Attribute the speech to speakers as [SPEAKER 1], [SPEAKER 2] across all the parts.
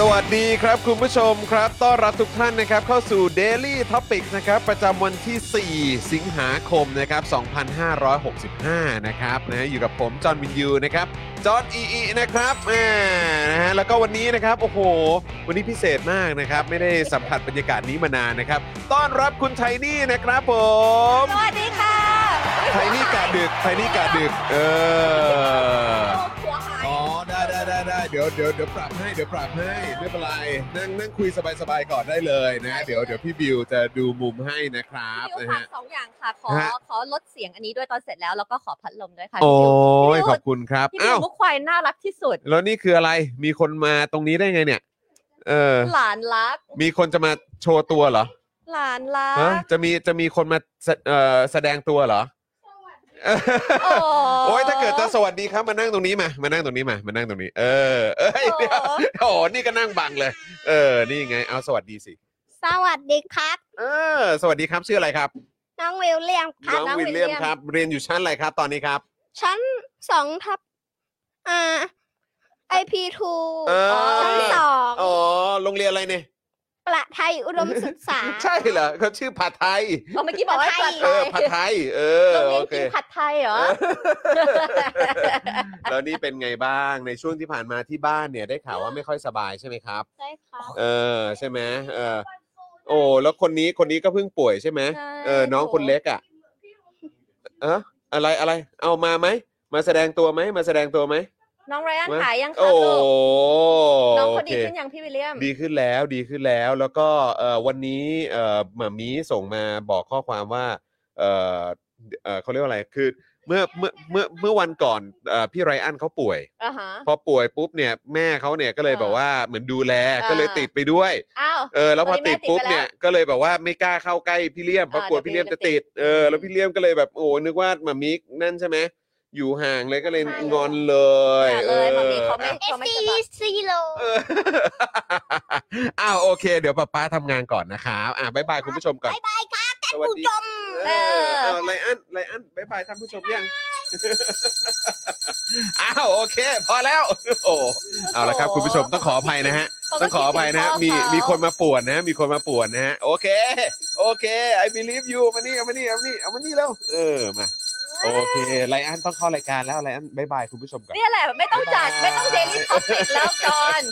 [SPEAKER 1] สวัสดีครับคุณผู้ชมครับต้อนรับทุกท่านนะครับเข้าสู่ Daily Topics นะครับประจำวันที่ 4 สิงหาคมนะครับ2565 นะครับนะฮะอยู่กับผมจอห์นวินยูนะครับจอห์นอีอีนะครับแหมนะฮะแล้วก็วันนี้นะครับโอ้โห วันนี้พิเศษมากนะครับ ไม่ได้สัมผัสบรรยากาศนี้มานานนะครับ ต้อนรับคุณไทนี่นะครับผม
[SPEAKER 2] สวัสดีค่ะ
[SPEAKER 1] ไทนี่กะดึกไทนี่กะดึกเออ
[SPEAKER 2] หัวหาย
[SPEAKER 1] อ๋อได้ได้ได้ได้เดี๋ยวเดี๋ยวเดี๋ยวปรับให้เดี๋ยวปรับให้ไม่เป็นไรนั่งนั่งคุยสบายๆก่อนได้เลยนะเดี๋ยวเดี๋ยวพี่บิวจะดูมุมให้นะครับ
[SPEAKER 2] พี่
[SPEAKER 1] นะ
[SPEAKER 2] บิวฝาก
[SPEAKER 1] ฮะ
[SPEAKER 2] สองอย่างค่ะ ขอ
[SPEAKER 1] ฮะ
[SPEAKER 2] ขอลดเสียงอันนี้ด้วยตอนเสร็จแล้ว แล้วก็ขอพัดลมด้วยค่ะ
[SPEAKER 1] โอ้
[SPEAKER 2] พี่บิวย
[SPEAKER 1] ขอบคุณครับ
[SPEAKER 2] พี่บิ
[SPEAKER 1] อ้าว ว
[SPEAKER 2] มุกควายน่ารักที่สุด
[SPEAKER 1] แล้วนี่คืออะไรมีคนมาตรงนี้ได้ไงเนี่ย เออ
[SPEAKER 2] หลานรัก
[SPEAKER 1] มีคนจะมาโชว์ตัวเหรอ
[SPEAKER 2] หลานรั
[SPEAKER 1] ฮะ
[SPEAKER 2] ก
[SPEAKER 1] จะมีจะมีคนมาแสเอ่อแสดงตัวเหรอ
[SPEAKER 2] โอ้
[SPEAKER 1] โอ้ยถ้าเกิดจะสวัสดีครับมานั่งตรงนี้มามานั่งตรงนี้มามานั่งตรงนี้ เออเอ้ยเดี๋ยวโอ้โหนี่ก็นั่งบังเลย เออนี่ไงเอาสวัสดีสิ
[SPEAKER 3] สวัสดีครับ
[SPEAKER 1] เออสวัสดีครับชื่ออะไรครับ
[SPEAKER 3] น้องวิลเลียมครั
[SPEAKER 1] น้
[SPEAKER 3] บ
[SPEAKER 1] องวิลเลียมครับ เรียนอยู่ชั้นอะไรครับตอนนี้ครับ
[SPEAKER 3] ชั้นสองทับอ่า IP2
[SPEAKER 1] เออ
[SPEAKER 3] ชั้นสอง
[SPEAKER 1] อ๋อโรงเรียนอะไรเนี่ย
[SPEAKER 3] ประไทยอุดมศึกษา
[SPEAKER 1] ใช่เหรอเขาชื่อผัดไทย
[SPEAKER 2] เอาเมื่อกี้บอกว่า
[SPEAKER 3] ผั
[SPEAKER 2] ผัด
[SPEAKER 3] ดไทย
[SPEAKER 2] ไท
[SPEAKER 1] เอย อผัดไทย เออ
[SPEAKER 2] โรงเรีย
[SPEAKER 1] โอน เค
[SPEAKER 2] กินผัดไทยเหรอ
[SPEAKER 1] แล้วนี่เป็นไงบ้างในช่วงที่ผ่านมาที่บ้านเนี่ยได้ข่าวว่าไม่ค่อยสบายใช่ไหมครับ
[SPEAKER 3] ใช่ครับ
[SPEAKER 1] เออใช่ไหมเออโอ้แล้วคนนี้คนนี้ก็เพิ่งป่วยใช่ไหม
[SPEAKER 2] ใช่
[SPEAKER 1] เออน้องคนเล็กอ่ะเอออะไรอะไร เอามาไหมมาแสดงตัวไหมมาแสดงตัวไหม
[SPEAKER 2] น้องไรอัน
[SPEAKER 1] วะ
[SPEAKER 2] หายยังคะ
[SPEAKER 1] โอ้
[SPEAKER 2] ลูกน้อง
[SPEAKER 1] โ
[SPEAKER 2] เขาดี
[SPEAKER 1] เค
[SPEAKER 2] ขึ้นยังพี่วิลเลียม
[SPEAKER 1] ดีขึ้นแล้วดีขึ้นแล้วแล้วก็เอ่อวันนี้เอ่อหมามีส่งมาบอกข้อความว่าเอ่อเอ่อเขาเรียกว่าอะไรคือเมื่อเมื่อเมื่อเมื่อวันก่อนเอ่อพี่ไรอันเขาป่วย
[SPEAKER 2] อ่าฮะ
[SPEAKER 1] พอป่วยปุ๊บเนี่ยแม่เขาเนี่ยก็เลย
[SPEAKER 2] อ่า
[SPEAKER 1] แบบว่าเหมือนดูแล
[SPEAKER 2] อ่า
[SPEAKER 1] ก็เลยติดไปด้วย
[SPEAKER 2] อ้าว
[SPEAKER 1] เออแล้วพอ
[SPEAKER 2] ตอนนี้
[SPEAKER 1] ติด
[SPEAKER 2] แม่ติด
[SPEAKER 1] ปุ๊บ
[SPEAKER 2] ไปแล้ว
[SPEAKER 1] เนี่ยก็เลยแบบว่าไม่กล้าเข้าใกล้พี่เลี่ยมเพราะ
[SPEAKER 2] อ่าก
[SPEAKER 1] ลัวพี่เลี่ยมจะติดเออแล้วพี่เลี่ยมก็เลยแบบโอ้นึกว่าหมามีนั่นใช่ไหมอยู่ห่างเลยก็เลย
[SPEAKER 2] ใช่
[SPEAKER 1] งอนเลย
[SPEAKER 2] อย่าเลยมามี
[SPEAKER 1] ออ
[SPEAKER 2] เขาไม่เขาไม่ส
[SPEAKER 3] SC
[SPEAKER 2] บาย
[SPEAKER 3] Zero
[SPEAKER 1] เออ อ้าวโอเค เดี๋ยวป้าป้าทำงานก่อนนะครับอ่ะบายบายคุณผู้ชมก่อนบายบายครับท่านผู้ชมเออเอาไลอันไลอันบายบายท่านผู้ชมยังอ้าวโอเค พอแล้ว โอ้เอาละครับคุณผู้ชมต้องขออภัยนะฮะ
[SPEAKER 2] เขาก็
[SPEAKER 1] ต้องขออภัยนะฮะ
[SPEAKER 2] คิดถึงพ่อ
[SPEAKER 1] มี
[SPEAKER 2] เขามี
[SPEAKER 1] มีคนมาป่วนนะ มีคนมาป่วนนะฮะโอเค โอเค I believe you มานี่เอามานี่เอามานี่เอามานี่แล้วเออมาโอเคไลอันต้องเข้ารายการแล้วไลอันบายบายคุณผู้ชมก่อน
[SPEAKER 2] เนี่ยแหละ ไม่ต้องจัด ไม่ต้องเดลี่ท็อปิกแล้วจอน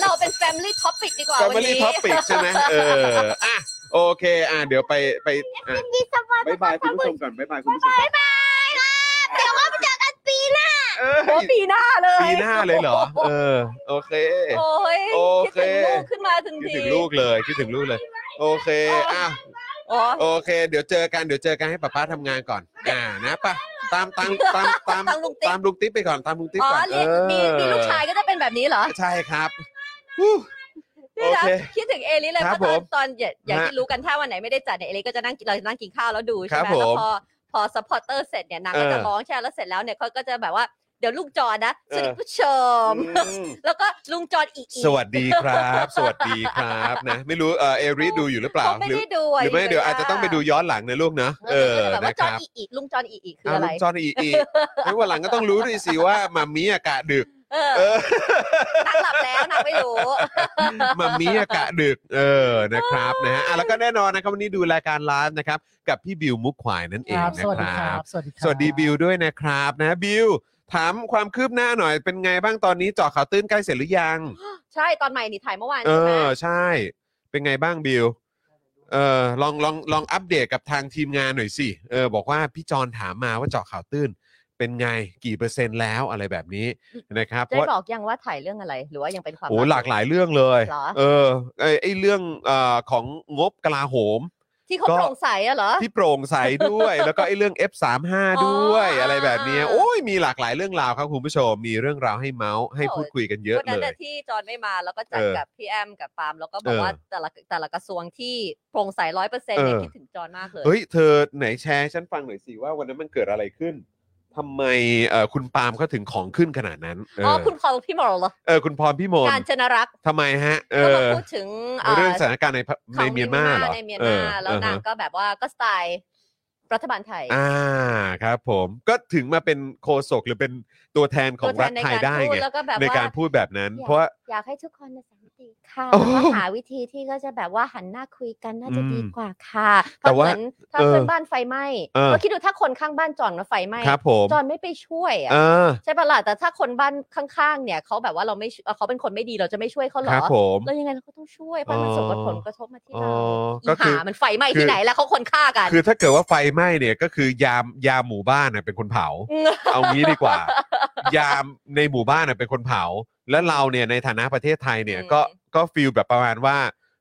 [SPEAKER 2] เราเป็นแฟมิลี่ท็อปิกดีกว่า
[SPEAKER 1] แฟ
[SPEAKER 2] วั
[SPEAKER 1] มิ
[SPEAKER 2] น
[SPEAKER 1] ลี่
[SPEAKER 2] นี้
[SPEAKER 1] ท็อปิกใช่ไหมเอออ่ะโอเค อ่ะเดี๋ยวไปไปอ่ะ
[SPEAKER 3] มีสวัส
[SPEAKER 1] บา
[SPEAKER 3] ดี
[SPEAKER 1] ยบายคุณผู้ชมก่อนบายบายคุณผู้ชมก่อน
[SPEAKER 3] เดี๋ยวว่าไปเจอกันปีหน้า
[SPEAKER 1] เอ้
[SPEAKER 2] โอ้
[SPEAKER 1] ย
[SPEAKER 2] ปีหน้าเลย
[SPEAKER 1] ปีหน้าเลยเหรอ เออ โอเค
[SPEAKER 2] โอ้ย
[SPEAKER 1] โอ
[SPEAKER 2] คิด
[SPEAKER 1] เค
[SPEAKER 2] ถึงลูกขึ้นมาถึง
[SPEAKER 1] คิด
[SPEAKER 2] ที
[SPEAKER 1] ถึงลูกเลยคิดถึงลูกเลย โอเคอ้าว
[SPEAKER 2] อ๋อ
[SPEAKER 1] โอเค เดี๋ยวเจอกันเดี๋ยวเจอกันให้ป้าป้าทำงานก่อน อ่านะป้าตามตามตามตาม
[SPEAKER 2] ตามลุงติ๊ก
[SPEAKER 1] ตามลุงติ๊กไปก่อนตามลุงติ๊ก
[SPEAKER 2] อ๋อ
[SPEAKER 1] ก่อน
[SPEAKER 2] เรียนมี
[SPEAKER 1] เออ
[SPEAKER 2] มีลูกชายก็จะเป็นแบบนี้เหรอ
[SPEAKER 1] ใช่ครับฮู้
[SPEAKER 2] นี่
[SPEAKER 1] โอ
[SPEAKER 2] นะ
[SPEAKER 1] เค
[SPEAKER 2] คิดถึงเอลิเลย
[SPEAKER 1] ครับ
[SPEAKER 2] เพราะตอ
[SPEAKER 1] ผม
[SPEAKER 2] นตอนอย่าอย่าง
[SPEAKER 1] ฮะ
[SPEAKER 2] ที่รู้กันถ้าวันไหนไม่ได้จัดเนี่ยเอลิก็จะนั่งกินเราจะนั่งกินข้าวแล้วดู
[SPEAKER 1] ค
[SPEAKER 2] ใช่
[SPEAKER 1] รับ
[SPEAKER 2] ไหมแล้ว
[SPEAKER 1] ผม
[SPEAKER 2] พอพอสปอร์เตอร์เสร็จเนี่ยนางก็
[SPEAKER 1] เออ
[SPEAKER 2] จะร้องแช่แล้วเสร็จแล้วเนี่ยเขาก็จะแบบว่าเดี๋ยวลูกจอนะสวัสดีผู้ชม
[SPEAKER 1] อืม
[SPEAKER 2] แล้วก็ลุงจอนอีกอีก
[SPEAKER 1] สวัสดีครับ สวัสดีครับนะ ไม่รู้เออเอริดูอยู่หรือเปล่า
[SPEAKER 2] เขาไม่
[SPEAKER 1] หรือ
[SPEAKER 2] ได้ดู
[SPEAKER 1] หรือไม่เดี๋ยวอาจจะต้องไปดูย้อนหลังนะลูกเนอะเออ
[SPEAKER 2] แล้วก็จะแบ
[SPEAKER 1] นะค
[SPEAKER 2] บว่าจอน
[SPEAKER 1] รับ
[SPEAKER 2] อีกอีกลุงจอนอีกอีกคือ
[SPEAKER 1] อ้าว
[SPEAKER 2] อะ
[SPEAKER 1] ลุ
[SPEAKER 2] ไร
[SPEAKER 1] งจอนอีอีกไม่วันหลังก็ต้องรู้ด้วยสิว่ามามีอากาศดึก
[SPEAKER 2] เออ
[SPEAKER 1] เออ
[SPEAKER 2] นางหลับแล้วนางไม่รู้
[SPEAKER 1] มัมมี่อากะดึกเออนะครับนะฮะอ่ะแล้วก็แน่นอนนะครับวันนี้ดูรายการไลฟ์นะครับ กับพี่บิวมุกขวายนั่นเอง
[SPEAKER 4] ครับ
[SPEAKER 1] นะ
[SPEAKER 4] สวัสดี
[SPEAKER 1] ค
[SPEAKER 4] ค
[SPEAKER 1] รั
[SPEAKER 4] รับ บ สวัสดีครับ
[SPEAKER 1] สวัสดีบิวด้วยนะครับนะบิวถามความคืบหน้าหน่อยเป็นไงบ้างตอนนี้เจาะข่าวตื้นใกล้เสร็จหรือยัง
[SPEAKER 2] ใช่ตอนใหม่นี่ถ่ายเมื่อวาน
[SPEAKER 1] เอ
[SPEAKER 2] ใช่ไหม
[SPEAKER 1] อใช่ เป็นไงบ้างบิวเออลองลองลองอัปเดตกับทางทีมงานหน่อยสิเออบอกว่าพี่จอนถามมาว่าเจาะข่าวตื้น เป็นไงกี่เปอร์เซ็นต์แล้วอะไรแบบนี้นะครับ
[SPEAKER 2] ได้
[SPEAKER 1] ว่า
[SPEAKER 2] บอกยังว่าถ่ายเรื่องอะไร หรือว่ายังเป็นความ
[SPEAKER 1] โอ้
[SPEAKER 2] บ
[SPEAKER 1] หลากหลายเรื่องเลย
[SPEAKER 2] เหรอ
[SPEAKER 1] เออไอ้ไอเรื่องเออของงบกลาโหม
[SPEAKER 2] ที่เขา
[SPEAKER 1] ก็
[SPEAKER 2] โปร่งใสอะเหรอ
[SPEAKER 1] ที่โปร่งใสด้วย แล้วก็ไอ้เรื่อง F35 ด้วย
[SPEAKER 2] อ๋ออ
[SPEAKER 1] อะไรแบบเนี้ย
[SPEAKER 2] อ่า
[SPEAKER 1] โอ้ยมีหลากหลายเรื่องราวครับคุณผู้ชม มีเรื่องราวให้เมาส์ให้พูดคุยกันเยอะ
[SPEAKER 2] วัน
[SPEAKER 1] เล
[SPEAKER 2] นั้น
[SPEAKER 1] ย
[SPEAKER 2] น่ะที่จอนไม่มาแล้วก็จัด
[SPEAKER 1] เออ
[SPEAKER 2] กับพี่แอมกับปาล์มแล้วก็บอก
[SPEAKER 1] เออ
[SPEAKER 2] ว่าแต่ละแต่ละกระทรวงที่โปร่งใสร้อยเปอร์เซ็นต์เนี่ย
[SPEAKER 1] เออ
[SPEAKER 2] คิดถึงจอนมากเลย
[SPEAKER 1] เฮ้ยเธอไหนแชร์ให้ฉันฟังหน่อยสิว่าวันนั้นมันเกิดอะไรขึ้นทำไมเอ่อคุณปาล์มเขาถึงของขึ้นขนาดนั้นเอ
[SPEAKER 2] อ๋อ
[SPEAKER 1] อ
[SPEAKER 2] คุณพอลพี่หมอเหรอ
[SPEAKER 1] เออคุณพรพี่มน
[SPEAKER 2] การชนรักษ์
[SPEAKER 1] ทำไมฮะ เอ
[SPEAKER 2] ก็มา
[SPEAKER 1] อ
[SPEAKER 2] พูดถึงเอ่อ
[SPEAKER 1] เรื่องสถานการณ์ในพะ
[SPEAKER 2] ข
[SPEAKER 1] ใน
[SPEAKER 2] อง
[SPEAKER 1] เมียนมาเหรอ
[SPEAKER 2] ในเมียน
[SPEAKER 1] เอ
[SPEAKER 2] มา
[SPEAKER 1] อ
[SPEAKER 2] แล้ว
[SPEAKER 1] อ่ฮะ
[SPEAKER 2] นางก็แบบว่าก็สไตล์รัฐบาลไทย
[SPEAKER 1] อ่าครับผมก็ถึงมาเป็นโคศกหรือเป็นตัวแทนของรัฐไทยได้
[SPEAKER 2] ตัวแทนในการพู
[SPEAKER 1] ไง
[SPEAKER 2] ดแล้วก็แบบ
[SPEAKER 1] ใน
[SPEAKER 2] ว่า
[SPEAKER 1] การพูดแบบนั้น
[SPEAKER 3] อยาก
[SPEAKER 1] เพราะว่า
[SPEAKER 3] อยากให้ทุกคนน่ะสันติค่ะ
[SPEAKER 1] โอ้
[SPEAKER 3] แล้วก็หาวิธีที่ก็จะแบบว่าหันหน้าคุยกันน่าจะ
[SPEAKER 1] อืม
[SPEAKER 3] ดีกว่าค่ะเพ
[SPEAKER 1] แต่
[SPEAKER 3] ราะเห
[SPEAKER 1] ว่า
[SPEAKER 3] มือนถ้า
[SPEAKER 1] เออ
[SPEAKER 3] เพื่อนบ้านไฟไหม้
[SPEAKER 1] เออ
[SPEAKER 3] ก็คิดดูถ้าคนข้างบ้านจอนมาไฟไหม้
[SPEAKER 1] ครับผม
[SPEAKER 3] จอนไม่ไปช่วยอ่ะ
[SPEAKER 1] เออ
[SPEAKER 3] ใช่ปะล่ะแต่ถ้าคนบ้านข้างๆ เนี่ยเขาแบบว่าเราไม่ช่วยเอ่อเขาเป็นคนไม่ดีเราจะไม่ช่วยเขาเหร
[SPEAKER 1] ค
[SPEAKER 3] อ
[SPEAKER 1] รับผม
[SPEAKER 3] เรายังไงเราก็ต้องช่วยเพราะมันส่งผลกระทบมาที่
[SPEAKER 1] อ๋อ
[SPEAKER 3] เรา
[SPEAKER 1] ก็
[SPEAKER 3] ก็
[SPEAKER 1] คื
[SPEAKER 3] คือ
[SPEAKER 1] อ
[SPEAKER 3] มันไฟไหม้
[SPEAKER 1] คื
[SPEAKER 3] ที่
[SPEAKER 1] อ
[SPEAKER 3] ไหนแล้วเขาคนฆ่ากัน
[SPEAKER 1] คือถ้าเกิดว่าไฟไหม้เนี่ยก็คือยามยามหมู่บ้านน่ะเป็นคนเผา เอางี้ดีกว่า ยามในหมู่บ้านน่ะเป็นคนเผา และเราเนี่ยในฐานะประเทศไทยเนี่ย
[SPEAKER 2] อืม
[SPEAKER 1] ก็ก็ฟีลแบบประมาณว่า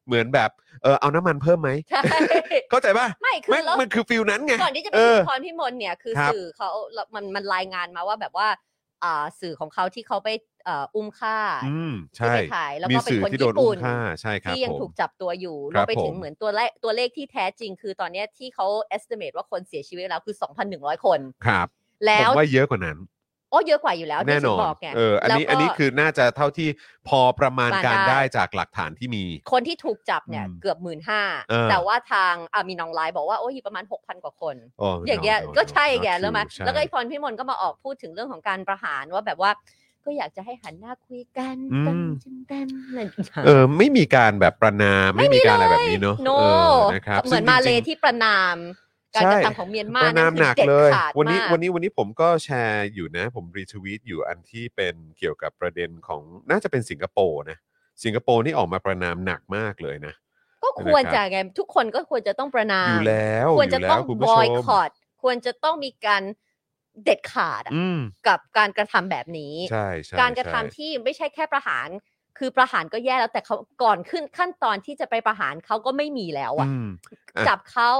[SPEAKER 1] เหมือนแบบเออเอาน้ำมันเพิ่มไหม
[SPEAKER 2] ใช่
[SPEAKER 1] เข้าใจป่ะ
[SPEAKER 2] ไม่คื
[SPEAKER 1] ไม่
[SPEAKER 2] อแล้ว
[SPEAKER 1] มันคือฟีลนั้นไง
[SPEAKER 2] ก่อนที่จะไป
[SPEAKER 1] เอ
[SPEAKER 2] ถึ
[SPEAKER 1] อง
[SPEAKER 2] พรพิมลเนี่ยคือ
[SPEAKER 1] ครับ
[SPEAKER 2] สื่อเขาเรามันมันรายงานมาว่าแบบว่าอ่าสื่อของเขาที่เขาไปเอ่ออุ้มฆ่า
[SPEAKER 1] อืม
[SPEAKER 2] ที่
[SPEAKER 1] ใช่
[SPEAKER 2] ไปขายแล้ว
[SPEAKER 1] มี
[SPEAKER 2] ก็เป็น
[SPEAKER 1] สื่อ
[SPEAKER 2] คน
[SPEAKER 1] ที่โดน
[SPEAKER 2] ญี่
[SPEAKER 1] อุ้ม
[SPEAKER 2] ปุ่น
[SPEAKER 1] ฆ่าใช่ครับ
[SPEAKER 2] ที่ยัง
[SPEAKER 1] ผม
[SPEAKER 2] ถูกจับตัวอยู่ร
[SPEAKER 1] ครั
[SPEAKER 2] ว
[SPEAKER 1] บ
[SPEAKER 2] มไปถึง
[SPEAKER 1] ผม
[SPEAKER 2] เหมือนตัวเลขตัวเลขที่แท้จริง คือตอนเนี้ยที่เขา estimate ว่าคนเสียชีวิตแล้วคือ 2,100 คน
[SPEAKER 1] ครับ
[SPEAKER 2] แล้
[SPEAKER 1] ผ
[SPEAKER 2] ว
[SPEAKER 1] มว่าเยอะกว่านั้น
[SPEAKER 2] โอ้เยอะกว่าอยู่แล้วที่
[SPEAKER 1] แน่น
[SPEAKER 2] ฉั
[SPEAKER 1] อน
[SPEAKER 2] บอกไง
[SPEAKER 1] เอออันนี้
[SPEAKER 2] แล้วก็
[SPEAKER 1] อันนี้คือน่าจะเท่าที่พอประมาณการ
[SPEAKER 2] ประมาณได้
[SPEAKER 1] ได้จากหลักฐานที่มี
[SPEAKER 2] คนที่ถูกจับเนี่ย
[SPEAKER 1] อืม
[SPEAKER 2] เกือบหมื่นห้า
[SPEAKER 1] เออ
[SPEAKER 2] แต่ว่าทางอามีนองไลน์บอกว่าโอ้ยอยู่ประมาณ 6,000 กว่าคน
[SPEAKER 1] อ๋อ
[SPEAKER 2] อย่างเงี้ย
[SPEAKER 1] no, no,
[SPEAKER 2] ก็ใช่
[SPEAKER 1] not
[SPEAKER 2] แกแล้วมา
[SPEAKER 1] true ใช่
[SPEAKER 2] แล้วก็ไอพรพิมลก็มาออกพูดถึงเรื่องของการประหารว่าแบบว่า ก็อยากจะให้หันหน้าคุยกัน
[SPEAKER 1] อื
[SPEAKER 3] กัน
[SPEAKER 1] ม
[SPEAKER 3] จนดันนั่น
[SPEAKER 1] เออไม่มีการแบบประนามไม่มีการอะไรแบบนี้เนอะ
[SPEAKER 2] โน
[SPEAKER 1] เออนะครับ
[SPEAKER 2] เหมือน
[SPEAKER 1] ซึ่ง
[SPEAKER 2] มาเล
[SPEAKER 1] จริงๆ
[SPEAKER 2] ที่ประนาม การ
[SPEAKER 1] ใช่
[SPEAKER 2] กระทำของเมียนมา
[SPEAKER 1] ประนาม
[SPEAKER 2] คือ
[SPEAKER 1] หนัก
[SPEAKER 2] ด็ด
[SPEAKER 1] เลย
[SPEAKER 2] ขาด
[SPEAKER 1] วันนี้
[SPEAKER 2] มาก
[SPEAKER 1] วันนี้วันนี้ผมก็แชร์อยู่นะ ผมรีทวีตอยู่อันที่เป็นเกี่ยวกับประเด็นของน่าจะเป็นสิงคโปร์นะสิงคโปร์นี่ออกมาประนามหนักมากเลยนะ
[SPEAKER 2] ก็ควร
[SPEAKER 1] นะครับ
[SPEAKER 2] จะไงทุกคนก็ควรจะต้องประนา
[SPEAKER 1] อ
[SPEAKER 2] ม
[SPEAKER 1] ยู่แล้ว
[SPEAKER 2] ควรจะ
[SPEAKER 1] ยู่แล้ว
[SPEAKER 2] ต้อง
[SPEAKER 1] คุณ
[SPEAKER 2] บ
[SPEAKER 1] ผู้ช
[SPEAKER 2] อย
[SPEAKER 1] ม
[SPEAKER 2] คอตควรจะต้องมีการเด็ดขาดอะ
[SPEAKER 1] อืม
[SPEAKER 2] กับการกระทำแบบนี้
[SPEAKER 1] ใช่ใช่
[SPEAKER 2] การกระทำ
[SPEAKER 1] ใช่
[SPEAKER 2] ที่ไม่ใช่แค่ประหาร คือประหารก็แย่แล้วแต่เขาก่อนขึ้นขั้นตอนที่จะไปประหารเขาก็ไม่มีแล้วอะ
[SPEAKER 1] อืม อ่ะ
[SPEAKER 2] จับเขา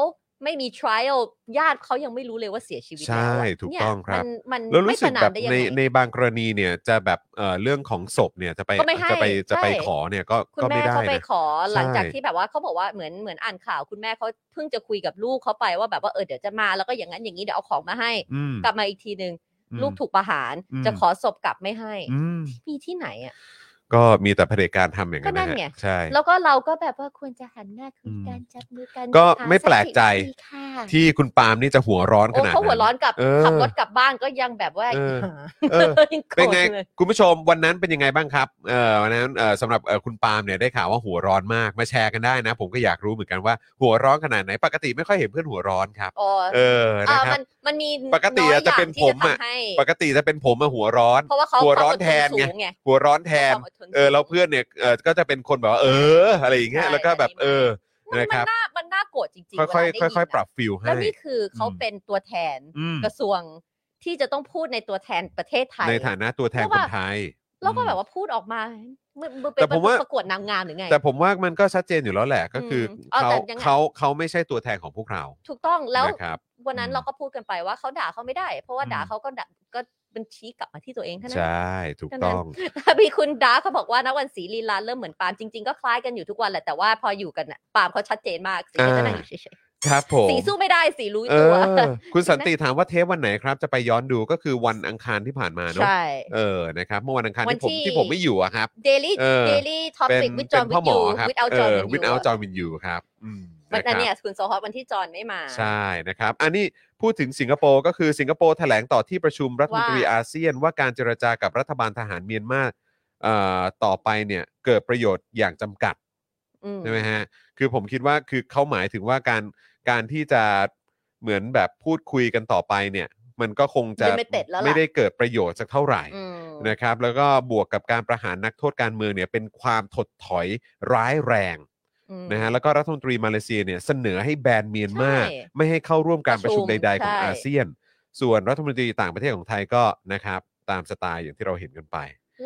[SPEAKER 2] ไม่มี trial ญาติเขายังไม่รู้เลยว่าเสียชีวิตแล้ว
[SPEAKER 1] ใช่
[SPEAKER 2] อะ
[SPEAKER 1] ถูก
[SPEAKER 2] เนี่ย
[SPEAKER 1] ต้องครับ
[SPEAKER 2] มัน
[SPEAKER 1] แล้ว
[SPEAKER 2] มันไม่
[SPEAKER 1] รู้
[SPEAKER 2] ป
[SPEAKER 1] สึก
[SPEAKER 2] ระนา
[SPEAKER 1] แบ
[SPEAKER 2] ม
[SPEAKER 1] บ
[SPEAKER 2] ได้ยัง
[SPEAKER 1] ใน
[SPEAKER 2] ไง
[SPEAKER 1] ในบางกรณีเนี่ยจะแบบเอ่อเรื่องของศพเนี่ยจะไป
[SPEAKER 2] ก็ไม่ให้
[SPEAKER 1] จะไปจะไป
[SPEAKER 2] ใช่
[SPEAKER 1] ขอเนี่ยก็
[SPEAKER 2] คุณ
[SPEAKER 1] ก็
[SPEAKER 2] แม่
[SPEAKER 1] ไม่ได้
[SPEAKER 2] เขาไป
[SPEAKER 1] นะ
[SPEAKER 2] ขอหลังจาก
[SPEAKER 1] ใช่
[SPEAKER 2] ที่แบบว่าเขาบอกว่าเหมือนเหมือนอ่านข่าว คุณแม่เขาเพิ่งจะคุยกับลูกเขาไปว่าแบบว่าเออเดี๋ยวจะมาแล้วก็อย่างนั้นอย่างนี้เดี๋ยวเอาของมาให้
[SPEAKER 1] อืม
[SPEAKER 2] กลับมาอีกทีหนึ่ง
[SPEAKER 1] อืม
[SPEAKER 2] ลูกถูกประหาร
[SPEAKER 1] อืม
[SPEAKER 2] จะขอศพกลับไม่ให้
[SPEAKER 1] อืม
[SPEAKER 2] มีที่ไหนอ่ะ
[SPEAKER 1] ก็มีแต่เผด็จการทำอย่างนั้น
[SPEAKER 2] ก็นั่นไง
[SPEAKER 1] นะฮะใช่
[SPEAKER 3] แล้วก็เราก็แบบว่าควรจะหันหน้าคุยกันจับมือกัน
[SPEAKER 1] ก็
[SPEAKER 3] หา
[SPEAKER 1] ไม่แปลกใจ
[SPEAKER 3] สันติค่ะ
[SPEAKER 1] ที่คุณปาล์มนี่จะหัวร้อนขนา
[SPEAKER 2] โอ้
[SPEAKER 1] ดนั้น
[SPEAKER 2] เขาหัวร้อนกลับ
[SPEAKER 1] เออ
[SPEAKER 2] ขับรถกลับบ้านก็ยังแบบว่า
[SPEAKER 1] เออ
[SPEAKER 2] หา
[SPEAKER 1] เออ
[SPEAKER 2] ยังโกร
[SPEAKER 1] เป็น
[SPEAKER 2] ธ
[SPEAKER 1] ไง
[SPEAKER 2] เลย
[SPEAKER 1] คุณผู้ชมวันนั้นเป็นยังไงบ้างครับเออวันนั้นเออสำหรับเออคุณปาล์มเนี่ยได้ข่าวว่าหัวร้อนมากมาแชร์กันได้นะ ผมก็อยากรู้เหมือนกันว่าหัวร้อนขนาดไหนปกติไม่ค่อยเห็นเพื่อนหัวร้อนครับ
[SPEAKER 2] อ๋อ
[SPEAKER 1] เออนะ
[SPEAKER 2] า
[SPEAKER 1] ครั
[SPEAKER 2] มั
[SPEAKER 1] บ
[SPEAKER 2] นมันมี
[SPEAKER 1] ปกติอะ
[SPEAKER 2] ยอย่าง
[SPEAKER 1] จะเป็นผมอะ
[SPEAKER 2] ที่จทำให้
[SPEAKER 1] ปกติจะเป็นผมมาหัวร้อน
[SPEAKER 2] เพราะว่าเขา
[SPEAKER 1] หัวร้อนแทนไง
[SPEAKER 2] ความอดทสูไง
[SPEAKER 1] หัวร้อนแทน
[SPEAKER 2] ความดทสูง
[SPEAKER 1] เออแล้วเพื่อนเนี่ยเออก็จะเป็นคนแบบว่าเออ อะไรอย่างเงี้ยแล้วก็แบบเออ
[SPEAKER 2] มัน
[SPEAKER 1] นะครั
[SPEAKER 2] มัน
[SPEAKER 1] บ
[SPEAKER 2] น่ามันน่าโกรธจริงๆ
[SPEAKER 1] ค่
[SPEAKER 2] เวลา
[SPEAKER 1] อ
[SPEAKER 2] ได้
[SPEAKER 1] ยๆค่อยๆ ปรับฟิลให้
[SPEAKER 2] แล้วนี่คือเขา
[SPEAKER 1] อืม
[SPEAKER 2] เป็นตัวแทน
[SPEAKER 1] อืม
[SPEAKER 2] กระทรวงที่จะต้องพูดในตัวแทนประเทศไทย
[SPEAKER 1] ในฐานะตัวแทน
[SPEAKER 2] เพราะ
[SPEAKER 1] ค
[SPEAKER 2] ว่า
[SPEAKER 1] นไทย
[SPEAKER 2] แล้วก็แบบว่าพูดออกมาเหมือนเหมือนเป็
[SPEAKER 1] แต่
[SPEAKER 2] น
[SPEAKER 1] ผมว่า
[SPEAKER 2] ประกวดนางงามหรือไง
[SPEAKER 1] แต่ผมว่ามันก็ชัดเจนอยู่แล้วแหละก็คืออ
[SPEAKER 2] มเอา
[SPEAKER 1] เขา
[SPEAKER 2] แต่ยังไง
[SPEAKER 1] เขาเขาไม่ใช่ตัวแทนของพวกเรา
[SPEAKER 2] ถูกต้องแล้ว
[SPEAKER 1] นะครับ
[SPEAKER 2] วันนั้
[SPEAKER 1] อื
[SPEAKER 2] น
[SPEAKER 1] ม
[SPEAKER 2] เราก็พูดกันไปว่าเขาด่าเขาไม่ได้ เพราะว่า
[SPEAKER 1] อืม
[SPEAKER 2] ด่าเขาก็ด่าก็มันชี้กลับมาที่ตัวเองเท่านั้
[SPEAKER 1] ใช
[SPEAKER 2] น
[SPEAKER 1] ่ถูกต้อง
[SPEAKER 2] มีคุณดาร์คเขาบอกว่านะวันสีลีลาเริ่มเหมือนปาล์มจริง ๆ ก็คล้ายกันอยู่ทุกวันแหละแต่ว่าพออยู่กันน่ะปาล์มเขาชัดเจนมากสีก็จะนั่งอยู่เฉย
[SPEAKER 1] ครับผ
[SPEAKER 2] ๆ
[SPEAKER 1] ม
[SPEAKER 2] สีสู้ไม่ได้สีรู้
[SPEAKER 1] เอ
[SPEAKER 2] ตัว
[SPEAKER 1] อคุณสันติถามว่าเทปวันไหนครับ จะไปย้อนดูก็คือวันอังคารที่ผ่านมาเนาะ
[SPEAKER 2] ใช่
[SPEAKER 1] เออนะครับเมื่อวันอังคาร
[SPEAKER 2] วั
[SPEAKER 1] ที่ผม
[SPEAKER 2] นที่
[SPEAKER 1] ที่ผมไม่อยู่อะครับ
[SPEAKER 2] daily
[SPEAKER 1] เออ
[SPEAKER 2] daily
[SPEAKER 1] เป็น
[SPEAKER 2] topic with
[SPEAKER 1] เป็
[SPEAKER 2] John
[SPEAKER 1] น
[SPEAKER 2] with
[SPEAKER 1] พ่อหมอ
[SPEAKER 2] you
[SPEAKER 1] ครับ
[SPEAKER 2] without
[SPEAKER 1] เอ
[SPEAKER 2] John
[SPEAKER 1] อ
[SPEAKER 2] with you
[SPEAKER 1] without John with you ครับอืม
[SPEAKER 2] วัน
[SPEAKER 1] นะค
[SPEAKER 2] อั
[SPEAKER 1] รั
[SPEAKER 2] น
[SPEAKER 1] บ
[SPEAKER 2] เนี้ยคุณโซฮอตวันที่จอห์นไม่มา
[SPEAKER 1] ใช่นะครับ อันนี้พูดถึงสิงคโปร์ก็คือสิงคโปร์แถลงต่อที่ประชุมรัฐมนตรี
[SPEAKER 2] ว่า
[SPEAKER 1] อาเซียนว่าการเจรจากับรัฐบาลทหารเมียนมาเอ่อต่อไปเนี่ยเกิดประโยชน์อย่างจำกัด
[SPEAKER 2] อืม
[SPEAKER 1] ใช่ไหมฮะคือผมคิดว่าคือเขาหมายถึงว่าการการที่จะเหมือนแบบพูดคุยกันต่อไปเนี่ย มันก็คงจะ
[SPEAKER 2] Limited แล้วล่ะ
[SPEAKER 1] ไม่ได้เกิดประโยชน์สักเท่าไหร่
[SPEAKER 2] อืม
[SPEAKER 1] นะครับแล้วก็บวกกับการประหารนักโทษการเมืองเนี่ยเป็นความถดถอยร้ายแรง
[SPEAKER 2] อืม
[SPEAKER 1] นะฮะแล้วก็รัฐมนตรีมาเลเซียเนี่ยเสนอให้แบนเมียนมา
[SPEAKER 2] ใช่
[SPEAKER 1] ไม่ให้เข้าร่วมการประชุม
[SPEAKER 2] ประชุม
[SPEAKER 1] ใด ๆ ของ
[SPEAKER 2] ใช่
[SPEAKER 1] อาเซียน ส่วนรัฐมนตรีต่างประเทศของไทยก็นะครับตามสไตล์อย่างที่เราเห็นกันไป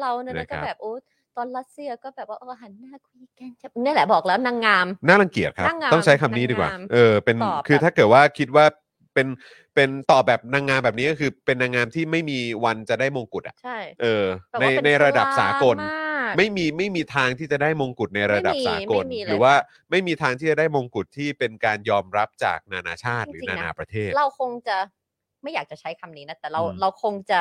[SPEAKER 2] เราเนี่ย
[SPEAKER 1] นะ
[SPEAKER 2] นะครับ ก็แบบโอ้ตอนรัสเซียก็แบบว่าเออหันหน้าคุยกันจะนี่แหละบอกแล้วนางงาม
[SPEAKER 1] น่ารังเกียจครับ
[SPEAKER 2] นางงาม
[SPEAKER 1] ต้องใช้คำนี้ดีกว่า
[SPEAKER 2] นางงาม
[SPEAKER 1] เออเป็น
[SPEAKER 2] ตอบ
[SPEAKER 1] คือ
[SPEAKER 2] แบบ
[SPEAKER 1] ถ้าเกิดว่าคิดว่าเป็นเป็นตอบแบบนางงามแบบนี้ก็คือเป็นนางงามที่ไม่มีวันจะได้มงกุฎอ่ะ
[SPEAKER 2] ใช่
[SPEAKER 1] เออ
[SPEAKER 2] แบบ
[SPEAKER 1] ใน
[SPEAKER 2] ว่าเป็
[SPEAKER 1] ในระดับสากล
[SPEAKER 2] กลางมาก
[SPEAKER 1] ไม่มีไม่มีทางที่จะได้มงกุฎในระดับ
[SPEAKER 2] ไม่มี
[SPEAKER 1] สากล
[SPEAKER 2] ไม่มีเลย
[SPEAKER 1] หรือว่าไม่มีทางที่จะได้มงกุฎที่เป็นการยอมรับจากนานาชาติหรือ
[SPEAKER 2] จริงๆ
[SPEAKER 1] นา
[SPEAKER 2] นะ
[SPEAKER 1] นาประเทศ
[SPEAKER 2] เราคงจะไม่อยากจะใช้คำนี้นะ แต่เรา
[SPEAKER 1] อืม
[SPEAKER 2] เราคงจะ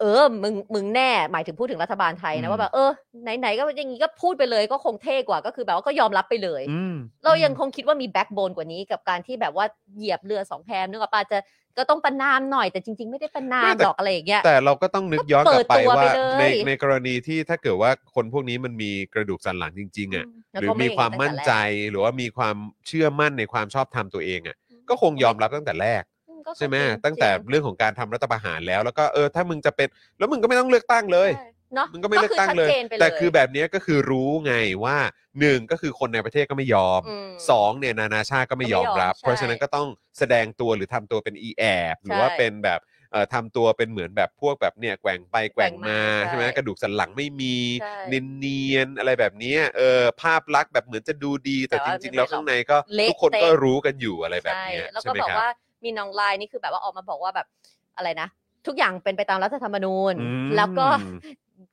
[SPEAKER 2] เออมึงมึงแน่หมายถึงพูดถึงรัฐบาลไทย
[SPEAKER 1] อื
[SPEAKER 2] นะ
[SPEAKER 1] ม
[SPEAKER 2] ว่าแบบเออไหนๆก็อย่างนี้ก็พูดไปเลย ก็คงเท่กว่าก็คือแบบว่าก็ยอมรับไปเลย
[SPEAKER 1] อืม
[SPEAKER 2] เรายังคงคิดว่ามีแบ็กโบนกว่านี้กับการที่แบบว่าเหยียบเรือสองแพนึกว่าปาจะก็ต้องประนามหน่อยแต่จริง ๆ ไม่ได้ประนามหรอกอะไรอย่างเงี้ย
[SPEAKER 1] แต่เราก็ต้องนึกย้อนกลับไป
[SPEAKER 2] ก็เปิดตัวไป
[SPEAKER 1] ว่า
[SPEAKER 2] เลย
[SPEAKER 1] ในในกรณีที่ถ้าเกิดว่าคนพวกนี้มันมีกระดูกสันหลังจริง ๆ อ่ะ
[SPEAKER 2] แล้ว
[SPEAKER 1] หรือ
[SPEAKER 2] ก็ไ
[SPEAKER 1] มีความมั่นใจ
[SPEAKER 2] ตั้งแต่แรก
[SPEAKER 1] หรือว่ามีความเชื่อมั่นในความชอบธรรมตัวเองอ่ะ ก็คงยอมรับตั้งแต่แรก
[SPEAKER 2] อืก็
[SPEAKER 1] ใช่ไหม
[SPEAKER 2] จริๆ
[SPEAKER 1] ตั้งแต่เรื่องของการทำรัฐประหารแล้ว แล้วก็เออถ้ามึงจะเป็นแล้วมึงก็ไม่ต้องเลือกตั้งเลย
[SPEAKER 2] ใช่เนาะ
[SPEAKER 1] มึงก็ไม่เลือกตั้งเลย
[SPEAKER 2] คือชัดจนไป
[SPEAKER 1] แต่คือแบบเนี้ยก็คือรู้ไงว่าหนึ่งก็คือคนในประเทศก็ไม่ยอม
[SPEAKER 2] อืม
[SPEAKER 1] สองเนี่ยนานาชาติก็ไม่ยอมรับ
[SPEAKER 2] ก็ไม่ยอมใช่
[SPEAKER 1] เพราะฉะนั้นก็ต้องแสดงตัวหรือทำตัวเป็นอีแอบหรือว่าเป็นแบบเอ่อทำตัวเป็นเหมือนแบบพวกแบบเนี่ยแกว่งไปแกว่งมา
[SPEAKER 2] แกว่งมา
[SPEAKER 1] ใช่ไหม
[SPEAKER 2] ใช่
[SPEAKER 1] กระดูกสันหลังไม่มี
[SPEAKER 2] ใช่
[SPEAKER 1] เนียนๆอะไรแบบเนี้ยเออภาพลักษณ์แบบเหมือนจะดูดี แต่
[SPEAKER 2] แต่
[SPEAKER 1] จ
[SPEAKER 2] ว่า
[SPEAKER 1] ริงๆ
[SPEAKER 2] ไม่
[SPEAKER 1] แล้วข้างในก็
[SPEAKER 2] เละ
[SPEAKER 1] ทุกคนก็
[SPEAKER 2] เทะ
[SPEAKER 1] รู้กันอยู่อะไรแบบ
[SPEAKER 2] ใช่
[SPEAKER 1] เนี้ย
[SPEAKER 2] แล้ว
[SPEAKER 1] ใช่
[SPEAKER 2] ก็
[SPEAKER 1] ไหม
[SPEAKER 2] บอ
[SPEAKER 1] ค
[SPEAKER 2] ก
[SPEAKER 1] รับ
[SPEAKER 2] ว่ามีน้องไลน์นี่คือแบบว่าออกมาบอกว่าแบบอะไรนะ ทุกอย่างเป็นไปตามรัฐธรรมนูญ
[SPEAKER 1] อืม
[SPEAKER 2] แล้วก็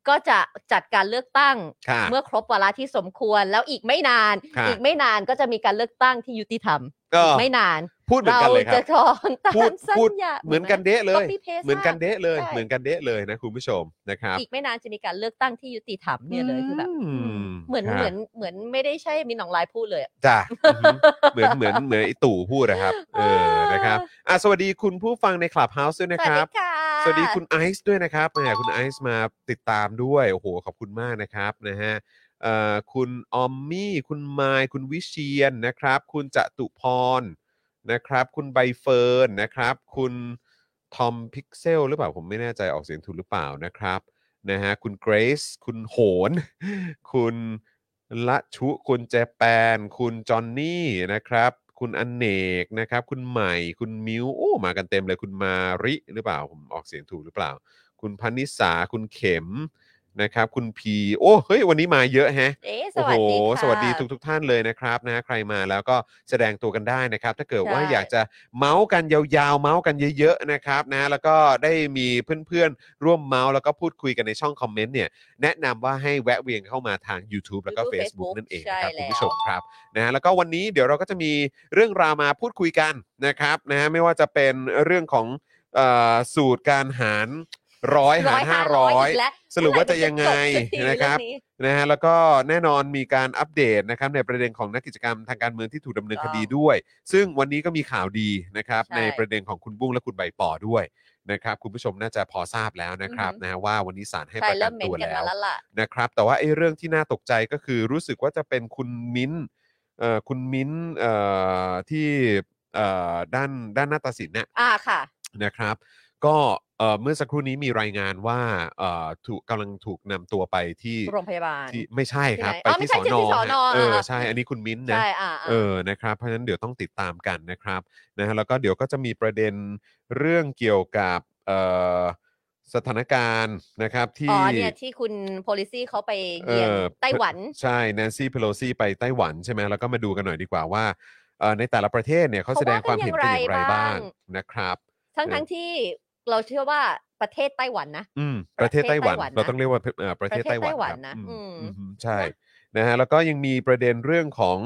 [SPEAKER 2] ก็จะจัดการเลือกตั้ง
[SPEAKER 1] ค่ะ
[SPEAKER 2] เมื่อครบวาระที่สมควรแล้วอีกไม่นาน
[SPEAKER 1] ค่ะ
[SPEAKER 2] อีกไม่นานก็จะมีการเลือกตั้งที่ยุติธรรม
[SPEAKER 1] ก็
[SPEAKER 2] อีกไม่นาน
[SPEAKER 1] พูดเหมือนกันเลยครั
[SPEAKER 2] จะ
[SPEAKER 1] บ
[SPEAKER 2] ครองตา
[SPEAKER 1] พูด
[SPEAKER 2] มสัญ
[SPEAKER 1] พูด
[SPEAKER 2] ญา
[SPEAKER 1] เหมือนกันเดะเลย
[SPEAKER 2] ก็ paste
[SPEAKER 1] เหมือนกันเดะเลย
[SPEAKER 2] ใช่
[SPEAKER 1] เหมือนกันเดะเลยนะคุณผู้ชมนะครับ
[SPEAKER 2] อีกไม่นานจะมีการเลือกตั้งที่ยุติธรรมเนี่ยเลยคือแบบ
[SPEAKER 1] อืม
[SPEAKER 2] อืมเหมือน
[SPEAKER 1] ครับ
[SPEAKER 2] เหมือนเหมือนไม่ได้ใช่มีน้องไลน์พูดเลยอะ
[SPEAKER 1] จ้ะอือหือเหมือนเหมือนเหมือนไอตู่พูดนะครับเออ
[SPEAKER 2] เออ
[SPEAKER 1] นะครับอ่ะสวัสดีคุณผู้ฟังในคลับเฮาส์ด้วย
[SPEAKER 2] สวั
[SPEAKER 1] นะค
[SPEAKER 2] สดี
[SPEAKER 1] รับ
[SPEAKER 2] ค่ะ
[SPEAKER 1] สวัสดีคุณไอซ์ด้วยนะครับแหมคุณไอซ์มาติดตามด้วยโอ้โหขอบคุณมากนะครับนะฮะเอ่อคุณออมมี่คุณมายคุณวิเชียนนะครับ คุณจตุพรนะครับ คุณใบเฟิร์นนะครับ คุณทอมพิกเซลหรือเปล่าผมไม่แน่ใจออกเสียงถูกหรือเปล่านะครับนะฮะคุณเกรซคุณโหน คุณละชุคุณแจแปน คุณจอนนี่นะครับ คุณอเนกนะครับ คุณใหม่คุณมิวโอ้มากันเต็มเลยคุณมาริหรือเปล่าผมออกเสียงถูกหรือเปล่า คุณพนิสาคุณเข็มนะครับ คุณพีโอ้เฮ้ยวันนี้มาเยอะแฮะ
[SPEAKER 2] เอ๊ะส
[SPEAKER 1] โอ้
[SPEAKER 2] วั
[SPEAKER 1] โห
[SPEAKER 2] สดีค่ะ
[SPEAKER 1] สวัสดีทุกทุกๆท่านเลยนะครับนะใครมาแล้วก็แสดงตัวกันได้นะครับ ถ้าเกิดว่า
[SPEAKER 2] ใช่
[SPEAKER 1] อยากจะเมาส์กันยาวๆ เมาส์กันเยอะๆนะครับนะแล้วก็ได้มีเพื่อนๆ ร่วมเมาส์แล้วก็พูดคุยกันในช่องคอมเมนต์เนี่ยแนะนำว่าให้แวะเวียนเข้ามาทาง YouTube แล้วก็
[SPEAKER 2] YouTube
[SPEAKER 1] Facebook
[SPEAKER 2] Facebook
[SPEAKER 1] นั่นเองนะครับ
[SPEAKER 2] ใช่แล้ว
[SPEAKER 1] คุณผู้ชมครับนะแล้วก็วันนี้เดี๋ยวเราก็จะมีเรื่องราวมาพูดคุยกันนะครับนะไม่ว่าจะเป็นเรื่องของเอ่อสูตรการหารร้อยหารห้าร้อย
[SPEAKER 2] กแล้ว
[SPEAKER 1] สรุปว่าจะยังไง
[SPEAKER 2] เมื่อหมัจบสักที
[SPEAKER 1] นะครับ
[SPEAKER 2] เองนี้
[SPEAKER 1] นะฮะแล้วก็แน่นอนมีการอัปเดตนะครับในประเด็นของนักกิจกรรมทางการเมืองที่ถูกดำเนิน
[SPEAKER 2] ถู
[SPEAKER 1] ค
[SPEAKER 2] กต้อง
[SPEAKER 1] ดีด้วย ซึ่งวันนี้ก็มีข่าวดีนะครับ
[SPEAKER 2] ใช่
[SPEAKER 1] ในประเด็นของคุณบุ้งและคุณใบปอด้วยนะครับคุณผู้ชมน่าจะพอทราบแล้วนะครับ
[SPEAKER 2] อือฮึ
[SPEAKER 1] นะฮะว่าวันนี้ศาลให้
[SPEAKER 2] ใช่
[SPEAKER 1] ประกั
[SPEAKER 2] เริ่
[SPEAKER 1] น
[SPEAKER 2] มเม้น
[SPEAKER 1] ตัว
[SPEAKER 2] กัน
[SPEAKER 1] แล้
[SPEAKER 2] มาว แล้วล่ะ
[SPEAKER 1] นะครับ แต่ว่าไอ้เรื่องที่น่าตกใจก็คือรู้สึกว่าจะเป็นคุณมิ้นท์เอ่อคุณมิ้นท์เอ่อที่เอ่อด้านด้านหน้าตาสินเนี่ย
[SPEAKER 2] อ่าค่ะ
[SPEAKER 1] นะครับก็เอ่อเมื่อสักครู่นี้มีรายงานว่าเอ่อถูกกำลังถูกนำตัวไปที่
[SPEAKER 2] โรงพยาบาล
[SPEAKER 1] ที่ไม่ใช่ครับ
[SPEAKER 2] ที่ไห
[SPEAKER 1] ไป
[SPEAKER 2] นอ๋อไม่
[SPEAKER 1] ที่ส
[SPEAKER 2] ใช่
[SPEAKER 1] อน
[SPEAKER 2] ที่สอน
[SPEAKER 1] อ
[SPEAKER 2] อ
[SPEAKER 1] เออ
[SPEAKER 2] อ่ะ
[SPEAKER 1] ใช่อันนี้คุณมิ้นท์นะ
[SPEAKER 2] ใช่อ่าอ่า
[SPEAKER 1] เออนะครับเพราะฉะนั้นเดี๋ยวต้องติดตามกันนะครับนะฮะแล้วก็เดี๋ยวก็จะมีประเด็นเรื่องเกี่ยวกับเอ่อสถานการณ์นะครับที่
[SPEAKER 2] อ๋อเนี่ยที่คุณ policy เขาไปเยือน
[SPEAKER 1] เออ
[SPEAKER 2] ไต้หวัน
[SPEAKER 1] ใช่แนนซี่เพโลซี่ไปไต้หวันใช่ไหมแล้วก็มาดูกันหน่อยดีกว่าว่าเอ่อในแต่ละประเทศเนี่ยเขาแสดงความเห็นเป็นอย่างไรบ้างนะครับ
[SPEAKER 2] ทั้งทั้งที่เราเชื่อว่าประเทศไต้หวันนะ
[SPEAKER 1] อืมป
[SPEAKER 2] ประ ระ
[SPEAKER 1] เท
[SPEAKER 2] เท
[SPEAKER 1] ศ
[SPEAKER 2] ศ
[SPEAKER 1] ไต้หวัน
[SPEAKER 2] ไต้หวันนะ
[SPEAKER 1] เราต้องเรียกว่าเอ่อประเทศ
[SPEAKER 2] ประเทศ
[SPEAKER 1] ไต้หวัน
[SPEAKER 2] ไต้หวัน
[SPEAKER 1] ครับ
[SPEAKER 2] นะ
[SPEAKER 1] อืม
[SPEAKER 2] อืม
[SPEAKER 1] อืมใช่นะฮะแล้วก็ยังมีประเด็นเรื่องของ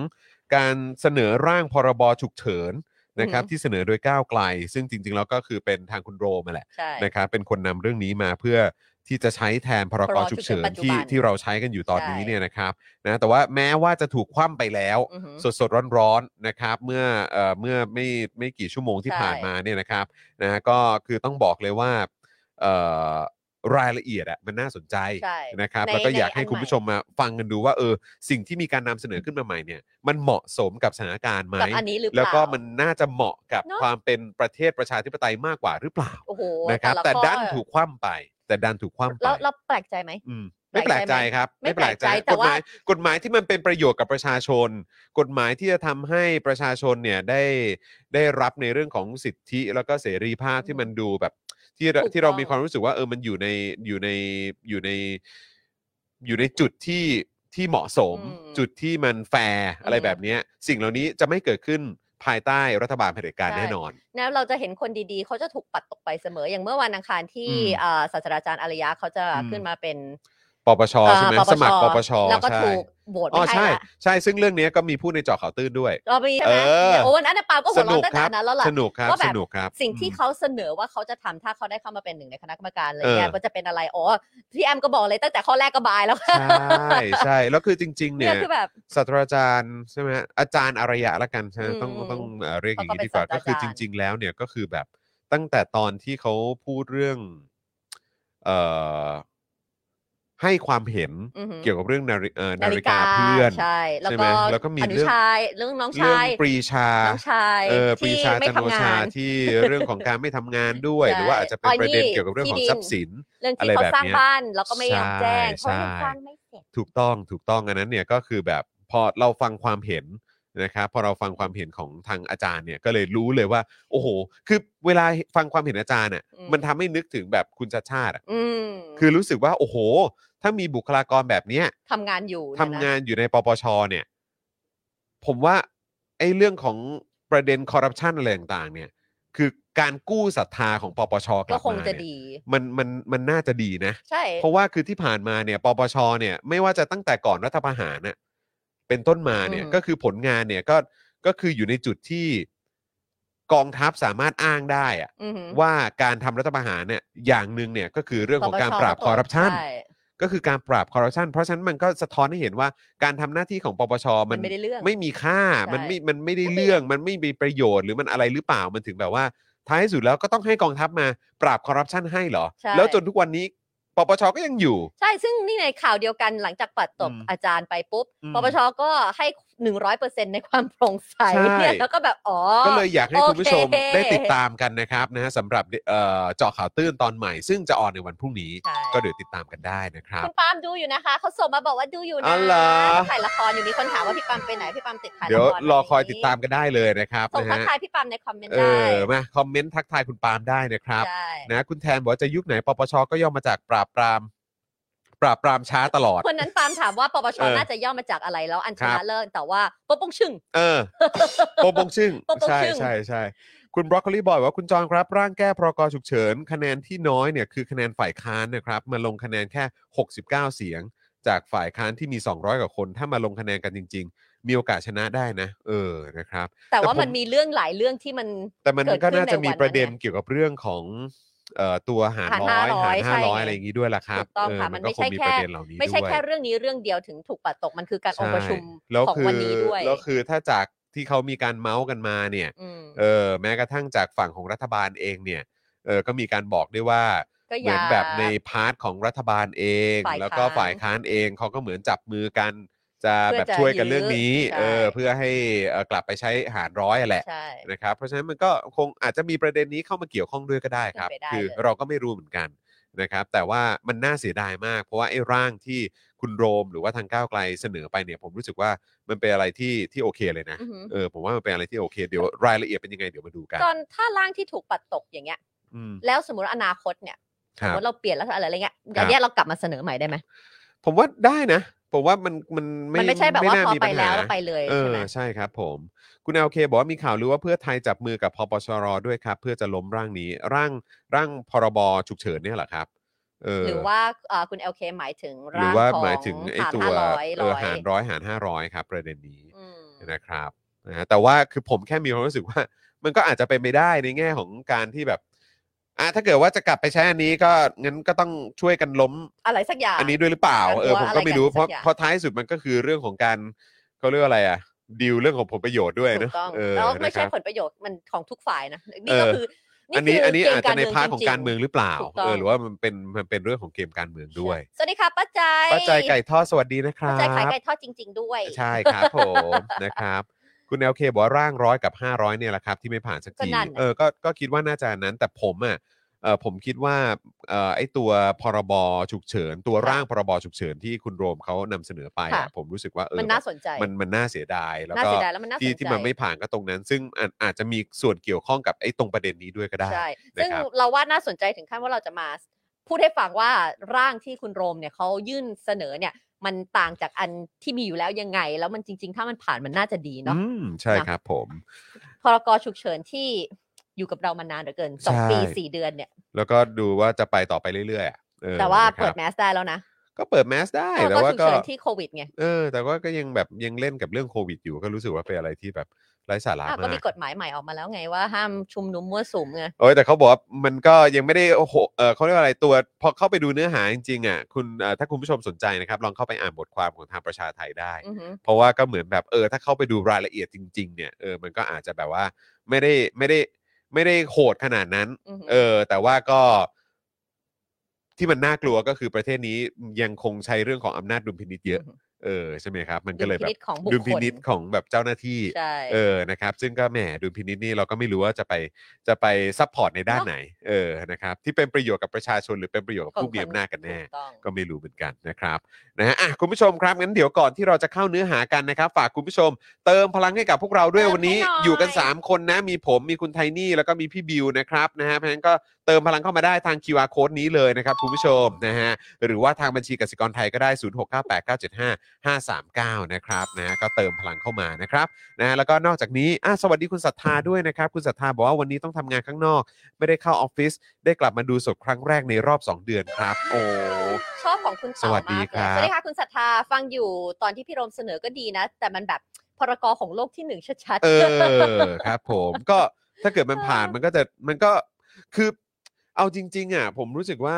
[SPEAKER 1] การเสนอร่างพรบฉุกเฉินนะครับที่เสนอโดยก้าวไกล ซึ่งจริงๆแล้วก็คือเป็นทางคุณโรมาแหละ
[SPEAKER 2] ใช่
[SPEAKER 1] นะครับเป็นคนนำเรื่องนี้มาเพื่อ ที่จะใช้แทนพร
[SPEAKER 2] พร
[SPEAKER 1] ก
[SPEAKER 2] ก
[SPEAKER 1] ฉุกเฉิน
[SPEAKER 2] ปัจจุบัน
[SPEAKER 1] ที่ที่เราใช้กันอยู่ตอนนี้
[SPEAKER 2] ใช่
[SPEAKER 1] เนี่ยนะครับนะแต่ว่าแม้ว่าจะถูกคว่ำไปแล้ว
[SPEAKER 2] อือหือ
[SPEAKER 1] สดสดร้อนร้อนๆนะครับเมื่อเอ่อเมื่อไม่ไม่กี่ชั่วโมงที่
[SPEAKER 2] ใช่
[SPEAKER 1] ผ่านมาเนี่ยนะครับนะฮะก็คือต้องบอกเลยว่าเอ่อรายละเอียดอะมันน่าสนใจ
[SPEAKER 2] ใช่
[SPEAKER 1] นะครับ
[SPEAKER 2] ใน
[SPEAKER 1] แล้วก็อยาก
[SPEAKER 2] ในอัน
[SPEAKER 1] ให้คุณผู้ชมมาฟังกันดูว่าเออสิ่งที่มีการนำเสนอขึ้นมาใหม่เนี่ยมันเหมาะสมกับสถานการณ์ไหม
[SPEAKER 2] กับอันนี้หรือเปล่า
[SPEAKER 1] แล้วก็มันน่าจะเหมาะกับ
[SPEAKER 2] เนอะ
[SPEAKER 1] ความเป็นประเทศประชาธิปไตยมากกว่าหรือเปล่า
[SPEAKER 2] โอ้โห
[SPEAKER 1] นะครับ
[SPEAKER 2] ละ
[SPEAKER 1] แต่
[SPEAKER 2] ข้อ
[SPEAKER 1] ดันถูกคว่ำไป แต่ดันถูกคว่ำไป
[SPEAKER 2] แล้วเราแปลกใจไหม
[SPEAKER 1] อืมไม่แปลกใจครับ
[SPEAKER 2] ไม่แปลกใจแต่
[SPEAKER 1] กฎห
[SPEAKER 2] ว่า
[SPEAKER 1] มายกฎหมายที่มันเป็นประโยชน์กับประชาชน กฎหมายที่จะทำให้ประชาชนเนี่ยได้ได้รับในเรื่องของสิทธิแล้วก็เสรีภาพที่มันดูแบบที่เรา
[SPEAKER 2] ถูก
[SPEAKER 1] ที่เรา
[SPEAKER 2] ต้อง
[SPEAKER 1] มีความรู้สึกว่าเออมันอยู่ในอยู่ในอยู่ในอยู่ในจุดที่ที่เหมาะสม
[SPEAKER 2] อืม
[SPEAKER 1] จุดที่มันแฟร์อะไร
[SPEAKER 2] อืม
[SPEAKER 1] แบบเนี้ยสิ่งเหล่านี้จะไม่เกิดขึ้นภายใต้รัฐบาลเผด็จการแน่นอน
[SPEAKER 2] แล้วเราจะเห็นคนดีๆ เขาจะถูกปัดตกไปเสมอ อย่างเมื่อวันอังคาร
[SPEAKER 1] อ
[SPEAKER 2] ที่
[SPEAKER 1] ืม
[SPEAKER 2] เอ่อศาสตราจารย์อารยะเขาจะ
[SPEAKER 1] อืม
[SPEAKER 2] ขึ้นมาเป็น
[SPEAKER 1] ปปช
[SPEAKER 2] เอ่อ
[SPEAKER 1] ใช่ไหมสมัครปปช
[SPEAKER 2] แล้วก็
[SPEAKER 1] ใช่
[SPEAKER 2] ถูกโหวต
[SPEAKER 1] อ๋อ
[SPEAKER 2] ไม่
[SPEAKER 1] ใช่
[SPEAKER 2] ให้ละ
[SPEAKER 1] ใช่ซึ่งเรื่องเนี้ยก็มีพูดในเจาะข่าวตื้นด้วย
[SPEAKER 2] เรามีใช่ไหม
[SPEAKER 1] เออ
[SPEAKER 2] เนี่ยโอ้วันนั้นน่ะปาล์มก็หัวเร้อนตั้ง
[SPEAKER 1] ครั
[SPEAKER 2] แต่อันนั้นแล้วล่ะ
[SPEAKER 1] สนุกครับ
[SPEAKER 2] ว่าแบ
[SPEAKER 1] ส
[SPEAKER 2] บ
[SPEAKER 1] นุกครับ
[SPEAKER 2] สิ่งที่
[SPEAKER 1] อืม
[SPEAKER 2] เขาเสนอว่าเขาจะทำถ้าเขาได้เข้ามาเป็นหนึ่งในคณะกรรมการอะไรเงี้ย
[SPEAKER 1] เออ
[SPEAKER 2] มันจะเป็นอะไรอ๋อพี่แอมก็บอกเลยตั้งแต่ข้อแรกก็บายแล้ว
[SPEAKER 1] ใช่ใช่แล้วคือจริง ๆ
[SPEAKER 2] เนี่
[SPEAKER 1] เนี่ย ย
[SPEAKER 2] คือแบบ
[SPEAKER 1] ศาสตราจารย์ใช่ไหมฮะอาจารย์อารยะละกันใช่ไหม
[SPEAKER 2] อืม
[SPEAKER 1] ต้อง
[SPEAKER 2] อืม
[SPEAKER 1] ต้องเอ่อเรียกอย่างนี้
[SPEAKER 2] เขาก็
[SPEAKER 1] ดีกว่า
[SPEAKER 2] เป็น
[SPEAKER 1] ก็
[SPEAKER 2] ศาสต
[SPEAKER 1] คือจ
[SPEAKER 2] ราจารย์
[SPEAKER 1] ริง ๆ แล้วเนี่ยก็คือแบบตั้งแต่ตอนที่เขาพูดเรื่องเอ่อให้ความเห็น
[SPEAKER 2] อื้อหือ
[SPEAKER 1] เกี่ยวกับเรื่องนาฬิเอ่อนาฬิกาเพื่อน
[SPEAKER 2] ใช่แล้ว
[SPEAKER 1] ใช่ไหม
[SPEAKER 2] ก็
[SPEAKER 1] แล้วก็มี
[SPEAKER 2] อนุ
[SPEAKER 1] เรื่อง
[SPEAKER 2] ชายเรื่องน้อง
[SPEAKER 1] เรื่
[SPEAKER 2] ชาย
[SPEAKER 1] ปรีชา
[SPEAKER 2] น้องชาย
[SPEAKER 1] เออปรี
[SPEAKER 2] ที่
[SPEAKER 1] ชา
[SPEAKER 2] ไม่
[SPEAKER 1] จัน
[SPEAKER 2] ทำ
[SPEAKER 1] โอชาง
[SPEAKER 2] าน
[SPEAKER 1] ที่เรื่องของการไม่ทำ งานด้วย
[SPEAKER 2] ใช่
[SPEAKER 1] หรือว่าอาจจะเป็น
[SPEAKER 2] อ๋อ
[SPEAKER 1] ประเด็น
[SPEAKER 2] นี่
[SPEAKER 1] เกี่ยวกับเรื่องของ
[SPEAKER 2] ที่ดิน
[SPEAKER 1] ทรัพย์สิน
[SPEAKER 2] เรื่อง
[SPEAKER 1] อะ
[SPEAKER 2] ที่
[SPEAKER 1] ไร
[SPEAKER 2] เขา
[SPEAKER 1] แบบ
[SPEAKER 2] สร้าง
[SPEAKER 1] เนี้ย
[SPEAKER 2] บ้านแล้วก็ไม่ยอมแจ้งเพ
[SPEAKER 1] ใช่
[SPEAKER 2] ราะยังสร้างไม่เสร็จ
[SPEAKER 1] ถูกต้องถูกต้องอันนั้นเนี่ยก็คือแบบพอเราฟังความเห็นนะครับพอเราฟังความเห็นของทางอาจารย์เนี่ยก็เลยรู้เลยว่า โอ้โห คือเวลาฟังความเห็นอาจารย์อ่ะ
[SPEAKER 2] อืม
[SPEAKER 1] มันทำให้นึกถึงแบบคุณชาติชาติอะ
[SPEAKER 2] อืม
[SPEAKER 1] คือรู้สึกว่าโอ้โห ถ้ามีบุคลากรแบบเนี้ย
[SPEAKER 2] ทำงานอยู่
[SPEAKER 1] ทำ
[SPEAKER 2] เยนะ
[SPEAKER 1] งานอยู่ในปปชเนี่ย ผมว่าไอ้เรื่องของประเด็นคอร์รัปชันอะไรต่างๆ เนี่ย คือการกู้ศรัทธาของปปชก
[SPEAKER 2] ก็
[SPEAKER 1] ลับ
[SPEAKER 2] คง
[SPEAKER 1] มาเนี่
[SPEAKER 2] จะ
[SPEAKER 1] ย
[SPEAKER 2] ดี
[SPEAKER 1] มันมันมันน่าจะดีนะ
[SPEAKER 2] ใช่
[SPEAKER 1] เพราะว่าคือที่ผ่านมาเนี่ย ปปช เนี่ย ไม่ว่าจะตั้งแต่ก่อนรัฐประหารน่ะเป็นต้นมาเนี่ย
[SPEAKER 2] อืม
[SPEAKER 1] ก็คือผลงานเนี่ยก็ ก็คืออยู่ในจุดที่กองทัพสามารถอ้างได้อะ
[SPEAKER 2] อือหือ
[SPEAKER 1] ว่าการทำรัฐประหารเนี่ย อย่างหนึ่งเนี่ยก็คือเรื่องของการปราบ
[SPEAKER 2] ปปช
[SPEAKER 1] คอร์รัปชัน
[SPEAKER 2] ใช่
[SPEAKER 1] ก็คือการปราบคอร์รัปชัน เพราะฉะนั้นมันก็สะท้อนให้เห็นว่าการทำหน้าที่ของปปช
[SPEAKER 2] มั
[SPEAKER 1] มัน น
[SPEAKER 2] ไม่ได้เรื่อง
[SPEAKER 1] ไม่มีค่า มันไม่ มันไม่ได้เรื่อง มันไม่มีประโยชน์หรือมันอะไรหรือเปล่า มันถึงแบบว่า ท้ายสุดแล้วก็ต้องให้กองทัพมาปราบคอร์รัปชันให้เหรอ
[SPEAKER 2] ใช่
[SPEAKER 1] แล้วจนทุกวันนี้ปปช ก็ยังอยู่
[SPEAKER 2] ใช่ ซึ่งนี่ในข่าวเดียวกันหลังจากปัดตบ
[SPEAKER 1] อืม
[SPEAKER 2] อาจารย์ไปปุ๊บ
[SPEAKER 1] อืม
[SPEAKER 2] ปปชก็ให้หนึ่งร้อยเปอร์เซ็นในความโปร่งใส
[SPEAKER 1] ใช่
[SPEAKER 2] เนี่ยแล้วก็แบบ อ๋อ
[SPEAKER 1] ก็เลยอยากให้
[SPEAKER 2] โอเค
[SPEAKER 1] คุณผู้ชมได้ติดตามกันนะครับนะฮะสำหรับเอ่อเจาะข่าวตื้นตอนใหม่ ซึ่งจะออนในวันพรุ่งนี้
[SPEAKER 2] ใช่
[SPEAKER 1] ก็เดี๋ยวติดตามกันได้นะครับ
[SPEAKER 2] คุณปาล์มดูอยู่นะคะ เขาส่งมาบอกว่าดูอยู่
[SPEAKER 1] อ๋
[SPEAKER 2] นะ
[SPEAKER 1] อเหรอ
[SPEAKER 2] ถ่ายละครอยู่มีคนถามว่าพี่ปาล์มไปไหน พี่ปาล์มติดถ่ายละคร
[SPEAKER 1] เดี๋ยวรอคอย
[SPEAKER 2] นนี้
[SPEAKER 1] ติดตามกันได้เลยนะครับ
[SPEAKER 2] ส่ง
[SPEAKER 1] นะ
[SPEAKER 2] ทัก
[SPEAKER 1] ฮะ
[SPEAKER 2] ทายพี่ปาล์มในคอมเมนต์
[SPEAKER 1] เอ
[SPEAKER 2] ได้
[SPEAKER 1] อมาคอมเมนต์ทักทายคุณปาล์มได้นะครับ
[SPEAKER 2] ใช่
[SPEAKER 1] นะคุณแทนบอกว่าจะยุคไหนปปชก็ย่อมาจากปราบปราม ปราบปรามช้าตลอด
[SPEAKER 2] คนนั้นปาล์มถามว่าปปช
[SPEAKER 1] เออ
[SPEAKER 2] น่าจะย่อมาจากอะไรแล้วอันช
[SPEAKER 1] ครั
[SPEAKER 2] นะ
[SPEAKER 1] บ
[SPEAKER 2] เลิศแต่ว่าปะปงชึ่ง
[SPEAKER 1] เอ อโปงปงชึ่ง
[SPEAKER 2] โปงปง
[SPEAKER 1] ใช่
[SPEAKER 2] ชึ่ง
[SPEAKER 1] ใช่ใช่คุณบรอกโคลีบอยบอกว่าคุณจอนครับ ร่างแก้พรกฉุกเฉิน คะแนนที่น้อยเนี่ยคือคะแนนฝ่ายค้านนะครับ มาลงคะแนนแค่ 69 เสียง จากฝ่ายค้านที่มี 200 กว่าคน ถ้ามาลงคะแนนกันจริง ๆ มีโอกาสชนะได้นะ เออนะครับ
[SPEAKER 2] แต่ว่า
[SPEAKER 1] แต่ผม
[SPEAKER 2] มันมีเรื่องหลายเรื่องที่มัน
[SPEAKER 1] แต่มัน
[SPEAKER 2] เกิดขึ้น
[SPEAKER 1] ก็น่าจะมีประเด็น
[SPEAKER 2] ในวันนั้นเนี่ย
[SPEAKER 1] เกี่ยวกับเรื่องของเอ่อตัวหาร
[SPEAKER 2] หาร
[SPEAKER 1] ร้อย
[SPEAKER 2] 500
[SPEAKER 1] หาร
[SPEAKER 2] ใช่
[SPEAKER 1] ห้าร้อย
[SPEAKER 2] ไง
[SPEAKER 1] อะไรอย่างนี้ด้วยล่ะครับ
[SPEAKER 2] ถูกต้อง
[SPEAKER 1] เออ
[SPEAKER 2] ค่ะ
[SPEAKER 1] มั
[SPEAKER 2] มัน น
[SPEAKER 1] ก็
[SPEAKER 2] ไม่
[SPEAKER 1] คง
[SPEAKER 2] ใช่
[SPEAKER 1] มีป
[SPEAKER 2] แค่
[SPEAKER 1] ระเด็นเหล่านี้
[SPEAKER 2] ไม่ใช่
[SPEAKER 1] ด้วย
[SPEAKER 2] แค่เรื่องนี้เรื่องเดียวถึงถูกปัดตกมันคือการองค์ประชุม
[SPEAKER 1] ใแล้ว
[SPEAKER 2] ของ
[SPEAKER 1] คือ
[SPEAKER 2] วันนี้ด้วย
[SPEAKER 1] แล้วคือถ้าจากที่เขามีการเมาส์กันมาเนี่ย
[SPEAKER 2] ม
[SPEAKER 1] เออแม้กระทั่งจากฝั่งของรัฐบาลเองเนี่ยเออก็มีการบอกด้วยว่า
[SPEAKER 2] ก็
[SPEAKER 1] เห
[SPEAKER 2] อ
[SPEAKER 1] มื
[SPEAKER 2] ย่า
[SPEAKER 1] อนแบบในพาร์ทของรัฐบาลเอง
[SPEAKER 2] ฝ่ายค้าน
[SPEAKER 1] แล้วก็ฝ่ายค้านเองเขาก็เหมือนจับมือกัน จะแบบช่วยกันเรื่องนี้
[SPEAKER 2] เพื่อ
[SPEAKER 1] เออ
[SPEAKER 2] จะยื้อใช่
[SPEAKER 1] เพื่อให้เอ่อกลับไปใช้หารร้อยอะแหละ
[SPEAKER 2] ใช่
[SPEAKER 1] นะครับเพราะฉะนั้นมันก็คงอาจจะมีประเด็นนี้เข้ามาเกี่ยวข้องด้วยก็ได้ครับ
[SPEAKER 2] เป็นไปได้
[SPEAKER 1] คือ
[SPEAKER 2] เลย
[SPEAKER 1] เราก็ไม่รู้เหมือนกันนะครับ แต่ว่ามันน่าเสียดายมาก เพราะว่าไอ้ร่างที่คุณโรมหรือว่าทางก้าวไกลเสนอไปเนี่ยผมรู้สึกว่ามันเป็นอะไรที่ที่โอเคเลยนะ
[SPEAKER 2] อือหือ
[SPEAKER 1] เออผมว่ามันเป็นอะไรที่โอเค เดี๋ยวรายละเอียดเป็นยังไงเดี๋ยวมาดูกัน
[SPEAKER 2] ตอนถ้าร่างที่ถูกปัดตกอย่างเงี้ย
[SPEAKER 1] อืม
[SPEAKER 2] แล้วสมมติอนาคตเนี่ย
[SPEAKER 1] ค
[SPEAKER 2] สม
[SPEAKER 1] รับ
[SPEAKER 2] มติเราเปลี่ยนแล้วอะไรอะไรเงี้ย
[SPEAKER 1] ครับ
[SPEAKER 2] อันเนี้ยเรากลับมาเสนอใหม่ได้ไหม
[SPEAKER 1] ผมว่าได้นะ ผมว่ามันมันไม่
[SPEAKER 2] มันไม่ใช่แบบว่า
[SPEAKER 1] น่
[SPEAKER 2] พอ
[SPEAKER 1] มี
[SPEAKER 2] ไป
[SPEAKER 1] ญห
[SPEAKER 2] แล้วเราไปเลย
[SPEAKER 1] เอ
[SPEAKER 2] ใช่
[SPEAKER 1] อ
[SPEAKER 2] ไหม
[SPEAKER 1] ใช่ครับผม คุณเอลเคบอกว่ามีข่าวหรือว่าเพื่อไทยจับมือกับพปชรด้วยครับ เพื่อจะล้มร่างนี้ร่างร่างพรบฉุกเฉินเนี่ยเหรอครับเออ
[SPEAKER 2] หรือว่าเอ่อคุณเอลเคหมายถึง
[SPEAKER 1] หรื
[SPEAKER 2] ร่าง
[SPEAKER 1] ว่า
[SPEAKER 2] ของ
[SPEAKER 1] หมายถึงไอ้ตัว
[SPEAKER 2] หารห้าร้อย
[SPEAKER 1] เออหาร
[SPEAKER 2] ร้อย
[SPEAKER 1] ร้อยหารห้าร้อยครับ ประเด็นนี้
[SPEAKER 2] อืม
[SPEAKER 1] นะครับนะฮะแต่ว่าคือผมแค่มีความรู้สึกว่า มันก็อาจจะเป็นไปได้ในแง่ของการที่แบบ อ่ะถ้าเกิดว่าจะกลับไปใช้อันนี้ก็งั้นก็ต้องช่วยกันล้ม
[SPEAKER 2] อะไรสักอย่าง
[SPEAKER 1] อันนี้ด้วยหรือเปล่า เออ
[SPEAKER 2] ก
[SPEAKER 1] ผ
[SPEAKER 2] ลัว
[SPEAKER 1] มก็ไม่รู้
[SPEAKER 2] อะไร
[SPEAKER 1] เพ
[SPEAKER 2] กัน
[SPEAKER 1] ราะ
[SPEAKER 2] สักอย่าง
[SPEAKER 1] เพราะท้ายสุดมันก็คือเรื่องของการเขาเรียกว่าอะไรอ่ะดีลเรื่องของผลประโยชน์ด้วย
[SPEAKER 2] ถู
[SPEAKER 1] นะ
[SPEAKER 2] กต้อง
[SPEAKER 1] เออ
[SPEAKER 2] แล้วไม่
[SPEAKER 1] นะค
[SPEAKER 2] ใช่
[SPEAKER 1] รับ
[SPEAKER 2] ผลประโยชน์มันของทุกฝ่ายนะนี่
[SPEAKER 1] เออ
[SPEAKER 2] ก็คือ
[SPEAKER 1] อันนี้
[SPEAKER 2] คื
[SPEAKER 1] อันนี้
[SPEAKER 2] เกม
[SPEAKER 1] อาจจะใน
[SPEAKER 2] ร
[SPEAKER 1] พาร์ทของการเมือง
[SPEAKER 2] จ
[SPEAKER 1] หรือเปล่า
[SPEAKER 2] ถูกต้อง
[SPEAKER 1] เออ หรือว่ามันเป็นมันเป็นเรื่องของเกมการเมือง
[SPEAKER 2] ๆ
[SPEAKER 1] ด้วย
[SPEAKER 2] สวัสดีค่ะป้าใจ
[SPEAKER 1] ป้าใจไก่ทอดสวัสดีนะค
[SPEAKER 2] ป้า
[SPEAKER 1] รับ
[SPEAKER 2] ใจขายไก่ทอดจริง ๆ ด้วย
[SPEAKER 1] ใช่ครับผม นะครับ คุณแอลเคบอกว่าร่างร้อยกับ 500เนี่ยแหละครับ ที่ไม่ผ่านสัก
[SPEAKER 2] ก็
[SPEAKER 1] ที
[SPEAKER 2] นั่นน่ะ
[SPEAKER 1] เออก็ก็คิดว่าน่าจะอันนั้น แต่ผมอ่ะเออผมคิดว่าเออไอตัวพรบฉุกเฉิน ตัวร่างพรบฉุกเฉินที่คุณโรมเขานำเสนอไปอ่ะผมรู้สึกว่าเออ
[SPEAKER 2] มันน่าสนใจ
[SPEAKER 1] มันมันน่าเสียดายแล้ว
[SPEAKER 2] น่า
[SPEAKER 1] ก็
[SPEAKER 2] เสียดายแล้วมันน่าสน
[SPEAKER 1] ที่
[SPEAKER 2] ใจ
[SPEAKER 1] ที่มันไม่ผ่านก็ตรงนั้น ซึ่งอาจอาจจะมีส่วนเกี่ยวข้องกับไอ้ตรงประเด็นนี้ด้วยก็ได้
[SPEAKER 2] ใช่
[SPEAKER 1] นะครับ
[SPEAKER 2] ซึ่งเราว่าน่าสนใจถึงขั้นว่าเราจะมาพูดให้ฟังว่าร่างที่คุณโรมเนี่ยเขายื่นเสนอเนี่ย มันต่างจากอันที่มีอยู่แล้วยังไง แล้วมันจริง ๆ ถ้ามันผ่านมันน่าจะดีเนาะ
[SPEAKER 1] อืมใช่
[SPEAKER 2] เนาะ
[SPEAKER 1] ครับผม
[SPEAKER 2] พรกฉุกเฉินที่อยู่กับเรามานานเหลือเกินสอง
[SPEAKER 1] ใช่
[SPEAKER 2] ปีสี่เดือนเนี่ย
[SPEAKER 1] แล้วก็ดูว่าจะไปต่อไปเรื่อยๆอ่ะเออ
[SPEAKER 2] แต่ว่า
[SPEAKER 1] นะครับ
[SPEAKER 2] เปิดแมสได้แล้วนะ
[SPEAKER 1] ก็เปิดแมสได้แต่
[SPEAKER 2] พร
[SPEAKER 1] ว่า
[SPEAKER 2] ฉุก
[SPEAKER 1] ก็
[SPEAKER 2] เฉินที่โควิดไง
[SPEAKER 1] เออแต่ว่าก็ยังแบบยังเล่นกับเรื่องโควิดอยู่ก็รู้สึกว่าเป็นอะไรที่แบบไร้สาระ
[SPEAKER 2] อ่ะก็
[SPEAKER 1] มา
[SPEAKER 2] มี
[SPEAKER 1] ก
[SPEAKER 2] กฎหมายใหม่ออกมาแล้วไงว่าห้ามชุมนุมมั่วสุมไง
[SPEAKER 1] โอ้ยแต่เขาบอกว่ามันก็ยังไม่ได้โอ้โหเออเขาเรียกว่าอะไรตัวพอเข้าไปดูเนื้อหาจริงๆอ่ะคุณเอ่อถ้าคุณผู้ชมสนใจนะครับลองเข้าไปอ่านบทความของทางประชาไทยได้
[SPEAKER 2] อือหือ
[SPEAKER 1] เพราะว่าก็เหมือนแบบเออถ้าเข้าไปดูรายละเอียดจริง ๆ เนี่ยเออมันก็อาจจะแบบว่าไม่ได้ไม่ได้ไม่ได้โหดขนาดนั้น
[SPEAKER 2] อือหือ
[SPEAKER 1] เออ แต่ว่าก็ ที่มันน่ากลัวก็คือประเทศนี้ยังคงใช้เรื่องของอำนาจดุลพินิจเยอะ
[SPEAKER 2] อือหือ
[SPEAKER 1] เออใช่ไหมครับ มันก็เลยแบ
[SPEAKER 2] ดุลพินิ
[SPEAKER 1] บ
[SPEAKER 2] จของบุคคล
[SPEAKER 1] ดุลพินิจของแบบเจ้าหน้าที่
[SPEAKER 2] ใช่
[SPEAKER 1] เออ นะครับ ซึ่งก็แหมดูพินิจนี่เราก็ไม่รู้ว่าจะไปจะไปซัพพอร์ตในด้าน
[SPEAKER 2] เนอะ
[SPEAKER 1] ไหน เออ นะครับ ที่เป็นประโยชน์กับประชาชนหรือเป็นประโยชน์กับผู้มีอำนาจกันแน่
[SPEAKER 2] ถูต้อง
[SPEAKER 1] ก็ไม่รู้เหมือนกันนะครับนะฮะอ่ะคุณผู้ชมครับงั้นเดี๋ยวก่อนที่เราจะเข้าเนื้อหากันนะครับ ฝากคุณผู้ชม เติมพลังให้กับพวกเราด้วย
[SPEAKER 2] เติม
[SPEAKER 1] วันนี้
[SPEAKER 2] ให้หน่อย
[SPEAKER 1] อยู่กัน 3 คนนะมีผมมีคุณไทนี่แล้วก็มีพี่บิวนะครับนะฮะเพราะฉะนั้นก็เติมพลังเข้ามาได้ทาง QR code นี้เลยนะครับคุณผู้ชมนะฮะหรือว่าทางบัญชีกสิกรไทยก็ได้ 0698975539 นะครับนะฮะก็เติมพลังเข้ามานะครับนะฮะแล้วก็นอกจากนี้อ่ะสวัสดีคุณศรัทธาด้วยนะครับคุณศรัทธาบอกว่าวันนี้ต้องทำงานข้างนอก ไม่ได้เข้าออฟฟิศได้กลับมาดูสดครั้งแรกในรอบ 2 เดือนครับ โอ้
[SPEAKER 2] ชอบของคุณเต๋า
[SPEAKER 1] สวัสดี
[SPEAKER 2] มากเลย
[SPEAKER 1] ครับ
[SPEAKER 2] สวัสดีค่ะคุณศรัทธาฟังอยู่ตอนที่พี่โรมเสนอก็ดีนะ แต่มันแบบพรกของโลกที่หนึ่งชัด
[SPEAKER 1] เออ ครับผมก็ถ้าเกิดมันผ่านมันก็จะมันก็คือเอาจริง ๆ อ่ะ ผมรู้สึกว่า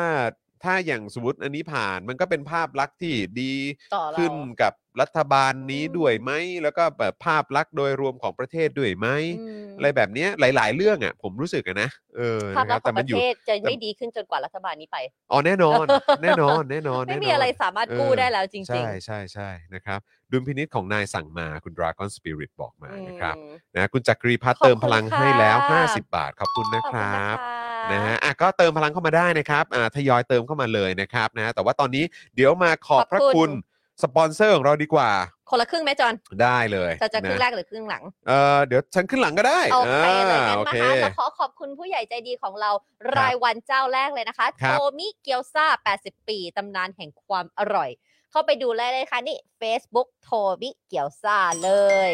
[SPEAKER 1] ถ้าอย่างสมมติอันนี้ผ่านมันก็เป็นภาพลักษณ์ที่ดี
[SPEAKER 2] ต่อเรา
[SPEAKER 1] ขึ้นกับรัฐบาลนี้
[SPEAKER 2] อืม
[SPEAKER 1] ด้วยไหม แล้วก็แบบภาพลักษณ์โดยรวมของประเทศด้วยไหม
[SPEAKER 2] ๆอืม
[SPEAKER 1] อะไรแบบเนี้ยหลาย ๆ เรื่องอ่ะ ผมรู้สึกอะนะเออ
[SPEAKER 2] ภาพ
[SPEAKER 1] นะค
[SPEAKER 2] ลั
[SPEAKER 1] รั
[SPEAKER 2] ก
[SPEAKER 1] บ
[SPEAKER 2] ษณ์ข
[SPEAKER 1] แต่
[SPEAKER 2] อง
[SPEAKER 1] มั
[SPEAKER 2] ป
[SPEAKER 1] น
[SPEAKER 2] ระ
[SPEAKER 1] อยู่
[SPEAKER 2] เทศจะไม่ดีขึ้นจนกว่ารัฐบาลนี้ไป
[SPEAKER 1] อ๋อแน่นอน แน่นอนแน่นอน
[SPEAKER 2] ไม่
[SPEAKER 1] แน่นน
[SPEAKER 2] มีอะไรสามารถกู้
[SPEAKER 1] เออ
[SPEAKER 2] ได้แล้วจริง
[SPEAKER 1] ใช่ใช่ใช่นะครับดุลพินิษของนายสั่งมาคุณ Dragon Spirit บอกมา
[SPEAKER 2] อืม
[SPEAKER 1] นะครับ นะคุณจักรีพัฒน์
[SPEAKER 2] ขอบคุณ
[SPEAKER 1] เติมพลังให้แล้ว
[SPEAKER 2] ค่ะ
[SPEAKER 1] 50 บาท ขอบคุณนะ
[SPEAKER 2] ขอบ
[SPEAKER 1] ค
[SPEAKER 2] คุณ
[SPEAKER 1] รั
[SPEAKER 2] นะ
[SPEAKER 1] บ
[SPEAKER 2] คะ
[SPEAKER 1] นะฮะอ่ะก็เติมพลังเข้ามาได้นะครับอ่าทยอยเติมเข้ามาเลยนะครับนะฮะแต่ว่าตอนนี้เดี๋ยวมาขอบพระ
[SPEAKER 2] ขอบคุ
[SPEAKER 1] คุณ
[SPEAKER 2] ณ
[SPEAKER 1] สปอนเซอร์ของเราดีกว่า
[SPEAKER 2] คนละครึ่งไหมจอน
[SPEAKER 1] ได้เลย
[SPEAKER 2] จะจะครึ่งแร
[SPEAKER 1] นะ
[SPEAKER 2] กหรือครึ่งหลัง
[SPEAKER 1] เออเดี๋ยวฉันขึ้นหลังก็ได้
[SPEAKER 2] โอเคเลย
[SPEAKER 1] า
[SPEAKER 2] กัน
[SPEAKER 1] โอ
[SPEAKER 2] นะ
[SPEAKER 1] เค
[SPEAKER 2] คะแล้วขอขอบคุณผู้ใหญ่ใจดีของเรา
[SPEAKER 1] ครับ
[SPEAKER 2] รายวันเจ้าแรกเลยนะคะ
[SPEAKER 1] ครับ
[SPEAKER 2] โทมิเกียวซา80 ปี ตำนานแห่งความอร่อย เข้าไปดูได้เลยค่ะนี่ Facebook โทมิเกียวซาเลย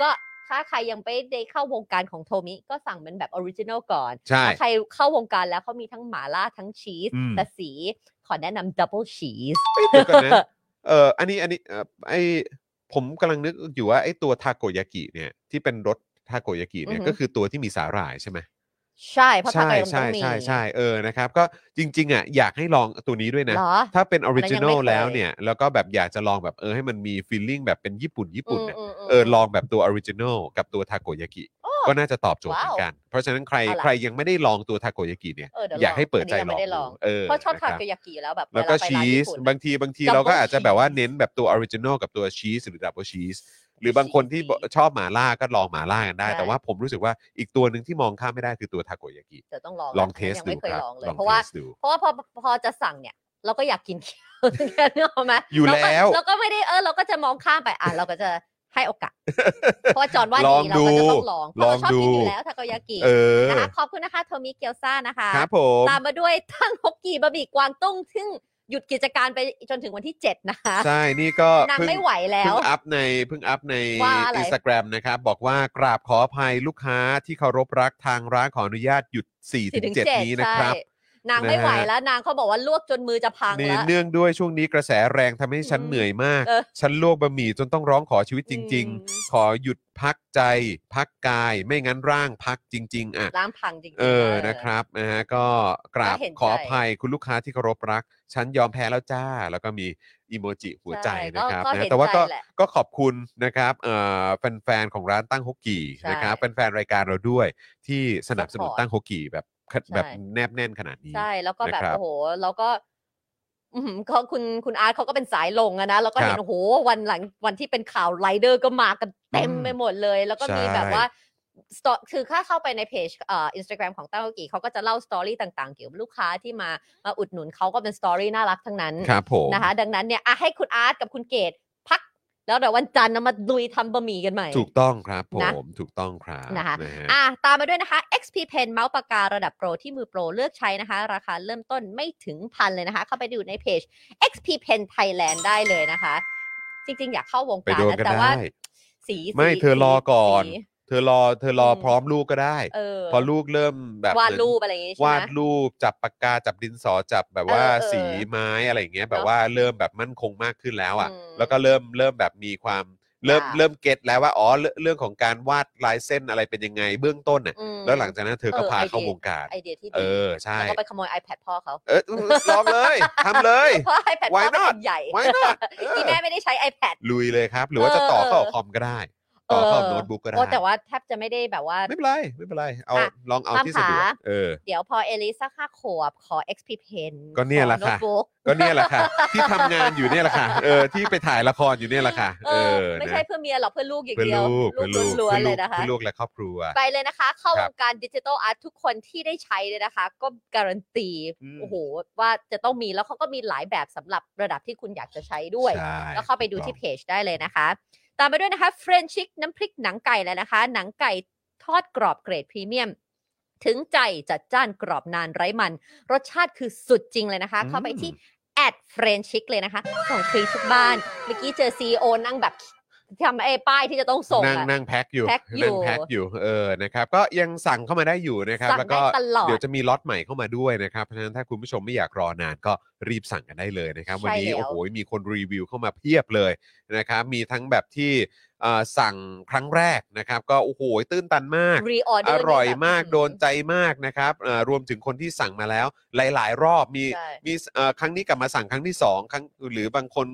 [SPEAKER 2] ก็ถ้าใครยังไม่ได้เข้าวงการของโทมิก็สั่งเป็นแบบออริจิน l ลก่อน
[SPEAKER 1] ใช่
[SPEAKER 2] ถ้าใครเข้าวงการแล้วเขามีทั้งหมาล่าทั้งชีส
[SPEAKER 1] อืม
[SPEAKER 2] แต่สีขอแนะนำดับเบิลชีส
[SPEAKER 1] เอ้ยเดี๋ยวก่อนนะเอออันนี้อันนี้เอ่อไอผมกำลังนึกอยู่ว่าไอตัวทาโกยากิเนี่ยที่เป็นรสทาโกยากิเนี่ย
[SPEAKER 2] อือหือ
[SPEAKER 1] ก็คือตัวที่มีสาหร่ายใช่ไหม
[SPEAKER 2] ใช่เพราะทา
[SPEAKER 1] ใช่
[SPEAKER 2] ไมันต้
[SPEAKER 1] ใช่
[SPEAKER 2] องมี
[SPEAKER 1] ใช่ใช่เออนะครับ ก็จริง ๆอ่ะอยากให้ลองตัวนี้ด้วยนะ
[SPEAKER 2] เหรอ
[SPEAKER 1] ถ้าเป็นออริจินอล
[SPEAKER 2] อันนั้นยังไม่เคย
[SPEAKER 1] แล้วเนี่ย แล้วก็แบบอยากจะลองแบบเออให้มันมีฟีลลิ่งแบบเป็นญี่ปุ่นญี่ปุ่นเนี่ย
[SPEAKER 2] อืมม
[SPEAKER 1] เออลองแบบตัวออริจินอลกับตัวทาโกยากิก็น่าจะตอบโจทย์เหมือนกัน เพราะฉะนั้นใคร
[SPEAKER 2] เอาล่ะ
[SPEAKER 1] ใครยังไม่ได้ลองตัวทาโกยากิเนี่ย
[SPEAKER 2] เออเดี๋ยว
[SPEAKER 1] อยากให้เปิดใจ
[SPEAKER 2] อันนี้
[SPEAKER 1] ลอ
[SPEAKER 2] ยังไม่
[SPEAKER 1] ง
[SPEAKER 2] ได้ล
[SPEAKER 1] ดู
[SPEAKER 2] อง
[SPEAKER 1] เออ
[SPEAKER 2] เพราะชอบทา
[SPEAKER 1] นะครับ
[SPEAKER 2] โกยากิอยู่แล้วแบบ
[SPEAKER 1] แล้วก็
[SPEAKER 2] เาไปร้า
[SPEAKER 1] ชี
[SPEAKER 2] น
[SPEAKER 1] ส
[SPEAKER 2] ญี่ปุ่น
[SPEAKER 1] บางทีบางที
[SPEAKER 2] Double
[SPEAKER 1] เราก็อาจจะแบบว่า
[SPEAKER 2] cheese
[SPEAKER 1] เน้นแบบตัวออริจินอลกับตัวชีสหรือดับเบิลชีสหรือบางคนที่บอกชอบหมาล่าก็ลองหมาล่ากันได้
[SPEAKER 2] ใช่
[SPEAKER 1] แต่ว่าผมรู้สึกว่าอีกตัวหนึ่งที่มองข้ามไม่ได้คือตัวทาโกยากิ
[SPEAKER 2] เดี๋ยวต้องลอง
[SPEAKER 1] ลอง
[SPEAKER 2] นะ
[SPEAKER 1] เท
[SPEAKER 2] คะ
[SPEAKER 1] ส
[SPEAKER 2] ยัง
[SPEAKER 1] ดู
[SPEAKER 2] ไม่เคย
[SPEAKER 1] ครับ
[SPEAKER 2] ลองเลย
[SPEAKER 1] ง
[SPEAKER 2] เพราะว่า
[SPEAKER 1] ทสดู
[SPEAKER 2] เพราะว่าพอพอจะสั่งเนี่ย เราก็อยากกินเคี้ยว นึกออกไหม
[SPEAKER 1] อยู่
[SPEAKER 2] เราก็
[SPEAKER 1] แล้ว
[SPEAKER 2] เราก็ไม่ได้เออเราก็จะมองข้ามไปอ่ะเราก็จะให้โอ กาส เพราะว่าจอนว่า
[SPEAKER 1] ล
[SPEAKER 2] ดี
[SPEAKER 1] อง
[SPEAKER 2] เราก็จะต้อง
[SPEAKER 1] ดู
[SPEAKER 2] ลองเพราะเราชอบกิ
[SPEAKER 1] ลอ
[SPEAKER 2] น
[SPEAKER 1] งดู
[SPEAKER 2] อยู่แล้วทาโกยากิ
[SPEAKER 1] เออ
[SPEAKER 2] นะคะขอบคุณนะคะเทอร์มิเกียวซ่านะคะ
[SPEAKER 1] ครับผม
[SPEAKER 2] ตามมาด้วยทั้งฮกกีบะหมี่กวางตุ้งซึ่งหยุดกิจการไปจนถึงวันที่ 7 นะคะ
[SPEAKER 1] ใช่ นี่ก็
[SPEAKER 2] นาง
[SPEAKER 1] เพิ่ง
[SPEAKER 2] ไม่ไหวแล้ว
[SPEAKER 1] เพิ่งอัพในเพิ่งอัพใน
[SPEAKER 2] ว่าอะไร
[SPEAKER 1] อินสตาแกรมนะครับ บอกว่ากราบขออภัยลูกค้าที่เคารพรักทางร้านขออนุญาตหยุด 4-7
[SPEAKER 2] 4-7
[SPEAKER 1] นี้นะครับ
[SPEAKER 2] ใช่ นางไม่ไหว
[SPEAKER 1] นะฮะ
[SPEAKER 2] แล้วนางเขาบอกว่าลวกจนมือจะพัง
[SPEAKER 1] นี่
[SPEAKER 2] แล้ว
[SPEAKER 1] เนื่องด้วยช่วงนี้กระแสแรงทำให้ฉัน
[SPEAKER 2] อืม
[SPEAKER 1] เหนื่อยมาก
[SPEAKER 2] เออ
[SPEAKER 1] ฉันลวกบะหมี่จนต้องร้องขอชีวิตจริง
[SPEAKER 2] อืม
[SPEAKER 1] ๆ ขอหยุดพักใจ พักกายไม่งั้นร่างพักจริง ๆอ่ะ
[SPEAKER 2] ล้างพังจริงๆ
[SPEAKER 1] เออนะครับนะฮะก็กราบ
[SPEAKER 2] ก็เห็นใจ
[SPEAKER 1] ขออภัยคุณลูกค้าที่เคารพรัก ฉันยอมแพ้แล้วจ้า แล้วก็มีอีโมจิหัวใจนะครับ
[SPEAKER 2] ก็
[SPEAKER 1] นะ
[SPEAKER 2] เห็น
[SPEAKER 1] แต่ว่า
[SPEAKER 2] ใจ
[SPEAKER 1] ก็
[SPEAKER 2] แหละ
[SPEAKER 1] ก็ขอบคุณนะครับเอ่อแฟนๆของร้านตั้งฮกกี่
[SPEAKER 2] ใช่
[SPEAKER 1] นะครับแฟนๆรายการเราด้วยที่สนับสนุน
[SPEAKER 2] Support
[SPEAKER 1] ตั้งฮกกี่แบบแบบแนบแน่นขนาดนี้
[SPEAKER 2] ใช่แล้วก็แบบ
[SPEAKER 1] นะครับ
[SPEAKER 2] โอ้โหแล้วก็ อืมเขาคุณคุณอาร์ตเขาก็เป็นสายลงอะนะแล้วก็
[SPEAKER 1] ค
[SPEAKER 2] เห็
[SPEAKER 1] รับ
[SPEAKER 2] นโอ้โหวันหลังวันที่เป็นข่าวไรเดอร์ก็มากันเต็ม
[SPEAKER 1] อืม
[SPEAKER 2] ไปหมดเลย แล้วก็มีแบบ
[SPEAKER 1] ใช่
[SPEAKER 2] ว่า sto- คือถ้าเข้าไปในเพจเอ่ออินสตาแกรมของเต้ากีเขาก็จะเล่าสตอรี่ต่างๆ เกี่ยวกับลูกค้าที่มามาอุดหนุนเขาก็เป็นสตอรี่น่ารักทั้งนั้น
[SPEAKER 1] ครับผม
[SPEAKER 2] นะคะ ดังนั้นเนี่ยอ่ะให้คุณอาร์ตกับคุณเกดพัก แล้วเดี๋ยววันจันทร์นะมาดุยทำบะหมี่กันใหม่
[SPEAKER 1] ถูกต้องครับผ
[SPEAKER 2] นะ
[SPEAKER 1] มถูกต้องครับ
[SPEAKER 2] นะคะ
[SPEAKER 1] นะฮะ
[SPEAKER 2] อ่ะตามมาด้วยนะคะ XP Pen เมาส์ปากการะดับโปรที่มือโปรเลือกใช้นะคะ ราคาเริ่มต้นไม่ถึงพันเลยนะคะ เข้าไปดูในเพจ XP Pen Thailand ได้เลยนะคะ จริงๆ อยากเข้าวง
[SPEAKER 1] ไป
[SPEAKER 2] การ
[SPEAKER 1] โดน
[SPEAKER 2] นะ
[SPEAKER 1] กัน
[SPEAKER 2] แต่ว่า
[SPEAKER 1] ได้
[SPEAKER 2] สี
[SPEAKER 1] ไม่
[SPEAKER 2] สี
[SPEAKER 1] เธอรอก่อน
[SPEAKER 2] สี
[SPEAKER 1] เธอรอเธอรออ
[SPEAKER 2] ม
[SPEAKER 1] พร้อมลูกก็ได้
[SPEAKER 2] เออ
[SPEAKER 1] พอลูกเริ่มแบบ
[SPEAKER 2] วาด
[SPEAKER 1] เหมือน
[SPEAKER 2] รูปอะไรอย่างงี้ใช่
[SPEAKER 1] วาด
[SPEAKER 2] ไหม
[SPEAKER 1] รูปจับปากกาจับดินสอจับแบบว่า
[SPEAKER 2] เออเออ
[SPEAKER 1] สีไม้อะไรอย่างเงี้ยแบบ
[SPEAKER 2] เนอะ
[SPEAKER 1] ว่าเริ่มแบบมั่นคงมากขึ้นแล้วอ่ะ
[SPEAKER 2] อืม
[SPEAKER 1] แล้วก็เริ่มเริ่มแบบมีความเริ่ม
[SPEAKER 2] ค่ะ
[SPEAKER 1] เริ่มเก็ตแล้วว่าอ๋อเรื่องเรื่องของการวาดลายเส้นอะไรเป็นยังไงเบื้องต้นน่ะ
[SPEAKER 2] อืม
[SPEAKER 1] แล้วหลังจากนั้นเธอก็
[SPEAKER 2] เออ
[SPEAKER 1] พา
[SPEAKER 2] ไอเดีย
[SPEAKER 1] เข้าวงการ
[SPEAKER 2] ไอเดียที่
[SPEAKER 1] เอ
[SPEAKER 2] ดี
[SPEAKER 1] อใช่
[SPEAKER 2] แล้วก็ไปขโมย iPad พ่อเขา
[SPEAKER 1] เออลองเลยทำเลย
[SPEAKER 2] เพราะ iPad พ่
[SPEAKER 1] Why
[SPEAKER 2] อเป็น
[SPEAKER 1] not?
[SPEAKER 2] อันใหญ่
[SPEAKER 1] Why not? เออ
[SPEAKER 2] ที่แม่ไม่ได้ใช้ iPad
[SPEAKER 1] ลุยเลยครับ หรือว่าจะต่อเข้าคอมก็ได้ ต่อเข้าโน้ตบุ๊กก็ได้
[SPEAKER 2] โอ้แต่ว่าแทบจะไม่ได้แบบว่า
[SPEAKER 1] ไม่เป็นไร ไม่เป็นไร เอา
[SPEAKER 2] อ่ะ
[SPEAKER 1] ลองเอาที่
[SPEAKER 2] ตาม
[SPEAKER 1] สะดวก
[SPEAKER 2] หา
[SPEAKER 1] เออ
[SPEAKER 2] เดี๋ยวพอเอลิสักห้าขวบขอ XP Pen
[SPEAKER 1] ก็เนี่ย
[SPEAKER 2] ขอ
[SPEAKER 1] แหละค่ะ
[SPEAKER 2] โน้ตบุ๊ก
[SPEAKER 1] ก็เนี่ยแหละค่ะ ที่ทำงานอยู่เนี่ยแหละค่ะเออที่ไปถ่ายละครอยู่เนี่ยแหละค่ะ
[SPEAKER 2] เอ
[SPEAKER 1] เอ
[SPEAKER 2] อ
[SPEAKER 1] อ
[SPEAKER 2] ไม่
[SPEAKER 1] นะ
[SPEAKER 2] ใช่เพื่อเมียหรอกเพื่อลูกอย่าง
[SPEAKER 1] เพื่อ
[SPEAKER 2] เดียว
[SPEAKER 1] ลูกเพื่อลูก
[SPEAKER 2] ล้วนๆเลยนะคะ
[SPEAKER 1] เพื่อลูกและครอบครัว
[SPEAKER 2] ไปเลยนะคะ เข้า
[SPEAKER 1] คว รับ
[SPEAKER 2] งการดิจิทัลอาร์ตทุกคนที่ได้ใช้เลยนะคะ ก็การันตี
[SPEAKER 1] อืม
[SPEAKER 2] โอ้โห ว่าจะต้องมีแล้วเขาก็มีหลายแบบสำหรับระดับที่คุณอยากจะใช้ด้วย
[SPEAKER 1] ใช่
[SPEAKER 2] ก็เข้าไปดูที่เพจได้เลยนะคะ ตามไปด้วยนะคะเฟรนชิกน้ำพริกหนังไก่เลยนะคะ หนังไก่ทอดกรอบเกรดพรีเมียม ถึงใจจัดจ้านกรอบนานไร้มัน รสชาติคือสุดจริงเลยนะคะ เข้าไปที่แอดเฟรนชิกเลยนะคะ ส่งฟรีทุกบ้าน เมื่อกี้เจอซีโอนั่งแบบทำไอ้ป้ายที่จะต้องส่ง
[SPEAKER 1] นั่ง
[SPEAKER 2] อะ
[SPEAKER 1] นั่งแพ็คอยู่
[SPEAKER 2] แพ็คอยู่
[SPEAKER 1] นั่งแพ็คอยู่เออนะครับ ก็ยังสั่งเข้ามาได้อยู่นะครับ
[SPEAKER 2] สั่ง
[SPEAKER 1] แล้วก็
[SPEAKER 2] ได้ตลอด
[SPEAKER 1] เดี๋ยวจะมีล็อตใหม่เข้ามาด้วยนะครับเพราะฉะนั้นถ้าคุณผู้ชมไม่อยากรอนานก็รีบสั่งกันได้เลยนะครับ
[SPEAKER 2] ใช่
[SPEAKER 1] วันนี้
[SPEAKER 2] แล้ว
[SPEAKER 1] โอ้โหมีคนรีวิวเข้ามาเพียบเลยนะครับ มีทั้งแบบที่เอ่อสั่งครั้งแรกนะครับ ก็โอ้โหตื้นตันมาก
[SPEAKER 2] รีออเดอ
[SPEAKER 1] อ
[SPEAKER 2] ร์
[SPEAKER 1] ร่อยมาก
[SPEAKER 2] แบบ
[SPEAKER 1] โดนใจมากนะครับเอ่อรวมถึงคนที่สั่งมาแล้ว หลาย ๆ รอบมี
[SPEAKER 2] ใช่
[SPEAKER 1] มีเอ่อครั้งนี้กลับมาสั่งครั้งที่สองครั้งหรือบางคน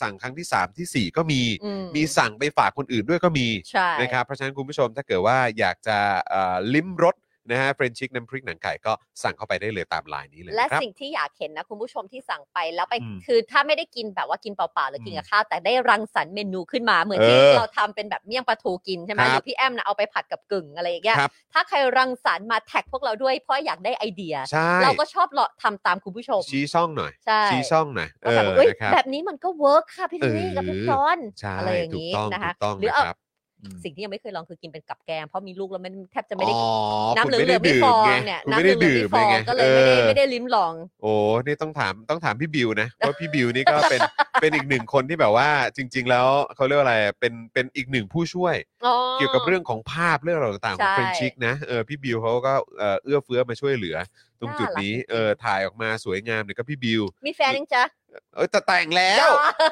[SPEAKER 1] สั่งครั้งที่สามที่สี่ก็มี
[SPEAKER 2] อื
[SPEAKER 1] มีสั่งไปฝากคนอื่นด้วยก็มี
[SPEAKER 2] ใช่
[SPEAKER 1] นะครับเพราะฉะนั้นคุณผู้ชมถ้าเกิดว่าอยากจะเอ่อลิ้มรสนะฮะเฟรนชิกน้ำพริกหนังไก่ก็สั่งเข้าไปได้เลยตามไลน์นี้เลย
[SPEAKER 2] และ
[SPEAKER 1] นะครับ
[SPEAKER 2] สิ่งที่อยากเห็นนะ คุณผู้ชมที่สั่งไปแล้วไป
[SPEAKER 1] อืม
[SPEAKER 2] คือถ้าไม่ได้กินแบบว่ากินเปล่าๆหรือกินกับข้าวแต่ได้รังสรรค์เมนูขึ้นมาเหมือน
[SPEAKER 1] เออ
[SPEAKER 2] ที่เราทำเป็นแบบเมี่ยงปลาทูกินใช่ไหม
[SPEAKER 1] ครับ
[SPEAKER 2] หรือพี่แอมนะเอาไปผัดกับกึ่งอะไรอย่างเงี้ย
[SPEAKER 1] ครับ
[SPEAKER 2] ถ้าใครรังสรรค์มาแท็กพวกเราด้วยเพราะอยากได้ไอเดีย
[SPEAKER 1] ใช่
[SPEAKER 2] เราก็ชอบเลาะทำตามคุณผู้ชม
[SPEAKER 1] ชี้ช่องหน่อย
[SPEAKER 2] ใช่
[SPEAKER 1] ชี้ช่องหน่อยเอ
[SPEAKER 2] ก็แบบ
[SPEAKER 1] อ
[SPEAKER 2] ว่าเอ้ย
[SPEAKER 1] นะครับ
[SPEAKER 2] แบบนี้มันก็เวิร์กค่ะพี่
[SPEAKER 1] เอ
[SPEAKER 2] ลิ
[SPEAKER 1] อ
[SPEAKER 2] ลี่กับพี่จอน
[SPEAKER 1] ใช่
[SPEAKER 2] อะไรอย่าง
[SPEAKER 1] ถูก
[SPEAKER 2] นี้
[SPEAKER 1] ต้อง
[SPEAKER 2] นะคะ
[SPEAKER 1] ถูกต้อง
[SPEAKER 2] หรือ
[SPEAKER 1] นะ
[SPEAKER 2] เอา
[SPEAKER 1] ครับอืม
[SPEAKER 2] สิ่งที่ยังไม่เคยลองคือกินเป็นกับแกงเพราะมีลูกแล้วมันแทบจะไม่ได้
[SPEAKER 1] อ๋อ
[SPEAKER 2] น้ำ
[SPEAKER 1] คุณ
[SPEAKER 2] เหลือง
[SPEAKER 1] ไม่ได้
[SPEAKER 2] เหลืองไม่
[SPEAKER 1] ดื่
[SPEAKER 2] ฟ
[SPEAKER 1] ม
[SPEAKER 2] อง
[SPEAKER 1] ไง
[SPEAKER 2] เนี่ย
[SPEAKER 1] คุณ
[SPEAKER 2] น้ำ
[SPEAKER 1] ไม่ได้
[SPEAKER 2] เหลืองเหลือง
[SPEAKER 1] ดื่ม
[SPEAKER 2] ไม่
[SPEAKER 1] เล
[SPEAKER 2] ฟอยง
[SPEAKER 1] ไง
[SPEAKER 2] ก็เลยไม่ได้
[SPEAKER 1] ออ
[SPEAKER 2] ไม่ได้ลิ้มลอง
[SPEAKER 1] โอ้นี่ต้องถามต้องถามพี่บิว นะ ว่าพี่บิวนี่ก็เป็น เป็นอีกหนึ่งคนที่แบบว่าจริง ๆ แล้วเขาเรียกว่าอะไรเป็นเป็นอีกหนึ่งผู้ช่วย เกี่ยวกับเรื่องของภาพเรื่องอะไรต่างๆของ
[SPEAKER 2] ใช่
[SPEAKER 1] เฟรนชิกนะเออพี่บิวเขาก็เอ่อเอื้อเฟื้อมาช่วยเหลือ ตรงจุดนี้
[SPEAKER 2] น่ารัก
[SPEAKER 1] เออถ่ายออกมาสวยงามเนี่ยก็พี่บิว
[SPEAKER 2] มีแฟนยังจ๊ะ
[SPEAKER 1] เออจะแต่ง แล้ว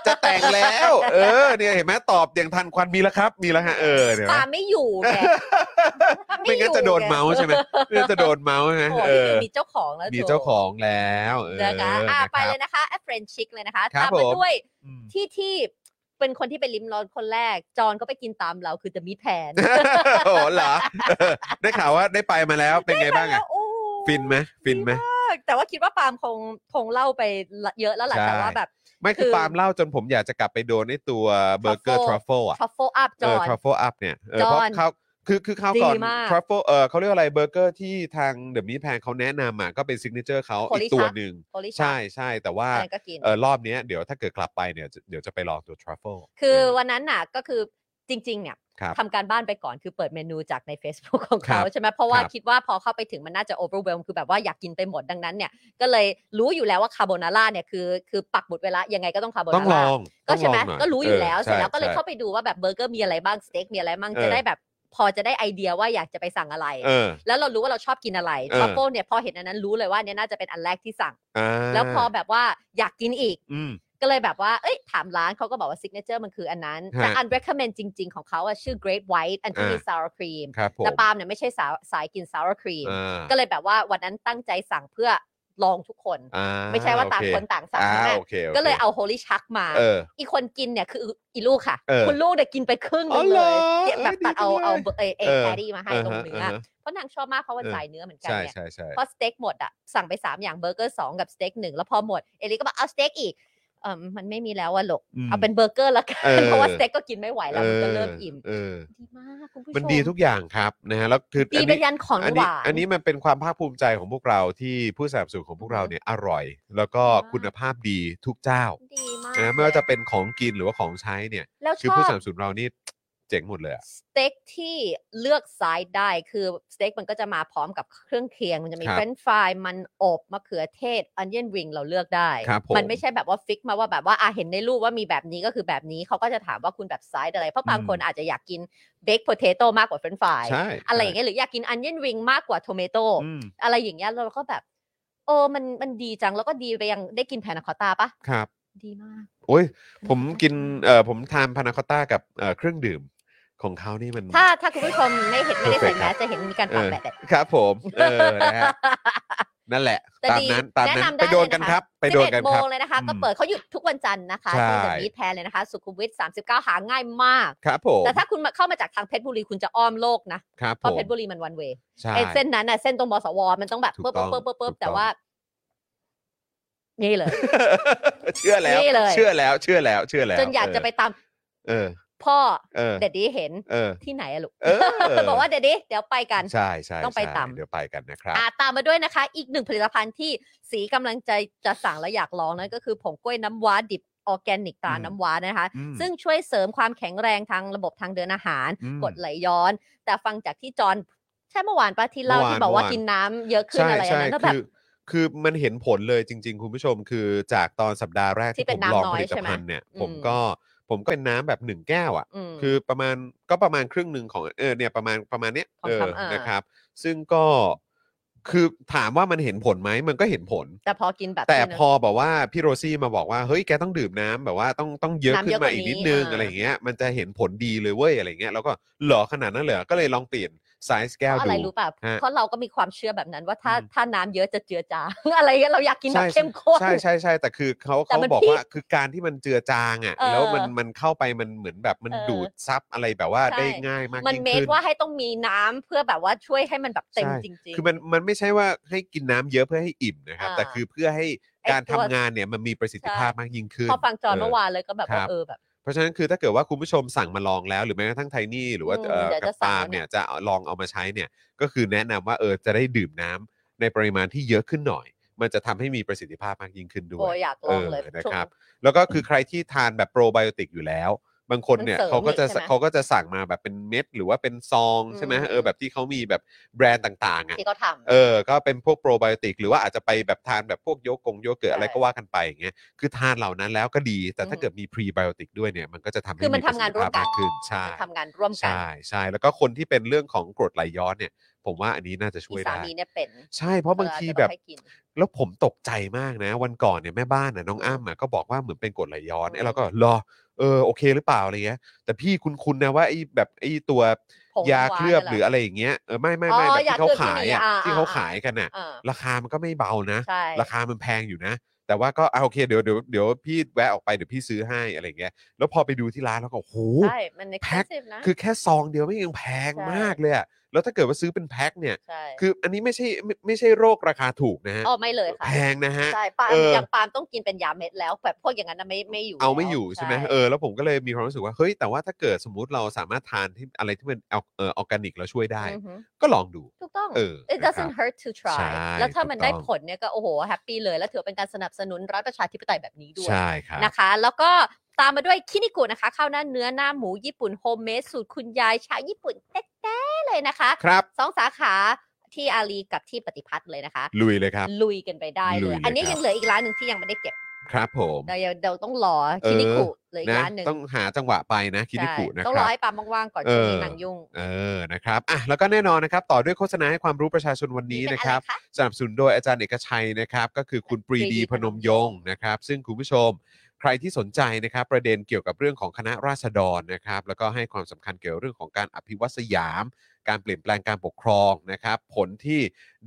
[SPEAKER 1] จะแต่งแล้ว เออเนี่ยเห็นไหมตอบอย่างทันควันมีแล้วครับ มีแล้วฮะเออเนี่ย
[SPEAKER 2] ปาไม่อยู่ไงปา
[SPEAKER 1] ไม่งั้นจะโดน
[SPEAKER 2] อยู่ไ
[SPEAKER 1] เมาส์ใช่ไหมไม่งั้นจะโดนเมาส์ใช่ไหม
[SPEAKER 2] โอ้โห
[SPEAKER 1] เออ
[SPEAKER 2] นี่มีเจ้าของแล้ว
[SPEAKER 1] มี
[SPEAKER 2] โจ
[SPEAKER 1] เจ้าของแล้วเออ
[SPEAKER 2] นะคะ
[SPEAKER 1] นะค
[SPEAKER 2] อ่ะ
[SPEAKER 1] รับ
[SPEAKER 2] ไปเลยนะคะแอฟเฟรนชิกเลยนะคะ
[SPEAKER 1] ครับ
[SPEAKER 2] ตามมา
[SPEAKER 1] ผม
[SPEAKER 2] ด้วย
[SPEAKER 1] อืม
[SPEAKER 2] ที่ที่เป็นคนที่ไปลิ้มลองคนแรก จอนก็ไปกินตามเราคือจะมีแผน
[SPEAKER 1] โอ้โหเหรอ ได้ข่าวว่าได้ไปมาแล้วเป็นไงบ้าง
[SPEAKER 2] แล้
[SPEAKER 1] อะ
[SPEAKER 2] วโอ้
[SPEAKER 1] ฟินไหมฟินไหม
[SPEAKER 2] มากแต่ว่าคิดว่าปาล์มคงคงเล่าไปเยอะแล้วแหละ
[SPEAKER 1] ใช่
[SPEAKER 2] แต่ว่าแบบ
[SPEAKER 1] ไม่
[SPEAKER 2] คื
[SPEAKER 1] คือ
[SPEAKER 2] อ
[SPEAKER 1] ปาล์มเล่าจนผมอยากจะกลับไปโดนในตัวเบอร์เกอร์ทรัฟ
[SPEAKER 2] Truffle
[SPEAKER 1] เฟิลอะ
[SPEAKER 2] ทัฟเฟิลอัพจ
[SPEAKER 1] เอ
[SPEAKER 2] อ
[SPEAKER 1] อน ทรัฟเฟิลอัพเนี่ยเออเพราะ
[SPEAKER 2] จอห์น
[SPEAKER 1] เขาคือคือข้าวก่อน
[SPEAKER 2] ดีมาก
[SPEAKER 1] ทรัฟเฟิลเออเขาเรียกว่าอะไรเบอร์เกอร์ที่ทางเดอะมิแพงเขาแนะนำอะก็เป็นซิกเนเจอร์เขา
[SPEAKER 2] โคลิ
[SPEAKER 1] อี
[SPEAKER 2] ชะ
[SPEAKER 1] กตัวหนึ่ง
[SPEAKER 2] โอลิชา
[SPEAKER 1] ใช่ใช่แต่ว่า
[SPEAKER 2] อะไรก็กิน
[SPEAKER 1] เออรอบเนี้ยเดี๋ยวถ้าเกิดกลับไปเนี่ยเดี๋ยวจะไปลองตัวทรัฟเฟิล
[SPEAKER 2] คือวันนั้นน่ะก็คือจริงๆเนี่ย
[SPEAKER 1] ครับ
[SPEAKER 2] ทำการบ้านไปก่อนคือเปิดเมนูจากใน Facebook ของ
[SPEAKER 1] ครั
[SPEAKER 2] เขา
[SPEAKER 1] บ
[SPEAKER 2] ใช่ไหมเพราะว่า
[SPEAKER 1] ครับ
[SPEAKER 2] คิดว่าพอเข้าไปถึงมันน่าจะ overwhelm คือแบบว่าอยากกินไปหมดดังนั้นเนี่ยก็เลยรู้อยู่แล้วว่าคาโบนาร่าเนี่ยคือคือปักหมุดเวลายังไงก็ต้องคาโบ
[SPEAKER 1] ต้อง
[SPEAKER 2] นา
[SPEAKER 1] ล
[SPEAKER 2] ร่า
[SPEAKER 1] อง
[SPEAKER 2] ก็
[SPEAKER 1] ต้อง
[SPEAKER 2] ใช่
[SPEAKER 1] ลอง
[SPEAKER 2] ไหม
[SPEAKER 1] น่
[SPEAKER 2] ก็รู้อยู่แล้ว
[SPEAKER 1] ใช่
[SPEAKER 2] เสร็จแล้วก็เลย
[SPEAKER 1] ใช่
[SPEAKER 2] เข้าไปดูว่าแบบเบอร์เกอร์มีอะไรบ้างสเต็กมีอะไรบ้าง
[SPEAKER 1] เออ
[SPEAKER 2] จะได้แบบ พอจะได้ไอเดียว่าอยากจะไปสั่งอะไร
[SPEAKER 1] เออ
[SPEAKER 2] แล้วเรารู้ว่าเราชอบกินอะไร
[SPEAKER 1] เออ
[SPEAKER 2] ทรัฟเฟิลเนี่ยพอเห็นอันนั้นรู้เลยว่าอันเนี่ยน่าจะเป็นอันแรกที่สั่ง
[SPEAKER 1] อ่า
[SPEAKER 2] แล้วพอแบบว่าอยากกินอีก
[SPEAKER 1] อืม
[SPEAKER 2] ก็เลยแบบว่า เอ้ย ถามร้านเขาก็บอกว่าซิกเนเจอร์มันคืออันนั้น
[SPEAKER 1] ฮะ
[SPEAKER 2] แต่อัน recommend จริง ๆ ของเขาอะชื่อ grape white อันที่มี
[SPEAKER 1] อ่า
[SPEAKER 2] sour cream
[SPEAKER 1] ครับผม
[SPEAKER 2] แต่ปาล์มเนี่ยไม่ใช่สาวสายกิน sour cream
[SPEAKER 1] อ่า
[SPEAKER 2] ก็เลยแบบว่าวันนั้นตั้งใจสั่งเพื่อลองทุกคน
[SPEAKER 1] อ่า
[SPEAKER 2] ไม่ใช่ว่าต่าง
[SPEAKER 1] โอเ
[SPEAKER 2] คนต่างสั่ง
[SPEAKER 1] อ่า
[SPEAKER 2] ใช่ไหม
[SPEAKER 1] โอเคโค
[SPEAKER 2] ก็เลยเอา holy chuck มา
[SPEAKER 1] เออ
[SPEAKER 2] อีคนกินเนี่ยคืออีลูกค่ะ
[SPEAKER 1] เออ
[SPEAKER 2] คุณลูกเนี่ยกินไปครึ่งหนึ
[SPEAKER 1] อ๋อง เหร
[SPEAKER 2] เล
[SPEAKER 1] อย
[SPEAKER 2] เนี่ยแบบตัดเอา
[SPEAKER 1] เอ้ยดีจังเลย
[SPEAKER 2] เอาเบอร์เอเอ
[SPEAKER 1] เออ
[SPEAKER 2] แครี่มาให้ตรงเนื้อ
[SPEAKER 1] อ่า
[SPEAKER 2] อ
[SPEAKER 1] ฮะ
[SPEAKER 2] เพราะนางชอบมากเพราะว่าจ่ายเนื้อเหมือนกัน
[SPEAKER 1] ใช่
[SPEAKER 2] เนี่ย
[SPEAKER 1] ใช่ใช่
[SPEAKER 2] พอสเต็กหมดอ่ะ สั่งไป 3 อย่างเบอร์เกอร์สองกับสเต็กหนึ่งแล้วพอหมด เอลิก็บอกเอาสเต็กอีกเออมันไม่มีแล้วอะหลก
[SPEAKER 1] ม
[SPEAKER 2] เอาเป็นเบอร์เกอร์ละกัน
[SPEAKER 1] เออ
[SPEAKER 2] เพราะว่าสเต็กก็กินไม่ไหวแล้ว มันก็เริ่มอิ่ม
[SPEAKER 1] เออ
[SPEAKER 2] ดีมากคุณผู้ชม
[SPEAKER 1] มันดีทุกอย่างครับนะฮะแล้วคือ
[SPEAKER 2] ดี
[SPEAKER 1] อัน
[SPEAKER 2] ไป
[SPEAKER 1] นี้
[SPEAKER 2] ยันของ
[SPEAKER 1] อัน
[SPEAKER 2] ห
[SPEAKER 1] นี้
[SPEAKER 2] วาน
[SPEAKER 1] อันนี้มันเป็นความภาคภูมิใจของพวกเราที่ผู้สนับสนุนของพวกเราเนี่ยอร่อย แล้วก็
[SPEAKER 2] อ่า
[SPEAKER 1] คุณภาพดีทุกเจ้า
[SPEAKER 2] ดีมาก
[SPEAKER 1] นะไม่ว่าจะเป็นของกินหรือว่าของใช้เนี่ย
[SPEAKER 2] แล้วช
[SPEAKER 1] คือ
[SPEAKER 2] อบ
[SPEAKER 1] ผู้สนับสนุนเรานี่เจ๋งหมดเลยอะ
[SPEAKER 2] สเต็กที่เลือกไซด์ได้คือสเต็กมันก็จะมาพร้อมกับเครื่องเคียง มันจะมี
[SPEAKER 1] ครับ
[SPEAKER 2] เฟรนช์ฟรายมันอบมะเขือเทศอันเยนริงเราเลือกได้
[SPEAKER 1] ครับผม
[SPEAKER 2] มันไม่ใช่แบบว่าฟิกมาว่าแบบว่าอ่ะเห็นในรูปว่ามีแบบนี้ก็คือแบบนี้เขาก็จะถามว่าคุณแบบไซด์อะไร เพราะบาง
[SPEAKER 1] อืม
[SPEAKER 2] คนอาจจะอยากกินเบคโพเทโต้มากกว่าเฟรนช์ฟราย
[SPEAKER 1] ใช่
[SPEAKER 2] อะไรอย่างเงี้ยหรืออยากกินอันเยนริงมากกว่าโทเมโต
[SPEAKER 1] อืม
[SPEAKER 2] อะไรอย่างเงี้ยแล้วเราก็แบบเออมันมันดีจังแล้วก็ดีไปยังได้กินแพนาคอตตาปะ
[SPEAKER 1] ครับ
[SPEAKER 2] ดีมาก
[SPEAKER 1] โอ้ยผมกิน
[SPEAKER 2] พา
[SPEAKER 1] เอ่อผมทานพานาคอตต้ากับเอ่อเครื่องดื่มของเขานี่มัน
[SPEAKER 2] นาคอตต้าถ้าถ้าคุณผู้ชมไม่เห็นไม่ได้ใส่
[SPEAKER 1] Perfect
[SPEAKER 2] แมสจะเห็นมีการ
[SPEAKER 1] เอ
[SPEAKER 2] ปาก
[SPEAKER 1] อ
[SPEAKER 2] แปะแบบ
[SPEAKER 1] ครับผมเออนะฮะนั่นแหละ
[SPEAKER 2] แต่
[SPEAKER 1] ตาม
[SPEAKER 2] ดี
[SPEAKER 1] นั้นตามนั้น
[SPEAKER 2] แนะนำได้
[SPEAKER 1] ไปโดนกัน
[SPEAKER 2] เลย
[SPEAKER 1] ค
[SPEAKER 2] นะคะ
[SPEAKER 1] รับ ไปโดนกัน
[SPEAKER 2] 11โม
[SPEAKER 1] ครับ
[SPEAKER 2] งเลยนะคะ
[SPEAKER 1] อืม
[SPEAKER 2] ก็เปิดเขาหยุดทุกวันจันทร์นะคะ
[SPEAKER 1] ใช่
[SPEAKER 2] ที่จะมีแทนเลยนะคะ สุขุมวิท39 หาง่ายมาก
[SPEAKER 1] ครับผม
[SPEAKER 2] แต่ถ้าคุณมาเข้ามาจากทางเพชรบุรีคุณจะอ้อมโลกนะ
[SPEAKER 1] ครับ
[SPEAKER 2] เพ
[SPEAKER 1] ผ
[SPEAKER 2] ราะ
[SPEAKER 1] ม
[SPEAKER 2] เพชรบุรีมันวันเวย์
[SPEAKER 1] ใช่
[SPEAKER 2] ไอ้เส้นนั้นน่ะเส้นตรงบสวมันต้องแบบ
[SPEAKER 1] ถูก
[SPEAKER 2] เปิ๊บ
[SPEAKER 1] ต้อง
[SPEAKER 2] เปิ๊บเปิ๊บเปิ๊บ
[SPEAKER 1] ถูกต้อง
[SPEAKER 2] แต่ว่านี่เลย
[SPEAKER 1] เชื่อแล้ว
[SPEAKER 2] นี่เลย
[SPEAKER 1] เชื่อแล้วเชื่อแล้วเชื่อแล้ว
[SPEAKER 2] จนอยากจะไปตาม
[SPEAKER 1] เออ
[SPEAKER 2] พ่อ
[SPEAKER 1] เออ
[SPEAKER 2] เด็ดดีเห็น
[SPEAKER 1] เออ
[SPEAKER 2] ที่ไหนอะลูก
[SPEAKER 1] เออ
[SPEAKER 2] บอกว่าเดี๋ยวดิเดี๋ยวไปกัน
[SPEAKER 1] ใช่ใช่
[SPEAKER 2] ต้องไป
[SPEAKER 1] ใช่
[SPEAKER 2] ตำ
[SPEAKER 1] เดี๋ยวไปกันนะครับ
[SPEAKER 2] อ่ะตามมาด้วยนะคะ อีกหนึ่งผลิตภัณฑ์ที่สีกำลังใจจะสั่งและอยากลองนั่นก็คือผงกล้วยน้ำว้าดิบออร์แกนิกตรา
[SPEAKER 1] อืม
[SPEAKER 2] น้ำว้านะคะ
[SPEAKER 1] อืม
[SPEAKER 2] ซึ่งช่วยเสริมความแข็งแรงทางระบบทางเดินอาหาร
[SPEAKER 1] อืม
[SPEAKER 2] กดไหลย้อน แต่ฟังจากที่จอห์นใช่เมื่อวานปะที่เล่า
[SPEAKER 1] เมื่อวาน
[SPEAKER 2] ที่บอกว่า
[SPEAKER 1] เมื่อวาน
[SPEAKER 2] กินน้ำเยอะขึ้น
[SPEAKER 1] ใช่
[SPEAKER 2] อะไรอัน
[SPEAKER 1] ใช่
[SPEAKER 2] นั้นแล้วแบ
[SPEAKER 1] คื
[SPEAKER 2] บ
[SPEAKER 1] อคือมันเห็นผลเลยจริง ๆ คุณผู้ชมคือจากตอนสัปดาห์แรก
[SPEAKER 2] ที่
[SPEAKER 1] ที่
[SPEAKER 2] เป็
[SPEAKER 1] ผ
[SPEAKER 2] น
[SPEAKER 1] มลอง
[SPEAKER 2] น้ำน้อย
[SPEAKER 1] ผลิต
[SPEAKER 2] ใช่ไหม
[SPEAKER 1] ภัณฑ์เนี่ย
[SPEAKER 2] อืม
[SPEAKER 1] ผมก็ผมก็เป็นน้ำแบบหนึ่งแก้วอ่ะ
[SPEAKER 2] ม
[SPEAKER 1] คือประมาณก็ประมาณครึ่งหนึ่งของเออเนี่ยประมาณประมาณเนี้ย
[SPEAKER 2] ของ
[SPEAKER 1] เออ
[SPEAKER 2] คำเออ
[SPEAKER 1] นะครับ ซึ่งก็คือถามว่ามันเห็นผลไหมมันก็เห็นผล
[SPEAKER 2] แต่พอกินแบบ
[SPEAKER 1] แต่
[SPEAKER 2] นี้นะ
[SPEAKER 1] พอแบบว่าพี่โรซี่มาบอกว่าเฮ้ยแกต้องดื่มน้ำแบบว่าต้องต้องเยอะ
[SPEAKER 2] น้ำ
[SPEAKER 1] ขึ้
[SPEAKER 2] เย
[SPEAKER 1] น
[SPEAKER 2] อะ
[SPEAKER 1] มาอีกนิดนึง
[SPEAKER 2] กว่านี้
[SPEAKER 1] อะไรอย่างเงี้ยมันจะเห็นผลดีเลยเว้ยอะไรอย่างเงี้ยแล้วก็เหรอขนาดนั้นเหรอก็เลยลองเปลี่ยนไซส์แก้
[SPEAKER 2] าว อะไร
[SPEAKER 1] ดู
[SPEAKER 2] รู้ป่ะ
[SPEAKER 1] ฮะ
[SPEAKER 2] เพราะเราก็มีความเชื่อแบบนั้นว่าถ้า
[SPEAKER 1] อืม
[SPEAKER 2] ถ้าน้ำเยอะจะเจือจาง อะไรเงี้ยเราอยากกินแบบเข้มข้น
[SPEAKER 1] ใช่ใช่ใช่แต่คือเขา
[SPEAKER 2] แต่
[SPEAKER 1] เขา
[SPEAKER 2] มัน
[SPEAKER 1] บอก
[SPEAKER 2] พีค
[SPEAKER 1] ว่าคือการที่มันเจือจางอ่ะ
[SPEAKER 2] เออ
[SPEAKER 1] แล้วมันมันเข้าไปมันเหมือนแบบมัน
[SPEAKER 2] เออ
[SPEAKER 1] ดูดซับอะไรแบบว่า
[SPEAKER 2] ใช่
[SPEAKER 1] ได้ง่ายมาก
[SPEAKER 2] มัน
[SPEAKER 1] ยิ่ง
[SPEAKER 2] เมค
[SPEAKER 1] ขึ้น
[SPEAKER 2] ว่าให้ต้องมีน้ำเพื่อแบบว่าช่วยให้มันแบบเต็ม
[SPEAKER 1] ใช่
[SPEAKER 2] จริง ๆ
[SPEAKER 1] คือมันมันไม่ใช่ว่าให้กินน้ำเยอะเพื่อให้อิ่มนะครับ
[SPEAKER 2] อ่า
[SPEAKER 1] แต่คือเพื่อให้การ
[SPEAKER 2] ไอ้ตั
[SPEAKER 1] ทำ
[SPEAKER 2] ว
[SPEAKER 1] งานเนี่ยมันมีประสิทธิ
[SPEAKER 2] ใช่
[SPEAKER 1] ภาพมากยิ่งขึ้น
[SPEAKER 2] พอฟังจอนเมื่อวานเลยก็แบบ
[SPEAKER 1] ครั
[SPEAKER 2] ว่า
[SPEAKER 1] บ
[SPEAKER 2] เออแบบ
[SPEAKER 1] เพราะฉะนั้นคือถ้าเกิดว่าคุณผู้ชมสั่งมาลองแล้ว หรือแม้กระทั่งไทนี่หรือว่า
[SPEAKER 2] อืม
[SPEAKER 1] เอ่อ
[SPEAKER 2] เดี๋ยว
[SPEAKER 1] กั
[SPEAKER 2] จะ
[SPEAKER 1] บ
[SPEAKER 2] สั่ง
[SPEAKER 1] ปาล์ม
[SPEAKER 2] แล้วเนี่
[SPEAKER 1] เนี่ย
[SPEAKER 2] ย
[SPEAKER 1] จะเอาลองเอามาใช้เนี่ยก็คือแนะนำว่าเออจะได้ดื่มน้ำในปริมาณที่เยอะขึ้นหน่อย มันจะทำให้มีประสิทธิภาพมากยิ่งขึ้นด้ว
[SPEAKER 2] โอ้
[SPEAKER 1] ย
[SPEAKER 2] ยอยากลองเลย
[SPEAKER 1] เออนะ
[SPEAKER 2] ช่วง
[SPEAKER 1] ครับ แล้วก็คือใครที่ทานแบบโปรไบโอติกอยู่แล้ว บางคนเนี่ย
[SPEAKER 2] มัน
[SPEAKER 1] เขาก็
[SPEAKER 2] เสริม
[SPEAKER 1] จะ
[SPEAKER 2] อีกใช่ไหม
[SPEAKER 1] เขาก็จะสั่งมาแบบเป็นเม็ด หรือว่าเป็นซองใช่ไหม
[SPEAKER 2] อืม
[SPEAKER 1] เออแบบที่เขามีแบบแบรนด์ต่างๆอ่ะ
[SPEAKER 2] ที่เขาทำ
[SPEAKER 1] เออก็เป็นพวกโปรไบโอติกหรือว่าอาจจะไปแบบทานแบบพวกโยกงโยเกิร์ตอะไร
[SPEAKER 2] ใช่
[SPEAKER 1] ก็ว่ากันไปอย่างเงี้ยคือทานเหล่านั้นแล้วก็ดี แต่ถ้า
[SPEAKER 2] อืม
[SPEAKER 1] เกิดมีพรีไบโอติกด้วยเนี่ยมันก็จะทำให้
[SPEAKER 2] คือมันทำงานร่วมกัน
[SPEAKER 1] ประสิทธิภาพขึ้นใช่
[SPEAKER 2] ทำงานร่วมกัน
[SPEAKER 1] ใช่ใช่แล้วก็คนที่เป็นเรื่องของกรดไหลย้อนเนี่ย ผมว่าอันนี้น่าจะช่
[SPEAKER 2] อี
[SPEAKER 1] วย
[SPEAKER 2] สา
[SPEAKER 1] ได้
[SPEAKER 2] มีเนี่ยเป็น
[SPEAKER 1] ใช่เพราะบางที
[SPEAKER 2] อออจจะ
[SPEAKER 1] แบ
[SPEAKER 2] ต้อบ ให้กิน
[SPEAKER 1] แล้วผมตกใจมากนะ วันก่อนเนี่ยแม่บ้านน่ะน้องอ้ำอ่ะก็บอกว่าเหมือนเป็นกรดไหลย้อน
[SPEAKER 2] อืม
[SPEAKER 1] ไอ้เราก็รอเออโอเคหรือเปล่าอะไรเงี้ยแต่พี่คุณคุณนะว่าไอ้แบบไอ้ตัว
[SPEAKER 2] ผง
[SPEAKER 1] ยาเคลือบ
[SPEAKER 2] วาน
[SPEAKER 1] ห
[SPEAKER 2] นี่
[SPEAKER 1] รือ
[SPEAKER 2] แะ
[SPEAKER 1] อะไรอย่างเงี้ยเออไม่ไม่ไม่
[SPEAKER 2] อ๋อ
[SPEAKER 1] แบบ
[SPEAKER 2] ยา
[SPEAKER 1] ที่
[SPEAKER 2] เค
[SPEAKER 1] เขา
[SPEAKER 2] ลือบ
[SPEAKER 1] ขาย
[SPEAKER 2] ที่มี
[SPEAKER 1] อ่ะ
[SPEAKER 2] อ่า
[SPEAKER 1] ที่เขา
[SPEAKER 2] อ่า
[SPEAKER 1] ขายกันน่ะ
[SPEAKER 2] เออ
[SPEAKER 1] ราคามันก็ไม่เบานะ
[SPEAKER 2] ใช่
[SPEAKER 1] ราคามันแพงอยู่นะ แต่ว่าก็อ่ะโอเคเดี๋ยวเดี๋ยวเดี๋ยวพี่แวะออกไปเดี๋ยวพี่ซื้อให้อะไรเงี้ยแล้วพอไปดูที่ร้านแล้วก็โอ้โห
[SPEAKER 2] ใช่มัน
[SPEAKER 1] แพ็ค
[SPEAKER 2] expensive นะ
[SPEAKER 1] คือแค่ซองเดียวไม่ยังแพง
[SPEAKER 2] ใช่
[SPEAKER 1] มากเลยอะแล้วถ้าเกิดว่าซื้อเป็นแพ็คเนี่ย
[SPEAKER 2] ใช่
[SPEAKER 1] คืออันนี้ไม่ใช่ไม่ไม่ใช่โรคราคาถูกนะฮะ
[SPEAKER 2] อ๋อไม่เลยค่ะ
[SPEAKER 1] แพงนะฮะ
[SPEAKER 2] ใช่ปาล์ม
[SPEAKER 1] เอออ
[SPEAKER 2] อย่างปาล์มต้องกินเป็นยาเม็ดแล้วแบบพวกอย่างนั้นนะไม่ไม่อยู่
[SPEAKER 1] เอาไม่
[SPEAKER 2] แล้ว
[SPEAKER 1] อยู่ใช่ไหมเออแล้วผมก็เลยมีความรู้สึกว่าเฮ้ยแต่ว่าถ้าเกิดสมมติเราสามารถทานที่อะไรที่มันแอลเออออร์แกนิกแล้วช่วยได้
[SPEAKER 2] อือฮึ
[SPEAKER 1] ก็ลองดู
[SPEAKER 2] ถูกต้อง
[SPEAKER 1] เออ
[SPEAKER 2] it
[SPEAKER 1] นะครับ
[SPEAKER 2] doesn't hurt to
[SPEAKER 1] ใช่
[SPEAKER 2] try แล้วถ้ามันได้
[SPEAKER 1] ถูกต้อง
[SPEAKER 2] ผลเนี่ยก็โอ้โหแฮปปี้เลย แล้วถือเป็นการสนับสนุนรัฐประชาธิปไตยแบบนี้ด้วย
[SPEAKER 1] ใช่ครับ
[SPEAKER 2] นะคะแล้วก็ตามมาด้วยคินิกุนะคะข้าวหน้าเนื้อหน้าหมูญี่ปุ่นโฮมเมดสูตรคุณยายชาวญี่ปุ่นแท้ๆเลยนะคะ
[SPEAKER 1] ครับ
[SPEAKER 2] สองสาขาที่อารีกับที่ปฏิพัฒน์เลยนะคะ
[SPEAKER 1] ลุยเลยครับ
[SPEAKER 2] ลุยกันไปได้
[SPEAKER 1] ลุ
[SPEAKER 2] เลย ย
[SPEAKER 1] เลย
[SPEAKER 2] อันนี้
[SPEAKER 1] ครับ
[SPEAKER 2] ยังเหลืออีกร้านหนึ่งที่ยังไม่ได้เก็บ
[SPEAKER 1] ครับผม
[SPEAKER 2] เดี๋ยวเดี๋ยวต้องรอคินิคุเหลย
[SPEAKER 1] นะ
[SPEAKER 2] ร้านหนึ่ง
[SPEAKER 1] ต้องหาจังหวะไปนะคินิคุ
[SPEAKER 2] ใช่
[SPEAKER 1] นะ
[SPEAKER 2] ต้อง
[SPEAKER 1] ค
[SPEAKER 2] ร
[SPEAKER 1] รั
[SPEAKER 2] อบ ให้ปามว่างๆก่อน
[SPEAKER 1] เออ
[SPEAKER 2] ช่วงนี้นางยุ่ง
[SPEAKER 1] เออนะครับอ่ะแล้วก็แน่นอนนะครับ ต่อด้วยโฆษณาให้ความรู้ประชาชนวันนี้
[SPEAKER 2] เป็
[SPEAKER 1] นะ
[SPEAKER 2] อ
[SPEAKER 1] ค
[SPEAKER 2] ไ
[SPEAKER 1] รับ สนับสนุนโดยอาจารย์เอกชัยนะครับ ก็คือคุณปรีดีพนมยงค์นะครับ ซึ่งคุณผู้ชมใครที่สนใจนะครับ ประเด็นเกี่ยวกับเรื่องของคณะราษฎรนะครับ แล้วก็ให้ความสำคัญเกี่ยวเรื่องของการอภิวัตสยาม การเปลี่ยนแปลงการปกครองนะครับ ผลที่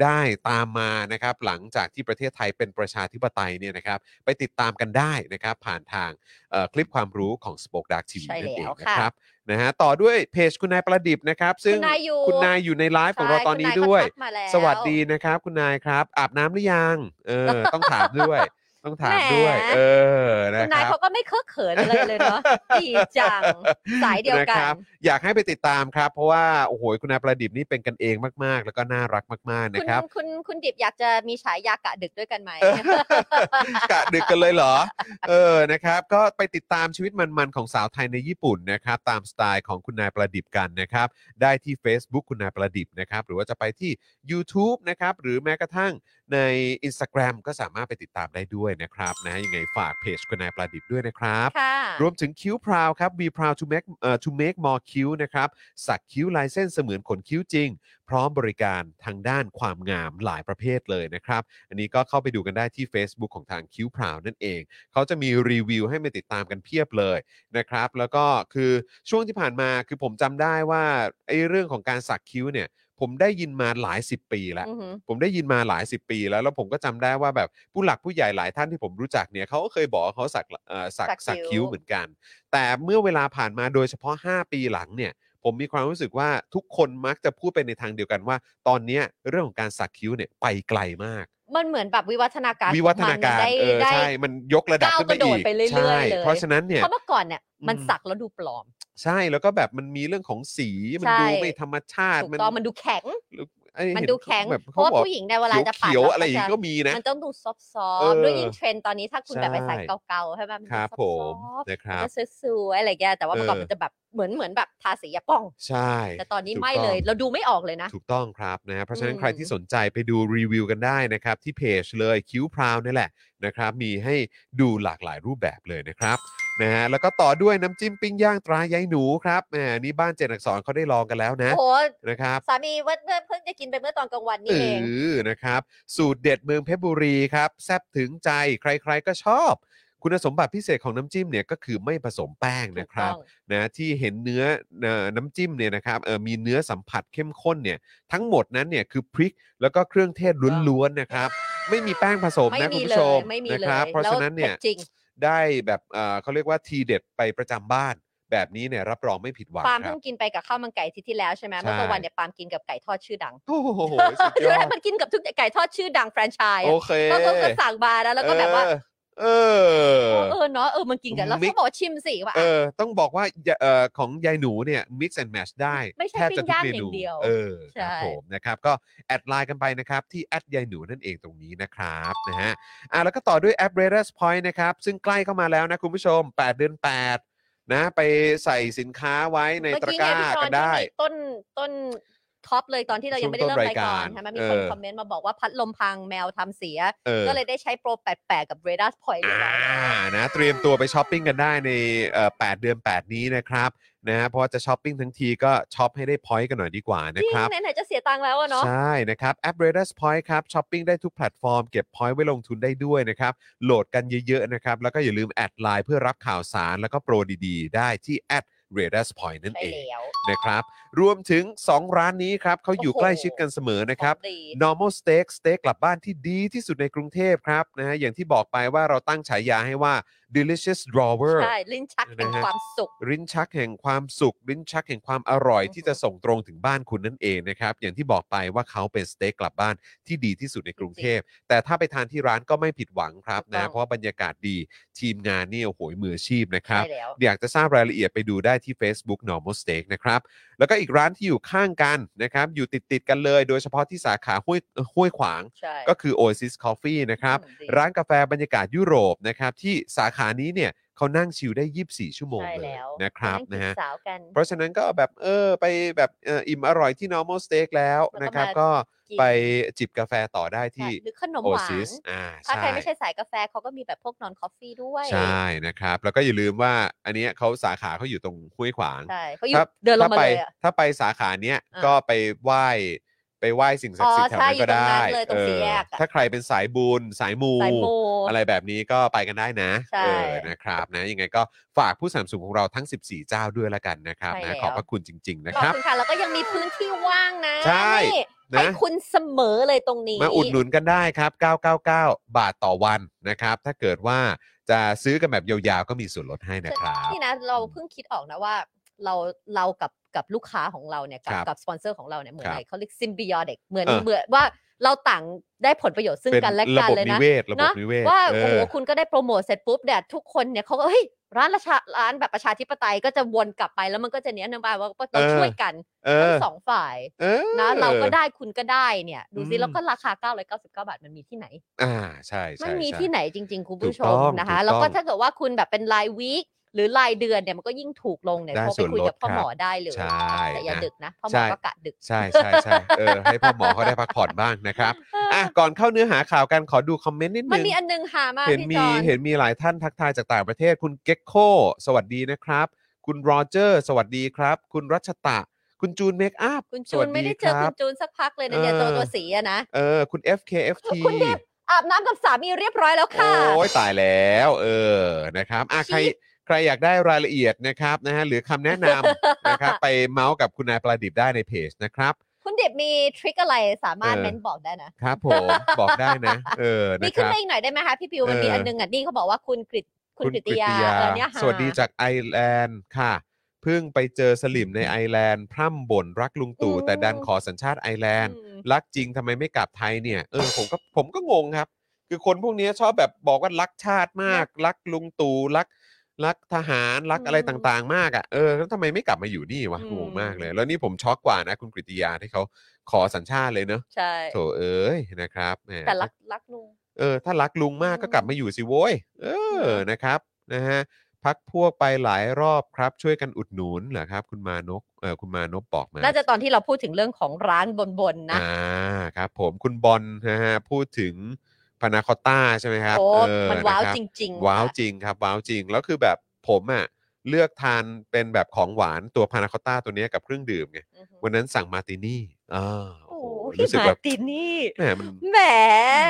[SPEAKER 1] ได้ตามมานะครับ หลังจากที่ประเทศไทยเป็นประชาธิปไตยเนี่ยนะครับ ไปติดตามกันได้นะครับ ผ่านทางเอ่อคลิปความรู้ของ Spoke Dark TV
[SPEAKER 2] ใช่
[SPEAKER 1] นั่นเอง
[SPEAKER 2] แล้ว
[SPEAKER 1] นะ
[SPEAKER 2] ค่ะ
[SPEAKER 1] ครับนะฮะต่อด้วยเพจคุณนายประดิษฐ์นะครับ ซึ่ง
[SPEAKER 2] คุณนายอยู่
[SPEAKER 1] คุณนายอยู่ในไลฟ์ของเรา
[SPEAKER 2] ใช่
[SPEAKER 1] ตอนนี้
[SPEAKER 2] คุณาย
[SPEAKER 1] ด้วย
[SPEAKER 2] เขาทักมาแล้
[SPEAKER 1] สวัสดีนะครับ คุณนายครับ อาบน้ำหรือยัง เอ อ ต้องถามด้วย ต้องถามด้วย เออนะ
[SPEAKER 2] คุ
[SPEAKER 1] คน
[SPEAKER 2] ณาย
[SPEAKER 1] รับ
[SPEAKER 2] เขาก็ไม่เคอะเขินอะไรเลยเนาะ ดีจัง สายเดียวกั
[SPEAKER 1] ะคน รับอยากให้ไปติดตามครับ เพราะว่าโอ้โหคุณนายประดิษฐ์นี่เป็นกันเองมาก ๆ แล้วก็น่ารักมากๆ
[SPEAKER 2] คุ
[SPEAKER 1] นะ
[SPEAKER 2] ณ
[SPEAKER 1] ครับ
[SPEAKER 2] คุณคุณดิบอยากจะมีฉายากะดึกด้วยกันไหม
[SPEAKER 1] เออ กะดึกกันเลยเหรอ เออนะครับ ก็ไปติดตามชีวิตมัน ๆ ของสาวไทยในญี่ปุ่นนะครับ ตามสไตล์ของคุณนายประดิษฐ์กันนะครับ ได้ที่ Facebook คุณนายประดิษฐ์นะครับ หรือว่าจะไปที่ YouTube นะครับ หรือแม้กระทั่งใน Instagram ก็สามารถไปติดตามได้ด้วยนะครับนะยังไงฝากเพจคุณนายประดิษฐ์ด้วยนะครับ
[SPEAKER 2] ค่ะ
[SPEAKER 1] รวมถึงคิ้วพราวครับ be proud to make เอ่อ to make more คิ้วนะครับ สักคิ้วลายเส้นเสมือนขนคิ้วจริง พร้อมบริการทางด้านความงามหลายประเภทเลยนะครับ อันนี้ก็เข้าไปดูกันได้ที่ Facebook ของทางคิ้วพราวนั่นเอง เขาจะมีรีวิวให้มาติดตามกันเพียบเลยนะครับ แล้วก็คือช่วงที่ผ่านมาคือผมจำได้ว่าไอ้เรื่องของการสักคิ้วเนี่ย ผมได้ยินมาหลายสิบปีแล้ว
[SPEAKER 2] อือหือ
[SPEAKER 1] ผมได้ยินมาหลายสิบปีแล้ว แล้วผมก็จำได้ว่าแบบผู้หลักผู้ใหญ่หลายท่านที่ผมรู้จักเนี่ยเขาก็เคยบอกว่าเขาสักเอ่อสัก
[SPEAKER 2] สัก
[SPEAKER 1] สัก
[SPEAKER 2] คิ้
[SPEAKER 1] คิ้ว
[SPEAKER 2] ว
[SPEAKER 1] เหมือนกัน แต่เมื่อเวลาผ่านมาโดยเฉพาะ 5 ปีหลังเนี่ย ผมมีความรู้สึกว่าทุกคนมักจะพูดไปในทางเดียวกันว่า ตอนเนี้ยเรื่องของการสักคิ้วเนี่ยไปไกลมาก
[SPEAKER 2] มันเหมือนแบบวิวัฒนาการ
[SPEAKER 1] วิวัฒนาการ
[SPEAKER 2] มันได้
[SPEAKER 1] เออ
[SPEAKER 2] ได้
[SPEAKER 1] ใช่มันยกระดับ
[SPEAKER 2] ก้าว
[SPEAKER 1] ขึ้นไปอี
[SPEAKER 2] กระโดดไปเรื่อยๆ
[SPEAKER 1] ใช่
[SPEAKER 2] เลย
[SPEAKER 1] เพราะฉะนั้นเนี่ย
[SPEAKER 2] เพราะเมื่อก่อนเนี่ยมัน
[SPEAKER 1] อืม
[SPEAKER 2] สักแล้วดูปลอม
[SPEAKER 1] ใช่แล้วก็แบบมันมีเรื่องของสีมัน
[SPEAKER 2] ใช่
[SPEAKER 1] ดูไม่ธรรมชาติ
[SPEAKER 2] ถูกต้องมันดูแข็ง
[SPEAKER 1] ไอ้เห็
[SPEAKER 2] มันดูแข็ง
[SPEAKER 1] แบบ
[SPEAKER 2] เพราะว่า
[SPEAKER 1] ขบอก
[SPEAKER 2] ผู้หญิงในเวลาจะปัด
[SPEAKER 1] เขียว
[SPEAKER 2] แล้ว
[SPEAKER 1] ๆอะไรอย่างงี้ก็มีนะ
[SPEAKER 2] มันต้องดูซอฟ
[SPEAKER 1] เออ
[SPEAKER 2] ต์ๆด้วยยิ่งเทรนด์ตอนนี้ถ้าคุณแบบไปใส่
[SPEAKER 1] ใช่
[SPEAKER 2] เก่าๆใช่ไหมนดู
[SPEAKER 1] ครับ
[SPEAKER 2] ซอฟต์ๆ
[SPEAKER 1] ผมนะครับ
[SPEAKER 2] มันจะสวยๆอะไรอย่างเงี้ยแต่ว่าเมื่อก่อน
[SPEAKER 1] เออ
[SPEAKER 2] มันจะแบบเหมือนเหมือนแบบทาสียาป้อง
[SPEAKER 1] ใช่
[SPEAKER 2] แต่ตอนนี้
[SPEAKER 1] ถูก
[SPEAKER 2] ไม่
[SPEAKER 1] ง
[SPEAKER 2] เลย เราดูไม่ออกเลยนะ
[SPEAKER 1] ถูกต้องครับนะฮะเพราะฉะนั้น
[SPEAKER 2] อืม
[SPEAKER 1] ใครที่สนใจไปดูรีวิวกันได้นะครับ ที่เพจเลยคิ้วพราวนี่แหละนะครับ มีให้ดูหลากหลายรูปแบบเลยนะครับนะฮะแล้วก็ต่อด้วยน้ำจิ้มปิ้งย่างตรายายหนูครับแหมนี่บ้านเจนอักษรเขาได้ลองกันแล้วนะ
[SPEAKER 2] โอ้โห
[SPEAKER 1] นะครับ
[SPEAKER 2] สามีเพิ่งเพิ่งจะกินไปเมื่อตอนกลางวันนี่
[SPEAKER 1] เอ
[SPEAKER 2] เอง
[SPEAKER 1] อนะครับ สูตรเด็ดเมืองเพชรบุรีครับ แซ่บถึงใจใครๆก็ชอบ คุณสมบัติพิเศษของน้ำจิ้มเนี่ยก็คือไม่ผสมแป้ง
[SPEAKER 2] ถู
[SPEAKER 1] นะ
[SPEAKER 2] ก
[SPEAKER 1] ครั
[SPEAKER 2] ต้
[SPEAKER 1] บ
[SPEAKER 2] อง
[SPEAKER 1] นะที่เห็นเนื้อเอ่อน้ำจิ้มเนี่ยนะครับเอ่อมีเนื้อสัมผัสเข้มข้นเนี่ยทั้งหมดนั้นเนี่ยคือพริก แล้วก็เครื่องเทศล้วนๆนะครับ ไม่มีแป้งผสม
[SPEAKER 2] ไม่
[SPEAKER 1] นะ
[SPEAKER 2] มี
[SPEAKER 1] คุณผู้
[SPEAKER 2] เล
[SPEAKER 1] ช
[SPEAKER 2] ย
[SPEAKER 1] ม
[SPEAKER 2] ไม่มี
[SPEAKER 1] นะ
[SPEAKER 2] เล
[SPEAKER 1] ค
[SPEAKER 2] ย
[SPEAKER 1] รับ เพราะฉะนั้นเนี่ย
[SPEAKER 2] แล้วจริง
[SPEAKER 1] ได้แบบเอ่อเขาเรียกว่าทีเด็ดไปประจำบ้าน แบบนี้เนี่ยรับรองไม่ผิดหวัง
[SPEAKER 2] ปาล์ม
[SPEAKER 1] ครั
[SPEAKER 2] เพิ่
[SPEAKER 1] บ
[SPEAKER 2] งกินไปกับข้าวมันไก่อาที่ที่แล้วใช่ไหม
[SPEAKER 1] ใช่
[SPEAKER 2] เมื่อกลางวันเนี่ยปาล์มกินกับไก่ทอดชื่อดัง
[SPEAKER 1] โอ้โหสุด
[SPEAKER 2] คื
[SPEAKER 1] ย
[SPEAKER 2] อ
[SPEAKER 1] อด
[SPEAKER 2] มันกินกับทุกไก่ทอดชื่อดังแฟรนไชส์
[SPEAKER 1] โอ
[SPEAKER 2] อะ
[SPEAKER 1] เค
[SPEAKER 2] ก็ก็ก็สั่งมานะแล้วก็แบบว่า
[SPEAKER 1] เออเออ
[SPEAKER 2] เออเออเนาะเออมันกินกันแล้ว
[SPEAKER 1] มิก
[SPEAKER 2] เขาบอกว่าชิมสิว่า
[SPEAKER 1] เออต้องบอกว่าเอ่อของยายหนูเนี่ย mix and match ได้
[SPEAKER 2] ไม่ใช่
[SPEAKER 1] แทบจะทุกเมนู
[SPEAKER 2] ปิ้งย่างอย่างเดียว
[SPEAKER 1] เออค
[SPEAKER 2] ใช่
[SPEAKER 1] รับผมนะครับ ก็แอดไลน์กันไปนะครับ ที่แอดยายหนูนั่นเองตรงนี้นะครับนะฮะอ่ะแล้วก็ต่อด้วยแอป r a d e r s Point นะครับ ซึ่งใกล้เข้ามาแล้วนะคุณผู้ชม 8 เดือน 8 นะ ไปใส่สินค้าไว้ใน
[SPEAKER 2] เมื่อ
[SPEAKER 1] ตะ
[SPEAKER 2] กี้
[SPEAKER 1] กร้า
[SPEAKER 2] ไงพี่ชอ
[SPEAKER 1] กัน น
[SPEAKER 2] ที่
[SPEAKER 1] ได้
[SPEAKER 2] มีต้นต้นท็อปเลยตอนที่เรายังไม่ได้เริ่มรายการใช่ไหมมีคน
[SPEAKER 1] เออ
[SPEAKER 2] คอมเมนต์มาบอกว่าพัดลมพังแมวทำเสีย
[SPEAKER 1] เออ
[SPEAKER 2] ก็เลยได้ใช้โปรแปลกๆกับเรดาร์พอยต์เลย
[SPEAKER 1] อ่า
[SPEAKER 2] บร้อยแล้ว
[SPEAKER 1] นะเตรียมตัวไปช้อปปิ้งกันได้ในเอ่อ8เดือน 8 นี้นะครับนะฮะเพราะว่าจะช้อปปิ้งทั้งทีก็ช้อปให้ได้พอยต์กันหน่อยดีกว่า
[SPEAKER 2] จ
[SPEAKER 1] นะ
[SPEAKER 2] ริง
[SPEAKER 1] ครับ
[SPEAKER 2] ไหนๆจะเสียตังค์แล้วอะเนาะ
[SPEAKER 1] ใช่นะครับแอป r a d e r s Point ครับช้อปปิ้งได้ทุกแพลตฟอร์มเก็บ point ไว้ลงทุนได้ด้วยนะครับ โหลดกันเยอะๆนะครับ แล้วก็อย่าลืมแอดไลน์เพื่อรับข่าวสาร แล้วก็โปรดีๆ ได้ที่แอด r a d e r s Point นั่น
[SPEAKER 2] ใช่
[SPEAKER 1] เอง
[SPEAKER 2] แล้ว
[SPEAKER 1] นะครับ รวมถึง 2 ร้านนี้ครับเขาอยู่ใกล้ชิดกันเสมอนะครับ
[SPEAKER 2] ของดี
[SPEAKER 1] normal steak สเต็กกลับบ้านที่ดีที่สุดในกรุงเทพครับนะฮะอย่างที่บอกไปว่าเราตั้งฉายาให้ว่า delicious drawer
[SPEAKER 2] ใช่ ลิ้นชักแห่ง
[SPEAKER 1] นะฮะ
[SPEAKER 2] ความสุข
[SPEAKER 1] ลิ้นชักแห่งความสุข ลิ้นชักแห่งความอร่อย
[SPEAKER 2] อือฮึ
[SPEAKER 1] ที่จะส่งตรงถึงบ้านคุณนั่นเองนะครับ อย่างที่บอกไปว่าเขาเป็นสเต็กกลับบ้านที่ดีที่สุดในกรุงเทพ แต่ถ้าไปทานที่ร้านก็ไม่ผิดหวังครับนะเพราะว่าบรรยากาศดีทีมงานนี่โอ้โหมืออาชีพนะครับ
[SPEAKER 2] ใช่แล้ว
[SPEAKER 1] อยากจะทราบรายละเอียดไปดูได้ที่ Facebook Normal Steak นะครับ แล้วก็อีกร้านที่อยู่ข้างกันนะครับ อยู่ติดติดๆกันเลย โดยเฉพาะที่สาขาห้วยห้วยขวาง
[SPEAKER 2] ใช่
[SPEAKER 1] ก็คือ Oasis Coffee นะครับ
[SPEAKER 2] อืมดี
[SPEAKER 1] ร้านกาแฟบรรยากาศยุโรปนะครับที่สาขานี้เนี่ย เขานั่งชิลได้ 24 ชั่วโมง
[SPEAKER 2] ใช่
[SPEAKER 1] เลย
[SPEAKER 2] แล้ว
[SPEAKER 1] นะครับ
[SPEAKER 2] งกิ
[SPEAKER 1] นะฮะ
[SPEAKER 2] สาวกัน
[SPEAKER 1] เพราะฉะนั้นก็แบบเออไปแบบเอ่ออิ่มอร่อยที่ normal steak แล้ว
[SPEAKER 2] แล้
[SPEAKER 1] นะ
[SPEAKER 2] วก็
[SPEAKER 1] ครับ
[SPEAKER 2] มา
[SPEAKER 1] ก็
[SPEAKER 2] กิน
[SPEAKER 1] ไปจิบกาแฟต่อได้ที่
[SPEAKER 2] หรือขนมหวาน
[SPEAKER 1] Oasis อ่า
[SPEAKER 2] ถ้า
[SPEAKER 1] ใช่
[SPEAKER 2] ใครไม่ใช่สายกาแฟเขาก็มีแบบพวกนอนคอฟฟี่ด้วย
[SPEAKER 1] ใช่นะครับ แล้วก็อย่าลืมว่าอันเนี้ยเขาสาขาเขาอยู่ตรงห้วยขวาง
[SPEAKER 2] ใช่เขาอยู่
[SPEAKER 1] ถ้า
[SPEAKER 2] เดินลงมา
[SPEAKER 1] ถ้าไป
[SPEAKER 2] เลยอะ
[SPEAKER 1] ถ้าไปสาขาเนี้ย
[SPEAKER 2] อ่า
[SPEAKER 1] ก็ไปไหว้ไปไหว้สิ่งศักดิ์สิทธิ์
[SPEAKER 2] อ๋
[SPEAKER 1] แถ
[SPEAKER 2] อ
[SPEAKER 1] ว
[SPEAKER 2] ใช่
[SPEAKER 1] นั้นก็
[SPEAKER 2] อยู่ตรงนั้
[SPEAKER 1] ได้
[SPEAKER 2] นเลยตรงสี่
[SPEAKER 1] เออ
[SPEAKER 2] แยกอะ
[SPEAKER 1] ถ้าใครเป็นสายบุญสายมู
[SPEAKER 2] สายโม
[SPEAKER 1] อะไรแบบนี้ก็ไปกันได้นะ
[SPEAKER 2] ใช่
[SPEAKER 1] เออนะครับนะยังไงก็ฝากผู้สนัมสูงของเราทั้ง 14 เจ้าด้วยละกันนะครับ
[SPEAKER 2] ใช่
[SPEAKER 1] นะ
[SPEAKER 2] แล้ว
[SPEAKER 1] ขอบพระคุณจริง ๆ นะ
[SPEAKER 2] ขอ
[SPEAKER 1] ครั
[SPEAKER 2] บ
[SPEAKER 1] บ
[SPEAKER 2] คุณค่ะ แล้วก็ยังมีพื้นที่ว่างนะ
[SPEAKER 1] ใช่
[SPEAKER 2] นี่
[SPEAKER 1] นะ
[SPEAKER 2] ไปคุณเสมอเลยตรงนี้
[SPEAKER 1] มาอุดหนุนกันได้ครับ 999 บาทต่อวันนะครับ ถ้าเกิดว่าจะซื้อกันแบบยาวๆ ก็มีส่วนลดให้นะครับ
[SPEAKER 2] นี่นะเราเพิ่งคิดออกนะว่า เราเรากับกับลูกค้าของเราเนี่ยกั
[SPEAKER 1] ครับ
[SPEAKER 2] กับสปอนเซอร์ของเราเนี่ยเหมือน
[SPEAKER 1] ครับ
[SPEAKER 2] อะไรเขาเรียกซิมบิออเด็กเหมือน
[SPEAKER 1] เออ
[SPEAKER 2] เหมือนว่าเราต่างได้ผลประโยชน์ซึ่ง
[SPEAKER 1] เป็น
[SPEAKER 2] กันและ
[SPEAKER 1] ระ
[SPEAKER 2] กัน
[SPEAKER 1] บบ
[SPEAKER 2] เลย
[SPEAKER 1] นิ
[SPEAKER 2] นะ
[SPEAKER 1] เวศระบบ
[SPEAKER 2] เนาะ
[SPEAKER 1] นิเวศ
[SPEAKER 2] ว่า
[SPEAKER 1] เอ
[SPEAKER 2] โอ้โห
[SPEAKER 1] อ
[SPEAKER 2] คุณก็ได้โปรโมทเสร็จปุ๊บเนี่ยทุกคนเนี่ยเขาก็เฮ้ยร้านประชาร้านแบบประชาธิปไตยก็จะวนกลับไปแล้วมันก็จะเนี้ยนำไปว่าเรา
[SPEAKER 1] เออ
[SPEAKER 2] ช่วยกัน
[SPEAKER 1] เอ
[SPEAKER 2] ทั้
[SPEAKER 1] อง
[SPEAKER 2] สองฝ่าย
[SPEAKER 1] เออ
[SPEAKER 2] นะเราก็ได้คุณก็ได้เนี่ย ดูซิ
[SPEAKER 1] อืม
[SPEAKER 2] แล้วก็ราคา 999 บาทมันมีที่ไหน
[SPEAKER 1] อ่าใช่ใช่
[SPEAKER 2] มันมี
[SPEAKER 1] ใช่
[SPEAKER 2] ที่ไหนจริง ๆ คุณ
[SPEAKER 1] ถู
[SPEAKER 2] ผู้
[SPEAKER 1] ก
[SPEAKER 2] ช
[SPEAKER 1] ต้
[SPEAKER 2] ม
[SPEAKER 1] อง
[SPEAKER 2] นะ
[SPEAKER 1] ถู
[SPEAKER 2] คะ
[SPEAKER 1] ก
[SPEAKER 2] แล้วก็
[SPEAKER 1] ต้อง
[SPEAKER 2] ถ้าเกิดว่าคุณแบบเป็นรายวีคหรือรายเดือนเนี่ยมันก็ยิ่งถูกลงเนี่ย
[SPEAKER 1] ได้
[SPEAKER 2] โทร
[SPEAKER 1] ส่วน
[SPEAKER 2] ไปคุยกั
[SPEAKER 1] ล
[SPEAKER 2] บ
[SPEAKER 1] ด
[SPEAKER 2] พ่อหมอ
[SPEAKER 1] ครับ
[SPEAKER 2] ได้เลย
[SPEAKER 1] ใช่
[SPEAKER 2] แต่อย่า
[SPEAKER 1] นะ
[SPEAKER 2] ดึกนะพ่อหม
[SPEAKER 1] ใช่
[SPEAKER 2] อก็กะดึก
[SPEAKER 1] ใช่ใช่ใช่เออให้พ่อหมอเขาได้พักผ่อนบ้างนะครับอ่ะก่อนเข้าเนื้อหาข่าวกันขอดูคอมเมนต์นิดนึง
[SPEAKER 2] มันมีอันนึงหามาก
[SPEAKER 1] เห็น
[SPEAKER 2] พี่จ
[SPEAKER 1] มี
[SPEAKER 2] อน
[SPEAKER 1] เห็นมีหลายท่านทักทายจากต่างประเทศ คุณเก็กโคสวัสดีนะครับ คุณโรเจอร์ สวัสดีครับ คุณรัชตะ คุณจูนเมคอัพ
[SPEAKER 2] คุณจูนไม่ได้เจอ
[SPEAKER 1] สวัสรั
[SPEAKER 2] คุณ
[SPEAKER 1] บ
[SPEAKER 2] จูนสักพักเลยนะเนี่ย
[SPEAKER 1] เออ
[SPEAKER 2] ตัวตัวสีอะนะ
[SPEAKER 1] เออคุณ FKFT
[SPEAKER 2] คุณเดฟ อาบน้ำกับสามีเรียบร้อยแล้วค่ะ
[SPEAKER 1] โอ้ยตายแล้ว เออนะครับอ่ะใคร
[SPEAKER 2] ชิป
[SPEAKER 1] ใครอยากได้รายละเอียดนะครับนะฮะหรือคำแนะน ำ นะครับไปเมาส์กับคุณนายประดิษฐ์ได้ในเพจนะครับ
[SPEAKER 2] คุณเดบมีทริคอะไรสามารถ
[SPEAKER 1] เออ
[SPEAKER 2] เม้นบอกได้นะครับ
[SPEAKER 1] ผมบอกได้นะเออ
[SPEAKER 2] มี
[SPEAKER 1] นะค
[SPEAKER 2] ขึ้น
[SPEAKER 1] รับ
[SPEAKER 2] มาอีกหน่อยได้ไหมคะพี่ปิวมันมี
[SPEAKER 1] เอออั
[SPEAKER 2] อันนึงอ่ะนี่เขาบอกว่าคุณกริตคุณกริตยาเออเนี่ยหา
[SPEAKER 1] สวัสดีจากไอร์แลนด์ค่ะ เพิ่งไปเจอสลิมในไอร์แลนด์ พร่ำบ่นรักลุงตู่
[SPEAKER 2] อืม
[SPEAKER 1] แต่ดันขอสัญชาติไอร์แลนด์
[SPEAKER 2] อืม
[SPEAKER 1] รักจริงทำไมไม่กลับไทยเนี่ย เออผมก็ผมก็งงครับ คือคนพวกเนี้ยชอบแบบบอกว่ารักชาติมาก รักลุงตู่รัก รักทหารรักอะไร
[SPEAKER 2] อืม
[SPEAKER 1] ต่างๆ มากอ่ะเออแล้วทำไมไม่กลับมาอยู่นี่วะ
[SPEAKER 2] อืม
[SPEAKER 1] งงมากเลย แล้วนี่ผมช็อกกว่านะคุณกริตยาที่เขาขอสัญชาติเลยเนอะ
[SPEAKER 2] ใช่
[SPEAKER 1] โถเอ้ยนะครับหม
[SPEAKER 2] แต่รักรักลุง
[SPEAKER 1] เออถ้ารักลุงมากก็
[SPEAKER 2] อืม
[SPEAKER 1] กลับมาอยู่สิโว้ยเออ
[SPEAKER 2] ม
[SPEAKER 1] นะครับนะฮะพักพวกไปหลายรอบครับ ช่วยกันอุดหนุนเหรอครับ คุณมานกเออคุณมานพบอกมา
[SPEAKER 2] น่าจะตอนที่เราพูดถึงเรื่องของร้านบนๆนะ
[SPEAKER 1] อ่าครับ ผมคุณบอลนะฮะพูดถึงพานาคอตต้าใช่ไหมครับ
[SPEAKER 2] โอ้
[SPEAKER 1] เออ
[SPEAKER 2] มันว้าว
[SPEAKER 1] ะคบ
[SPEAKER 2] จริงๆ
[SPEAKER 1] ว้าว
[SPEAKER 2] ค่ะ
[SPEAKER 1] จริงครับว้าวจริงแล้วคือแบบผมอ่ะเลือกทานเป็นแบบของหวานตัวพานาคอตต้าตัวเนี้ยกับเครื่องดื่มไง
[SPEAKER 2] อือฮึ
[SPEAKER 1] วันนั้นสั่งมาร์ตินี่อ่า
[SPEAKER 2] โอ้
[SPEAKER 1] โอ้โห
[SPEAKER 2] ย
[SPEAKER 1] รู้สึก
[SPEAKER 2] มา
[SPEAKER 1] แบบ
[SPEAKER 2] ตินี่
[SPEAKER 1] แหมมัน
[SPEAKER 2] แหม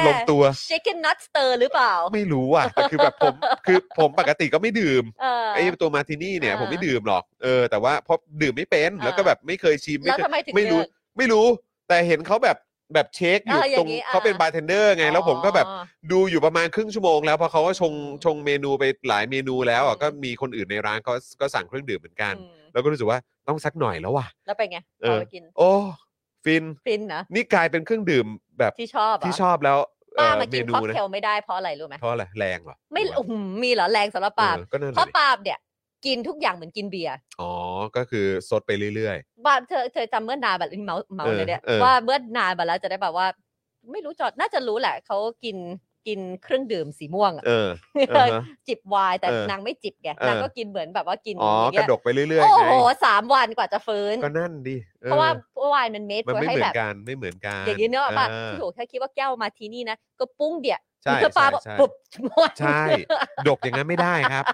[SPEAKER 1] ลงตัว
[SPEAKER 2] เชคเก้นนัทสเตอร์หรือเปล่า
[SPEAKER 1] ไม่รู้ อ่ะแต่คือแบบผมคือผมปกติก็ไม่ดื่ม
[SPEAKER 2] เออ
[SPEAKER 1] ไอ้ตัวมาร์ตินี่เนี่ย
[SPEAKER 2] อ่า
[SPEAKER 1] ผมไม่ดื่มหรอกเออแต่ว่าเพราะดื่มไม่เป็น
[SPEAKER 2] อ่า
[SPEAKER 1] แล้วก็แบบไม่เคยชิม
[SPEAKER 2] แล้ว
[SPEAKER 1] ไม่เคย
[SPEAKER 2] ทำไมถึง
[SPEAKER 1] ไม่รู้
[SPEAKER 2] เลือก
[SPEAKER 1] ไม่รู้ แต่เห็นเขาแบบแบบเช็คอยู่
[SPEAKER 2] อ่าอย่า
[SPEAKER 1] ตรง ง
[SPEAKER 2] งี้อ่า
[SPEAKER 1] เขาเป็นบาร์เทนเดอร์ไง แล้วผมก็แบบ
[SPEAKER 2] อ๋อ
[SPEAKER 1] ดูอยู่ประมาณครึ่งชั่วโมงแล้วเพราะเขาก็ชง
[SPEAKER 2] อืม
[SPEAKER 1] ชงเมนูไปหลายเมนูแล้วอ่ะ
[SPEAKER 2] อืม
[SPEAKER 1] ก็มีคนอื่นในร้านก็ก็สั่งเครื่องดื่มเหมือนกัน
[SPEAKER 2] อืม
[SPEAKER 1] แล้วก็รู้สึกว่าต้องสักหน่อยแล้วว่ะ
[SPEAKER 2] แล้วเป็นไง
[SPEAKER 1] เออ
[SPEAKER 2] เอาไปกิน
[SPEAKER 1] โอ้ฟิน
[SPEAKER 2] ฟินนะ
[SPEAKER 1] นี่กลายเป็นเครื่องดื่มแบบ
[SPEAKER 2] ที่ชอบเหร
[SPEAKER 1] ที่ชอบแล้วเอ่
[SPEAKER 2] ป้า
[SPEAKER 1] อ
[SPEAKER 2] มา
[SPEAKER 1] เม
[SPEAKER 2] กิน
[SPEAKER 1] นู
[SPEAKER 2] ค็อก
[SPEAKER 1] นะ
[SPEAKER 2] เทลไม่ได้เพราะอะไรรู้ไหม
[SPEAKER 1] เพราะอะไรแรงเหรอ
[SPEAKER 2] ไม่โอ้โหมีเหรอแรงสำหรับปาล์ม
[SPEAKER 1] เออก็นั่น
[SPEAKER 2] เพ
[SPEAKER 1] แหละ
[SPEAKER 2] ราะ
[SPEAKER 1] ดิ
[SPEAKER 2] ปาล์มเนี่ย กินทุกอย่างเหมือนกินเบียร์
[SPEAKER 1] อ๋อก็คือซดไปเรื่อย
[SPEAKER 2] ปาล์มเธอเธอจำเมื่อนานแบบเมาเมาเลยเนี่ย
[SPEAKER 1] เออเออ
[SPEAKER 2] ว่าเมื่อนานมาแล้วจะได้แบบว่า ไม่รู้จอดน่าจะรู้แหละเขากินกินเครื่องดื่มสีม่วงอะ
[SPEAKER 1] ๆเอออ่าฮะ
[SPEAKER 2] จิบไวายแต่
[SPEAKER 1] เออน
[SPEAKER 2] างไม่จิบไง
[SPEAKER 1] เออ
[SPEAKER 2] นางก็กินเหมือนแบบว่ากิน
[SPEAKER 1] อ๋อ
[SPEAKER 2] ย่าง
[SPEAKER 1] ก
[SPEAKER 2] เงี้
[SPEAKER 1] ระ
[SPEAKER 2] ย
[SPEAKER 1] ดกไปเรื่อยๆ
[SPEAKER 2] โอ้
[SPEAKER 1] ไง
[SPEAKER 2] โหสามวันกว่าจะฟื้น
[SPEAKER 1] ก็นั่นดิออ
[SPEAKER 2] เพราะว่าเพราะวายมันเมด
[SPEAKER 1] มัน
[SPEAKER 2] ไว้
[SPEAKER 1] ไม่
[SPEAKER 2] ให้
[SPEAKER 1] เหมือน
[SPEAKER 2] แบบ
[SPEAKER 1] กันไม่เหมือนกัน
[SPEAKER 2] อย่างนี้เนกอะป่ะ
[SPEAKER 1] า
[SPEAKER 2] พี่โถแค่คิดว่าแก้วมาทีนี่นะก็ปุ้งเดียว
[SPEAKER 1] ใช่
[SPEAKER 2] คือปลาบอก
[SPEAKER 1] ใช่
[SPEAKER 2] ปุ๊บ หมด
[SPEAKER 1] ใช่ ดกอย่างนั้นไม่ได้ครับ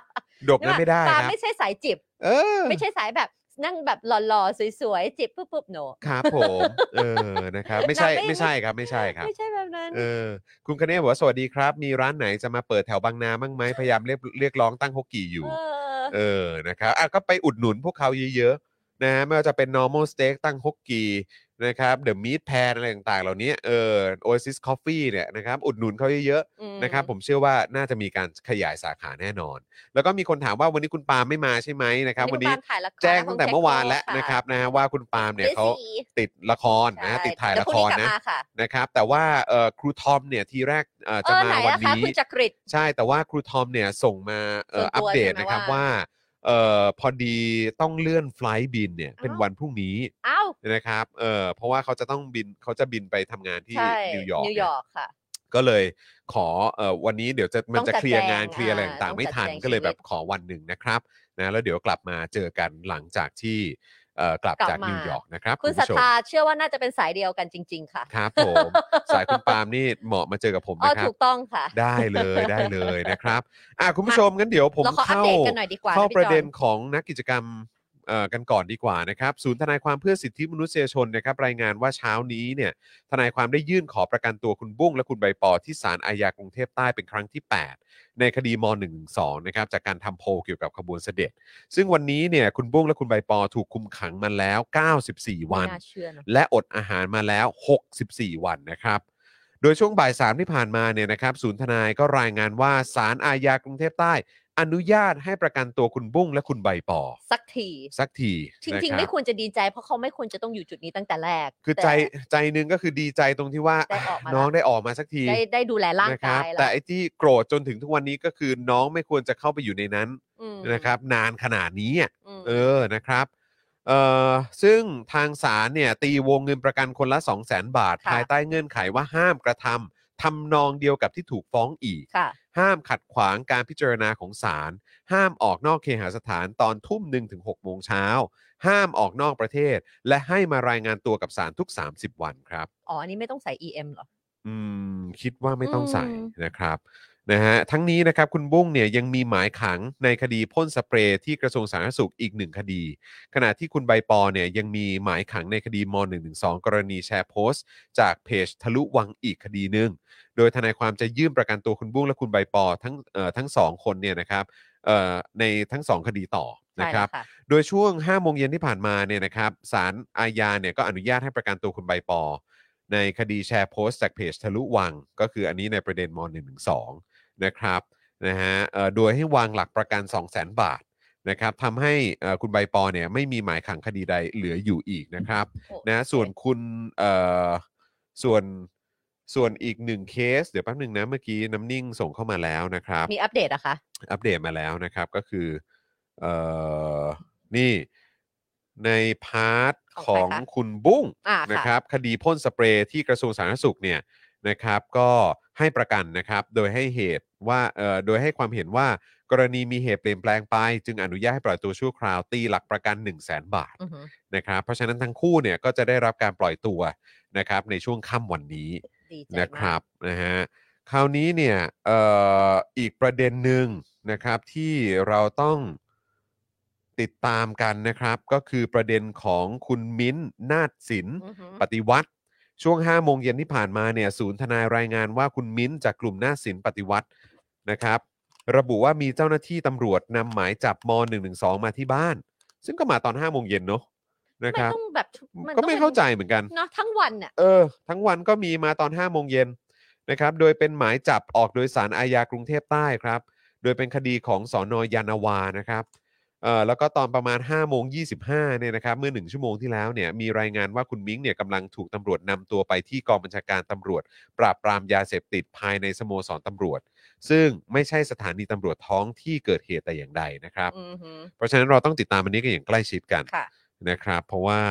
[SPEAKER 1] ดก
[SPEAKER 2] นึก
[SPEAKER 1] นั้น
[SPEAKER 2] ว่า
[SPEAKER 1] ไม่ได้
[SPEAKER 2] ป
[SPEAKER 1] ค
[SPEAKER 2] ลา
[SPEAKER 1] รับ
[SPEAKER 2] ไม่ใช่สายจิบ
[SPEAKER 1] เออ
[SPEAKER 2] ไม่ใช่สายแบบนั่งแบบหล่อๆสวยๆจิบปุ๊บปุ๊บโน
[SPEAKER 1] ครับผมเออนะครับ ไม่ใช่
[SPEAKER 2] เราไม่
[SPEAKER 1] ไม่ใช่ครับไม่ใช่ครับ
[SPEAKER 2] ไม่ใช่แบบนั้น
[SPEAKER 1] เออคุณคเนศบอกว่าสวัสดีครับ มีร้านไหนจะมาเปิดแถวบางนาบ้างไหมพยายามเรียกเรียกร้องตั้งฮกกี่อยู่
[SPEAKER 2] เออ
[SPEAKER 1] เออ นะครับอ่ะก็ไปอุดหนุนพวกเขาเยอะๆ นะฮะ ไม่ว่าจะเป็น normal steak ตั้งฮกกีนะครับ the meat pan อะไรต่างๆ เหล่านี้ เออ oasis coffee เนี่ยนะครับ อุดหนุนเขาเยอะ
[SPEAKER 2] อืม
[SPEAKER 1] ๆ นะครับ ผมเชื่อว่าน่าจะมีการขยายสาขาแน่นอน แล้วก็มีคนถามว่าวันนี้คุณปาล์มไม่มาใช่ไหมนะครับ วันนี้
[SPEAKER 2] คุณปาล์มถ่ายละคร
[SPEAKER 1] แจ้งตั้งแต่เมื่อวานแล้ว
[SPEAKER 2] ของ
[SPEAKER 1] นะครับนะฮะว่าคุณปาล์มเนี่ยเขา
[SPEAKER 2] สี
[SPEAKER 1] ติดละครนะฮะ
[SPEAKER 2] ใช่
[SPEAKER 1] ติดถ่าย
[SPEAKER 2] แต่
[SPEAKER 1] ละ
[SPEAKER 2] พ
[SPEAKER 1] ค
[SPEAKER 2] ง
[SPEAKER 1] ร
[SPEAKER 2] นี้กลั
[SPEAKER 1] นะ
[SPEAKER 2] บมาค่
[SPEAKER 1] นะครับ แต่ว่าเอ่อครูทอมเนี่ยทีแรกเอ่อ
[SPEAKER 2] เอ
[SPEAKER 1] จะ
[SPEAKER 2] อ
[SPEAKER 1] มา
[SPEAKER 2] ไหน
[SPEAKER 1] วัน
[SPEAKER 2] นะคะ
[SPEAKER 1] นี้
[SPEAKER 2] คุณจักริด
[SPEAKER 1] ใช่แต่ว่าครูทอมเนี่ยส่งมาเอ่อ
[SPEAKER 2] ส่วนตัว
[SPEAKER 1] อัปเดต
[SPEAKER 2] ใช่ไหม
[SPEAKER 1] นะครับ
[SPEAKER 2] ว่า
[SPEAKER 1] ว่าเอ่อพอดีต้องเลื่อนไฟลท์บินเนี่ยเป็น
[SPEAKER 2] อ้าว
[SPEAKER 1] วันพรุ่งนี้
[SPEAKER 2] อ้าว
[SPEAKER 1] นะครับเอ่อเพราะว่าเขาจะต้องบินเขาจะบินไปทำงานที่
[SPEAKER 2] ใช่
[SPEAKER 1] นิวยอร์ก
[SPEAKER 2] นิวยอร์กค่ะ
[SPEAKER 1] ก็เลยขอเอ่อวันนี้เดี๋ยวจะมัน
[SPEAKER 2] ต้อง
[SPEAKER 1] จะ
[SPEAKER 2] จัด
[SPEAKER 1] เคลียร์งาน
[SPEAKER 2] แจง
[SPEAKER 1] เคลียร์อะไร
[SPEAKER 2] อ่า
[SPEAKER 1] ต่างๆ
[SPEAKER 2] ต้อง
[SPEAKER 1] ไม่ทัน
[SPEAKER 2] จัดแจง
[SPEAKER 1] ก็เลย
[SPEAKER 2] ชีวิต
[SPEAKER 1] แบบขอวันหนึ่งนะครับนะแล้วเดี๋ยวกลับมาเจอกันหลังจากที่เอ่อกลับ
[SPEAKER 2] กลับ
[SPEAKER 1] จาก
[SPEAKER 2] มานิ
[SPEAKER 1] นิวยอร์กนะครับ
[SPEAKER 2] คุณ
[SPEAKER 1] ผู้
[SPEAKER 2] ศรัท
[SPEAKER 1] ชม
[SPEAKER 2] ธาเชื่อว่าน่าจะเป็นสายเดียวกันจริง ๆ ค่ะ
[SPEAKER 1] ครับผม สายคุณปาล์มนี่เหมาะมาเจอกับผม
[SPEAKER 2] อ๋อ
[SPEAKER 1] นะครับ
[SPEAKER 2] ถูกต้องค่ะ
[SPEAKER 1] ได้เลยได้เลยนะครับอ่ะคุณผู้ชมงั้นเดี๋ยวผม
[SPEAKER 2] เราขออัป
[SPEAKER 1] เข้า
[SPEAKER 2] เดตกันหน่อยดีกว่า
[SPEAKER 1] เข้า
[SPEAKER 2] พี่
[SPEAKER 1] ประเด็น
[SPEAKER 2] จอ
[SPEAKER 1] ของนักกิจกรรมเอ่อกันก่อนดีกว่านะครับศูนย์ทนายความเพื่อสิทธิมนุษยชนนะครับรายงานว่าเช้านี้เนี่ยทนายความได้ยื่นขอประกันตัวคุณบุ้งและคุณใบปอที่ศาลอาญากรุงเทพใต้เป็นครั้งที่ 8 ในคดีม .112 นะครับจากการทำโพลเกี่ยวกับขบวนเสด็จ ซึ่งวันนี้เนี่ยคุณบุ้งและคุณใบปอถูกคุมขังมาแล้ว 94 วัน
[SPEAKER 2] ไม่น่าเชื่อเนอะ
[SPEAKER 1] และอดอาหารมาแล้ว 64 วันนะครับ โดยช่วงบ่ายสามที่ผ่านมาเนี่ยนะครับศูนย์ทนายก็รายงานว่าศาลอาญากรุงเทพใต้ อนุญาตให้ประกันตัวคุณบุ้งและคุณใบปอ
[SPEAKER 2] สักที
[SPEAKER 1] สักที
[SPEAKER 2] จริง ๆ
[SPEAKER 1] นะ
[SPEAKER 2] ไม่
[SPEAKER 1] บ
[SPEAKER 2] ควรจะดีใจเพราะเขาไม่ควรจะต้องอยู่จุดนี้ตั้งแต่แรก
[SPEAKER 1] คือ
[SPEAKER 2] แต่
[SPEAKER 1] ใจใจหนึงก็คือดีใจตรงที่ว่า
[SPEAKER 2] ได้ออกมาละ
[SPEAKER 1] น้องได้ออกมาสักที
[SPEAKER 2] ได้ได้ดูแลร่าง
[SPEAKER 1] นะครั
[SPEAKER 2] กา
[SPEAKER 1] บ
[SPEAKER 2] ย
[SPEAKER 1] แต่ไอ้ที่โกรธจนถึงทุกวันนี้ก็คือน้องไม่ควรจะเข้าไปอยู่ในนั้น
[SPEAKER 2] อืม
[SPEAKER 1] นะครับ นานขนาดนี้อะ
[SPEAKER 2] ม
[SPEAKER 1] เออ นะครับ เอ่อ ซึ่งทางศาลเนี่ย ตีวงเงินประกันคนละ 2 0 0 0 0 0 บาท
[SPEAKER 2] ค่ะ
[SPEAKER 1] ภายใต้เงื่อนไขว่าห้ามกระทำทำนองเดียวกับที่ถูกฟ้องอีก
[SPEAKER 2] ค่ะ
[SPEAKER 1] ห้ามขัดขวางการพิจารณาของศาล ห้ามออกนอกเคหสถานตอนทุ่มหนึ่งถึง6โมงเช้า ห้ามออกนอกประเทศ และให้มารายงานตัวกับศาลทุก 30 วันครับ
[SPEAKER 2] อ๋ออันนี้ไม่ต้องใส่ EM เหรอ
[SPEAKER 1] อืม คิดว่าไม่ต้องใส่
[SPEAKER 2] อืม
[SPEAKER 1] นะครับนะฮะทั้งนี้นะครับคุณบุ้งเนี่ยยังมีหมายขังในคดีพ่นสเปรย์ที่กระทรวงสาธารณสุขอีกหนึ่งคดี ขณะที่คุณใบปอเนี่ยยังมีหมายขังในคดีม .112 กรณีแชร์โพสต์ จากเพจทะลุวังอีกคดีหนึ่งโดยทนายความจะยื่นประกันตัวคุณบุ้งและคุณใบปอทั้งเอ่อทั้งสองคนเนี่ยนะครับเอ่อในทั้งสองคดีต่อนะ
[SPEAKER 2] ใช่
[SPEAKER 1] ครับ
[SPEAKER 2] แล้วค่ะ
[SPEAKER 1] โดยช่วง 5 โมงเย็นที่ผ่านมาเนี่ยนะครับศาลอาญาเนี่ยก็อนุญาตให้ประกันตัวคุณใบปอ ในคดีแชร์โพสต์จากเพจทะลุวัง ก็คืออันนี้ในประเด็นม .112 นะครับนะฮะเอ่อโดยให้วางหลักประกัน 200,000 บาทนะครับทำให้เอ่อคุณใบปอเนี่ยไม่มีหมายขังคดีใดเหลืออยู่อีกนะครับ
[SPEAKER 2] โอเค
[SPEAKER 1] นะส่วนคุณเอ่อส่วนส่วนอีกหนึ่งเคส เดี๋ยวแป๊บหนึ่งนะเมื่อกี้น้ำนิ่งส่งเข้ามาแล้วนะครับ
[SPEAKER 2] มีอัปเดตอะคะ
[SPEAKER 1] อัปเดตมาแล้วนะครับก็คือเอ่อนี่ในพาร์ทของคุณบุ้ง
[SPEAKER 2] อ่า
[SPEAKER 1] นะ
[SPEAKER 2] ค่ะ
[SPEAKER 1] ครับคดีพ่นสเปรย์ที่กระทรวงสาธารณสุขเนี่ยนะครับก็ให้ประกันนะครับโดยให้เหตุว่าเอ่อโดยให้ความเห็นว่ากรณีมีเหตุเปลี่ยนแปลงไป จึงอนุญาตให้ปล่อยตัวชั่วคราวตีหลักประกัน 1 0 0 0 0แบาท
[SPEAKER 2] อือหือ
[SPEAKER 1] นะครับเพราะฉะนั้นทั้งคู่เนี่ยก็จะได้รับการปล่อยตัวนะครับในช่วงค่ำวันนี้
[SPEAKER 2] ดีใจ
[SPEAKER 1] นะค
[SPEAKER 2] มาก
[SPEAKER 1] รับนะฮะคราวนี้เนี่ยเอ่ออีกประเด็นหนึ่งนะครับที่เราต้องติดตามกันนะครับ ก็คือประเด็นของคุณมิ้นท์นาฏศิลป์
[SPEAKER 2] อือหือ
[SPEAKER 1] ปฏิวัติ ช่วง 5 โมงเย็นที่ผ่านมาเนี่ยศูนย์ทนายรายงานว่าคุณมิ้นท์จากกลุ่มหน้าศิลป์ปฏิวัตินะครับ ระบุว่ามีเจ้าหน้าที่ตำรวจนำหมายจับม .112 มาที่บ้าน ซึ่งก็มาตอน 5 โมงเย็นเนาะนะค
[SPEAKER 2] มัน
[SPEAKER 1] รับ
[SPEAKER 2] ต้องแบบน
[SPEAKER 1] ก็
[SPEAKER 2] ต้อง
[SPEAKER 1] ไม่
[SPEAKER 2] ป็น
[SPEAKER 1] เข้าใจเหมือนกัน
[SPEAKER 2] เนาะทั้งวันอะ
[SPEAKER 1] เออ ทั้งวันก็มีมาตอน 5 โมงเย็นนะครับ โดยเป็นหมายจับออกโดยสารอาญากรุงเทพใต้ครับ โดยเป็นคดีของสอนอยานาวานะครับเอ่อแล้วก็ตอนประมาณ5โมง25เนี่ยนะครับ เมื่อ 1 ชั่วโมงที่แล้วเนี่ยมีรายงานว่าคุณมิ้งเนี่ยกำลังถูกตำรวจนำตัวไปที่กองบัญชาการตำรวจ ปราบปรามยาเสพติดภายในสโมสรตำรวจ ซึ่งไม่ใช่สถานีตำรวจท้องที่เกิดเหตุแต่อย่างใดนะครับ
[SPEAKER 2] อือหือ
[SPEAKER 1] เพราะฉะนั้นเราต้องติดตามอันนี้กันอย่างใกล้ชิดกัน
[SPEAKER 2] ค่ะ
[SPEAKER 1] นะครับ เพราะว่า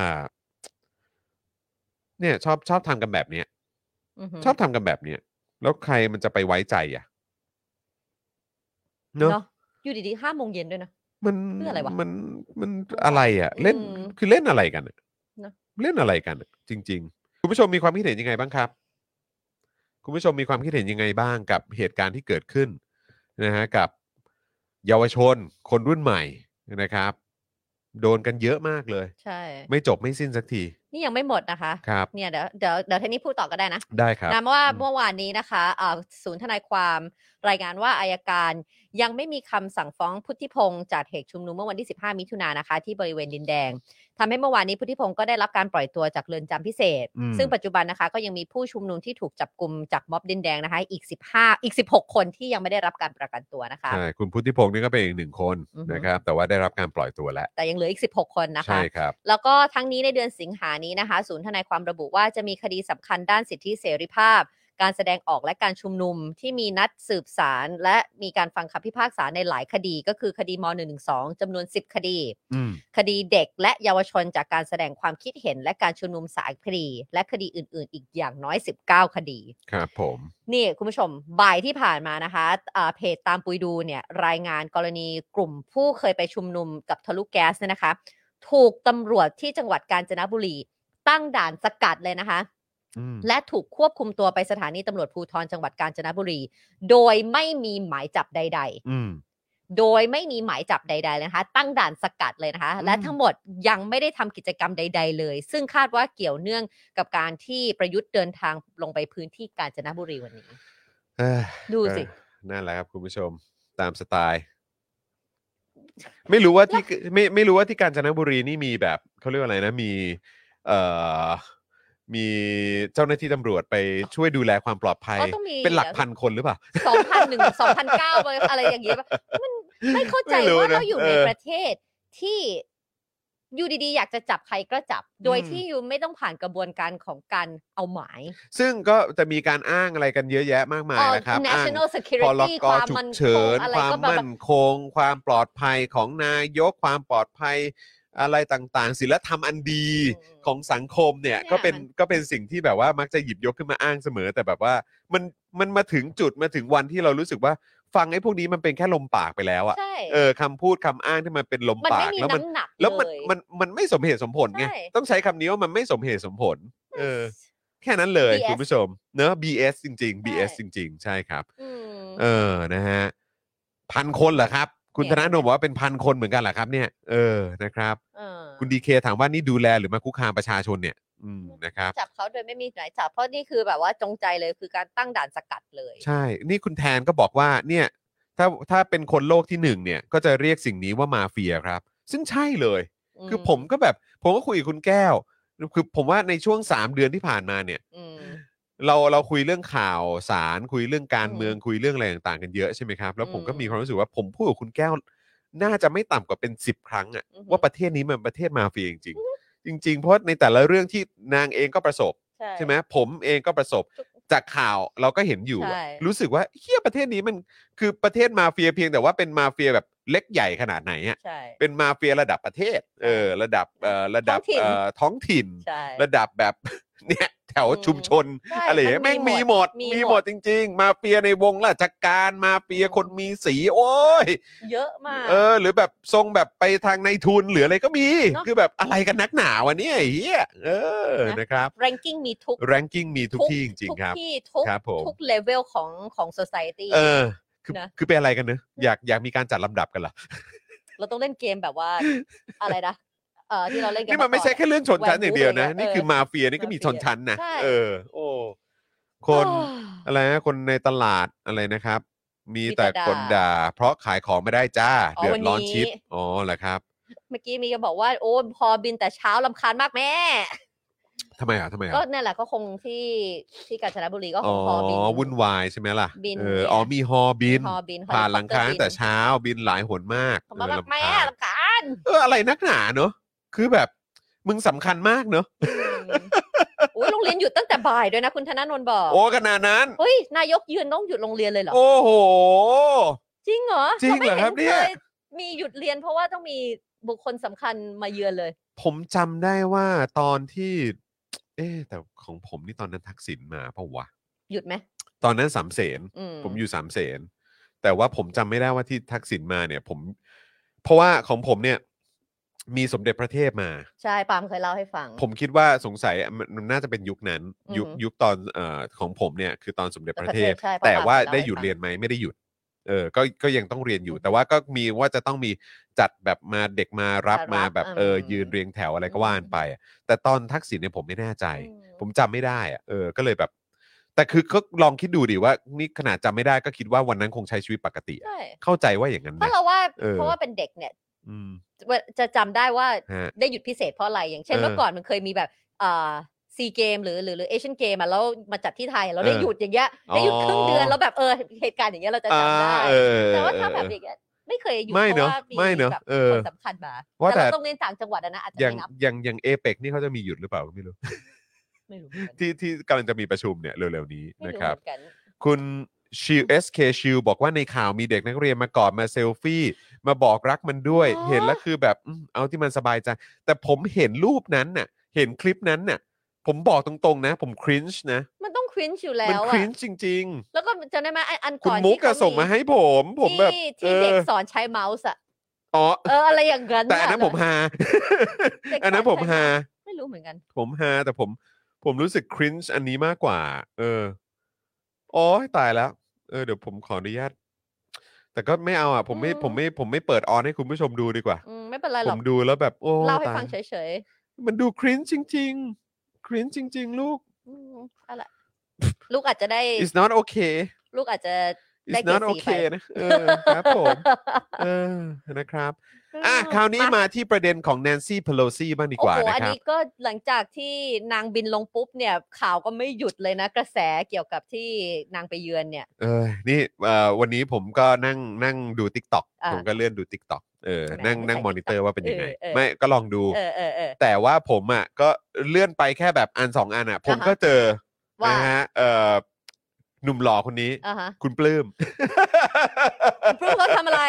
[SPEAKER 1] เนี่ยชอบชอบทำกันแบบเนี้ย
[SPEAKER 2] อือหือ
[SPEAKER 1] ชอบทำกันแบบเนี้ยแล้วใครมันจะไปไว้ใจอ่ะเนาะ
[SPEAKER 2] เนาะอยู่ดีๆห้าโมงเย็นด้วยนะ
[SPEAKER 1] มัน
[SPEAKER 2] เพื่ออะไรวะ
[SPEAKER 1] มันมันอะไรอ่ะ เล่น
[SPEAKER 2] อืม
[SPEAKER 1] คือเล่นอะไรกันอะ
[SPEAKER 2] เนอะ
[SPEAKER 1] เล่นอะไรกันอะจริง ๆ คุณผู้ชมมีความคิดเห็นยังไงบ้างครับ คุณผู้ชมมีความคิดเห็นยังไงบ้างกับเหตุการณ์ที่เกิดขึ้นนะฮะกับเยาวชน คนรุ่นใหม่นะครับ โดนกันเยอะมากเลย
[SPEAKER 2] ใช่
[SPEAKER 1] ไม่จบไม่สิ้นสักที
[SPEAKER 2] นี่ยังไม่หมดนะคะ
[SPEAKER 1] ครับ
[SPEAKER 2] เนี่ยเดี๋ยวเดี๋ยวเดี๋ยวเทนนี่พูดต่อก็ได้นะ
[SPEAKER 1] ได้ครับ
[SPEAKER 2] นะเพราะว่า
[SPEAKER 1] อืม
[SPEAKER 2] เมื่อวานนี้นะคะเอ่อศูนย์ทนายความรายงานว่าอายการยังไม่มีคำสั่งฟ้องพุทธิพงศ์จากเหตุชุมนุมเมื่อวันที่ 15 มิถุนายนนะคะ ที่บริเวณดินแดงทำให้เมื่อวานนี้พุทธิพงศ์ก็ได้รับการปล่อยตัวจากเรือนจำพิเศษ
[SPEAKER 5] อืม
[SPEAKER 2] ซึ่งปัจจุบันนะคะก็ยังมีผู้ชุมนุมที่ถูกจับกลุ่มจากม็อบดินแดงนะคะ อีก 15 อีก 16 คนที่ยังไม่ได้รับการประกันตัวนะคะ
[SPEAKER 1] ใช่คุณพุทธิพงศ์นี่ก็เป็นอีกหนึ่งคน
[SPEAKER 2] อือฮึ
[SPEAKER 1] นะครับ แต่ว่าได้รับการปล่อยตัวแล้ว
[SPEAKER 2] แต่ยังเหลืออีก 16 คนนะคะ
[SPEAKER 1] ใช่ครับ
[SPEAKER 2] แล้วก็ทั้งนี้ในเดือนสิงหานี้นะคะ ศูนย์ทนายความระบุว่าจะมีคดีสำคัญด้านสิทธิเสรีภาพ การแสดงออกและการชุมนุมที่มีนัดสืบสาร และมีการฟังคำพิพากษาในหลายคดีก็คือคดีม .112 จำนวน 10 คดี
[SPEAKER 5] อืม
[SPEAKER 2] คดีเด็กและเยาวชนจากการแสดงความคิดเห็นและการชุมนุมสายคดี และคดีอื่น ๆ อีกอย่างน้อย 19 คดี
[SPEAKER 1] ครับผม
[SPEAKER 2] นี่คุณผู้ชมบ่ายที่ผ่านมานะคะอ่าเพจตามปุยดูเนี่ยรายงานกรณีกลุ่มผู้เคยไปชุมนุมกับทะลุแก๊สเนี่ยนะคะ ถูกตำรวจที่จังหวัดกาญจนบุรี ตั้งด่านสกัดเลยนะคะ
[SPEAKER 5] อืม
[SPEAKER 2] และถูกควบคุมตัวไปสถานีตำรวจภูธรจังหวัดกาญจนบุรี โดยไม่มีหมายจับใด ๆ
[SPEAKER 5] อืม
[SPEAKER 2] โดยไม่มีหมายจับใดๆเลยนะคะ ตั้งด่านสกัดเลยนะคะ และทั้งหมดยังไม่ได้ทำกิจกรรมใด ๆ เลย ซึ่งคาดว่าเกี่ยวเนื่องกับการที่ประยุทธ์เดินทางลงไปพื้นที่กาญจนบุรีวันนี้
[SPEAKER 1] เอ้ย
[SPEAKER 2] ดูสิ
[SPEAKER 1] เออนั่นแหละครับคุณผู้ชมตามสไตล์ ไม่รู้ว่าที่ไม่ไม่รู้ว่าที่กาญจนบุรีนี่มีแบบเขาเรียกว่าอะไรนะมี เอ่อมีเจ้าหน้าที่ตำรวจไปช่วยดูแลความปลอดภัย
[SPEAKER 2] ก็ต้องมี
[SPEAKER 1] เป็นหลักพันคนหรือเปล่า
[SPEAKER 2] สองพันหนึ่ง สองพันเก้าอะไรอย่างเงี้ยปะมันไม่เข้าใจ
[SPEAKER 1] ไม่รู้
[SPEAKER 2] ว่า
[SPEAKER 1] นะ
[SPEAKER 2] เราอยู่ใน
[SPEAKER 1] เออ
[SPEAKER 2] ประเทศที่อยู่ดีๆ อยากจะจับใครก็จับ โดย
[SPEAKER 1] อืม
[SPEAKER 2] ที่อยู่ไม่ต้องผ่านกระบวนการของการเอาหมาย
[SPEAKER 1] ซึ่งก็จะมีการอ้างอะไรกันเยอะแยะมากมาย
[SPEAKER 2] เอ่อ
[SPEAKER 1] นะครับอ้าง
[SPEAKER 2] national
[SPEAKER 1] พอล
[SPEAKER 2] security
[SPEAKER 1] ก
[SPEAKER 2] ความ
[SPEAKER 1] ฉุ
[SPEAKER 2] มั
[SPEAKER 1] ก
[SPEAKER 2] น
[SPEAKER 1] เฉิน
[SPEAKER 2] คงอะไร
[SPEAKER 1] ความ
[SPEAKER 2] ก็แบบ
[SPEAKER 1] มั่นคง ความปลอดภัยของนายกความปลอดภัยอะไรต่างๆ ศิลธรรมอันดี
[SPEAKER 2] ม
[SPEAKER 1] ของสังคมเนี่ย
[SPEAKER 2] เนี่ย
[SPEAKER 1] ก็เป็น
[SPEAKER 2] มัน
[SPEAKER 1] ก็เป็นสิ่งที่แบบว่ามักจะหยิบยกขึ้นมาอ้างเสมอ แต่แบบว่ามันมันมาถึงจุดมาถึงวันที่เรารู้สึกว่าฟังไอ้พวกนี้มันเป็นแค่ลมปากไปแล้วอะ
[SPEAKER 2] ใช่
[SPEAKER 1] เออคำพูดคำอ้างที่มันเป็นลม
[SPEAKER 2] มัน
[SPEAKER 1] ปา
[SPEAKER 2] ไม่
[SPEAKER 1] ก
[SPEAKER 2] มี
[SPEAKER 1] แล้วมัน
[SPEAKER 2] น้ำหนัก
[SPEAKER 1] แล้วมัน
[SPEAKER 2] เลย
[SPEAKER 1] มันมันไม่สมเหตุสมผลไง
[SPEAKER 2] ใช่
[SPEAKER 1] ต้องใช้คำนี้ว่ามันไม่สมเหตุสมผล เออ แค่นั้นเลย
[SPEAKER 2] BS
[SPEAKER 1] คุณผู้ชม เนอะ BS จริง ๆ BS จริง ๆ ใช่ครับ
[SPEAKER 2] อืม
[SPEAKER 1] เออ นะฮะพันคนเหรอครับ คุณ
[SPEAKER 2] เนี่
[SPEAKER 1] ธ
[SPEAKER 2] ย
[SPEAKER 1] นาโนบอกว่าเป็นพันคนเหมือนกันเหรอครับเนี่ย เออนะครับ
[SPEAKER 2] เออ
[SPEAKER 1] คุณดีเคถามว่านี่ดูแลหรือมาคุกคามประชาชนเนี่ย อืมนะครับ
[SPEAKER 2] จับเขาโดยไม่มีหมายจับเพราะนี่คือแบบว่าจงใจเลยคือการตั้งด่านสกัดเลย
[SPEAKER 1] ใช่ นี่คุณแทนก็บอกว่า เนี่ย ถ้าถ้าเป็นคนโลกที่หนึ่งเนี่ย ก็จะเรียกสิ่งนี้ว่ามาเฟียครับ ซึ่งใช่เลย คือผมก็แบบ ผมก็คุยกับคุณแก้ว คือผมว่าในช่วง 3 เดือนที่ผ่านมาเนี่ย
[SPEAKER 2] อืม
[SPEAKER 1] เราเราคุยเรื่องข่าวสารคุยเรื่องการ
[SPEAKER 2] อืม
[SPEAKER 1] เมืองคุยเรื่องอะไรต่างๆกันเยอะใช่ไหมครับ แล้วผมก็
[SPEAKER 2] อืม
[SPEAKER 1] มีความรู้สึกว่าผมพูดกับคุณแก้ว น่าจะไม่ต่ำกว่าเป็น 10 ครั้งอะ
[SPEAKER 2] อือฮึ
[SPEAKER 1] ว่าประเทศนี้มันประเทศมาเฟียจริงๆจริง ๆ เพราะในแต่ละเรื่องที่นางเองก็ประสบ
[SPEAKER 2] ใช่
[SPEAKER 1] ใช่ไหมผมเองก็ประสบจากข่าวเราก็เห็นอยู่อะ
[SPEAKER 2] ใช่
[SPEAKER 1] รู้สึกว่าเฮียประเทศนี้มันคือประเทศมาเฟียเพียงแต่ว่าเป็นมาเฟียแบบเล็กใหญ่ขนาดไหนอะ
[SPEAKER 2] ใช่
[SPEAKER 1] เป็นมาเฟียระดับประเทศเออระดับเอ่อระดับ
[SPEAKER 2] ท้องถิ่น
[SPEAKER 1] เอ่อท้องถิ่น
[SPEAKER 2] ใช่
[SPEAKER 1] ระดับแบบ เนี่ยแถว
[SPEAKER 2] อืม
[SPEAKER 1] ชุมชน
[SPEAKER 2] ใช่
[SPEAKER 1] อะไรอย่างเงี้ย
[SPEAKER 2] มั
[SPEAKER 1] แม่
[SPEAKER 2] น
[SPEAKER 1] ง
[SPEAKER 2] มี
[SPEAKER 1] มี
[SPEAKER 2] ห
[SPEAKER 1] ห
[SPEAKER 2] ม
[SPEAKER 1] ม
[SPEAKER 2] ด
[SPEAKER 1] ด
[SPEAKER 2] มี
[SPEAKER 1] มี
[SPEAKER 2] ห
[SPEAKER 1] ห
[SPEAKER 2] ม
[SPEAKER 1] ม
[SPEAKER 2] ด
[SPEAKER 1] ดจริง ๆ มาเฟียในวงราชการมาเฟีย
[SPEAKER 2] อืม
[SPEAKER 1] คนมีสี โอ้ย
[SPEAKER 2] เยอะมาก
[SPEAKER 1] เออ หรือแบบทรงแบบไปทางในทุนหรืออะไรก็มี
[SPEAKER 2] เนอะ
[SPEAKER 1] คือแบบอะไรกันนักหนาวะเนี่ยไอ้เฮียเออ
[SPEAKER 2] นะ
[SPEAKER 1] นะครับ
[SPEAKER 2] แรงกิ้งมีทุก
[SPEAKER 1] แรงกิ้งมีทุกที่จริง ๆ ครับ
[SPEAKER 2] ทุกที่ทุก
[SPEAKER 1] ครับผม
[SPEAKER 2] ทุกเลเวลของของ society
[SPEAKER 1] เออ คือ
[SPEAKER 2] นะ
[SPEAKER 1] คือเป็นอะไรกันเนอะอยากอยากมีการจัดลำดับกันเหรอ
[SPEAKER 2] เราต้องเล่นเกมแบบว่า อะไรนะเออที่เราเล่นกัน
[SPEAKER 1] นี่มันไม่
[SPEAKER 2] ก่อ
[SPEAKER 1] ใช่แค่เรื่องชนชั้น
[SPEAKER 2] แว
[SPEAKER 1] อ
[SPEAKER 2] ร์
[SPEAKER 1] ย่างเดียวนะ
[SPEAKER 2] บู๊ะไรงี้
[SPEAKER 1] นี่คือมาเฟียนี่ก็มีชนชั้นนะ
[SPEAKER 2] ใช่
[SPEAKER 1] เออ โอ้คน
[SPEAKER 2] โอ้
[SPEAKER 1] อะไรนะคนในตลาดอะไรนะครับ มี
[SPEAKER 2] มีแต่
[SPEAKER 1] แต่คนด่า เพราะขายของไม่ได้จ้า
[SPEAKER 2] อ๋อ
[SPEAKER 1] เดือดร้อน
[SPEAKER 2] วันนี้
[SPEAKER 1] ชิดอ๋อเหรอครับ
[SPEAKER 2] เมื่อกี้มีก็บอกว่าโอ้ยพอบินแต่เช้าลำคาญมากแม่
[SPEAKER 1] ทำไมอ่ะทำไมอ่ะ
[SPEAKER 2] ก็นั่นแหละก็คงที่ที่กาญจนบุรีก็ค
[SPEAKER 1] อ๋
[SPEAKER 2] ง
[SPEAKER 1] อ
[SPEAKER 2] พอบิน
[SPEAKER 1] วุ่นวายใช่ไหมล่ะ
[SPEAKER 2] บิน
[SPEAKER 1] เออ
[SPEAKER 2] เนี่ย
[SPEAKER 1] อ๋อมีฮอบิน
[SPEAKER 2] พอบิน
[SPEAKER 1] ผ่านหลังคาตั้งแต่
[SPEAKER 2] เฮลิคอปเตอร์บิน
[SPEAKER 1] เช้าบินหลายหนมาก
[SPEAKER 2] ผมว่าแบบ
[SPEAKER 1] เออ
[SPEAKER 2] แม่
[SPEAKER 1] รำคาญ
[SPEAKER 2] ลำคาญ
[SPEAKER 1] เอออะไรนักหนาเนอะคือแบบมึงสำคัญมากเนอะ
[SPEAKER 2] โอ้ยโรงเรียนหยุดตั้งแต่บ่ายด้วยนะคุณธนาโนนบอก
[SPEAKER 1] โอ้ขนาดนั้น
[SPEAKER 2] เฮ้ยนายกยืนต้องหยุดโรงเรียนเลยเหรอ
[SPEAKER 1] โอ้โห
[SPEAKER 2] จริงเหรอ
[SPEAKER 1] จริงเหรอครับเนี่ย
[SPEAKER 2] าไม่ห็คมีหยุดเรียนเพราะว่าต้องมีบุคคลสำคัญมาเยือนเลย
[SPEAKER 1] ผมจำได้ว่าตอนที่ เอ๊ะแต่ของผมนี่ตอนนั้นทักษิณมาเพราะวะ
[SPEAKER 2] หยุดไหม
[SPEAKER 1] ตอนนั้นสามเสน
[SPEAKER 2] อืม
[SPEAKER 1] ผมอยู่สามเสนแต่ว่าผมจำไม่ได้ว่าที่ทักษิณมาเนี่ย ผม เพราะว่าของผมเนี่ย มีสมเด็จพระเทพมา
[SPEAKER 2] ใช่ปาล์มเคยเล่าให้ฟัง
[SPEAKER 1] ผมคิดว่าสงสัยมันมันน่าจะเป็นยุคนั้น ยุค
[SPEAKER 2] อือฮึ
[SPEAKER 1] ยุคตอนเอ่อของผมเนี่ย คือตอนสมเด็จพระเทพ
[SPEAKER 2] ใช่เพราะ
[SPEAKER 1] แต่ว่า
[SPEAKER 2] ปาล์มเคยเล่าให้
[SPEAKER 1] ได้หยุด
[SPEAKER 2] ฟัง
[SPEAKER 1] เรียนไหมไม่ได้หยุด เออก็ก็ยังต้องเรียนอยู่ แต่ว่าก็มีว่าจะต้องมีจัดแบบมาเด็กมารับ
[SPEAKER 2] มารับ
[SPEAKER 1] มาแบบเอออ
[SPEAKER 2] ม
[SPEAKER 1] ยืนเรียงแถวอะไรก็ว่านไปอะแต่ตอนทักษิณเนี่ยผมไม่แน่ใจ
[SPEAKER 2] อืม
[SPEAKER 1] ผมจำไม่ได้อะเออ ก็เลยแบบ แต่คือก็ลองคิดดูดิว่านี่ขนาดจำไม่ได้ก็คิดว่าวันนั้นคงใช้ชีวิตปกติอะ
[SPEAKER 2] ใช่
[SPEAKER 1] เข้าใจว่าอย่างนั้น
[SPEAKER 2] เพ
[SPEAKER 1] นะ
[SPEAKER 2] ราะเราว่า
[SPEAKER 1] เออ
[SPEAKER 2] เพราะว่าเป็นเด็กเนี่ย
[SPEAKER 1] อืม
[SPEAKER 2] จะจำได้ว่า
[SPEAKER 1] ฮะ
[SPEAKER 2] ได้หยุดพิเศษเพราะอะไรอย่างเช่น
[SPEAKER 1] เออ
[SPEAKER 2] เมื่อก่อนมันเคยมีแบบอ่าซีเกมหรือหรือหรือเอเชียนเกมแล้วมาจัดที่ไทยเราได้
[SPEAKER 1] เออ
[SPEAKER 2] หยุดอย่างเงี้ยได้หยุดครึ่งเดือน
[SPEAKER 1] อ๋อ
[SPEAKER 2] แล้วแบบเออเหตุการณ์อย่างเงี้ยเราจะจำได้
[SPEAKER 1] อ่าเออ
[SPEAKER 2] แต่ว่าถ้า
[SPEAKER 1] เออ
[SPEAKER 2] แบบ
[SPEAKER 1] เออ
[SPEAKER 2] อย่างเงี้ยไม่เคยหยุด
[SPEAKER 1] ไม่
[SPEAKER 2] เพ
[SPEAKER 1] เน
[SPEAKER 2] ราะ
[SPEAKER 1] อะ
[SPEAKER 2] ว่ามี
[SPEAKER 1] ไม่เนอะ
[SPEAKER 2] แบบ
[SPEAKER 1] เออ
[SPEAKER 2] คนสำคัญมา
[SPEAKER 1] ว่าแต่
[SPEAKER 2] แต่เราต้องเล่นต่างจังหวัดอะนะอาจจะ
[SPEAKER 1] อย่าง
[SPEAKER 2] ไม่นับ
[SPEAKER 1] อย่างอย่างเอเปกนี่เขาจะมีหยุดหรือเปล่าก็ไม่รู้
[SPEAKER 2] ไม่รู้เหมือนกัน
[SPEAKER 1] ที่ที่กำลังจะมีประชุมเนี่ยเร็วๆนี้
[SPEAKER 2] ไม่
[SPEAKER 1] นะ
[SPEAKER 2] รู้
[SPEAKER 1] ครับ
[SPEAKER 2] เหมือนกัน
[SPEAKER 1] คุณชิว SK ชิวบอกว่าในข่าวมีเด็กนักเรียนมากอดมาเซลฟี่ มาบอกรักมันด้วย
[SPEAKER 3] อ๋อ
[SPEAKER 1] เห็นแล้วคือแบบอืมเอาที่มันสบายใจแต่ผมเห็นรูปนั้นน่ะ เห็นคลิปนั้นน่ะ ผมบอกตรงๆนะ ผมคริ้นช์นะ
[SPEAKER 2] มันต้องควินช์อยู่
[SPEAKER 1] มั
[SPEAKER 2] แล้
[SPEAKER 1] น
[SPEAKER 2] ว
[SPEAKER 1] ค
[SPEAKER 2] อะ
[SPEAKER 1] ริ้นช์จริง
[SPEAKER 2] แล้วก็จำได้ไหมไอ้อัน
[SPEAKER 1] ๆ คุณ
[SPEAKER 2] ก่อน
[SPEAKER 1] มุกก็
[SPEAKER 2] ที่เข
[SPEAKER 1] ส่งมาให้ผม ผมแบบ
[SPEAKER 2] ที่
[SPEAKER 1] เอ
[SPEAKER 2] ที่เด็ก
[SPEAKER 1] อ
[SPEAKER 2] สอนใช้เมาส์อะ
[SPEAKER 1] อ๋อ
[SPEAKER 2] เอออะไรอย่างเงี้ย
[SPEAKER 1] แต่อันนั้นผมฮา
[SPEAKER 2] เด็กส
[SPEAKER 1] อันนั้นผม
[SPEAKER 2] ใช้
[SPEAKER 1] ฮา
[SPEAKER 2] เส์ไม่รู้เหมือนกัน
[SPEAKER 1] ผมฮาแต่ผมผมรู้สึกคริ้นช์อันนี้มากกว่า เออโอ้ยตายแล้ว เออเดี๋ยวผมขออนุญาต แต่ก็ไม่เอาอ่ะ ผมไม่
[SPEAKER 2] อืม
[SPEAKER 1] ผมไม่ผมไม่เปิดออนให้คุณผู้ชมดูดีกว่า
[SPEAKER 2] อืมไม่เป็นไรห
[SPEAKER 1] ผ
[SPEAKER 2] รอก
[SPEAKER 1] มดูแล้วแบบ โอ้
[SPEAKER 2] เล่าให้ฟั
[SPEAKER 1] ตา
[SPEAKER 2] ง
[SPEAKER 1] ย
[SPEAKER 2] เฉย
[SPEAKER 1] มันดูคริ้นช์จริง ๆ คริ้นช์จริง ๆ ลูก
[SPEAKER 2] ๆอืมอะไรลูกอาจจะได้
[SPEAKER 1] it's not okay
[SPEAKER 2] ลูกอาจจะ ได้
[SPEAKER 1] it's
[SPEAKER 2] เกรด
[SPEAKER 1] not
[SPEAKER 2] สี่ไป
[SPEAKER 1] okay นะเออครับผม เออนะครับ อ่ะคราวนี้มาที่ประเด็นของแนนซี่เพโลซีบ้างดีกว่า
[SPEAKER 2] โอ้โห
[SPEAKER 1] นะ
[SPEAKER 2] อัน
[SPEAKER 1] ครับ
[SPEAKER 2] นี้ก็หลังจากที่นางบินลงปุ๊บเนี่ย ข่าวก็ไม่หยุดเลยนะ กระแสเกี่ยวกับที่นางไปเยือนเนี่ย
[SPEAKER 1] เออนี่เอ่อวันนี้ผมก็นั่งนั่งดู t ิ k t o k
[SPEAKER 2] อ่า
[SPEAKER 1] ผมก็เลื่อนดู t ิ k t o k เออ
[SPEAKER 2] ใช่ไหม
[SPEAKER 1] นั่งนั่งม
[SPEAKER 2] ไม่ใช่
[SPEAKER 1] อนิเตอ
[SPEAKER 2] TikTok
[SPEAKER 1] ร์ว่าเป็นยังไง
[SPEAKER 2] เออเออ
[SPEAKER 1] ไม่ก็ลองดู
[SPEAKER 2] เออเออเออ
[SPEAKER 1] แต่ว่าผมอ่ะก็เลื่อนไปแค่แบบอันสองอันอ่ะ ผม
[SPEAKER 2] อ่าฮะ
[SPEAKER 1] ก็เจอ
[SPEAKER 2] ว่า
[SPEAKER 1] นะฮะเอ่อหนุ่มหล่อคนนี้
[SPEAKER 2] อ่ะฮะ
[SPEAKER 1] คุณปลื้ม
[SPEAKER 2] ปลื้มเขาทำอะไร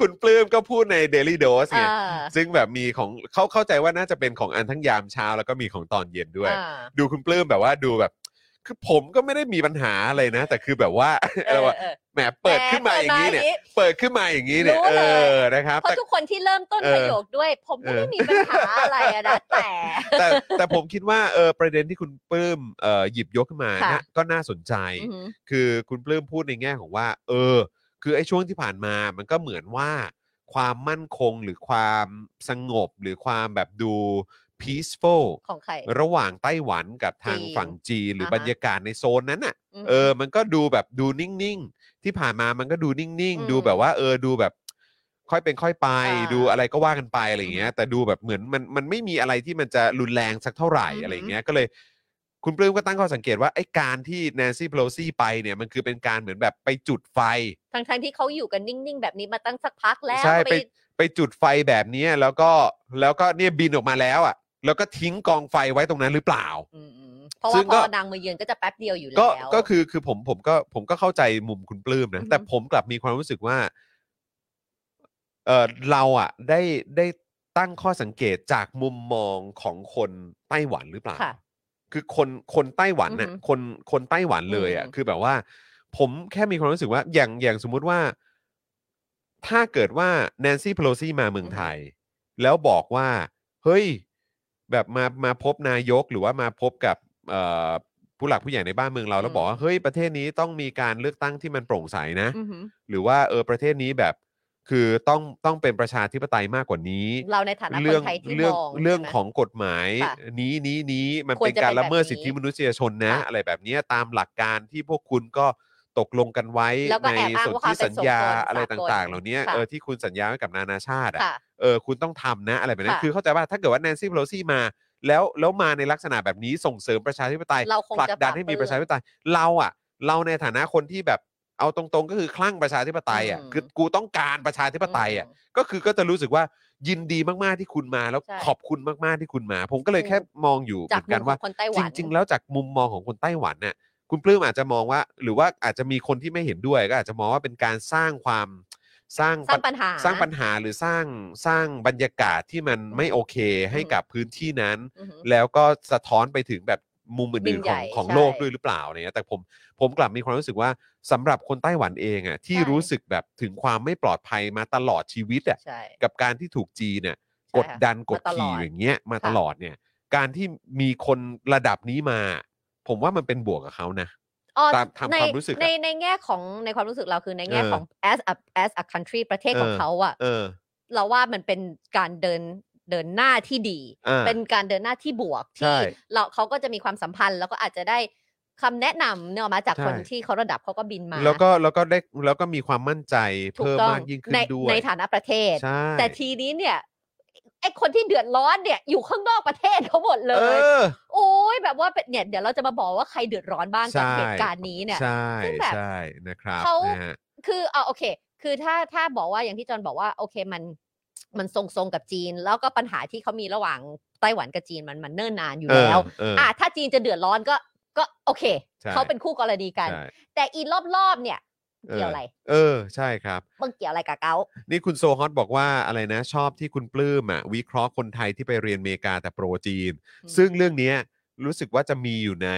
[SPEAKER 1] คุณปลื้มก็พูดใน Daily Dose ไง
[SPEAKER 2] อ่า
[SPEAKER 1] ซึ่งแบบมีของเขาเข้าใจว่าน่าจะเป็นของอันทั้งยามเช้าแล้วก็มีของตอนเย็นด้วย
[SPEAKER 2] อ่า
[SPEAKER 1] ดูคุณปลื้มแบบว่าดูแบบ คือผมก็ไม่ได้มีปัญหาอะไรนะ แต่คือแบบว่า อะไรวะ
[SPEAKER 2] เออ
[SPEAKER 1] แหมเปิดขึ้นมาอย่างนี้เนี่ย
[SPEAKER 2] แต่ปิดม
[SPEAKER 1] เปิดขึ้นมาอย่างนี้เนี่ย
[SPEAKER 2] รู้
[SPEAKER 1] เอ
[SPEAKER 2] เลย
[SPEAKER 1] อนะครับ
[SPEAKER 2] เพราะ
[SPEAKER 1] แต่
[SPEAKER 2] ทุกคนที่เริ่มต้น
[SPEAKER 1] เออ
[SPEAKER 2] ประโยคด้วย ผมก็
[SPEAKER 1] เอ
[SPEAKER 2] ไม่
[SPEAKER 1] อ
[SPEAKER 2] มีปัญหาอะไรอะนะแต่
[SPEAKER 1] แต่แต่ผมคิดว่าเออประเด็นที่คุณปลื้มเอ่อหยิบยกขึ้นมา
[SPEAKER 2] ค่ะ
[SPEAKER 1] นะก็น่าสนใจ
[SPEAKER 2] อือหือ
[SPEAKER 1] คือคุณปลื้มพูดในแง่ของว่า เออ คือไอ้ช่วงที่ผ่านมามันก็เหมือนว่า ความมั่นคงหรือความสงบหรือความแบบดู peaceful
[SPEAKER 2] ของใคร
[SPEAKER 1] ระหว่างไต้หวันกับทาง
[SPEAKER 2] จีน
[SPEAKER 1] ฝั่งจีนหรืออา
[SPEAKER 2] ฮะ
[SPEAKER 1] บรรยากาศในโซนนั้นน่ะ
[SPEAKER 2] ม
[SPEAKER 1] เออ มันก็ดูแบบดูนิ่งๆ ที่ผ่านมามันก็ดูนิ่ง
[SPEAKER 2] อืม
[SPEAKER 1] ๆ ดูแบบว่า เออ ดูแบบ ค่อยเป็นค่อยไป
[SPEAKER 2] อ่า
[SPEAKER 1] ดูอะไรก็ว่ากันไปอะไรอย่างเงี้ย แต่ดูแบบเหมือนมันมันไม่มีอะไรที่มันจะรุนแรงสักเท่าไหร่
[SPEAKER 2] อือฮึ
[SPEAKER 1] อะไรอย่างเงี้ย ก็เลย คุณปลื้มก็ตั้งข้อสังเกตว่าไอ้การที่แนนซี่เพโลซี่ไปเนี่ย มันคือเป็นการเหมือนแบบไปจุดไฟ
[SPEAKER 2] ทั้งทั้งๆที่เขาอยู่กันนิ่งๆ แบบนี้มาตั้งสักพักแล้ว
[SPEAKER 1] ใช่
[SPEAKER 2] ไป
[SPEAKER 1] ไปไปจุดไฟแบบเนี้ยแล้วก็แล้วก็เนี่ยบินออกมาแล้วอ่ะ แล้วก็ทิ้งกองไฟไว้ตรงนั้นหรือเปล่า
[SPEAKER 2] อืมๆเพราะ
[SPEAKER 1] ซึ่
[SPEAKER 2] ว่าง พ
[SPEAKER 1] ก็
[SPEAKER 2] อนางมาเยือนก็จะแป๊บเดียวอยู่แล้ว
[SPEAKER 1] ก็ก็คือคือผมผมก็ผมก็เข้าใจมุมคุณปลื้มนะ
[SPEAKER 2] อือฮึ
[SPEAKER 1] แต่ผมกลับมีความรู้สึกว่าเออเราอ่ะได้ได้ตั้งข้อสังเกตจากมุมมองของคนไต้หวันหรือเปล่า
[SPEAKER 2] ค่ะ
[SPEAKER 1] คือคนคนไต้หวันน่ะ
[SPEAKER 2] อือฮึ
[SPEAKER 1] คนคนไต้หวันเลยอ่ะ
[SPEAKER 2] อืม
[SPEAKER 1] คือแบบว่า ผมแค่มีความรู้สึกว่าอย่างอย่างสมมุติว่า ถ้าเกิดว่าแนนซี่ p พโลซีมาเมืองไทย แล้วบอกว่า เฮ้ย แบบมามาพบนายกหรือว่ามาพบกับเอ่อผู้หลักผู้ใหญ่ในบ้านเมืองเราแล้วบอกว่าเฮ้ยประเทศนี้ต้องมีการเลือกตั้งที่มันโปร่งใสนะ
[SPEAKER 2] อือหือ
[SPEAKER 1] หรือว่าเออประเทศนี้แบบ คือต้องต้องเป็นประชาธิปไตยมากกว่านี้
[SPEAKER 2] เราในฐานะค
[SPEAKER 1] เรื่อง
[SPEAKER 2] นไทยที่
[SPEAKER 1] เรื่อ
[SPEAKER 2] ม
[SPEAKER 1] ง
[SPEAKER 2] อง
[SPEAKER 1] เรื่อง
[SPEAKER 2] ใช่ไหม
[SPEAKER 1] ของกฎหมาย
[SPEAKER 2] ค่ะ
[SPEAKER 1] นี้นี้นี้มัน
[SPEAKER 2] ควร
[SPEAKER 1] เป็น
[SPEAKER 2] จะ
[SPEAKER 1] การ
[SPEAKER 2] เป็น
[SPEAKER 1] ละเมิด
[SPEAKER 2] แบบนี้
[SPEAKER 1] สิทธิมนุษยชนนะ
[SPEAKER 2] ค่ะ
[SPEAKER 1] อะไรแบบเนี้ยตามหลักการที่พวกคุณก็ตกลงกันไว้
[SPEAKER 2] แล้วก็
[SPEAKER 1] ใน
[SPEAKER 2] แอบอ้าง
[SPEAKER 1] สนธิ
[SPEAKER 2] ว่าความเป็น
[SPEAKER 1] สัญญา
[SPEAKER 2] สากล
[SPEAKER 1] อะไรต่าง ๆ
[SPEAKER 2] สากล
[SPEAKER 1] เหล่านี้
[SPEAKER 2] ค่ะ
[SPEAKER 1] เออที่คุณสัญญาไว้กับนานาชาติอะ
[SPEAKER 2] ค่ะ
[SPEAKER 1] เออคุณต้องทำนะ อะไรแบบนั้น
[SPEAKER 2] ค่ะ
[SPEAKER 1] คือเข้าใจว่าถ้าเกิดว่าแนนซี่เพโลซี่มา แล้วแล้วมาในลักษณะแบบนี้ส่งเสริมประชาธิปไตย
[SPEAKER 2] เราคง
[SPEAKER 1] ผลัก
[SPEAKER 2] จะ
[SPEAKER 1] ดันให้มี
[SPEAKER 2] ปราบป
[SPEAKER 1] ป
[SPEAKER 2] ลื้ม
[SPEAKER 1] ระชาธิปไตยเราอะเราในฐานะคนที่แบบเอาตรงๆ ก็คือคลั่งประชาธิปไตยอะ
[SPEAKER 2] อืม
[SPEAKER 1] คือกูต้องการประชาธิปไตยอะ ก็คือก็จะรู้สึกว่ายินดีมาก ๆ ที่คุณมาแล้ว
[SPEAKER 2] ใช่
[SPEAKER 1] ขอบคุณมาก ๆ ที่คุณมา ผมก็เลย
[SPEAKER 2] ถูก
[SPEAKER 1] แค่มองอยู่เห
[SPEAKER 2] จาก
[SPEAKER 1] มือนกัน
[SPEAKER 2] มุมขอ
[SPEAKER 1] ว่า
[SPEAKER 2] งคนไต้
[SPEAKER 1] จ
[SPEAKER 2] หวัน
[SPEAKER 1] ริง ๆ แล้วจากมุมมองของคนไต้หวันเนี่ยคุณปลื้มอาจจะมองว่า หรือว่าอาจจะมีคนที่ไม่เห็นด้วย ก็อาจจะมองว่าเป็นการสร้างความสร้าง
[SPEAKER 2] สร้างปัญหา
[SPEAKER 1] สร้างปัญหาหรือสร้างสร้างบรรยากาศที่มันไม่โอเคให้กับพื้นที่นั้น
[SPEAKER 2] อือหือ
[SPEAKER 1] แล้วก็สะท้อนไปถึงแบบมุม
[SPEAKER 2] มุ
[SPEAKER 1] อื่น
[SPEAKER 2] มให
[SPEAKER 1] ๆ
[SPEAKER 2] ญ่
[SPEAKER 1] ของของ
[SPEAKER 2] ใช่
[SPEAKER 1] โลกด้วยหรือเปล่าเนี่ยแต่ผมผมกลับมีความรู้สึกว่าสำหรับคนไต้หวันเองอ่ะที่
[SPEAKER 2] ใช่
[SPEAKER 1] รู้สึกแบบถึงความไม่ปลอดภัยมาตลอดชีวิตอ่ะ
[SPEAKER 2] ใช่
[SPEAKER 1] กับการที่ถูกจีนเนี่ย
[SPEAKER 2] ใช่
[SPEAKER 1] กด
[SPEAKER 2] ค่ะ
[SPEAKER 1] ดันกด
[SPEAKER 2] มาตลอ
[SPEAKER 1] ขี่
[SPEAKER 2] ด
[SPEAKER 1] อย่างเงี้ยมา
[SPEAKER 2] ค่ะ
[SPEAKER 1] ตลอดเนี่ย การที่มีคนระดับนี้มา ผมว่ามันเป็นบวกกับเขานะ
[SPEAKER 2] อ๋อ
[SPEAKER 1] ตามตาม
[SPEAKER 2] ใน
[SPEAKER 1] ความรู้สึกอะ
[SPEAKER 2] ในในแง่ของในความรู้สึกเราคือในแง่
[SPEAKER 1] เออ
[SPEAKER 2] ของ as a as a country ประเทศของ
[SPEAKER 1] เออ
[SPEAKER 2] เขาอะ
[SPEAKER 1] เออ
[SPEAKER 2] เราว่ามันเป็นการเดินเดินหน้าที่ดี
[SPEAKER 1] อ่า
[SPEAKER 2] เป็นการเดินหน้าที่บวก
[SPEAKER 1] ใช่
[SPEAKER 2] ที่เราเขาก็จะมีความสัมพันธ์ แล้วก็อาจจะได้คำแนะนำเนยมาจาก
[SPEAKER 1] ใช่
[SPEAKER 2] คนที่เขาระดับเขาก็บินมา
[SPEAKER 1] แล้วก็แล้วก็ได้แล้วก็มีความมั่นใจ
[SPEAKER 2] ถูก
[SPEAKER 1] เพิ่ม
[SPEAKER 2] ต้อง
[SPEAKER 1] มากยิ่งขึ้
[SPEAKER 2] ใน
[SPEAKER 1] นด้วย
[SPEAKER 2] ในฐานะประเทศ
[SPEAKER 1] ใช่
[SPEAKER 2] แต่ทีนี้เนี่ยไอคนที่เดือดร้อนเนี่ยอยู่ข้างนอกประเทศเขาหมดเล
[SPEAKER 1] เอย อ
[SPEAKER 2] โอ้ยแบบว่าเป็นเนี่ยเดี๋ยวเราจะมาบอกว่าใครเดือดร้อนบ้างจาก
[SPEAKER 1] ใช่
[SPEAKER 2] เหตุการณ์นี้เนี่ย
[SPEAKER 1] ใช่
[SPEAKER 2] ซึ่งแบบ
[SPEAKER 1] ใช่นะครับ
[SPEAKER 2] เขาน
[SPEAKER 1] ะฮะ
[SPEAKER 2] คือเอาโอเค คือถ้าถ้าบอกว่าอย่างที่จอนบอกว่าโอเคมันมันทรงๆกับจีน แล้วก็ปัญหาที่เขามีระหว่าง ไต้หวันกับจีนมันมันเนิ่นนานอยู่
[SPEAKER 1] เออ
[SPEAKER 2] แล้ว
[SPEAKER 1] เอออ่
[SPEAKER 2] อ่ะถ้าจีนจะเดือดร้อนก็ก็โอเค
[SPEAKER 1] ใช่
[SPEAKER 2] เขาเป็นคู่กรณีกัน
[SPEAKER 1] ใช่
[SPEAKER 2] แต่อีรอบๆเนี่ย
[SPEAKER 1] เออ
[SPEAKER 2] เกี่ยวอะไร
[SPEAKER 1] เออใช่ครับ
[SPEAKER 2] มันเกี่ยวอะไรกับเกา
[SPEAKER 1] นี่คุณโซฮอตบอกว่าอะไรนะชอบที่คุณปลื้มอ่ะวิเคราะห์คนไทยที่ไปเรียนอเมริกาแต่โปรจีน ซึ่งเรื่องเนี้ยรู้สึกว่าจะมีอยู่ใน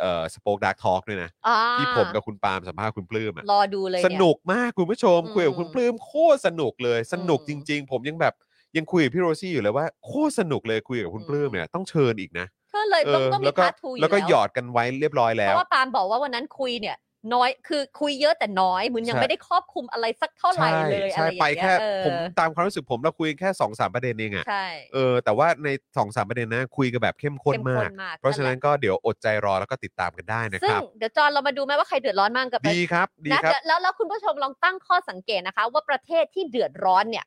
[SPEAKER 1] เอ่อสปอคดักทอล์กด้วยนะ
[SPEAKER 2] อ่า
[SPEAKER 1] ที่ผมกับคุณปาล์มสัมภาษณ์คุณปลื้มอ่ะ
[SPEAKER 2] รอดูเล
[SPEAKER 1] ส
[SPEAKER 2] ยเนี่ย
[SPEAKER 1] นุกมากคุณผู้ชม
[SPEAKER 2] อืม
[SPEAKER 1] คุยกับคุณปลื้มโคตรสนุกเลย สนุกจ
[SPEAKER 2] อืม
[SPEAKER 1] ริง ๆ ผมยังแบบยังคุยกับพี่โรซี่อยู่เลยว่าโคตรสนุกเลยคุยกับคุณ
[SPEAKER 2] อืม
[SPEAKER 1] ปลื้มเนี่ยต้องเชิญอีกนะ
[SPEAKER 2] ก็เลยต้องต้องมี
[SPEAKER 1] เแล้วก็
[SPEAKER 2] พาร์ททูอยู่
[SPEAKER 1] แล้วก็หยอ
[SPEAKER 2] ว
[SPEAKER 1] ดกันไว้เรียบร้อย
[SPEAKER 2] เพ
[SPEAKER 1] แล้ว
[SPEAKER 2] ราะว่าปาล์มบอกว่าวันนั้นคุยเนี่ย น้อยคือคุยเยอะแต่น้อยมันยัง
[SPEAKER 1] ใช่
[SPEAKER 2] ไม่ได้ครอบคลุมอะไรสักเท่าไหร่
[SPEAKER 1] ใช่
[SPEAKER 2] เลยอะ
[SPEAKER 1] ใช่
[SPEAKER 2] ไรอย่าง
[SPEAKER 1] ไป
[SPEAKER 2] เงี้ย
[SPEAKER 1] แค่
[SPEAKER 2] เออ
[SPEAKER 1] ผมตามความรู้สึกผมเราคุยกันแค่สองสามประเด็นเองอะ
[SPEAKER 2] ใช่
[SPEAKER 1] เออแต่ว่าในสองสามประเด็นนะคุยกันแบบเข้มข้น
[SPEAKER 2] เข้ม
[SPEAKER 1] มา
[SPEAKER 2] ข้
[SPEAKER 1] ก
[SPEAKER 2] นมาก
[SPEAKER 1] เพราะฉะนั้น
[SPEAKER 2] แหล
[SPEAKER 1] ก็เดี๋ยวอดใจรอแล้วก็ติดตามกันได้นะค
[SPEAKER 2] ซึ่ง
[SPEAKER 1] รับ
[SPEAKER 2] เดี๋ยวจอห์นเรามาดูไหมว่าใครเดือดร้อนมากกับ
[SPEAKER 1] ดีครับดี
[SPEAKER 2] นะครับ แล้วแล้วแล้วคุณผู้ชมลองตั้งข้อสังเกตนะคะ ว่าประเทศที่เดือดร้อนเนี่ย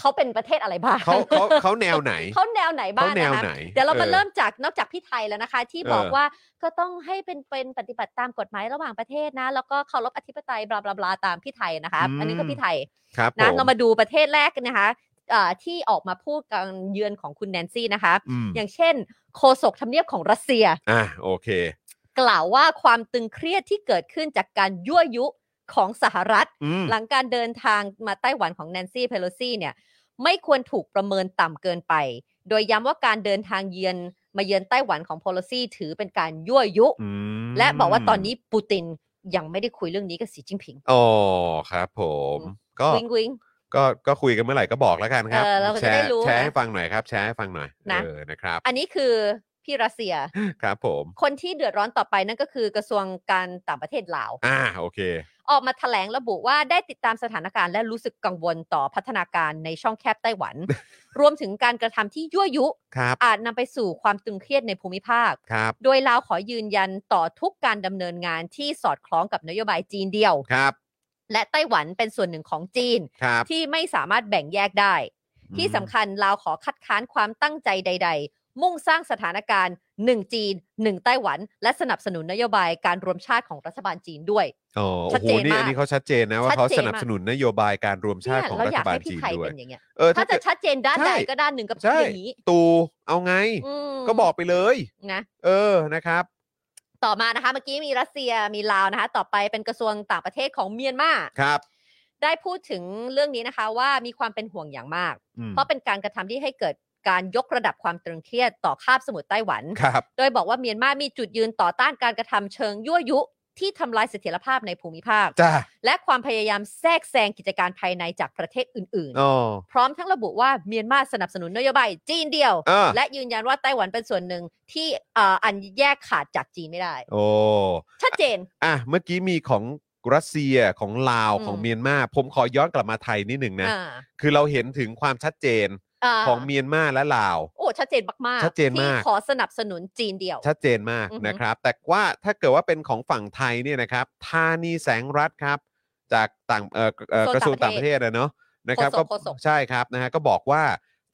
[SPEAKER 2] เขาเป็นประเทศอะไรบ้าง
[SPEAKER 1] เขาเขาเขาแนวไหน
[SPEAKER 2] เขาแนวไหนบ้าง
[SPEAKER 1] เขาแนว
[SPEAKER 2] นะคะ
[SPEAKER 1] ไหน
[SPEAKER 2] เดี๋ยวเรามา
[SPEAKER 1] ออ
[SPEAKER 2] เริ่มจากนอกจากพี่ไทยแล้วนะคะ ที่บอก
[SPEAKER 1] เออ
[SPEAKER 2] ว่าก็ต้องให้เป็นเป็นปฏิบัติตามกฎหมายระหว่างประเทศนะ แล้วก็เคารพอธิปไตยบลาบลาบลาตามพี่ไทยนะคะอันนี้ก็พี่ไทย
[SPEAKER 1] ครับ
[SPEAKER 2] นะ
[SPEAKER 1] ผ
[SPEAKER 2] เรามาดูประเทศแรกกันนะคะเอ่อที่ออกมาพูดกันเยือนของคุณแนนซี่นะคะ
[SPEAKER 1] อืม
[SPEAKER 2] อย่างเช่นโฆษกทำเนียบของรัสเซีย
[SPEAKER 1] อ่ะโอเค
[SPEAKER 2] กล่าวว่าความตึงเครียดที่เกิดขึ้นจากการยั่วยุของสหรัฐ
[SPEAKER 1] อืม
[SPEAKER 2] หลังการเดินทางมาไต้หวันของแนนซี่เพโลซี่เนี่ยไม่ควรถูกประเมินต่ำเกินไป โดยย้ำว่าการเดินทางเยือนมาเยือนไต้หวันของเพโลซี่ถือเป็นการยั่วยุ
[SPEAKER 1] อืม
[SPEAKER 2] และบอกว่าตอนนี้ปูตินยังไม่ได้คุยเรื่องนี้กับสีจิ้งผิง
[SPEAKER 1] อ๋อครับผมก็
[SPEAKER 2] วิงวิง
[SPEAKER 1] ก็ก็คุยกันเมื่อไหร่ก็บอกแล้วกันครับ
[SPEAKER 2] เออเราก็
[SPEAKER 1] แช
[SPEAKER 2] จะได้
[SPEAKER 1] ร์
[SPEAKER 2] รู้
[SPEAKER 1] แชร์
[SPEAKER 2] นะ
[SPEAKER 1] ให้ฟังหน่อยครับ แชร์ให้ฟังหน่อย
[SPEAKER 2] นะ
[SPEAKER 1] เออนะครับ
[SPEAKER 2] อันนี้คือพี่รัสเซีย
[SPEAKER 1] ครับผม
[SPEAKER 2] คนที่เดือดร้อนต่อไปนั่นก็คือกระทรวงการต่างประเทศลาว
[SPEAKER 1] อ่าโอเค
[SPEAKER 2] ออกมาแถลงระบุว่าได้ติดตามสถานการณ์และรู้สึกกังวลต่อพัฒนาการในช่องแคบไต้หวัน รวมถึงการกระทำที่ยั่วยุ
[SPEAKER 1] ครับ
[SPEAKER 2] อาจนำไปสู่ความตึงเครียดในภูมิภาค
[SPEAKER 1] ครับ
[SPEAKER 2] โดยลาวขอยืนยันต่อทุกการดำเนินงานที่สอดคล้องกับนโยบายจีนเดียว
[SPEAKER 1] ครับ
[SPEAKER 2] และไต้หวันเป็นส่วนหนึ่งของจีน
[SPEAKER 1] ครับ
[SPEAKER 2] ที่ไม่สามารถแบ่งแยกได้ ที่สำคัญลาวขอคัดค้านความตั้งใจใด ๆ มุ่งสร้างสถานการณ์ 1 จีน 1 ไต้หวัน และสนับสนุนนโยบายการรวมชาติของรัฐบาลจีนด้วย
[SPEAKER 1] อ๋อโอ้
[SPEAKER 2] ชัด
[SPEAKER 1] โห
[SPEAKER 2] เจน
[SPEAKER 1] นี่
[SPEAKER 2] มาก
[SPEAKER 1] อันนี้เขาชัดเจนนะว่า
[SPEAKER 2] ชัดเจน
[SPEAKER 1] เขาสนับสนุนนโยบายการรวมชาติ
[SPEAKER 2] เนี่ย
[SPEAKER 1] ของ
[SPEAKER 2] เรา
[SPEAKER 1] รัฐ
[SPEAKER 2] อยาก
[SPEAKER 1] บาล
[SPEAKER 2] ให้พี่
[SPEAKER 1] จีน
[SPEAKER 2] ไทย
[SPEAKER 1] ด้วย
[SPEAKER 2] เป็นอย่างเงี้ย
[SPEAKER 1] เออ
[SPEAKER 2] ถ้าจะ
[SPEAKER 1] เกิด
[SPEAKER 2] ชัดเจนด้านใด
[SPEAKER 1] ใช่
[SPEAKER 2] ก็ด้านหนึ่งก็พูด
[SPEAKER 1] ใช่
[SPEAKER 2] อย่างนี้
[SPEAKER 1] ตูเอาไง
[SPEAKER 2] อืม
[SPEAKER 1] ก็บอกไปเลย
[SPEAKER 2] นะ
[SPEAKER 1] เออนะครับ
[SPEAKER 2] ต่อมานะคะ เมื่อกี้มีรัสเซียมีลาวนะคะ ต่อไปเป็นกระทรวงต่างประเทศของเมียนมา
[SPEAKER 1] ครับ
[SPEAKER 2] ได้พูดถึงเรื่องนี้นะคะ ว่ามีความเป็นห่วงอย่างมาก
[SPEAKER 1] อืม
[SPEAKER 2] เพราะเป็นการกระทำที่ให้เกิดการยกระดับความตึงเครียดต่อคาบสมุทรไต้หวัน
[SPEAKER 1] ครับ
[SPEAKER 2] โดยบอกว่าเมียนมามีจุดยืนต่อต้านการกระทำเชิงยั่วยุ ที่ทำลายเสถียรภาพในภูมิภาค
[SPEAKER 1] จ้า
[SPEAKER 2] และความพยายามแทรกแซงกิจการภายในจากประเทศอื่น
[SPEAKER 1] อ๋อ
[SPEAKER 2] ๆ พร้อมทั้งระบุว่าเมียนมาสนับสนุนนโยบายจีนเดียว
[SPEAKER 1] อ่า
[SPEAKER 2] และยืนยันว่าไต้หวันเป็นส่วนหนึ่งที่เอ่ออันแยกขาดจากจีนไม่ได้
[SPEAKER 1] โอ้
[SPEAKER 2] ชัดเจน
[SPEAKER 1] อ่ะเมื่อกี้มีของรัสเซียของลาว
[SPEAKER 2] อืม
[SPEAKER 1] ของเมียนมาผมขอย้อนกลับมาไทยนิดหนึ่งนะ
[SPEAKER 2] อ่า
[SPEAKER 1] คือเราเห็นถึงความชัดเจน
[SPEAKER 2] า
[SPEAKER 1] ของเมียนมาและลาว
[SPEAKER 2] โอ้ชัดเจนมากๆ
[SPEAKER 1] ชัดเจนมาก
[SPEAKER 2] ที่ขอสนับสนุนจีนเดียว
[SPEAKER 1] ชัดเจนมาก
[SPEAKER 2] อือฮึ
[SPEAKER 1] นะครับ แต่ว่าถ้าเกิดว่าเป็นของฝั่งไทยเนี่ยนะครับธานีแสงรัฐครับ จากต่างเอ่อเอ่อกระทรวงต่างประเทศนะเนาะนะครับ
[SPEAKER 2] โฆษ
[SPEAKER 1] ก็
[SPEAKER 2] กโฆษก
[SPEAKER 1] ใช่ครับนะฮะก็บอกว่า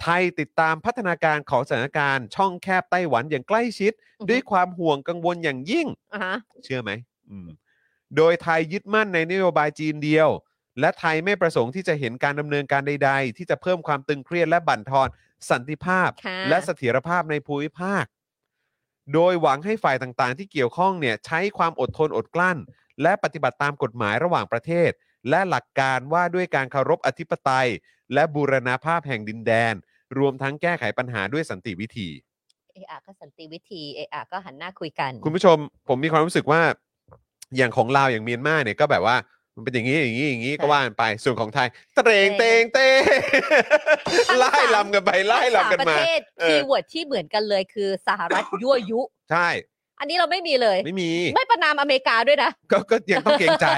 [SPEAKER 1] ไทยติดตามพัฒนาการของสถานการณ์ช่องแคบไต้หวันอย่างใกล้ชิด
[SPEAKER 2] อือฮึ
[SPEAKER 1] ด้วยความห่วงกังวลอย่างยิ่ง
[SPEAKER 2] อ่าฮะ
[SPEAKER 1] เชื่อไหมอืมโดยไทยยึดมั่นในนโยบายจีนเดียว และไทยไม่ประสงค์ที่จะเห็นการดำเนินการใด ๆ ที่จะเพิ่มความตึงเครียดและบั่นทอนสันติภาพ
[SPEAKER 2] ค่ะ
[SPEAKER 1] และเสถียรภาพในภูมิภาค โดยหวังให้ฝ่ายต่างๆ ที่เกี่ยวข้องเนี่ยใช้ความอดทนอดกลั้น และปฏิบัติตามกฎหมายระหว่างประเทศ และหลักการว่าด้วยการเคารพอธิปไตย และบูรณาภาพแห่งดินแดน รวมทั้งแก้ไขปัญหาด้วยสันติวิธี
[SPEAKER 2] เออาก็สันติวิธีเออาก็หันหน้าคุยกัน
[SPEAKER 1] คุณผู้ชมผมมีความรู้สึกว่า อย่างของลาวอย่างเมียนมาเนี่ยก็แบบว่า มันเป็นอย่างนี้อย่างนี้อย่างนี้ก็ว่ากันไปส่วนของไทยเตรงเตงเต งไล่ลำกันไปไล่ลำกัน
[SPEAKER 2] ทั้งสประ
[SPEAKER 1] มา
[SPEAKER 2] เทศ
[SPEAKER 1] เออ
[SPEAKER 2] คีย์เวิร์ดที่เหมือนกันเลยคือสหรั ฐยั่วยุ
[SPEAKER 1] ใช่
[SPEAKER 2] อันนี้เราไม่มีเลย
[SPEAKER 1] ไม่มี
[SPEAKER 2] ไม่ประนามอเมริกาด้วยนะ
[SPEAKER 1] ก็ก็ยังต้องเกรง ใจ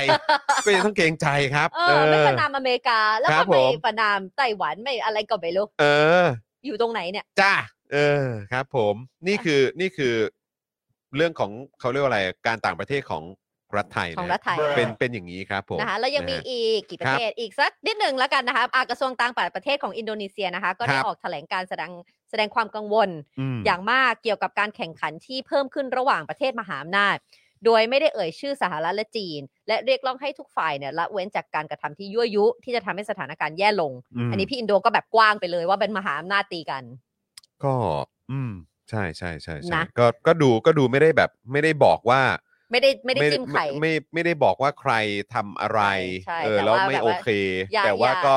[SPEAKER 1] ก็ยังต้องเกรงใจครับ
[SPEAKER 2] เออไม่ประนามอเมริกา แล้ว
[SPEAKER 1] ครั
[SPEAKER 2] ก็
[SPEAKER 1] บ
[SPEAKER 2] ไม่
[SPEAKER 1] ผม
[SPEAKER 2] ประนามไต้หวันไม่อะไรก็ไม่รู้
[SPEAKER 1] เออ
[SPEAKER 2] อยู่ตรงไหนเนี่ย
[SPEAKER 1] จ้าเออครับ ผมนี่คือนี่คือเรื่องของเขาเรียกว่าอะไรการต่างประเทศของรัฐไทย
[SPEAKER 2] ของ
[SPEAKER 1] นะ
[SPEAKER 2] รัฐไทย
[SPEAKER 1] เป็นเป็นอย่างนี้ครับ ผม
[SPEAKER 2] นะคะแล้วยังมี
[SPEAKER 1] นะฮะ
[SPEAKER 2] อีกกี่ประเทศอีกสักนิดหนึ่งแล้วกันนะคะอ่ะกระทรวงต่างประเทศของอินโดนีเซียนะคะ ก็ได้
[SPEAKER 1] ครับ
[SPEAKER 2] ออกแถลงการแสดงแสดงความกังวล
[SPEAKER 1] ม
[SPEAKER 2] อย่างมากเกี่ยวกับการแข่งขันที่เพิ่มขึ้นระหว่างประเทศมหาอำนาจ โดยไม่ได้เอ่ยชื่อสหรัฐและจีน และเรียกร้องให้ทุกฝ่ายเนี่ยละเว้นจากการกระทำที่ยั่วยุ ที่จะทำให้สถานการณ์แย่ลง
[SPEAKER 1] ม
[SPEAKER 2] อันนี้พี่อินโดก็แบบกว้างไปเลยว่าเป็นมหาอำนาจตีกัน
[SPEAKER 1] ก็
[SPEAKER 5] อืม
[SPEAKER 1] ใช่ใช่ใช่ใช่
[SPEAKER 2] นะ
[SPEAKER 1] ก็ก็ดูก็ดูไม่ได้แบบไม่ได้บอกว่า
[SPEAKER 2] ไม่ได้ไม่ได้จิ้มไข่
[SPEAKER 1] ไม่ไม่ได้บอกว่าใครทำอะไร
[SPEAKER 2] ใช่ใช่
[SPEAKER 1] เออ
[SPEAKER 2] แต่
[SPEAKER 1] แล้ว
[SPEAKER 2] ว่า
[SPEAKER 1] ไม่
[SPEAKER 2] แบบ
[SPEAKER 1] โอ
[SPEAKER 2] ว่า
[SPEAKER 1] เค
[SPEAKER 2] อย่า
[SPEAKER 1] แต่ว่า
[SPEAKER 2] อย่า
[SPEAKER 1] ก็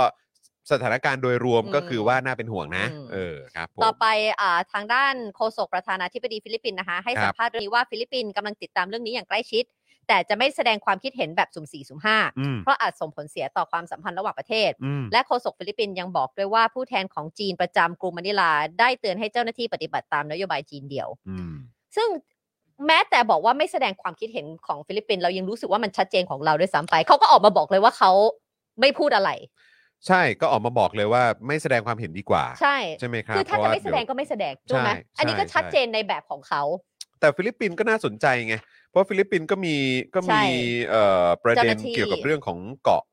[SPEAKER 1] สถานการณ์โดยรวม
[SPEAKER 2] อืม
[SPEAKER 1] ก็คือว่าน่าเป็นห่วงนะ
[SPEAKER 2] อืม
[SPEAKER 1] เออครับผม
[SPEAKER 2] ต่อไปอ่าทางด้านโฆษกประธานาธิบดีฟิลิปปินส์นะคะ ให้
[SPEAKER 1] ครับ
[SPEAKER 2] สัมภาษณ์เรื่องนี้ว่าฟิลิปปินส์กำลังติดตามเรื่องนี้อย่างใกล้ชิด แต่จะไม่แสดงความคิดเห็นแบบสุ่มสี่สุ่มห้า
[SPEAKER 5] อืม
[SPEAKER 2] เพราะอาจส่งผลเสียต่อความสัมพันธ์ระหว่างประเทศ
[SPEAKER 5] อืม
[SPEAKER 2] และโฆษกฟิลิปปินส์ยังบอกด้วยว่าผู้แทนของจีนประจำกรุงมะนิลา ได้เตือนให้เจ้าหน้าที่ปฏิบัติตามนโยบายจีนเดียว
[SPEAKER 5] อืม
[SPEAKER 2] ซึ่งแม้แต่บอกว่าไม่แสดงความคิดเห็นของฟิลิปปินส์เรายังรู้สึกว่ามันชัดเจนของเราด้วยซ้ำไปเขาก็ออกมาบอกเลยว่าเขาไม่พูดอะไร
[SPEAKER 1] ใช่ก็ออกมาบอกเลยว่าไม่แสดงความเห็นดีกว่า
[SPEAKER 2] ใช่
[SPEAKER 1] ใช่ไหมครับ
[SPEAKER 2] คือถ้า
[SPEAKER 1] เพ
[SPEAKER 2] จะ
[SPEAKER 1] ระว่
[SPEAKER 2] ไม่แสดงก็
[SPEAKER 1] เยว
[SPEAKER 2] ไม่แสดงถูกไหม
[SPEAKER 1] ใช่
[SPEAKER 2] อันนี้ก็
[SPEAKER 1] ใช่
[SPEAKER 2] ชัดเจนในแบบของเขา
[SPEAKER 1] แต่ฟิลิปปินส์ก็น่าสนใจไงเพราะฟิลิปปินส์ก็มีก็มี
[SPEAKER 2] ใช่
[SPEAKER 1] เอ่อประเด็น
[SPEAKER 2] เจ้าหน้าที่
[SPEAKER 1] เกี่ยวกับเรื่องของเกาะ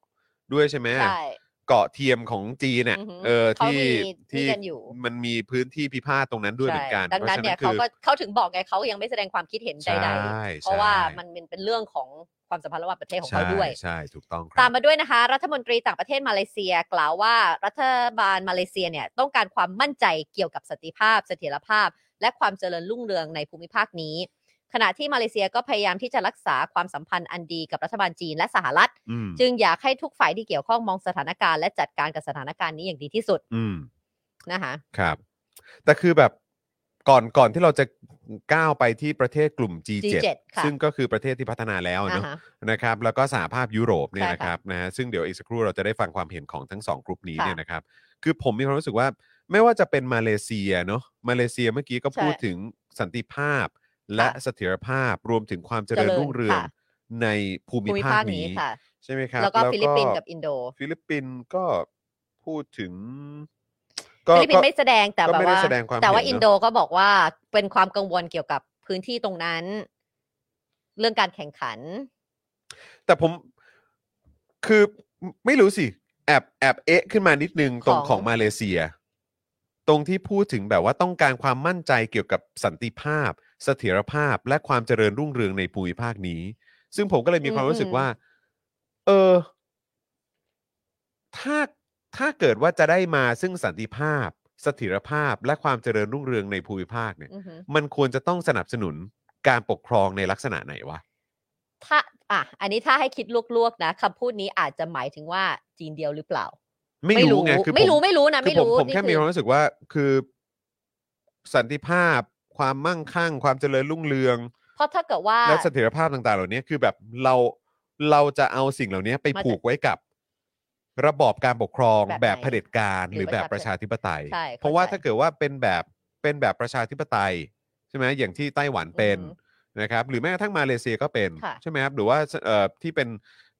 [SPEAKER 1] ด้วยใช่ไหม
[SPEAKER 2] ใช่
[SPEAKER 1] เกาะเทียมของจีนเนี่ย
[SPEAKER 2] อือหือ
[SPEAKER 1] เออ
[SPEAKER 2] เขา
[SPEAKER 1] ที่
[SPEAKER 2] มี
[SPEAKER 1] ที่
[SPEAKER 2] นี่กันอยู่
[SPEAKER 1] มันมีพื้นที่พิพาทตรงนั้นด้วยเหมือนกัน
[SPEAKER 2] ดังนั้นเนี่ย
[SPEAKER 1] พ
[SPEAKER 2] เขา
[SPEAKER 1] ราะฉะ
[SPEAKER 2] ก็
[SPEAKER 1] คือ
[SPEAKER 2] เขาถึงบอกไงเขายังไม่แสดงความคิดเห็นใด
[SPEAKER 1] ใช่
[SPEAKER 2] ๆ
[SPEAKER 1] ใช่
[SPEAKER 2] เพราะว่ามันเป็นเรื่องของความสัมพันธ์ระหว่างประเทศของ
[SPEAKER 1] ใช่
[SPEAKER 2] เขาด้วย
[SPEAKER 1] ใช่ถูกต้องค
[SPEAKER 2] ตา
[SPEAKER 1] รั
[SPEAKER 2] ม
[SPEAKER 1] บ
[SPEAKER 2] มาด้วยนะคะ รัฐมนตรีต่างประเทศมาเลเซียกล่าวว่ารัฐบาลมาเลเซียเนี่ยต้องการความมั่นใจเกี่ยวกับสันติภาพ เสถียรภาพ และความเจริญรุ่งเรืองในภูมิภาคนี้ ขณะที่มาเลเซียก็พยายามที่จะรักษาความสัมพันธ์อันดีกับรัฐบาลจีนและสหรัฐ
[SPEAKER 5] อืม
[SPEAKER 2] จึงอยากให้ทุกฝ่ายที่เกี่ยวข้องมองสถานการณ์และจัดการกับสถานการณ์นี้อย่างดีที่สุด
[SPEAKER 5] อืม
[SPEAKER 2] นะคะ
[SPEAKER 1] ครับ แต่คือแบบก่อนก่อนที่เราจะก้าวไปที่ประเทศกลุ่ม G7
[SPEAKER 2] G7 ค่ะ
[SPEAKER 1] ซึ่งก็คือประเทศที่พัฒนาแล้วอะ
[SPEAKER 2] อ่า
[SPEAKER 1] เนาะ
[SPEAKER 2] ฮะ
[SPEAKER 1] นะครับ แล้วก็สหภาพยุโรปเนี่ย
[SPEAKER 2] ใช่ค่ะ
[SPEAKER 1] นะครับนะฮะซึ่งเดี๋ยวอีกสักครู่เราจะได้ฟังความเห็นของทั้งสองกลุ่มนี้
[SPEAKER 2] ค่ะ
[SPEAKER 1] เนี่ยนะครับ คือผมมีความรู้สึกว่าไม่ว่าจะเป็นมาเลเซียเนาะมาเลเซียเมื่อกี้ก็พูด
[SPEAKER 2] ใช่
[SPEAKER 1] ถึงสันติภาพ และ
[SPEAKER 2] ค่ะ
[SPEAKER 1] เสถียรภาพรวมถึงความเจ
[SPEAKER 2] เจ
[SPEAKER 1] ริ
[SPEAKER 2] ริ
[SPEAKER 1] ญ
[SPEAKER 2] ญ
[SPEAKER 1] รุ่งเรือง
[SPEAKER 2] ค่ะ
[SPEAKER 1] ในภู
[SPEAKER 2] ภูมิภาคนี้ค่ะ
[SPEAKER 1] ใช่ไหมครับ
[SPEAKER 2] แล้วก็ฟิลิปปินส์กับอินโด
[SPEAKER 1] ฟิลิปปินส์ก็พูดถึง
[SPEAKER 2] ฟิลิปปินส์ไม่แสดงแต่
[SPEAKER 1] ก็
[SPEAKER 2] แบบ
[SPEAKER 1] ไม่ได้
[SPEAKER 2] ว่า
[SPEAKER 1] แสดงความ
[SPEAKER 2] แต่ว่า
[SPEAKER 1] เห็นเนอะ
[SPEAKER 2] อินโดก็บอกว่าเป็นความกังวลเกี่ยวกับพื้นที่ตรงนั้น เรื่องการแข่งขัน
[SPEAKER 1] แต่ผมคือไม่รู้สิ แอบแอบเอ๊ะขึ้นมานิดนึงตรง
[SPEAKER 2] ของ
[SPEAKER 1] ของมาเลเซีย ตรงที่พูดถึงแบบว่าต้องการความมั่นใจเกี่ยวกับสันติภาพ เสถียรภาพและความเจริญรุ่งเรืองในภูมิภาคนี้ ซึ่งผมก็เลยมีความรู้สึกว่า เออ ถ้าถ้าเกิดว่าจะได้มาซึ่งสันติภาพ เสถียรภาพ และความเจริญรุ่งเรืองในภูมิภาคเนี่ย
[SPEAKER 2] อือหือ
[SPEAKER 1] มันควรจะต้องสนับสนุนการปกครองในลักษณะไหนวะ
[SPEAKER 2] ถ้า อ่ะ อันนี้ถ้าให้คิดลวกๆนะคำพูดนี้อาจจะหมายถึงว่าจีนเดียวหรือเปล่า
[SPEAKER 1] ไม่รู้ไงคือผ
[SPEAKER 2] ไม่รู้ไม่รู้นะ
[SPEAKER 1] คือ
[SPEAKER 2] ไม่
[SPEAKER 1] ผม
[SPEAKER 2] รู้
[SPEAKER 1] ผม
[SPEAKER 2] นี่
[SPEAKER 1] แค่มีความรู้สึกว่าคือสันติภาพ ความมั่งคั่ง ความเจริญรุ่งเรือง
[SPEAKER 2] เพราะถ้าเกิดว่า
[SPEAKER 1] และเสถียรภาพต่างๆ เหล่านี้คือแบบเราเราจะเอาสิ่งเหล่านี้ไป
[SPEAKER 2] มาจาก
[SPEAKER 1] ผูกไว้กับ ระบอบการปกครอง
[SPEAKER 2] แบบ
[SPEAKER 1] แบบ
[SPEAKER 2] ไหน
[SPEAKER 1] เผด็จการห
[SPEAKER 2] หรื
[SPEAKER 1] รือ อแบบประชาธิปไตย
[SPEAKER 2] ใช่
[SPEAKER 1] เพราะว่า
[SPEAKER 2] เข้าใจ
[SPEAKER 1] ถ้าเกิดว่าเป็นแบบเป็นแบบประชาธิปไตยใช่ไหมอย่างที่ไต้หวันเป็น
[SPEAKER 2] อือหื
[SPEAKER 1] นะครับ หรือแม้กระทั่งมาเลเซียก็เป็น
[SPEAKER 2] ค่ะ
[SPEAKER 1] ใช่ไหมครับหรือว่าเอ่อที่เป็น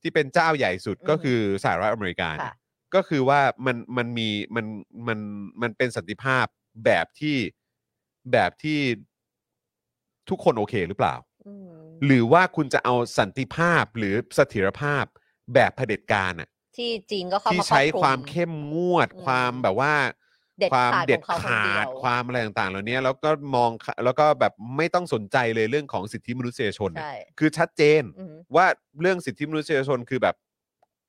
[SPEAKER 1] ที่เป็นเจ้าใหญ่สุด
[SPEAKER 2] อือหือ
[SPEAKER 1] ก็คือสหรัฐอเมริกาเนี่ย
[SPEAKER 2] ค่ะ
[SPEAKER 1] ก็คือว่ามันมันมีมันมันมันเป็นสันติภาพแบบที่แบบที่ทุกคนโอเคหรือเปล่า
[SPEAKER 2] อืม
[SPEAKER 1] หรือว่าคุณจะเอาสันติภาพหรือเสถียรภาพแบบเผด็จการอ่ะ
[SPEAKER 2] ที่จีนก็เข้า
[SPEAKER 1] ที่
[SPEAKER 2] มา
[SPEAKER 1] ใช้
[SPEAKER 2] รอบ
[SPEAKER 1] ความ
[SPEAKER 2] รุ
[SPEAKER 1] เข้มงวด
[SPEAKER 2] อืม
[SPEAKER 1] ความแบบว่า
[SPEAKER 2] เด็ดขาว
[SPEAKER 1] คา
[SPEAKER 2] ด
[SPEAKER 1] มเด็ด
[SPEAKER 2] ของเขาคน
[SPEAKER 1] ขา
[SPEAKER 2] เดียว
[SPEAKER 1] ดความอะไรต่างๆ เหล่านี้แล้วก็มองค่ะแล้วก็แบบไม่ต้องสนใจเลยเรื่องของสิทธิมนุษยชนน่ะ
[SPEAKER 2] ใช่
[SPEAKER 1] คือชัดเจน
[SPEAKER 2] อือหือ
[SPEAKER 1] ว่าเรื่องสิทธิมนุษยชนคือแบบ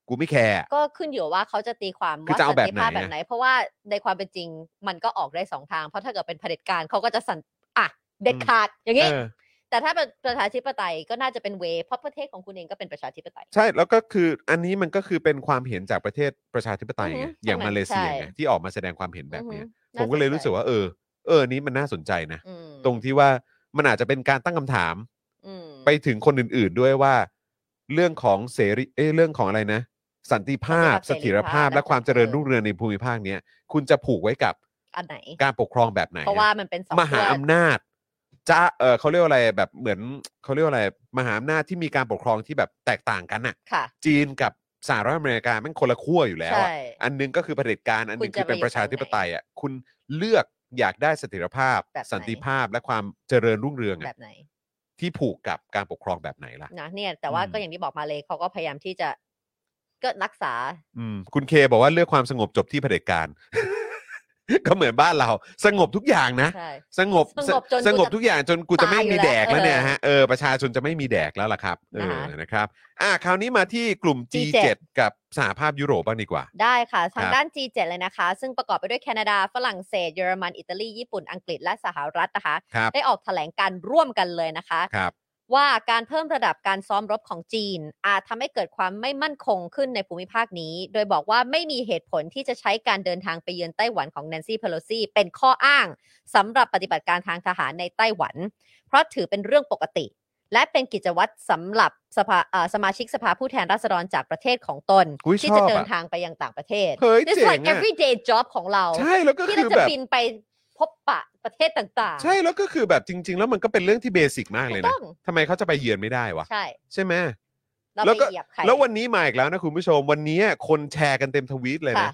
[SPEAKER 1] กูไม่แคร์
[SPEAKER 2] ก็ขึ้นอยู่ว่าเขาจะตีความ
[SPEAKER 1] คือ
[SPEAKER 2] ว่า
[SPEAKER 1] จะเอา
[SPEAKER 2] สันติภาพ
[SPEAKER 1] แบ
[SPEAKER 2] แบบ บ
[SPEAKER 1] ไหน
[SPEAKER 2] ไหน
[SPEAKER 1] อะ
[SPEAKER 2] เพราะว่าในความเป็นจริงมันก็ออกได้สองทาง เพราะถ้าเกิดเป็นเผด็จการเขาก็จะสันอ่ะเด็ดขาดอย่างนี้
[SPEAKER 1] เออ
[SPEAKER 2] แต่ถ้าเป็นประชาธิปไตยก็น่าจะเป็นเวย์เพราะประเทศของคุณเองก็เป็นประชาธิปไตย
[SPEAKER 1] ใช่แล้วก็คืออันนี้มันก็คือเป็นความเห็นจากประเทศประชาธิปไตย
[SPEAKER 2] อือหื
[SPEAKER 1] ไง
[SPEAKER 2] อ
[SPEAKER 1] อย่าง
[SPEAKER 2] ใช่
[SPEAKER 1] มาเลเซียไง
[SPEAKER 2] ใช่
[SPEAKER 1] ที่ออกมาแสดงความเห็นแบบเนี้ย
[SPEAKER 2] อือหือ
[SPEAKER 1] ผมก็เลยรู้สึกว่าเออเอออนนี้มันน่าสนใจนะ
[SPEAKER 2] อืม
[SPEAKER 1] ตรงที่ว่ามันอาจจะเป็นการตั้งคำถาม
[SPEAKER 2] อืม
[SPEAKER 1] ไปถึงคนอื่นๆด้วยว่า เรื่องของเสรีเอ้ยเรื่องของอะไรนะ สันติภาพเส
[SPEAKER 2] สันติภาพ
[SPEAKER 1] ถียรภาพ
[SPEAKER 2] เสรีภาพ
[SPEAKER 1] และความเจริญ
[SPEAKER 2] และ
[SPEAKER 1] รุ่งเรืองในภูมิภาคเนี้ยคุณจะผูกไว้กับ
[SPEAKER 2] อันไหน
[SPEAKER 1] การปกครองแบบไหน
[SPEAKER 2] เพราะว่ามันเป็นสอง
[SPEAKER 1] มหา
[SPEAKER 2] ขั้ว
[SPEAKER 1] อำนาจจะเออเขาเรียกว่าอะไรแบบเหมือนเขาเรียกว่าอะไรมหาอำนาจที่มีการปกครองที่แบบแตกต่างกันน่ะ
[SPEAKER 2] ค่ะ
[SPEAKER 1] จีนกับสหรัฐอเมริกามันคนละขั้วอยู่แล้วอะ
[SPEAKER 2] ใช่
[SPEAKER 1] อันหนึงก็คือเผด็จการ อันหนึงคื
[SPEAKER 2] คุณจะ
[SPEAKER 1] อเป็นประชาธิปไตยอ่ะ คุณเลือกอยากได้เสถิรภาพ
[SPEAKER 2] แบบไหน
[SPEAKER 1] สันติภาพและความเจริญรุ่งเรือง
[SPEAKER 2] แบ
[SPEAKER 1] อะ
[SPEAKER 2] บไหน
[SPEAKER 1] ที่ผูกกับการปกครองแบบไหนล่ะ
[SPEAKER 2] นะเนี่ย แต่ว่า
[SPEAKER 1] อืม
[SPEAKER 2] ก็อย่างที่บอกมาเลยเขาก็พยายามที่จะก็รักษา
[SPEAKER 1] อืมคุณเคบอกว่าเลือกความสงบจบที่เผด็จการ ก็เหมือนบ้านเรา สงบทุกอย่างนะ
[SPEAKER 2] ใช่
[SPEAKER 1] สงบ
[SPEAKER 2] สงบจน
[SPEAKER 1] สงบ
[SPEAKER 2] กูจะ
[SPEAKER 1] ทุกอย่างจนกูจะไม่มี
[SPEAKER 2] ตายอยู่
[SPEAKER 1] แดก
[SPEAKER 2] แล้
[SPEAKER 1] แล้ววเนี่ย
[SPEAKER 2] เออ
[SPEAKER 1] ฮะเออประชาชนจะไม่มีแดกแล้วล่ะครับเออ
[SPEAKER 2] นะคะ
[SPEAKER 1] นะครับอ่ะคราวนี้มาที่กลุ่ม
[SPEAKER 2] G7
[SPEAKER 1] G7 กับสหภาพยุโรปบ้างดีกว่า
[SPEAKER 2] ได้ค่ะ ทา
[SPEAKER 1] ค
[SPEAKER 2] ง
[SPEAKER 1] รับ
[SPEAKER 2] ด้าน G7 เลยนะคะ ซึ่งประกอบไปด้วยแคนาดา ฝรั่งเศส เยอรมัน อิตาลี ญี่ปุ่น อังกฤษ และสหรัฐนะคะ
[SPEAKER 1] ครับ
[SPEAKER 2] ได้ออกแถลงการณ์ร่วมกันเลยนะคะ
[SPEAKER 1] ครับ
[SPEAKER 2] ว่าการเพิ่มระดับการซ้อมรบของจีน อาจทำให้เกิดความไม่มั่นคงขึ้นในภูมิภาคนี้ โดยบอกว่าไม่มีเหตุผลที่จะใช้การเดินทางไปเยือนไต้หวันของแนนซี่เพโลซีเป็นข้ออ้างสำหรับปฏิบัติการทางทหารในไต้หวัน เพราะถือเป็นเรื่องปกติ และเป็นกิจวัตรสำหรับสภาเอ่อสมาชิกสภาผู้แทนราษฎรจากประเทศของตน
[SPEAKER 1] อุ๊ย
[SPEAKER 2] ที่
[SPEAKER 1] ช
[SPEAKER 2] จะ
[SPEAKER 1] อบ
[SPEAKER 2] เดิ
[SPEAKER 1] อ่ะ
[SPEAKER 2] นทางไปยังต่างประเทศ
[SPEAKER 1] เฮ้ย
[SPEAKER 2] It's
[SPEAKER 1] เจ๋ง
[SPEAKER 2] like
[SPEAKER 1] อะ
[SPEAKER 2] everyday job ของเรา
[SPEAKER 1] ใช่แล้วก็
[SPEAKER 2] ที่
[SPEAKER 1] คือ
[SPEAKER 2] เราจะ
[SPEAKER 1] แบบ
[SPEAKER 2] บินไปพบปะประเทศต่างๆ
[SPEAKER 1] ใช่แล้วก็คือแบบจริง ๆ แล้วมันก็เป็นเรื่องที่เบสิกมาก
[SPEAKER 2] ถู
[SPEAKER 1] เลย
[SPEAKER 2] ก
[SPEAKER 1] นะ
[SPEAKER 2] ต้อง
[SPEAKER 1] ทำไมเขาจะไปเยือนไม่ได้วะ
[SPEAKER 2] ใช่
[SPEAKER 1] ใช่ไหม
[SPEAKER 2] เรา
[SPEAKER 1] แล้ว
[SPEAKER 2] ไป
[SPEAKER 1] ก็
[SPEAKER 2] เหยียบใคร
[SPEAKER 1] แล้ววันนี้มาอีกแล้วนะคุณผู้ชมวันนี้คนแชร์กันเต็มทวีตเลยนะ
[SPEAKER 2] ค่ะ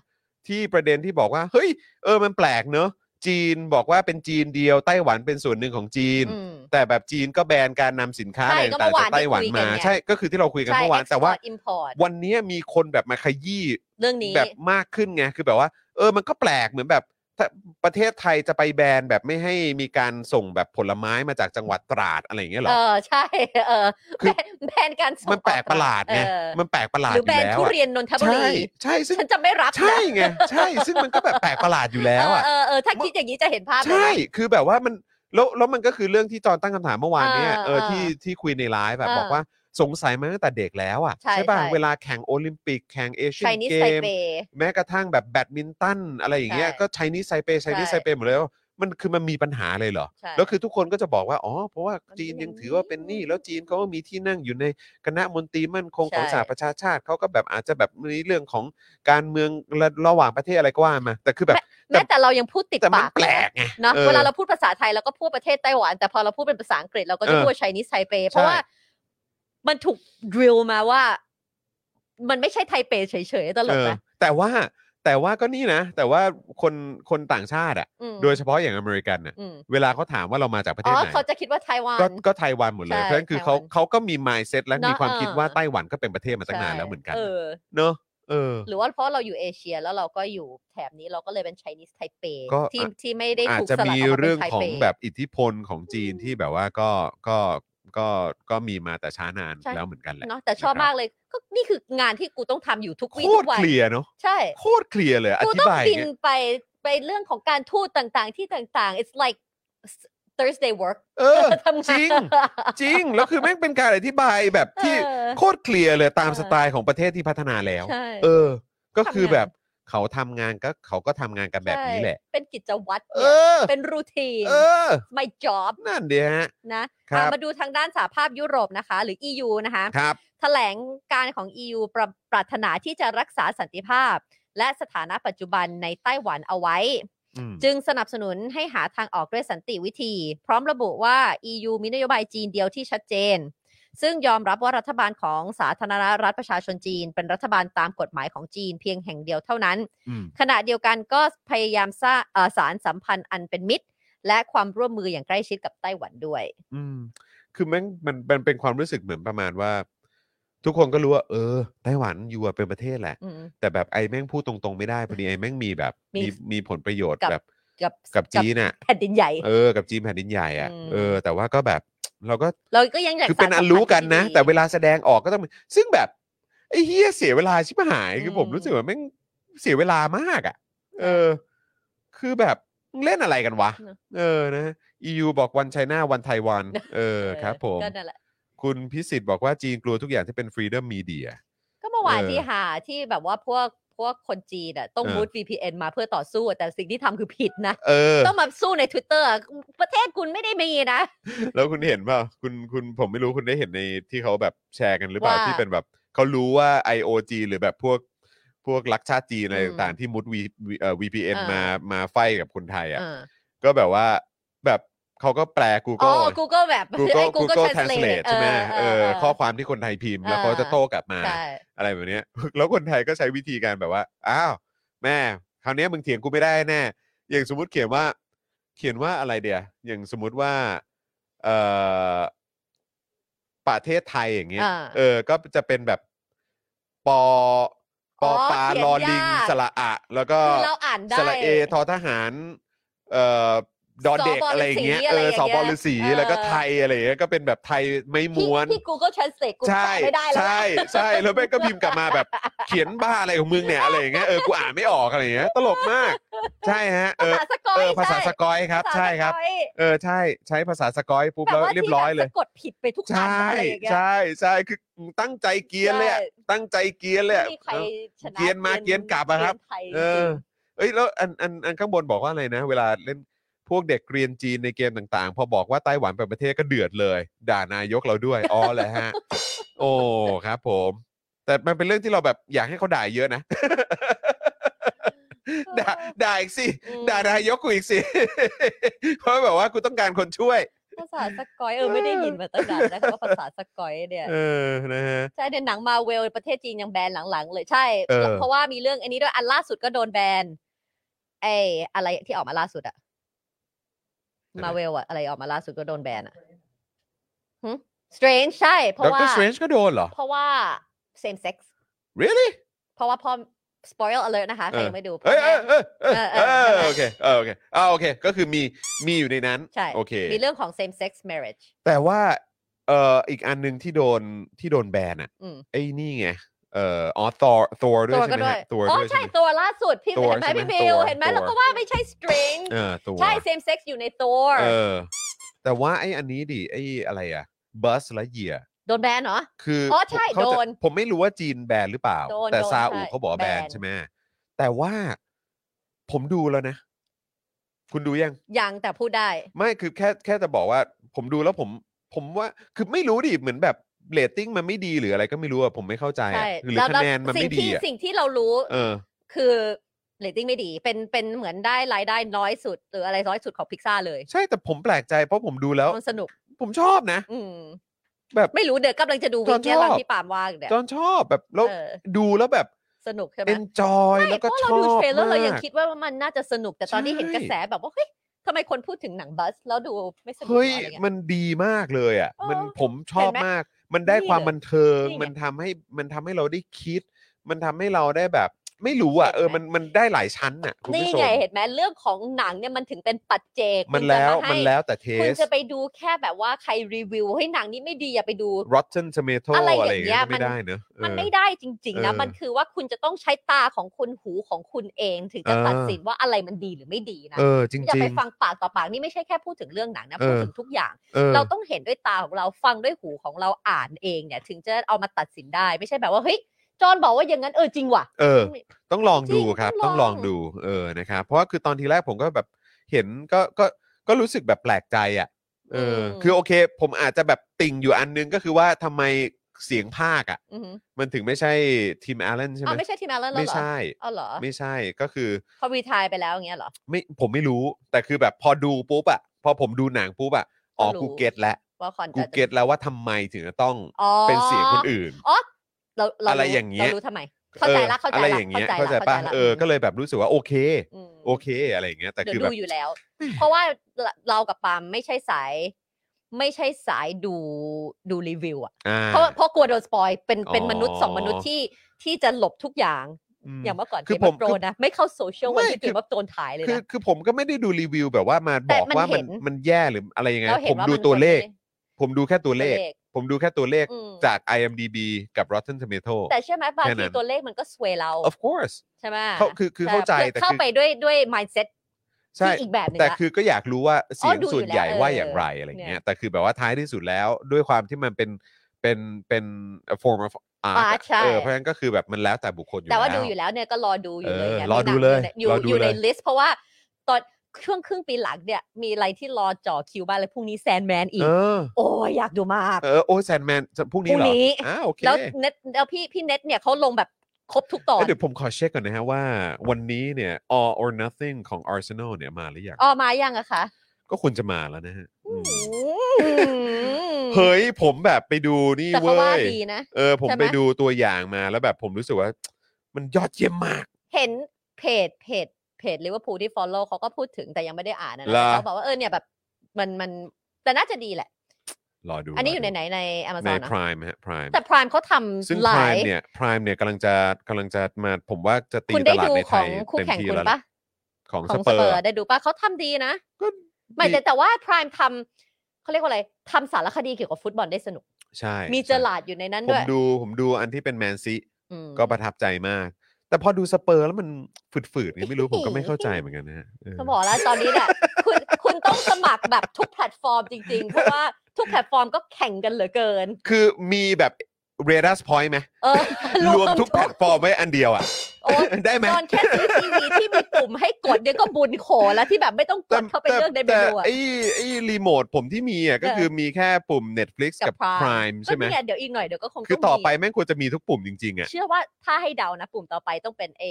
[SPEAKER 1] ที่ประเด็นที่บอกว่า เฮ้ยเออมันแปลกเนอะจีนบอกว่าเป็นจีนเดียวไต้หวันเป็นส่วนหนึ่งของจีน
[SPEAKER 2] อืม
[SPEAKER 1] แต่แบบจีนก็แบนการนำสินค้า
[SPEAKER 2] ใช่
[SPEAKER 1] อะไร
[SPEAKER 2] ก็
[SPEAKER 1] ต่างๆ
[SPEAKER 2] เมื่อวา
[SPEAKER 1] จาน กไต้หวัน
[SPEAKER 2] ที่คุยกั
[SPEAKER 1] มาน
[SPEAKER 2] ไง
[SPEAKER 1] ใช่ก็คือที่เราคุยกันเมื่อวานแต่ว่า
[SPEAKER 2] อิมพอร์ต
[SPEAKER 1] วันนี้มีคนแบบมาขยี้
[SPEAKER 2] เรื่องนี้
[SPEAKER 1] แบบมากขึ้นไงคือแบบว่า เออมันก็แปลกเหมือนแบบถ้าประเทศไทยจะไปแบนแบบไม่ให้มีการส่งแบบผลไม้มาจากจังหวัดตราดอะไรอย่างเงี้ยเหร
[SPEAKER 2] เอ
[SPEAKER 1] อ
[SPEAKER 2] อใช่ เออ
[SPEAKER 1] คือ
[SPEAKER 2] แบนแบนการส่ง
[SPEAKER 1] มันแปลกประหลาดไง
[SPEAKER 2] ออก
[SPEAKER 1] มันแปลกประหลาด
[SPEAKER 2] หรือ
[SPEAKER 1] อ
[SPEAKER 2] แบ
[SPEAKER 1] ยู่
[SPEAKER 2] น
[SPEAKER 1] แล้ว
[SPEAKER 2] ทุ
[SPEAKER 1] อะ
[SPEAKER 2] เรียนนนทบุ
[SPEAKER 1] ใช่
[SPEAKER 2] รี
[SPEAKER 1] ใช่ซึ่ง
[SPEAKER 2] ฉันจะไม่รับนะ
[SPEAKER 1] ใช่ไงใช่ซึ่งมันก็แบบแปลกประหลาดอยู่แล้วอ่ะ
[SPEAKER 2] เออเออถ้าคิดอย่างนี้จะเห็นภาพเลยนะ
[SPEAKER 1] ใช่คือแบบว่ามันแล้วแล้วมันก็คือเรื่องที่จอนตั้งคำถามเมื่อวานเนี้ย
[SPEAKER 2] เออ
[SPEAKER 1] เออ
[SPEAKER 2] เออ
[SPEAKER 1] ที่ที่คุยในไลฟ์แบบ
[SPEAKER 2] เออ
[SPEAKER 1] บอกว่าสงสัยมาตั้งแต่เด็กแล้วอ่ะ
[SPEAKER 2] ใช่
[SPEAKER 1] ป่ะ
[SPEAKER 2] ใช่
[SPEAKER 1] เวลาแข่งโอลิมปิกแข่งเอเชีย
[SPEAKER 2] ไช
[SPEAKER 1] น
[SPEAKER 2] นีส
[SPEAKER 1] เก
[SPEAKER 2] ไท
[SPEAKER 1] ม
[SPEAKER 2] เป
[SPEAKER 1] แม้กระทั่งแบบแบดมินตันอะไรอย่างเงี้ย
[SPEAKER 2] ใช่
[SPEAKER 1] ก็ใช้นิสไซเปใช้นิส
[SPEAKER 2] ใช่
[SPEAKER 1] ไซเปหมดเลยว่ามันคือมันมีปัญหาเลยเหรอ
[SPEAKER 2] ใช่
[SPEAKER 1] แล้วคือทุกคนก็จะบอกว่า อ๋อ เพราะว่า
[SPEAKER 2] มัน
[SPEAKER 1] จีน
[SPEAKER 2] เป็
[SPEAKER 1] ยั
[SPEAKER 2] นอย่าง ง
[SPEAKER 1] ถือว่าเป็นหนี้ แล้วจีนเขาก็มีที่นั่งอยู่ในคณะมนตรีมั่นคงของส
[SPEAKER 2] ใช่
[SPEAKER 1] หประชาชาติ เขาก็แบบอาจจะแบบมีเรื่องของการเมืองระระหว่างประเทศอะไรก็ว่ามา แต่คือแบบ
[SPEAKER 2] แม้แต่เรายังพูดติด
[SPEAKER 1] แต่มัน
[SPEAKER 2] ปาก
[SPEAKER 1] แปลกไง
[SPEAKER 2] เนอะ
[SPEAKER 1] ออ
[SPEAKER 2] เวลาเราพูดภาษาไทยเราก็พูดประเทศไต้หวัน แต่พอเราพูดเป็นภาษาอังกฤษเราก็จะ
[SPEAKER 1] เออ
[SPEAKER 2] พูดไชนีสไทเปเพราะว่ามันถูกดริลมาว่า มันไม่ใช่ไทเปเฉยๆตลก
[SPEAKER 1] เออ
[SPEAKER 2] นะ
[SPEAKER 1] แต่ว่าแต่ว่าก็นี่นะ แต่ว่าคนคนต่างชาติอ่ะ
[SPEAKER 2] อืม
[SPEAKER 1] โดยเฉพาะอย่างอเมริกันน่ะ
[SPEAKER 2] อืม
[SPEAKER 1] เวลาเขาถามว่าเรามาจากประเท
[SPEAKER 2] อ๋
[SPEAKER 1] ศ
[SPEAKER 2] อ
[SPEAKER 1] ไหน
[SPEAKER 2] เขาจะคิดว่าไต้หวัน
[SPEAKER 1] ก็ก็ไต้หวันหมดเลย
[SPEAKER 2] ใช่
[SPEAKER 1] เพราะฉะนั้นคือ
[SPEAKER 2] ไต้หวั
[SPEAKER 1] เขา
[SPEAKER 2] น
[SPEAKER 1] เขาก็มี mindset และ
[SPEAKER 2] เนอะ
[SPEAKER 1] มีความคิดว่า
[SPEAKER 2] เออ
[SPEAKER 1] ไต้หวันก็เป็นประเทศมาตั้งนานแล้วเหมือนกัน
[SPEAKER 2] เออ
[SPEAKER 1] เนอะเออ
[SPEAKER 2] หรือว่าเพราะเราอยู่เอเชียแล้วเราก็อยู่แถบนี้เราก็เลยเป็นไชนีสไทเป
[SPEAKER 1] ก็
[SPEAKER 2] ที่
[SPEAKER 1] อ่ะ
[SPEAKER 2] ที่ไม่ได้
[SPEAKER 1] อาจ
[SPEAKER 2] ถูก
[SPEAKER 1] จะ
[SPEAKER 2] สลั
[SPEAKER 1] มี
[SPEAKER 2] ดออกมา
[SPEAKER 1] เรื่
[SPEAKER 2] เป็
[SPEAKER 1] อง
[SPEAKER 2] นไท
[SPEAKER 1] ของ
[SPEAKER 2] เป
[SPEAKER 1] แบบอิทธิพลของจีนที่แบบว่าก็ก็ก็ก็มีมาแต่ช้านานแล้วเหมือนกันแหละ
[SPEAKER 2] เนาะแต่ชอบมากเลยก็นี่คืองานที่กูต้องทำอยู่ทุก
[SPEAKER 1] โค
[SPEAKER 2] วี่ทุ
[SPEAKER 1] ตร
[SPEAKER 2] กวัน
[SPEAKER 1] เคลียร์เนาะ
[SPEAKER 2] ใช่
[SPEAKER 1] โคตรเคลียร์เลยอ
[SPEAKER 2] กู
[SPEAKER 1] ธิ
[SPEAKER 2] ต้อง
[SPEAKER 1] บาย
[SPEAKER 2] บิน
[SPEAKER 1] เงี้ย
[SPEAKER 2] ไปไปเรื่องของการทูตต่างๆ ที่ต่างๆ it's like Thursday work
[SPEAKER 1] เออ
[SPEAKER 2] ทำงาน
[SPEAKER 1] จริง จริง แล้วคือแม่งเป็นการอธิบายแบบที่
[SPEAKER 2] เออ
[SPEAKER 1] โคตรเคลียร์เลยตามสไตล์ของประเทศที่พัฒนาแล้ว
[SPEAKER 2] ใช่
[SPEAKER 1] เออ ก็คือ
[SPEAKER 2] ทำงาน
[SPEAKER 1] แบบเขาทำงานก็เขาก็ทำงานกันแบบนี้แหละ
[SPEAKER 2] ใช่เป็นกิจวัตร
[SPEAKER 1] เอ
[SPEAKER 2] เนี่ย
[SPEAKER 1] อ
[SPEAKER 2] เป็นรูทีน
[SPEAKER 1] เออ
[SPEAKER 2] my job
[SPEAKER 1] นั่นเดียฮะ
[SPEAKER 2] นะครับ อ่ะมาดูทางด้านสหภาพยุโรปนะคะ หรือ EU นะคะ
[SPEAKER 1] ครับ
[SPEAKER 2] แถลงการของ EU ประปรารถนาที่จะรักษาสันติภาพ และสถานะปัจจุบันในไต้หวันเอาไว้
[SPEAKER 1] อืม
[SPEAKER 2] จึงสนับสนุนให้หาทางออกด้วยสันติวิธี พร้อมระบุว่า EU มีนโยบายจีนเดียวที่ชัดเจน ซึ่งยอมรับว่ารัฐบาลของสาธารณรัฐประชาชนจีน เป็นรัฐบาลตามกฎหมายของจีนเพียงแห่งเดียวเท่านั้น
[SPEAKER 1] อืม
[SPEAKER 2] ขณะเดียวกันก็พยายามสร้างเอ่อสารสัมพันธ์อันเป็นมิตร และความร่วมมืออย่างใกล้ชิดกับไต้หวันด้วย
[SPEAKER 1] อืม คือแม่งมันมันเป็นความรู้สึกเหมือนประมาณว่า ทุกคนก็รู้ว่า เออ ไต้หวันอยู่อะเป็นประเทศแหละ
[SPEAKER 2] อืม
[SPEAKER 1] แต่แบบไอ้แม่งพูดตรงๆไม่ได้พอดีไอ้แม่งมีแบบ
[SPEAKER 2] มี
[SPEAKER 1] มีมีผลประโยชน์
[SPEAKER 2] กับ
[SPEAKER 1] แบบ
[SPEAKER 2] กับ
[SPEAKER 1] กับจีนอ่ะ
[SPEAKER 2] แผ่นดินใหญ่
[SPEAKER 1] เออ กับจีนแผ่นดินใหญ่อ่ะ
[SPEAKER 2] อืม
[SPEAKER 1] เออ แต่ว่าก็แบบ เราก็
[SPEAKER 2] เราก็ยังอยาก
[SPEAKER 1] คือเป็น
[SPEAKER 2] สา
[SPEAKER 1] อัน
[SPEAKER 2] สัมพัธ์
[SPEAKER 1] รู้กันนะ
[SPEAKER 2] ที่ดี
[SPEAKER 1] แต่เวลาแสดงออกก็ต้องมีซึ่งแบบไอ้เฮียเสียเวลาชิบหาย
[SPEAKER 2] อืม
[SPEAKER 1] คือผมรู้สึกว่าแม่งเสียเวลามากอ่ะ เออ คือแบบมึงเล่นอะไรกันวะ เออนะ EU บอกวันไชน่าวันไต้หวัน เออครับผม
[SPEAKER 2] ก็นั่นแหละ
[SPEAKER 1] คุณพิสิทธิ์บอกว่าจีนกลัวทุกอย่างที่เป็นฟรีเดอร์มีเดีย
[SPEAKER 2] ก็เมื่อวาน
[SPEAKER 1] เออ
[SPEAKER 2] ที่หาที่แบบว่าพวกพวกคนจีนอะต้อง
[SPEAKER 1] เออ
[SPEAKER 2] มูด VPN มาเพื่อต่อสู้อะแต่สิ่งที่ทำคือผิดนะ
[SPEAKER 1] เออ
[SPEAKER 2] ต้องมาสู้ใน Twitter อะประเทศคุณไม่ได้มีนะ
[SPEAKER 1] แล้วคุณเห็นเปล่าคุณคุณผมไม่รู้คุณได้เห็นในที่เขาแบบแชร์กันหรือเปล่า
[SPEAKER 2] ว่า
[SPEAKER 1] ที่เป็นแบบเขารู้ว่า IOG หรือแบบพวกพวกลักชาติจีนอะไร
[SPEAKER 2] อืม
[SPEAKER 1] ต่างๆที่มุด V V- เอ่อ VPN
[SPEAKER 2] อ่าม
[SPEAKER 1] มามาไฟกับคนไทยอ่ะ
[SPEAKER 2] เออ
[SPEAKER 1] ก็แบบว่าแบบเขาก็แปล
[SPEAKER 2] อ๋
[SPEAKER 1] Google
[SPEAKER 2] อ
[SPEAKER 1] อะ
[SPEAKER 2] Google แบบ
[SPEAKER 1] Google
[SPEAKER 2] ไอ้
[SPEAKER 1] Google
[SPEAKER 2] Translate
[SPEAKER 1] Translate ใช่ไหมเออข้อความที่คนไทยพิมพ์แล้วเขาจะโต้กลับมา
[SPEAKER 2] ใช่
[SPEAKER 1] อะไรแบบเนี้ย แล้วคนไทยก็ใช้วิธีการแบบว่า อ้าว แม่ คราวเนี้ยมึงเถียงกูไม่ได้แน่ อย่างสมมติเขียนว่า เขียนว่าอะไรเดียอย่างสมมติว่า เอ่อ ประเทศไทยอย่างเงี้ย
[SPEAKER 2] อ่า
[SPEAKER 1] เออ ก็จะเป็นแบบปอ ป
[SPEAKER 2] อ๋
[SPEAKER 1] อ
[SPEAKER 2] อ
[SPEAKER 1] ปลา
[SPEAKER 2] เขียน
[SPEAKER 1] ลอลิง
[SPEAKER 2] ยาก
[SPEAKER 1] สระอะ แล้วก็
[SPEAKER 2] คือเราอ่านได้
[SPEAKER 1] สระเอทอทหารเอ่อดอเด็ก
[SPEAKER 2] สบฤๅษี
[SPEAKER 1] อะไรอย่างเงี้ย
[SPEAKER 2] อะไร
[SPEAKER 1] เอ
[SPEAKER 2] อ
[SPEAKER 1] อย่าง
[SPEAKER 2] เงี้ย
[SPEAKER 1] สอบอฤษี
[SPEAKER 2] เออ
[SPEAKER 1] แล้วก็ไทยอะไรอย่างเงี้ยก็เป็นแบบไทยไม่
[SPEAKER 2] ที่
[SPEAKER 1] ม้วน
[SPEAKER 2] ที่ Google Translate กู
[SPEAKER 1] ใช่
[SPEAKER 2] แปะไม่ได้แล้ว
[SPEAKER 1] ใช่
[SPEAKER 2] นะ
[SPEAKER 1] ใช่แล้วแม่งก็พิมพ์กลับมา แบบเขียนบ้าอะไรของมึงเนี่ยอะไรอย่างเงี้ยเออกูอ่านไม่ออกอะไรอย่างเงี้ยตลกมาก ใช่ฮะเอ
[SPEAKER 2] ภา
[SPEAKER 1] อ
[SPEAKER 2] ษาสกอย
[SPEAKER 1] เออภาษา
[SPEAKER 2] ใช่
[SPEAKER 1] สกอยครับ
[SPEAKER 2] ภาษา
[SPEAKER 1] ใช่ครับ
[SPEAKER 2] สกอย
[SPEAKER 1] เออใช่ใช้ภาษาสกอยปุ๊บแล้ว
[SPEAKER 2] ต่า
[SPEAKER 1] เรียบร้อยเลย
[SPEAKER 2] ที่แบบสะกดผิดไปทุกอัน
[SPEAKER 1] ใช่
[SPEAKER 2] อะไรอย่างเงี้ย
[SPEAKER 1] ใช่ใช่คือตั้งใจเกียนเลยอะ
[SPEAKER 2] ใช่
[SPEAKER 1] ตั้งใจเกียนเลยอะ
[SPEAKER 2] ไม่มีใครชนะ
[SPEAKER 1] เกรียนมาเกรียนกลับอะครับ
[SPEAKER 2] เยนไทย
[SPEAKER 1] เออเอ้ยแล้วอันอันอันข้างบนบอกว่าอะไรนะ เวลาเล่นพวกเด็กเรียนจีนในเกมต่างๆ พอบอกว่าไต้หวันเป็นประเทศก็เดือดเลย ด่านายกเราด้วยอ๋อเลยฮะ โอ้ครับผม แต่มันเป็นเรื่องที่เราแบบอยากให้เขาด่าเยอะนะ
[SPEAKER 2] จริง
[SPEAKER 1] ด่าด่าอีกสิ
[SPEAKER 2] อืม
[SPEAKER 1] ด่านายกกูอีกสิ เพราะแบบว่ากูต้องการคนช่วย
[SPEAKER 2] ภาษาสกอยเออไม่ได้ยินมาตั้งนานแล้วว่าภาษาสกอยเนี่ย
[SPEAKER 1] เออนะฮะ
[SPEAKER 2] ใช่ในหนังมาเวลประเทศจีนยังแบนหลังๆ เลยใช่
[SPEAKER 1] เออ
[SPEAKER 2] เพราะว่ามีเรื่องอันนี้ด้วย อันล่าสุดก็โดนแบนไออะไรที่ออกมาล่าสุดอะมาเวลอะอะไรออกมาล่าสุดก็โดนแบนอะหึ strange ใช่ เพ
[SPEAKER 1] ด
[SPEAKER 2] ราะว่า
[SPEAKER 1] รสเตรนจ์ก็โดนเหรอ
[SPEAKER 2] เพราะว่า same sex
[SPEAKER 1] really
[SPEAKER 2] เพราะว่าพ่อ spoil alert นะคะใคร
[SPEAKER 1] เออ
[SPEAKER 2] ยังไม่ดู
[SPEAKER 1] เอ้ย
[SPEAKER 2] พ่อ
[SPEAKER 1] เอ้ย
[SPEAKER 2] แม่
[SPEAKER 1] เอ้ยเอ้ย
[SPEAKER 2] เอ
[SPEAKER 1] เอ้
[SPEAKER 2] อเออ
[SPEAKER 1] ย
[SPEAKER 2] นั่นแหละ
[SPEAKER 1] โอเคเออโอเคอ่าโอเค ก็คือมีมีอยู่ในนั้น
[SPEAKER 2] ใช่
[SPEAKER 1] โอเค
[SPEAKER 2] มีเรื่องของ same sex marriage
[SPEAKER 1] แต่ว่าเอ่ออีกอันหนึ่งที่โดนที่โดนแบนอ่ะ
[SPEAKER 2] อืม
[SPEAKER 1] ไอ้นี่ไงเอ่ออ๋อตอร์ตอร์ด้ว
[SPEAKER 2] ตั
[SPEAKER 1] ยว ใช่
[SPEAKER 2] ก็
[SPEAKER 1] ไหม
[SPEAKER 2] ด้วย
[SPEAKER 1] ฮะ Thor
[SPEAKER 2] อ๋อ
[SPEAKER 1] ด้วย
[SPEAKER 2] ใช่
[SPEAKER 1] ไหม
[SPEAKER 2] ตัวล่าสุดพี่
[SPEAKER 1] ตัว
[SPEAKER 2] เห็นไหม
[SPEAKER 1] ใช่ไหม
[SPEAKER 2] พี่บิ
[SPEAKER 1] ตัวว
[SPEAKER 2] เห็นไหม
[SPEAKER 1] ตัว
[SPEAKER 2] เราก็ว่าไม่ใช่ strange
[SPEAKER 1] เออตัว
[SPEAKER 2] ใช่ same sex อยู่ในตัว
[SPEAKER 1] เออแต่ว่าไอ้อันนี้ดิไอ้อะไรอ่ะบัสและเหยีย
[SPEAKER 2] โดนแบนเหรอ
[SPEAKER 1] คือ
[SPEAKER 2] อ๋
[SPEAKER 1] อ
[SPEAKER 2] อใช่
[SPEAKER 1] เขาจะ
[SPEAKER 2] โดน
[SPEAKER 1] ผมไม่รู้ว่าจีนแบนหรือเปล่า
[SPEAKER 2] โดน
[SPEAKER 1] แต่
[SPEAKER 2] โดน
[SPEAKER 1] ซาอุ
[SPEAKER 2] ใช่
[SPEAKER 1] เขาบอกว่าแบน
[SPEAKER 2] แบน
[SPEAKER 1] ใช่ไหมแต่ว่าผมดูแล้วนะ คุณดูยัง
[SPEAKER 2] ยังแต่พูดได้
[SPEAKER 1] ไม่คือแค่แค่จะบอกว่าผมดูแล้วผม ผมว่าคือไม่รู้ดิเหมือนแบบเรตติ้งมันไม่ดีหรืออะไรก็ไม่รู้อะผมไม่เข้าใจ
[SPEAKER 2] ใช่
[SPEAKER 1] อะหรือคะแนนมัน
[SPEAKER 2] สิ่
[SPEAKER 1] ไม่
[SPEAKER 2] ง
[SPEAKER 1] ดี
[SPEAKER 2] ที่
[SPEAKER 1] อะ
[SPEAKER 2] สิ่งที่เรารู้
[SPEAKER 1] เออ
[SPEAKER 2] คือเรตติ้งไม่ดี เป็นเป็นเหมือนได้รายได้น้อยสุด หรืออะไรน้อยสุดของพิกซ่าเลย
[SPEAKER 1] ใช่แต่ผมแปลกใจเพราะผมดูแล้ว
[SPEAKER 2] มันสนุก
[SPEAKER 1] ผมชอบนะ
[SPEAKER 2] อืม
[SPEAKER 1] แบบ
[SPEAKER 2] ไม่รู้เดี๋ยวกำลังจะดู
[SPEAKER 1] จ
[SPEAKER 2] วิ
[SPEAKER 1] อก น
[SPEAKER 2] เนี่
[SPEAKER 1] ช
[SPEAKER 2] ย
[SPEAKER 1] อบ
[SPEAKER 2] หลังที่ปาล์มว่างเนี่ย
[SPEAKER 1] จอนชอบแบบแล้ว
[SPEAKER 2] เออ
[SPEAKER 1] ดูแล้วแบบ
[SPEAKER 2] สนุกใช่ไหม
[SPEAKER 1] enjoy
[SPEAKER 2] ไม่
[SPEAKER 1] แล้ว
[SPEAKER 2] เพ
[SPEAKER 1] ก็
[SPEAKER 2] ราะ
[SPEAKER 1] ช
[SPEAKER 2] เรา
[SPEAKER 1] อ
[SPEAKER 2] ดู
[SPEAKER 1] บ
[SPEAKER 2] เทรลเลอร์เรายัง
[SPEAKER 1] มาก
[SPEAKER 2] คิดว่ามันน่าจะสนุกแต่ตอนที่เห็นกระ
[SPEAKER 1] ใช่
[SPEAKER 2] แสแบบว่าเฮ้ยทำไมคนพูดถึงหนังบัส แล้วดูไม่สนุกหรอ
[SPEAKER 1] เฮ้ย
[SPEAKER 2] อะไรเงี้ย
[SPEAKER 1] มันดีมากเลยอ่ะ มัน
[SPEAKER 2] เออ
[SPEAKER 1] ผมชอบ
[SPEAKER 2] เห็นไหม
[SPEAKER 1] มาก มันได้
[SPEAKER 2] นี่
[SPEAKER 1] ความ
[SPEAKER 2] เลย
[SPEAKER 1] บันเทิง
[SPEAKER 2] นี่ไง
[SPEAKER 1] มันทำให้มันทำให้เราได้คิด มันทำให้เราได้แบบ ไม่รู้อ่ะ
[SPEAKER 2] เห็นไหม
[SPEAKER 1] เออมันมันได้หลายชั้นอ่ะคุณผู้
[SPEAKER 2] นี่
[SPEAKER 1] ชม
[SPEAKER 2] ไงเห็นไหมเรื่องของหนังเนี่ยมันถึงเป็นปัจเจก
[SPEAKER 1] มัน
[SPEAKER 2] คุณจะ
[SPEAKER 1] แล้ว
[SPEAKER 2] า
[SPEAKER 1] มัน
[SPEAKER 2] ให้
[SPEAKER 1] แล้วแต่เท
[SPEAKER 2] คุณ
[SPEAKER 1] ส
[SPEAKER 2] จะไปดูแค่แบบว่าใครรีวิวเฮ้ยหนังนี้ไม่ดีอย่าไปดู
[SPEAKER 1] Rotten Tomato
[SPEAKER 2] อะ
[SPEAKER 1] อะไรไรอย่ย่า
[SPEAKER 2] อา
[SPEAKER 1] งง
[SPEAKER 2] เงี้
[SPEAKER 1] เงี้
[SPEAKER 2] ย
[SPEAKER 1] ย
[SPEAKER 2] มั
[SPEAKER 1] ไม่
[SPEAKER 2] น
[SPEAKER 1] ได้เนอะเออ
[SPEAKER 2] มันไม่ได้จริง ๆ นะ
[SPEAKER 1] เออ
[SPEAKER 2] มันคือว่าคุณจะต้องใช้ตาของคุณหูของคุณเองถึงจะตัดสินว่าอะไรมันดีหรือไม่ดีนะ
[SPEAKER 1] เออจริง
[SPEAKER 2] อย่าไปฟังปากต่อปากนี่ไม่ใช่แค่พูดถึงเรื่องหนังนะ
[SPEAKER 1] เออ
[SPEAKER 2] พูดถึงทุกอย่าง
[SPEAKER 1] ๆเออ
[SPEAKER 2] เราต้องเห็นด้วยตาของเราฟังด้วยหูของเราอ่านเองเนี่ย ถึงจะเอามาตัดสินได้ ไม่ใช่แบบว่าเฮ้ยจอห์นบอกว่าอย่างนั้นเออจริงว่ะ
[SPEAKER 1] เออ ต้องลองดู
[SPEAKER 2] จริง
[SPEAKER 1] ครับ
[SPEAKER 2] ต้
[SPEAKER 1] ต้
[SPEAKER 2] อ
[SPEAKER 1] อง ง
[SPEAKER 2] ล
[SPEAKER 1] ล
[SPEAKER 2] อ
[SPEAKER 1] อง งดูเออนะครับ เพราะว่าคือตอนทีแรกผมก็แบบเห็นก็ก็ก็รู้สึกแบบแปลกใจอ่ะเอออ คือโอเค ผมอาจจะแบบติ่งอยู่อันนึงก็คือว่าทำไมเสียงภาคอ่ะ
[SPEAKER 2] อือหือ
[SPEAKER 1] มันถึงไม่ใช่ทีมแอลเลนใช่ไห
[SPEAKER 2] อ้าม วไม่ใช่ทีมแอลเลนแล้ว
[SPEAKER 1] ไม่
[SPEAKER 2] เหรอ
[SPEAKER 1] ใช่
[SPEAKER 2] เอาเหรอ
[SPEAKER 1] ไม่ใช่ก็คือ
[SPEAKER 2] เขารีทายไปแล้วอย่างเงี้ยเหรอ
[SPEAKER 1] ไม่ผมไม่รู้ แต่คือแบบพอดูปุ๊บอ่ะพอผมดูหนังปุ๊บอ่ะอ๋อ
[SPEAKER 2] ก็รู้
[SPEAKER 1] กูเก็ตแล้ว
[SPEAKER 2] ว่าคอน
[SPEAKER 1] กูเก็ตแล้วว่าทำไมถึงจะต้อง
[SPEAKER 2] อ๋อ
[SPEAKER 1] เป็นเสียงคนอื่น
[SPEAKER 2] อ๋อเราเรา
[SPEAKER 1] อะไรอย่างเงี้ย
[SPEAKER 2] เรารู้ทำไม เข้าใจละเข้าใจ
[SPEAKER 1] อะไร
[SPEAKER 2] ละ
[SPEAKER 1] อย่างเงี้ย
[SPEAKER 2] เข้า
[SPEAKER 1] เข้า
[SPEAKER 2] ใจ
[SPEAKER 1] ใจ
[SPEAKER 2] ละ
[SPEAKER 1] ป่ะ
[SPEAKER 2] เข้าใจละ
[SPEAKER 1] เออ
[SPEAKER 2] ม
[SPEAKER 1] ก็เลยแบบรู้สึกว่าโอเค
[SPEAKER 2] ม
[SPEAKER 1] โอเคอะไรอย่างเงี้ยแต่
[SPEAKER 2] เดี๋ย
[SPEAKER 1] คือ
[SPEAKER 2] ว
[SPEAKER 1] แบ
[SPEAKER 2] ดู
[SPEAKER 1] บ
[SPEAKER 2] อยู่แล้ว เพราะว่าเราเรากับปาล์มไม่ใช่สาย ไม่ใช่สายดูดูรีวิวอ่ะ
[SPEAKER 1] อ่า
[SPEAKER 2] เพราะเพราะกลัวโดนสปอยเป็นเป็น
[SPEAKER 1] อ๋อ
[SPEAKER 2] มนุษย์สองมนุษย์ที่ที่จะหลบทุกอย่าง
[SPEAKER 1] ม
[SPEAKER 2] อย่างเมื่อก่อน
[SPEAKER 1] คือ
[SPEAKER 2] เกม
[SPEAKER 1] ผม
[SPEAKER 2] โปร
[SPEAKER 1] คือ
[SPEAKER 2] นะ ไม่เข้าโซเชียลวัน
[SPEAKER 1] ไม่
[SPEAKER 2] ที่เก
[SPEAKER 1] คือ
[SPEAKER 2] มโปรถ่ายเลย
[SPEAKER 1] คือ
[SPEAKER 2] นะ
[SPEAKER 1] คือผมก็ไม่ได้ดูรีวิวแบบว่ามา
[SPEAKER 2] แต่
[SPEAKER 1] บอก
[SPEAKER 2] มัน
[SPEAKER 1] ว่ามัน
[SPEAKER 2] เห็น
[SPEAKER 1] มันแย่หรืออะไรยังไง
[SPEAKER 2] เราเห็
[SPEAKER 1] ผ
[SPEAKER 2] น
[SPEAKER 1] ม
[SPEAKER 2] ว่า
[SPEAKER 1] ดู
[SPEAKER 2] มัน
[SPEAKER 1] ตัวเลข
[SPEAKER 2] คนนี้
[SPEAKER 1] ผมดูแค่ตัวเลข ผมดูแค่ตัวเลข
[SPEAKER 2] อืม
[SPEAKER 1] จาก IMDb กับ Rotten Tomato
[SPEAKER 2] แต่เชื่อไหมบาง
[SPEAKER 1] แค่นั้
[SPEAKER 2] ที
[SPEAKER 1] น
[SPEAKER 2] ตัวเลขมันก็สวยเรา
[SPEAKER 1] of course
[SPEAKER 2] ใช่ไหม
[SPEAKER 1] เขาคือคือเข้าใจแต่
[SPEAKER 2] เข้า
[SPEAKER 1] คือ
[SPEAKER 2] ไปด้วยด้วย mindset
[SPEAKER 1] ใช่
[SPEAKER 2] ที่อีกแบบหนึ่ง
[SPEAKER 1] แต่
[SPEAKER 2] ละ
[SPEAKER 1] คือก็อยากรู้ว่าเสียง
[SPEAKER 2] อ๋อดูอยู่
[SPEAKER 1] ส่วนใหญ่
[SPEAKER 2] แล้ว
[SPEAKER 1] ว่า
[SPEAKER 2] เอออ
[SPEAKER 1] อย่างไรอะไร
[SPEAKER 2] เนี่ย
[SPEAKER 1] เงี้ยแต่คือแบบว่าท้ายที่สุดแล้วด้วยความที่มันเป็นเป็นเป็น a form of
[SPEAKER 2] อ่า
[SPEAKER 1] art
[SPEAKER 2] ใช่
[SPEAKER 1] เออเพราะฉะนั้นก็คือแบบมันแล้วแต่บุคคลอยู่
[SPEAKER 2] แต่ว่า
[SPEAKER 1] แล้
[SPEAKER 2] ดูอยู่แล้วเนี่ยก็รอดูอยู่เลย
[SPEAKER 1] เออ
[SPEAKER 2] ไง
[SPEAKER 1] รอ
[SPEAKER 2] มีหนั
[SPEAKER 1] ดูเลย
[SPEAKER 2] อยู่
[SPEAKER 1] รอดู
[SPEAKER 2] อยู่ใน
[SPEAKER 1] เลย
[SPEAKER 2] ลิสต์เพราะว่าตอนช่วงครึ่งปีหลังเนี่ยมีอะไรที่รอจ่อคิวบ้างเลยพรุ่งนี้แซนแมนอีก
[SPEAKER 1] เออ
[SPEAKER 2] โอ้ยอยากดูมาก
[SPEAKER 1] เออโอ้แซนแมนพรุ่งนี้เหร
[SPEAKER 2] พ
[SPEAKER 1] อ
[SPEAKER 2] รุ่งนี้
[SPEAKER 1] อ้าวโอเค
[SPEAKER 2] แล้วเน็ตแล้วพี่พี่เน็ตเนี่ยเขาลงแบบครบทุกตอน
[SPEAKER 1] เอ้ยเดี๋ยวผมขอเช็คก่อนนะฮะว่าวันนี้เนี่ย all or nothing ของ Arsenal เนี่ยมาหรือยัง
[SPEAKER 2] อ๋อมายังอะคะ
[SPEAKER 1] ก็ควรจะมาแล้วนะฮะอืม
[SPEAKER 2] เฮ้ย
[SPEAKER 1] เฮ้ยผมแบบไปดูนี่
[SPEAKER 2] แต่เขา
[SPEAKER 1] เว้
[SPEAKER 2] ว่าย ดีนะ
[SPEAKER 1] เออผม
[SPEAKER 2] ใช่ไหม
[SPEAKER 1] ไปดูตัวอย่างมาแล้วแบบผมรู้สึกว่า มันยอดเยี่ยมมาก
[SPEAKER 2] เห็นเพจเพจเพจลิเวอร์พูลที่ฟอลโล่เขาก็พูดถึงแต่ยังไม่ได้อ่านนะนะ
[SPEAKER 1] เหรอ
[SPEAKER 2] เขาบอกว่าเออเนี่ยแบบมันมันแต่น่าจะดีแหละ
[SPEAKER 1] รอดู
[SPEAKER 2] อันนี้อยู่
[SPEAKER 1] ร
[SPEAKER 2] ในไหนใน
[SPEAKER 1] ใน
[SPEAKER 2] Amazon นะ
[SPEAKER 1] Prime ฮะ Prime
[SPEAKER 2] แต่ Prime เขาท
[SPEAKER 1] ซึ่ง
[SPEAKER 2] ำหลาย
[SPEAKER 1] Prime เนี่ย Prime เนี่ยกำลังจะกำลังจะมาผมว่าจะตี
[SPEAKER 2] คุณ
[SPEAKER 1] ต
[SPEAKER 2] ได้
[SPEAKER 1] ลาด
[SPEAKER 2] ดู
[SPEAKER 1] ในไท
[SPEAKER 2] ขอย งคู่
[SPEAKER 1] เต็ม
[SPEAKER 2] แข่ง
[SPEAKER 1] ที่
[SPEAKER 2] คุณ
[SPEAKER 1] แล้ว
[SPEAKER 2] ปะ
[SPEAKER 1] ของ
[SPEAKER 2] ข
[SPEAKER 1] ส
[SPEAKER 2] อง
[SPEAKER 1] เป
[SPEAKER 2] ส
[SPEAKER 1] อ
[SPEAKER 2] เปอ
[SPEAKER 1] ร์
[SPEAKER 2] ร์ได้ดูป่ะเขาทำดีนะ
[SPEAKER 1] ก็
[SPEAKER 2] ไม่แต่แต่ว่าพรามทำเขาเรียกว่าอะไรทำสารคดีเกี่ยวกับฟุตบอลได้สนุก
[SPEAKER 1] ใช่
[SPEAKER 2] มีเจอหลาร์ดอยู่ในนั้น
[SPEAKER 1] ผ
[SPEAKER 2] ด้
[SPEAKER 1] ม
[SPEAKER 2] วย
[SPEAKER 1] ดูผมดูอันที่เป็นแมนซี
[SPEAKER 2] อืม
[SPEAKER 1] ก็ประทับใจมาก แต่พอดูสเปอร์แล้วมันฝืดๆไงไม่รู้ผมก็ไม่เข้าใจเหมือนกันนะฮะเออ
[SPEAKER 2] เขาบอกแล้วตอนนี้เนี่ย คุณคุณต้องสมัครแบบทุกแพลตฟอร์มจริง ๆ เพราะว่าทุกแพลตฟอร์มก็แข่งกันเหลือเกิน
[SPEAKER 1] คือมีแบบเรดัสพอยต์ไหม
[SPEAKER 2] เออ
[SPEAKER 1] รวมทุกแพลตฟอร์มไว้อันเดียวอ่ะ
[SPEAKER 2] โอ้ย
[SPEAKER 1] ได้ไหม
[SPEAKER 2] ตอนแค่ซื้อทีวีที่มีปุ่มให้กดเนี่ยก็บุญโขแล้วที่แบบไม่ต้องกดเข้าไปเลือกในเม
[SPEAKER 1] แต่
[SPEAKER 2] นูอะ
[SPEAKER 1] ไอ้ไอ้รีโมทผมที่มีอ่ะก็คือมีแค่ปุ่ม Netflix
[SPEAKER 2] กั
[SPEAKER 1] กับ
[SPEAKER 2] บ Prime
[SPEAKER 1] Prime ใช่ไหม
[SPEAKER 2] ก็เนี่ยเดี๋ยวอีกหน่อยเดี๋ยวก็คง
[SPEAKER 1] คือต่อไป
[SPEAKER 2] งมี
[SPEAKER 1] แม่งควรจะมีทุกปุ่มจริง ๆ อ่ะ
[SPEAKER 2] เชื่อว่าถ้าให้เดานะ ปุ่มต่อไปต้องเป็นเอ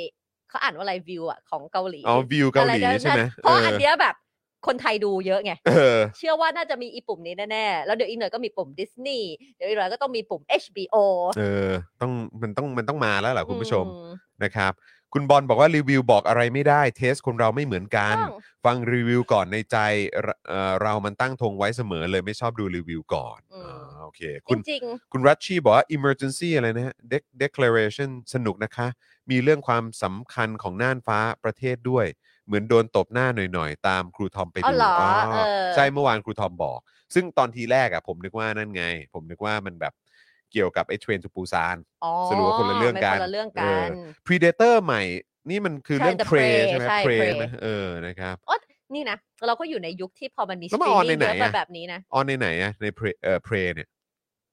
[SPEAKER 2] เขาอ่านว่าอะไรวิวอ่ะของเกาหลี
[SPEAKER 1] อ๋อวิวเกาหลี
[SPEAKER 2] อะไร
[SPEAKER 1] ใช่ไหม
[SPEAKER 2] เพราะอันเนี้ยแบบคนไทยดูเยอะไง
[SPEAKER 1] เออ
[SPEAKER 2] เชื่อว่าน่าจะมีอีปุ่มนี้แน่ๆ แล้วเดี๋ยวอีกหน่อยก็มีปุ่มดิสนีย์เดี๋ยวอีกหน่อยก็ต้องมีปุ่ม HBO
[SPEAKER 1] เออ ต้องมันต้องมันต้องมาแล้วล่ะคุณผู้ชม
[SPEAKER 2] อื
[SPEAKER 1] นะครับ คุณบอลบอกว่ารีวิวบอกอะไรไม่ได้ เทสคนเราไม่เหมือนกัน
[SPEAKER 2] ต้อง
[SPEAKER 1] ฟังรีวิวก่อนในใจเราเอ่อเรามันตั้งธงไว้เสมอเลยไม่ชอบดูรีวิวก่อนอ่าโอเคคุณ
[SPEAKER 2] จริง
[SPEAKER 1] คุณรัชชีบอกว่า emergency อะไรนะฮะ Dec- declaration สนุกนะคะ มีเรื่องความสำคัญของน่านฟ้าประเทศด้วย เหมือนโดนตบหน้าหน่อยๆ ตามครูทอมไป
[SPEAKER 2] ๆอ๋อ
[SPEAKER 1] ดู
[SPEAKER 2] เหรอ
[SPEAKER 1] อ๋อ
[SPEAKER 2] เออ
[SPEAKER 1] ใช่เมื่อวานครูทอมบอก ซึ่งตอนทีแรกอะผมนึกว่านั่นไง ผมนึกว่ามันแบบเกี่ยวกับไอ้เทรนทูปูซาน
[SPEAKER 2] อ๋อ
[SPEAKER 1] สรุปว่าคนละเรื่องกัน
[SPEAKER 2] มัคนละเรื่องกัน
[SPEAKER 1] เอ predator ใหม่ นี่มันคือ
[SPEAKER 2] ใช่
[SPEAKER 1] เรื่อง
[SPEAKER 2] The
[SPEAKER 1] prey
[SPEAKER 2] Prey
[SPEAKER 1] ใช่ไหม
[SPEAKER 2] ใช่
[SPEAKER 1] prey
[SPEAKER 2] Prey
[SPEAKER 1] ไหมเออนะครับ
[SPEAKER 2] นี่นะ เราก็อยู่ในยุคที่พอมันมีส
[SPEAKER 1] แล้ว
[SPEAKER 2] ต
[SPEAKER 1] มา
[SPEAKER 2] รี
[SPEAKER 1] ออน
[SPEAKER 2] มมิ่ง
[SPEAKER 1] ในไห
[SPEAKER 2] เยอะ
[SPEAKER 1] น
[SPEAKER 2] ไป
[SPEAKER 1] อะ
[SPEAKER 2] แบบนี้นะ
[SPEAKER 1] ออนในไหนอะใน prey เอ่อ prey เนี่ย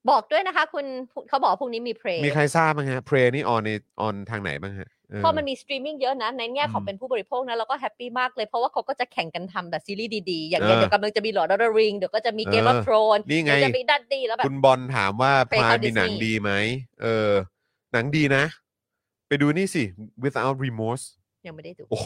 [SPEAKER 2] บอกด้วยนะคะ คุณเขาบอกพวกนี้มีเพลง
[SPEAKER 1] มีใครทราบบ้างฮะ prey นี่ออนในออนทางไหนบ้างฮะเพ
[SPEAKER 2] อมันมีสตรีมมิ่งเยอะนะ ในแง่ของ
[SPEAKER 1] อืม
[SPEAKER 2] เป็นผู้บริโภคนะเราก็แฮปปี้มากเลย เพราะว่าเขาก็จะแข่งกันทำแบบซีรีส์ดีๆ อย่างเงี้ย
[SPEAKER 1] เออ
[SPEAKER 2] เดี๋ยวกำลังจะมีหลอดอร์ริงเดี๋ยวก็จะมีเกม
[SPEAKER 1] เอ
[SPEAKER 2] วั
[SPEAKER 1] อ
[SPEAKER 2] ฟโทรน
[SPEAKER 1] นี่ไง
[SPEAKER 2] จะมีดัดดี้แล้วแบบ
[SPEAKER 1] คุณบอลถามว่าพ
[SPEAKER 2] Break
[SPEAKER 1] ราย
[SPEAKER 2] out
[SPEAKER 1] มีหนัง
[SPEAKER 2] Disney
[SPEAKER 1] ดีไหม เออ หนังดีนะ ไปดูนี่สิ without remorse
[SPEAKER 2] ยังไม่ได้ดู
[SPEAKER 1] โอ้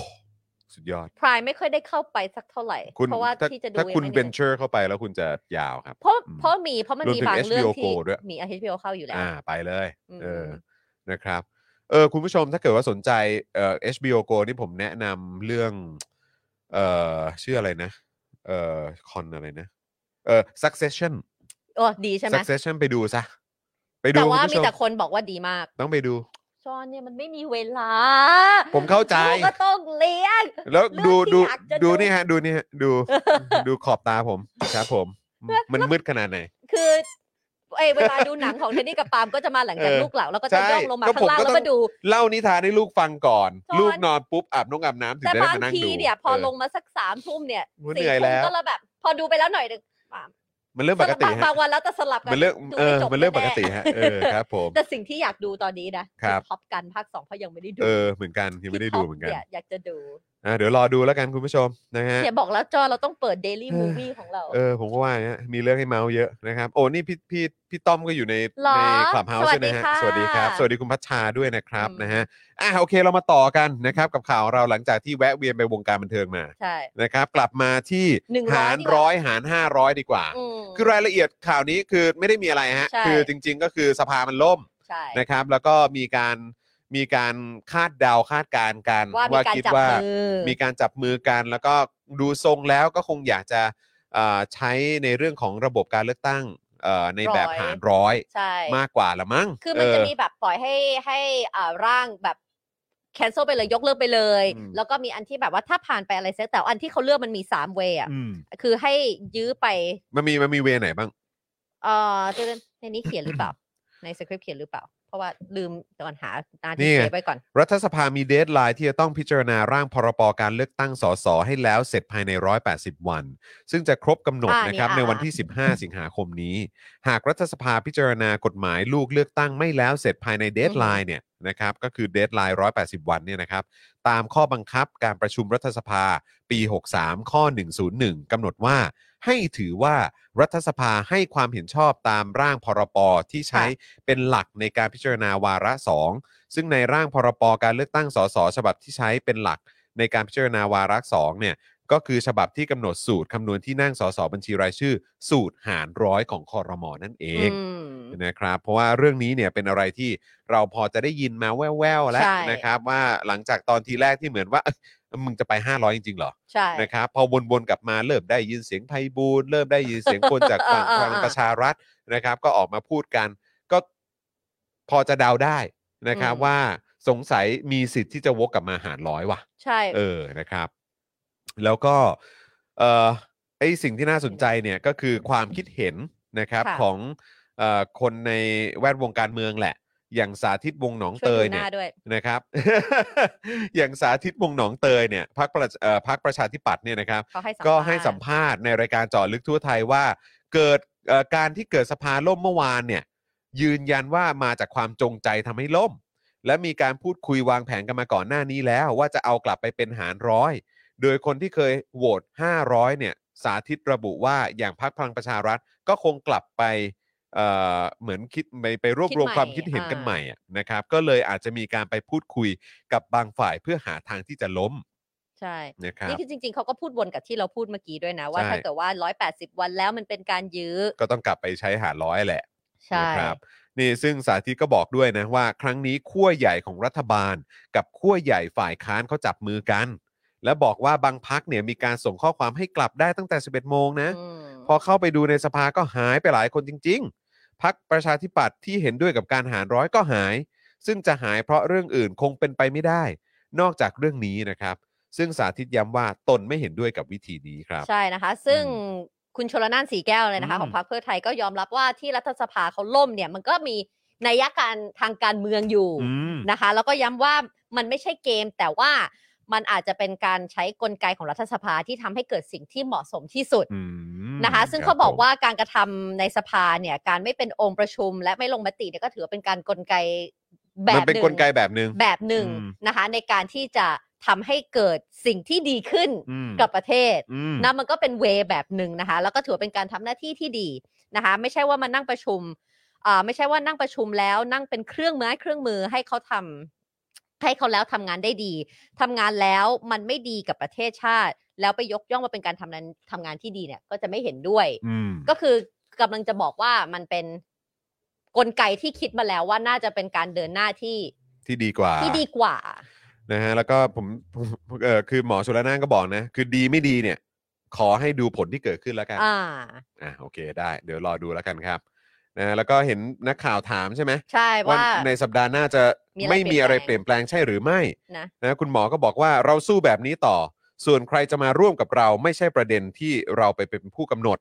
[SPEAKER 1] สุดยอด
[SPEAKER 2] พรายไม่ค่อยได้เข้าไปสักเท่าไหร่
[SPEAKER 1] คุณ
[SPEAKER 2] เพราะว่า
[SPEAKER 1] ถ้า
[SPEAKER 2] ที่จะดู
[SPEAKER 1] ถ้าคุณ
[SPEAKER 2] ยังไม่ได้
[SPEAKER 1] venture เข้าไปแล้วคุณจะยาวครับ
[SPEAKER 2] เพราะ
[SPEAKER 1] อืม
[SPEAKER 2] เพราะมีเพราะมัน
[SPEAKER 1] รวม
[SPEAKER 2] มี
[SPEAKER 1] ถึง
[SPEAKER 2] บางเรื่อง
[SPEAKER 1] HBO
[SPEAKER 2] ที่
[SPEAKER 1] Go ด้วย
[SPEAKER 2] มี HBO เข้าอยู่แล้ว
[SPEAKER 1] อ่าไปเลย
[SPEAKER 2] อืม
[SPEAKER 1] เออ นะครับ เออ คุณผู้ชมถ้าเกิดว่าสนใจเอ่อ HBO Go นี่ผมแนะนำเรื่อง เอ่อ ชื่ออะไรนะ เอ่อ คอนอะไรนะ เอ่อ succession
[SPEAKER 2] โอ้ดีใช่ไหม
[SPEAKER 1] succession ไปดูซะ ไปดู
[SPEAKER 2] แต่ว่า
[SPEAKER 1] คุณผู้
[SPEAKER 2] มี
[SPEAKER 1] ชม
[SPEAKER 2] แต่คนบอกว่าดีมาก
[SPEAKER 1] ต้องไปดู
[SPEAKER 2] จอนเนี่ยมันไม่มีเวลา
[SPEAKER 1] ผมเข้า ใจ
[SPEAKER 2] ลูกก็ต้องเลี้ยง
[SPEAKER 1] แล้ว
[SPEAKER 2] เรื่อง
[SPEAKER 1] ดูดู
[SPEAKER 2] ที่อยากจะ
[SPEAKER 1] ดู
[SPEAKER 2] ดู
[SPEAKER 1] นี่ฮะ ดูนี่ฮะ ดู ดูขอบตาผมครับผม มันมืดขนาดไหน
[SPEAKER 2] คือเอยเวลาดูหนังของเทนนี่กับปาล์มก็จะมาหลังจาก
[SPEAKER 1] เออ
[SPEAKER 2] ลูกเหล่าแล้วก็
[SPEAKER 1] ใช่
[SPEAKER 2] จะย่องลงมา
[SPEAKER 1] ก็
[SPEAKER 2] ข้า
[SPEAKER 1] ผม
[SPEAKER 2] งล่าง
[SPEAKER 1] ก็
[SPEAKER 2] แล้ว
[SPEAKER 1] ต้
[SPEAKER 2] ก็
[SPEAKER 1] อง
[SPEAKER 2] ดู
[SPEAKER 1] เล่านิทานให้ลูกฟังก่อน
[SPEAKER 2] จอน
[SPEAKER 1] ลูกนอนปุ๊บอาบน้องอาบน้ำถึงจะ
[SPEAKER 2] แต่
[SPEAKER 1] ได้
[SPEAKER 2] บาง
[SPEAKER 1] มานั่ง
[SPEAKER 2] ที
[SPEAKER 1] ดู
[SPEAKER 2] เนี่ยพอ
[SPEAKER 1] เออ
[SPEAKER 2] ลงมาสักสามทุ่มเนี่ย
[SPEAKER 1] โอ้ยเห
[SPEAKER 2] สี่
[SPEAKER 1] นื่อย
[SPEAKER 2] ทุ่ม
[SPEAKER 1] แล้ว
[SPEAKER 2] ก็แล้วแบบ พอดูไปแล้วหน่อยหนึ่ง
[SPEAKER 1] มันเรื่องปก
[SPEAKER 2] สลับ
[SPEAKER 1] ติ
[SPEAKER 2] บาง
[SPEAKER 1] ฮะ
[SPEAKER 2] วันแล้วจะสลับกั
[SPEAKER 1] มันเรื่อง
[SPEAKER 2] ดู
[SPEAKER 1] เออ
[SPEAKER 2] ไจบ
[SPEAKER 1] มันเรื่องปกติ
[SPEAKER 2] แน่ๆ
[SPEAKER 1] ฮะเออครับผม
[SPEAKER 2] แต่สิ่งที่อย ากดูตอนนี้นะครับ ท็อปกันภาคสองเพราะยังไม่ได้ดู
[SPEAKER 1] เออเหมือนกันยังไม่ได้
[SPEAKER 2] ที่
[SPEAKER 1] ดู
[SPEAKER 2] Top
[SPEAKER 1] เหมือนกัน
[SPEAKER 2] ยอยากจะดู
[SPEAKER 1] อ่ะเดี๋ยวรอดูแล้วกันคุณผู้ชมนะฮะ
[SPEAKER 2] เนี่ยบอกแล้วจอเราต้องเปิด Daily
[SPEAKER 1] เออ
[SPEAKER 2] Movie ของเรา
[SPEAKER 1] เออผมก็ว่าอย่างเงี้ยมีเรื่องให้เมาส์เยอะนะครับ โอ้นี่พี่พี่พี่ต้อมก็อยู่ใน
[SPEAKER 2] หรอ
[SPEAKER 1] ในคลับเฮาส์
[SPEAKER 2] สวั
[SPEAKER 1] ใช่
[SPEAKER 2] ส
[SPEAKER 1] ไหม
[SPEAKER 2] ดี
[SPEAKER 1] ฮะ
[SPEAKER 2] ค่ะ
[SPEAKER 1] สวัสดีครับ สวัสดีคุณพัชชาด้วยนะครับ
[SPEAKER 2] อืม
[SPEAKER 1] นะฮะอ่ะโอเคเรามาต่อกันนะครับกับข่าวเราหลังจากที่แวะเวียนไปวงการบันเทิงมา
[SPEAKER 2] ใช่
[SPEAKER 1] นะครับกลับมาที่
[SPEAKER 2] หนึ่งร้อย
[SPEAKER 1] หาร
[SPEAKER 2] ดีกว่า
[SPEAKER 1] ร้อยหาร 500 ดีกว่า
[SPEAKER 2] อืม
[SPEAKER 1] คือรายละเอียดข่าวนี้คือไม่ได้มีอะไรฮะ
[SPEAKER 2] ใช่
[SPEAKER 1] คือจริงๆก็คือสภามันล่ม
[SPEAKER 2] ใช่
[SPEAKER 1] นะครับ แล้วก็มีการมีการคาดเดาคาดการณ์กัน
[SPEAKER 2] ว่ามีการ
[SPEAKER 1] คิด
[SPEAKER 2] จับ
[SPEAKER 1] ว่า
[SPEAKER 2] มือ
[SPEAKER 1] มีการจับมือกัน แล้วก็ดูทรงแล้วก็คงอยากจะเอ่อใช้ในเรื่องของระบบการเลือกตั้งเอ่อในแบบหารร้อย
[SPEAKER 2] ใช่
[SPEAKER 1] มากกว่าละมั้ง
[SPEAKER 2] คือมันจะ
[SPEAKER 1] เ
[SPEAKER 2] มีแบบปล่อยให้ให้อ่าร่างแบบ cancel ไปเลยยกเลิกไปเลย
[SPEAKER 1] อืม
[SPEAKER 2] แล้วก็มีอันที่แบบว่าถ้าผ่านไปอะไรเสียแต่อันที่เขาเลือกมันมี3ามเวย์อ่ะ
[SPEAKER 1] อืม
[SPEAKER 2] คือให้ยื้อไป
[SPEAKER 1] มันมีมันมีเวไหนบ้าง
[SPEAKER 2] เอ่อเดี๋ยวนะในนี้เขียนหรือเปล่า ในสคริปต์เขียนหรือเปล่า เพราะว่าลืมตอนหาตา
[SPEAKER 1] นี่
[SPEAKER 2] ที่
[SPEAKER 1] ไง
[SPEAKER 2] เซฟไว้ก่อน
[SPEAKER 1] รัฐสภามีเดทไลน์ที่จะต้องพิจารณาร่างพรบการเลือกตั้งสสให้แล้วเสร็จภายใน 180 วัน ซึ่งจะครบกำหนด
[SPEAKER 2] อ่านี่
[SPEAKER 1] นะครับ
[SPEAKER 2] อ่า
[SPEAKER 1] ในวันที่ 15 สิงหาคมนี้ หากรัฐสภาพิจารณากฎหมายลูกเลือกตั้งไม่แล้วเสร็จภายในเดทไลน์เนี่ยนะครับก็คือเดทไลน์ 180 วันเนี่ยนะครับตามข้อบังคับการประชุมรัฐสภาปี 63 ข้อ 101กำหนดว่า ให้ถือว่ารัฐสภาให้ความเห็นชอบตามร่างพรบที่ใช้เป็นหลักในการพิจารณาวาระ 2 ซึ่งในร่างพรบการเลือกตั้งสสฉบับที่ใช้เป็นหลักในการพิจารณาวาระสองเนี่ยก็คือฉบับที่กำหนดสูตรคำนวณที่นั่งสสบัญชีรายชื่อ สูตรหารร้อยของคอรมอนั่นเอง
[SPEAKER 2] อืม
[SPEAKER 1] นะครับ เพราะว่าเรื่องนี้เนี่ยเป็นอะไรที่เราพอจะได้ยินมาแว่วๆแล้ว
[SPEAKER 2] ใช่
[SPEAKER 1] นะครับ ว่าหลังจากตอนทีแรกที่เหมือนว่าเอ้ย มึงจะไป 500 จริงๆเหรอ
[SPEAKER 2] ใช่
[SPEAKER 1] นะครับพอวนๆกลับมาเริ่มได้ยินเสียงไพบูลย์เริ่มได้ยินเสียงคนจากฝั่ง
[SPEAKER 2] อ่า
[SPEAKER 1] พ
[SPEAKER 2] อ่า
[SPEAKER 1] ลังประชารัฐนะครับ ก็ออกมาพูดกัน ก็พอจะเดาได้นะครับว่าสงสัยมีสิทธิ์ที่จะวกกลับมาหารร้อยว่ะ
[SPEAKER 2] ใช่
[SPEAKER 1] เออนะครับ แล้วก็เอ่อไอสิ่งที่น่าสนใจเนี่ยก็คือความคิดเห็นนะครับของเอ่อคนในแวดวงการเมืองแหละ อย่างสาธิตวงศ์หนอง
[SPEAKER 2] ช่
[SPEAKER 1] เต
[SPEAKER 2] วย
[SPEAKER 1] ย
[SPEAKER 2] ดูห
[SPEAKER 1] เนี่ย
[SPEAKER 2] น้าด้วย
[SPEAKER 1] นะครับ อย่างสาธิตวงศ์หนองเตยเนี่ยพักประเอ่อพักประชาธิปัตย์เนี่ยนะครับ
[SPEAKER 2] เขาให้สัมภาษณ์
[SPEAKER 1] ก็ให้สัมภาษณ์ในรายการเจาะลึกทั่วไทยว่าเกิดเอ่อการที่เกิดสภาล่มเมื่อวานเนี่ยยืนยันว่ามาจากความจงใจทำให้ล่ม และมีการพูดคุยวางแผนกันมาก่อนหน้านี้แล้ว ว่าจะเอากลับไปเป็นหารร้อย โดยคนที่เคยโหวต500เนี่ยสาธิตระบุว่าอย่างพักพลังประชารัฐก็คงกลับไปเอ่อเหมือนคิดไปไปรวบรวมความคิดเห็นกันใหม่อะนะครับ ก็เลยอาจจะมีการไปพูดคุยกับบางฝ่ายเพื่อหาทางที่จะล้ม
[SPEAKER 2] ใช่
[SPEAKER 1] นะครับ
[SPEAKER 2] นี่คือจริงๆ เขาก็พูดวนกับที่เราพูดเมื่อกี้ด้วยนะ ว่า
[SPEAKER 1] ใช่
[SPEAKER 2] ถ้าเกิดว่า 180 วันแล้วมันเป็นการยื้อ
[SPEAKER 1] ก็ต้องกลับไปใช้หารร้อยแหละ
[SPEAKER 2] ใช่
[SPEAKER 1] นะครับนี่ซึ่งสาธิตก็บอกด้วยนะว่า ครั้งนี้ขั้วใหญ่ของรัฐบาล กับขั้วใหญ่ฝ่ายค้านเขาจับมือกัน และบอกว่าบางพักเนี่ยมีการส่งข้อความให้กลับได้ตั้งแต่ 11 โมงนะ
[SPEAKER 2] อืม
[SPEAKER 1] พอเข้าไปดูในสภาก็หายไปหลายคนจริง ๆ พักประชาธิปัตย์ที่เห็นด้วยกับการหารร้อยก็หาย ซึ่งจะหายเพราะเรื่องอื่นคงเป็นไปไม่ได้ นอกจากเรื่องนี้นะครับ ซึ่งสาธิตย้ำว่าตนไม่เห็นด้วยกับวิธีนี้ครับ
[SPEAKER 2] ใช่นะคะ ซึ่ง
[SPEAKER 1] อื
[SPEAKER 2] คุณชลนานสีแก้วเลยนะคะ
[SPEAKER 1] อืม
[SPEAKER 2] ของพรรคเพื่อไทยก็ยอมรับว่าที่รัฐสภาเขาล่มเนี่ย มันก็มีนัยการทางการเมืองอยู่
[SPEAKER 1] อืม
[SPEAKER 2] นะคะแล้วก็ย้ำว่ามันไม่ใช่เกม แต่ว่ามันอาจจะเป็นการใช้กลไกของรัฐสภาที่ทำให้เกิดสิ่งที่เหมาะสมที่สุด
[SPEAKER 1] อืม
[SPEAKER 2] นะคะ ซึ่ง
[SPEAKER 1] รั
[SPEAKER 2] เขาบอ
[SPEAKER 1] ผ
[SPEAKER 2] ก
[SPEAKER 1] ม
[SPEAKER 2] ว่าการกระทำในสภาเนี่ยการไม่เป็นองค์ประชุม และไม่ลงมติเนี่ยก็ถือว่าเป็นการกลไกแบ
[SPEAKER 1] มั
[SPEAKER 2] บ
[SPEAKER 1] นเป็น
[SPEAKER 2] หนึ่ง
[SPEAKER 1] กลไกแบบหนึ่ง
[SPEAKER 2] แบบหนึ่ง
[SPEAKER 1] อืม
[SPEAKER 2] นะคะ ในการที่จะทำให้เกิดสิ่งที่ดีขึ้น
[SPEAKER 1] อืม
[SPEAKER 2] กับประเทศ
[SPEAKER 1] อืม
[SPEAKER 2] นะมันก็เป็นเวแบบหนึ่งนะคะ แล้วก็ถือว่าเป็นการทำหน้าที่ที่ดีนะคะ ไม่ใช่ว่ามานั่งประชุมอ่าไม่ใช่ว่านั่งประชุมแล้วนั่งเป็นเครื่องไม้เครื่องมือให้เขาทำให้เขาแล้วทำงานได้ดีทำงานแล้วมันไม่ดีกับประเทศชาติ แล้วไปยกย่องว่าเป็นการทำนั้นทำงานที่ดีเนี่ยก็จะไม่เห็นด้วย
[SPEAKER 1] อืม
[SPEAKER 2] ก็คือกำลังจะบอกว่ามันเป็นกลไกที่คิดมาแล้วว่าน่าจะเป็นการเดินหน้าที่
[SPEAKER 1] ที่ดีกว่า
[SPEAKER 2] ที่ดีกว่า
[SPEAKER 1] นะฮะแล้วก็ผมผมเออคือหมอชุลนานก็บอกนะ คือดีไม่ดีเนี่ย ขอให้ดูผลที่เกิดขึ้นแล้วกัน
[SPEAKER 2] อ่า
[SPEAKER 1] อ่ะโอเคได้ เดี๋ยวรอดูแล้วกันครับนะฮะแล้วก็เห็นนักข่าวถามใช่ไหม
[SPEAKER 2] ใช่
[SPEAKER 1] ว่า
[SPEAKER 2] ว่า
[SPEAKER 1] ในสัปดาห์หน้าจะ
[SPEAKER 2] มีอะไร
[SPEAKER 1] ไม่มีอะไร
[SPEAKER 2] เป
[SPEAKER 1] เป
[SPEAKER 2] ลี่
[SPEAKER 1] ลี่ย
[SPEAKER 2] ย
[SPEAKER 1] นแป
[SPEAKER 2] นแปล
[SPEAKER 1] ล
[SPEAKER 2] ง
[SPEAKER 1] งใช่หรือไม่
[SPEAKER 2] นะ
[SPEAKER 1] นะคุณหมอก็บอกว่าเราสู้แบบนี้ต่อ ส่วนใครจะมาร่วมกับเราไม่ใช่ประเด็นที่เราไปเป็นผู้กำหนด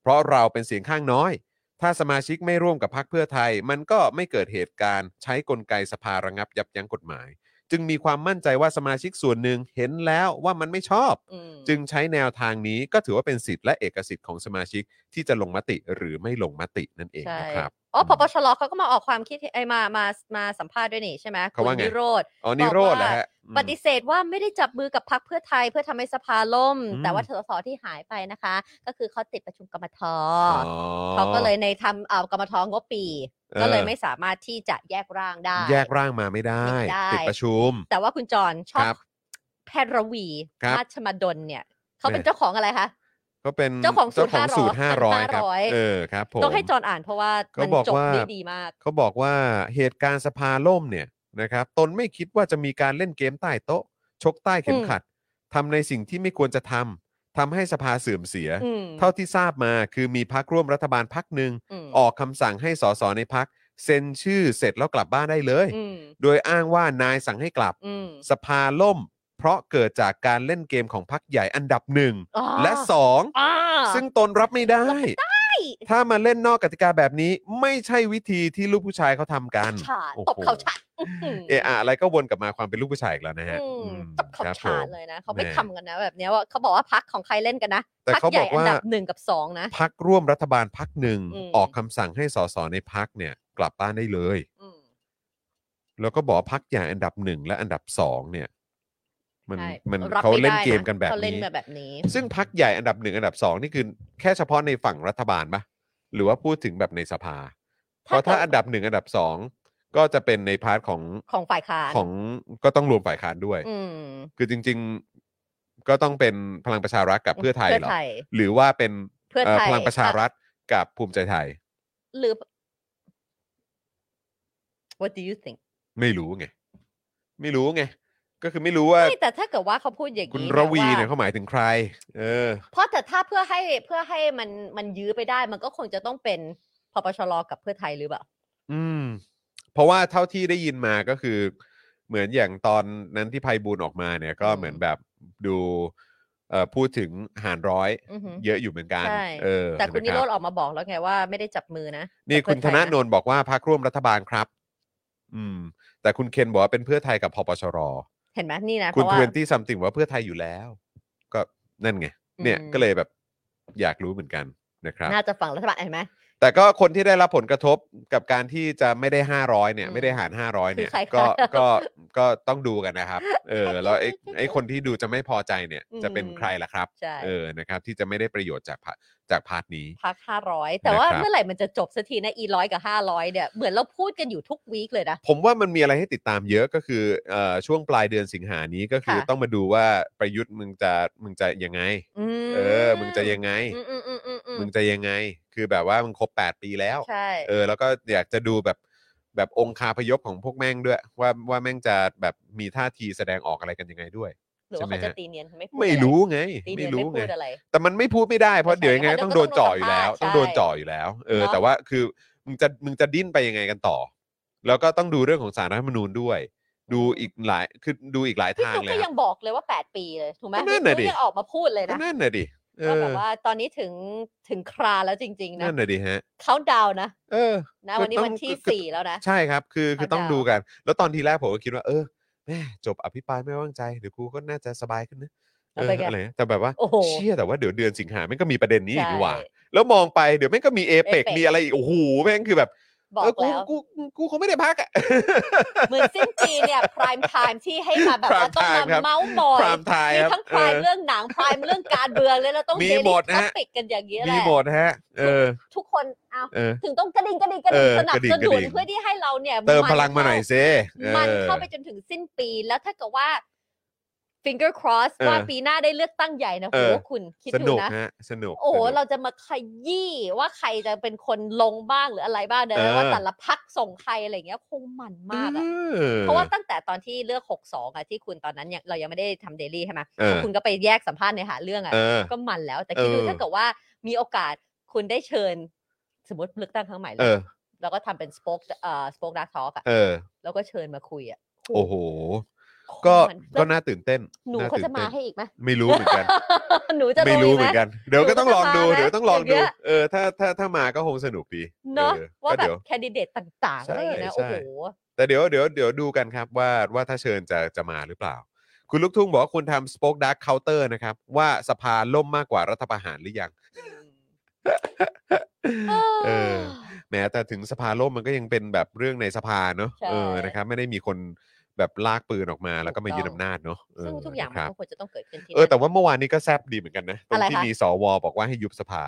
[SPEAKER 1] เพราะเราเป็นเสียงข้างน้อย ถ้าสมาชิกไม่ร่วมกับพรรคเพื่อไทย มันก็ไม่เกิดเหตุการณ์ใช้กลไกสภาระงับยับยั้งกฎหมาย จึงมีความมั่นใจว่าสมาชิกส่วนหนึ่งเห็นแล้วว่ามันไม่ชอบ
[SPEAKER 2] อืม
[SPEAKER 1] จึงใช้แนวทางนี้ก็ถือว่าเป็นสิทธิ์และเอกสิทธิ์ของสมาชิกที่จะลงมติหรือไม่ลงมตินั่นเอง
[SPEAKER 2] ใช่
[SPEAKER 1] นะครับ
[SPEAKER 2] อ๋ออ
[SPEAKER 1] ม
[SPEAKER 2] พปชรเขาก็มาออกความคิดเห็นเอ้ยมา มา มาสัมภาษณ์ด้วยนี่ใช่ไหม
[SPEAKER 1] เขาว่า
[SPEAKER 2] คุณ
[SPEAKER 1] ไง
[SPEAKER 2] วิโรธ
[SPEAKER 1] อ๋อนี่โรดเหรอฮะอืม
[SPEAKER 2] ปฏิเสธว่าไม่ได้จับมือกับพรรคเพื่อไทยเพื่อทำให้สภาล่ม
[SPEAKER 1] อืม
[SPEAKER 2] แต่ว่าสสที่หายไปนะคะ ก็คือเขาติดประชุมกรรมท
[SPEAKER 1] อ๋อ
[SPEAKER 2] เขาก็เลยในทำเอากรรมทงบปี
[SPEAKER 1] เออ
[SPEAKER 2] ก็เลยไม่สามารถที่จะแยกร่างได้
[SPEAKER 1] แยกร่างมาไม่ได้
[SPEAKER 2] ไม่ได้
[SPEAKER 1] ติดประชุม
[SPEAKER 2] แต่ว่าคุณจรชอ
[SPEAKER 1] ครับ บ
[SPEAKER 2] แพทย์ระวี
[SPEAKER 1] ครับ
[SPEAKER 2] ราชมดลเนี่ยเขาเป็น
[SPEAKER 1] เนี่ย
[SPEAKER 2] เจ้าของอะไรคะ
[SPEAKER 1] ก็เป็น
[SPEAKER 2] เจ้าของสูตร
[SPEAKER 1] สูตรห้าร้อย
[SPEAKER 2] 500
[SPEAKER 1] ครับ
[SPEAKER 2] 500
[SPEAKER 1] เออครับผม
[SPEAKER 2] ต้องให้จรอ่านเพราะว่ามัน
[SPEAKER 1] เขาบอก
[SPEAKER 2] จบ
[SPEAKER 1] ว่า
[SPEAKER 2] ได้ดีมาก
[SPEAKER 1] เขาบอกว่าเหตุการณ์สภาล่มเนี่ยนะครับตนไม่คิดว่าจะมีการเล่นเกมใต้โต๊ะ ชกใต้เข็มขัดทำในสิ่งที่ไม่ควรจะทำทำให้สภาเสื่อมเสีย
[SPEAKER 2] อืม
[SPEAKER 1] เท่าที่ทราบมาคือมีพักร่วมรัฐบาลพักหนึ่ง
[SPEAKER 2] ม
[SPEAKER 1] ออกคำสั่งให้สสในพักเซ็นชื่อเสร็จแล้วกลับบ้านได้เลย
[SPEAKER 2] อืม
[SPEAKER 1] โดยอ้างว่านายสั่งให้กลับ
[SPEAKER 2] อืม
[SPEAKER 1] สภาล่ม เพราะเกิดจากการเล่นเกมของพักใหญ่อันดับหนึ่ง
[SPEAKER 2] อ๋อ
[SPEAKER 1] และสอง
[SPEAKER 2] อ่า
[SPEAKER 1] ซึ่งตนรับไม่ได้ ถ้ามาเล่นนอกกติกาแบบนี้ ไม่ใช่วิธีที่ลูกผู้ชายเขาทำกัน
[SPEAKER 2] ฉาด
[SPEAKER 1] โอ้โห
[SPEAKER 2] ตบเขาฉาดอื้อหือ
[SPEAKER 1] เอออะไรก็วนกลับมาความเป็นลูกผู้ชายอีกแล้วนะฮะ
[SPEAKER 2] อืม
[SPEAKER 1] อืม
[SPEAKER 2] ตบเขา
[SPEAKER 1] ครับ
[SPEAKER 2] ฉาด
[SPEAKER 1] ผม
[SPEAKER 2] เลยนะเขาไม่
[SPEAKER 1] แน่
[SPEAKER 2] ทำกันนะแบบเนี้ยว่าเขาบอกว่าพักของใครเล่นกันนะ
[SPEAKER 1] แต่
[SPEAKER 2] พัก
[SPEAKER 1] เขา
[SPEAKER 2] ให
[SPEAKER 1] บ
[SPEAKER 2] ญ่
[SPEAKER 1] อก
[SPEAKER 2] อั
[SPEAKER 1] ว่า
[SPEAKER 2] นดับหนึ่งกับสองนะ
[SPEAKER 1] พักร่วมรัฐบาลพักหนึ่ง
[SPEAKER 2] อืม
[SPEAKER 1] ออกคำสั่งให้สสในพักเนี่ย กลับบ้านได้เลย
[SPEAKER 2] อืม
[SPEAKER 1] แล้วก็บอกพักใหญ่อันดับหนึ่งและอันดับสองเนี่ย มัน
[SPEAKER 2] ใช่
[SPEAKER 1] มัน
[SPEAKER 2] รับ
[SPEAKER 1] เขา
[SPEAKER 2] ไม่
[SPEAKER 1] เล่น
[SPEAKER 2] ได้ะ
[SPEAKER 1] เกมกันแบบ
[SPEAKER 2] เขาเล่น
[SPEAKER 1] นี้
[SPEAKER 2] กันแบบนี้
[SPEAKER 1] ซึ่งพักใหญ่อันดับหนึ่งอันดับสองนี่คือแค่เฉพาะในฝั่งรัฐบาลปะหรือว่าพูดถึงแบบในสภา เพ
[SPEAKER 2] ถ้า
[SPEAKER 1] ราะถ้า
[SPEAKER 2] เกิด
[SPEAKER 1] อันดับหนึ่งอันดับสองก็จะเป็นในพาร์ทของ
[SPEAKER 2] ของฝ่ายค้าน
[SPEAKER 1] ของก็ต้องรวมฝ่ายค้านด้วย
[SPEAKER 2] อืม
[SPEAKER 1] คือจริง ๆก็ต้องเป็นพลังประชารัฐกับเพื่อไทย
[SPEAKER 2] เพื่อ
[SPEAKER 1] เหรอ
[SPEAKER 2] ไทย
[SPEAKER 1] หรือว่าเป็น
[SPEAKER 2] เพื่อ
[SPEAKER 1] เอ่อ
[SPEAKER 2] ไทย
[SPEAKER 1] พลังประชารัฐกับภูมิใจไทย
[SPEAKER 2] หรือ What do you think
[SPEAKER 1] ไม่รู้ไง ไม่รู้ไง ก็คือไม่รู้ว่า
[SPEAKER 2] ไม่แต่ถ้าเกิดว่าเขาพูดอย่าง
[SPEAKER 1] คุณ
[SPEAKER 2] นี้
[SPEAKER 1] ระวีเนี่ย
[SPEAKER 2] า
[SPEAKER 1] เขาหมายถึงใคร เออ
[SPEAKER 2] เพราะแต่ถ้าเพื่อให้เพื่อให้มันมันยื้อไปได้ มันก็คงจะต้องเป็นพปชรกับเพื่อไทยหรือเปล่า
[SPEAKER 1] อืม เพราะว่าเท่าที่ได้ยินมาก็คือ เหมือนอย่างตอนนั้นที่ไพบูลย์ออกมาเนี่ย ก็เหมือนแบบดูเอ่อพูดถึงหารร้อย
[SPEAKER 2] อือหือ
[SPEAKER 1] เยอะอยู่เหมือนกัน
[SPEAKER 2] ใช่
[SPEAKER 1] เออ
[SPEAKER 2] แต่คุณนิ
[SPEAKER 1] ะ
[SPEAKER 2] โร
[SPEAKER 1] รับ
[SPEAKER 2] ธออกมาบอกแล้วไงว่าไม่ได้จับมือนะ
[SPEAKER 1] นี่
[SPEAKER 2] กับ
[SPEAKER 1] คุ
[SPEAKER 2] เพื่
[SPEAKER 1] ณ
[SPEAKER 2] อ
[SPEAKER 1] ธ
[SPEAKER 2] ไทย
[SPEAKER 1] นาโนนบอกว่าพักร่วมรัฐบาลครับ อืม แต่คุณเคนบอกว่าเป็นเพื่อไทยกับพปชร
[SPEAKER 2] เห็นไหมนี่นะเพ
[SPEAKER 1] คุณท
[SPEAKER 2] ราะว่า
[SPEAKER 1] เวนตี้ซัมติงว่าเพื่อไทยอยู่แล้ว ก็นั่นไง เนี่ย
[SPEAKER 2] อืม
[SPEAKER 1] ก็เลยแบบอยากรู้เหมือนกันนะครับ
[SPEAKER 2] น่าจะฝั่งรัฐบาลเห็นไหม
[SPEAKER 1] แต่ก็คนที่ได้รับผลกระทบกับการที่จะไม่ได้ 500 เนี่ย
[SPEAKER 2] อืม
[SPEAKER 1] ไม่ได้หาร 500 เนี่ย
[SPEAKER 2] คือใครคะ
[SPEAKER 1] ก็ก็ก็ต้องดูกันนะครับ เออ แล้วไอ้ไอ้คนที่ดูจะไม่พอใจเนี่ย
[SPEAKER 2] อืม
[SPEAKER 1] จะเป็นใครล่ะครับ
[SPEAKER 2] ใช่
[SPEAKER 1] เออนะครับ ที่จะไม่ได้ประโยชน์จากพาจากพาร์ทนี้
[SPEAKER 2] พักห้าร้อยแต่ว่า
[SPEAKER 1] นะครับ
[SPEAKER 2] เมื่อไหร่มันจะจบสักทีนะอีร้อยกับห้าร้อยเนี่ยเหมือนเราพูดกันอยู่ทุกวีคเลยนะ
[SPEAKER 1] ผมว่ามันมีอะไรให้ติดตามเยอะก็คือเอ่อช่วงปลายเดือนสิงหานี้ก็คือ
[SPEAKER 2] ค่ะ
[SPEAKER 1] ต้องมาดูว่าประยุทธ์มึงจะมึงจะยังไง
[SPEAKER 2] ม
[SPEAKER 1] เออ มึงจะยังไง
[SPEAKER 2] อืมอืมอืมอืมอืม
[SPEAKER 1] มึงจะยังไง คือแบบว่ามึงครบ 8 ปีแล้ว
[SPEAKER 2] ใช่
[SPEAKER 1] เออ แล้วก็อยากจะดูแบบแบบองคาพยพของพวกแม่งด้วย ว่าว่าแม่งจะแบบมีท่าทีแสดงออกอะไรกันยังไงด้วย
[SPEAKER 2] หรือว่าเขาจะตีเนียนไม่พูด
[SPEAKER 1] ไม่
[SPEAKER 2] อะ
[SPEAKER 1] รู้ไง
[SPEAKER 2] ตี
[SPEAKER 1] ไม่
[SPEAKER 2] เนียนไม่
[SPEAKER 1] รู้
[SPEAKER 2] พู
[SPEAKER 1] ไง
[SPEAKER 2] ดอะไร
[SPEAKER 1] แต่มันไม่พูดไม่ได้เพราะ
[SPEAKER 2] ไม่ใช่
[SPEAKER 1] เดี๋ยวยังไง
[SPEAKER 2] อ่ะ
[SPEAKER 1] ก็ต้อง
[SPEAKER 2] ก็
[SPEAKER 1] โด
[SPEAKER 2] ต้
[SPEAKER 1] น
[SPEAKER 2] อง
[SPEAKER 1] จ่ออยู่แล้ว
[SPEAKER 2] โดนสัมภาษณ์
[SPEAKER 1] ต้องโดน
[SPEAKER 2] ใช่
[SPEAKER 1] จ่ออยู่แล้ว เออ
[SPEAKER 2] เนอะ
[SPEAKER 1] แต่ว่าคือมึงจะมึงจะดิ้นไปยังไงกันต่อ แล้วก็ต้องดูเรื่องของสารรัฐธรรมนูญด้วย ดูอีกหลายคือดูอีกหลาย
[SPEAKER 2] พี่
[SPEAKER 1] ทาง
[SPEAKER 2] ตุ๊ก
[SPEAKER 1] เลย
[SPEAKER 2] ก็
[SPEAKER 1] ค
[SPEAKER 2] ยั
[SPEAKER 1] รับ
[SPEAKER 2] งบอกเลยว่า 8 ปีเลยถูกไหม
[SPEAKER 1] ก็นั่นน่ะ
[SPEAKER 2] พี่ตุ๊ก
[SPEAKER 1] ดิ
[SPEAKER 2] ยังออกมาพูดเลย
[SPEAKER 1] ก็
[SPEAKER 2] นะ
[SPEAKER 1] นั่นน่ะดิเอ
[SPEAKER 2] ว่า
[SPEAKER 1] อ
[SPEAKER 2] แบบว่าตอนนี้ถึงถึงคราแล้วจริง ๆ นะ
[SPEAKER 1] นั่นน่ะดิฮะ
[SPEAKER 2] เขาดาวน์นะ
[SPEAKER 1] เออ
[SPEAKER 2] นะ
[SPEAKER 1] คือ
[SPEAKER 2] วันนี้
[SPEAKER 1] ต้อง
[SPEAKER 2] วันที่
[SPEAKER 1] คือ
[SPEAKER 2] สี่แล้วนะ
[SPEAKER 1] ใช่ครับ คือคือ
[SPEAKER 2] เขา
[SPEAKER 1] ต้อง
[SPEAKER 2] ดาว
[SPEAKER 1] ดูกัน แล้วตอนทีแรกผมก็คิดว่าเออแม่จบอภิปรายไม่ไว้วางใจเดี๋ยวกูก็น่าจะสบายขึ้นนะเอ
[SPEAKER 2] เอา
[SPEAKER 1] อ
[SPEAKER 2] ไปกัน
[SPEAKER 1] อะไรนะแต่แบบว่า
[SPEAKER 2] โอ้โห
[SPEAKER 1] เชี่ยแต่ว่าเดี๋ยวเดือนสิงหาแม่งก็มีประเด็นนี้อีก
[SPEAKER 2] ใช่
[SPEAKER 1] นี่หว่า แล้วมองไปเดี๋ยวแม่งก็มีเอเปก
[SPEAKER 2] APEC
[SPEAKER 1] มีอะไรอีกโอ้โหแม่งคือแบบ
[SPEAKER 2] บอ
[SPEAKER 1] เออก
[SPEAKER 2] แล้ว
[SPEAKER 1] กูกูกูคงไม่ได้พักอ่ะ
[SPEAKER 2] เหมือนสิ้นปีเนี่ย พราย m ไทม์ที่ให้มาแบบ
[SPEAKER 1] Prime
[SPEAKER 2] ว่าต้อง
[SPEAKER 1] time ครั
[SPEAKER 2] มา
[SPEAKER 1] บ
[SPEAKER 2] เมาส์มอย
[SPEAKER 1] Prime time
[SPEAKER 2] มี
[SPEAKER 1] ครับ
[SPEAKER 2] ทั้งพราย
[SPEAKER 1] เออ
[SPEAKER 2] เรื่องหนังพรายเรื่องการเบืองเลยเราต้อง
[SPEAKER 1] มี
[SPEAKER 2] เด
[SPEAKER 1] หม
[SPEAKER 2] ลิ
[SPEAKER 1] ด
[SPEAKER 2] ทั
[SPEAKER 1] ฮะ
[SPEAKER 2] ปิกกันอย่างนี้ยแห
[SPEAKER 1] มี
[SPEAKER 2] ละ
[SPEAKER 1] หมดฮะ เออ
[SPEAKER 2] ทุกคนเอา
[SPEAKER 1] เออ
[SPEAKER 2] ถึงต้องกระดิ่งกระดิ่งกระ
[SPEAKER 1] เอ
[SPEAKER 2] ดิ่ง
[SPEAKER 1] อ
[SPEAKER 2] สนับ
[SPEAKER 1] กระดิ่ง
[SPEAKER 2] ส
[SPEAKER 1] กระ
[SPEAKER 2] นุ
[SPEAKER 1] ดิ่
[SPEAKER 2] น
[SPEAKER 1] ง
[SPEAKER 2] เพื่อที่ให้เราเนี่ย
[SPEAKER 1] เติมพลังมาหน่อยเซ่
[SPEAKER 2] มัน
[SPEAKER 1] ออ
[SPEAKER 2] เข้าไปจนถึงสิ้นปีแล้วถ้าเกิดว่า finger cross
[SPEAKER 1] เออ
[SPEAKER 2] ว่าปีหน้าได้เลือกตั้งใหญ่นะ
[SPEAKER 1] เอ
[SPEAKER 2] โห
[SPEAKER 1] อ
[SPEAKER 2] คุณคิด
[SPEAKER 1] ส
[SPEAKER 2] ดู
[SPEAKER 1] นุก
[SPEAKER 2] นะ
[SPEAKER 1] ฮะสนุก
[SPEAKER 2] โอ้โห
[SPEAKER 1] สนุก
[SPEAKER 2] เราจะมาขยี้ว่าใครจะเป็นคนลงบ้างหรืออะไรบ้างเนี่ย
[SPEAKER 1] เออ
[SPEAKER 2] ว่าแต่ละพักส่งใครอะไรอย่างเงี้ยคงมันมากอะ
[SPEAKER 1] ออ
[SPEAKER 2] เพราะว่าตั้งแต่ตอนที่เลือก 62อะที่คุณตอนนั้นยังเรายังไม่ได้ทำเดลี่ใช่ไหม
[SPEAKER 1] เออ
[SPEAKER 2] คุณก็ไปแยกสัมภาษณ์ในหาเรื่องอะ
[SPEAKER 1] เออ
[SPEAKER 2] ก็มันแล้ว แต่คิดดู
[SPEAKER 1] เออ
[SPEAKER 2] ถ้าเกิดว่ามีโอกาสคุณได้เชิญ สมมติเลือกตั้งครั้งใหม่เล
[SPEAKER 1] เอย อ
[SPEAKER 2] แล้วก็ทำเป็นสป o อ e เอ่อสปอคดักทอล์กอะ
[SPEAKER 1] เออ
[SPEAKER 2] แล้วก็เชิญมาคุยอะ
[SPEAKER 1] โอ้โห
[SPEAKER 2] โคตร
[SPEAKER 1] ก็
[SPEAKER 2] มัน
[SPEAKER 1] ก็
[SPEAKER 2] แล้ว
[SPEAKER 1] น่าตื่นเต้น
[SPEAKER 2] หนู
[SPEAKER 1] ตื่
[SPEAKER 2] เขาจะมา
[SPEAKER 1] ต้น
[SPEAKER 2] ให้อีกไหม
[SPEAKER 1] ไม่รู้เหมือนกัน
[SPEAKER 2] หนูจะ
[SPEAKER 1] ไม่รู้
[SPEAKER 2] ลงก
[SPEAKER 1] เหมือนกัน เดี๋ยวก็ต้องลองดู
[SPEAKER 2] หนูก็จะมานะ
[SPEAKER 1] เดี๋ยวต้องลอง
[SPEAKER 2] อ
[SPEAKER 1] ดู
[SPEAKER 2] ย่างเงี้ย
[SPEAKER 1] เออ ถ้าถ้าถ้ามาก็คงสนุกดี
[SPEAKER 2] เนาะ
[SPEAKER 1] ออ
[SPEAKER 2] ว่า
[SPEAKER 1] ก็
[SPEAKER 2] แบ
[SPEAKER 1] เดี๋
[SPEAKER 2] บ
[SPEAKER 1] ยว
[SPEAKER 2] แคนดิเดตต่างๆอะไรอย่างเงี้ยนะ
[SPEAKER 1] ใช่
[SPEAKER 2] โอ้
[SPEAKER 1] ใช่
[SPEAKER 2] โห
[SPEAKER 1] แต่เดี๋ยวเดี๋ยวเดี๋ยวดูกันครับว่าว่าถ้าเชิญจะจะมาหรือเปล่า คุณลูกทุ่งบอกว่าคุณทำสป็อคดักเคาน์เตอร์นะครับ ว่าสภาล่มมากกว่ารัฐประหารหรือยัง เออ แม้แต่ถึงสภาล่มมันก็ยังเป็นแบบเรื่องในสภาเนอะ
[SPEAKER 2] ใช่
[SPEAKER 1] เออนะครับ ไม่ได้มีคนแบบลากปืนออกมาแล้วก็มายึดอำนาจเนอะเ
[SPEAKER 2] ซึ่งทุกอย่า
[SPEAKER 1] ค
[SPEAKER 2] งมัน
[SPEAKER 1] รับ
[SPEAKER 2] ก็ควรจะต้องเกิดขึ้นที่
[SPEAKER 1] เออ
[SPEAKER 2] นั่น
[SPEAKER 1] แต่ว่าเมื่อวานนี้ก็แซบดีเหมือนกันนะตรง
[SPEAKER 2] อะไร
[SPEAKER 1] ที่
[SPEAKER 2] คะ
[SPEAKER 1] มีสวบอกว่าให้ยุบสภา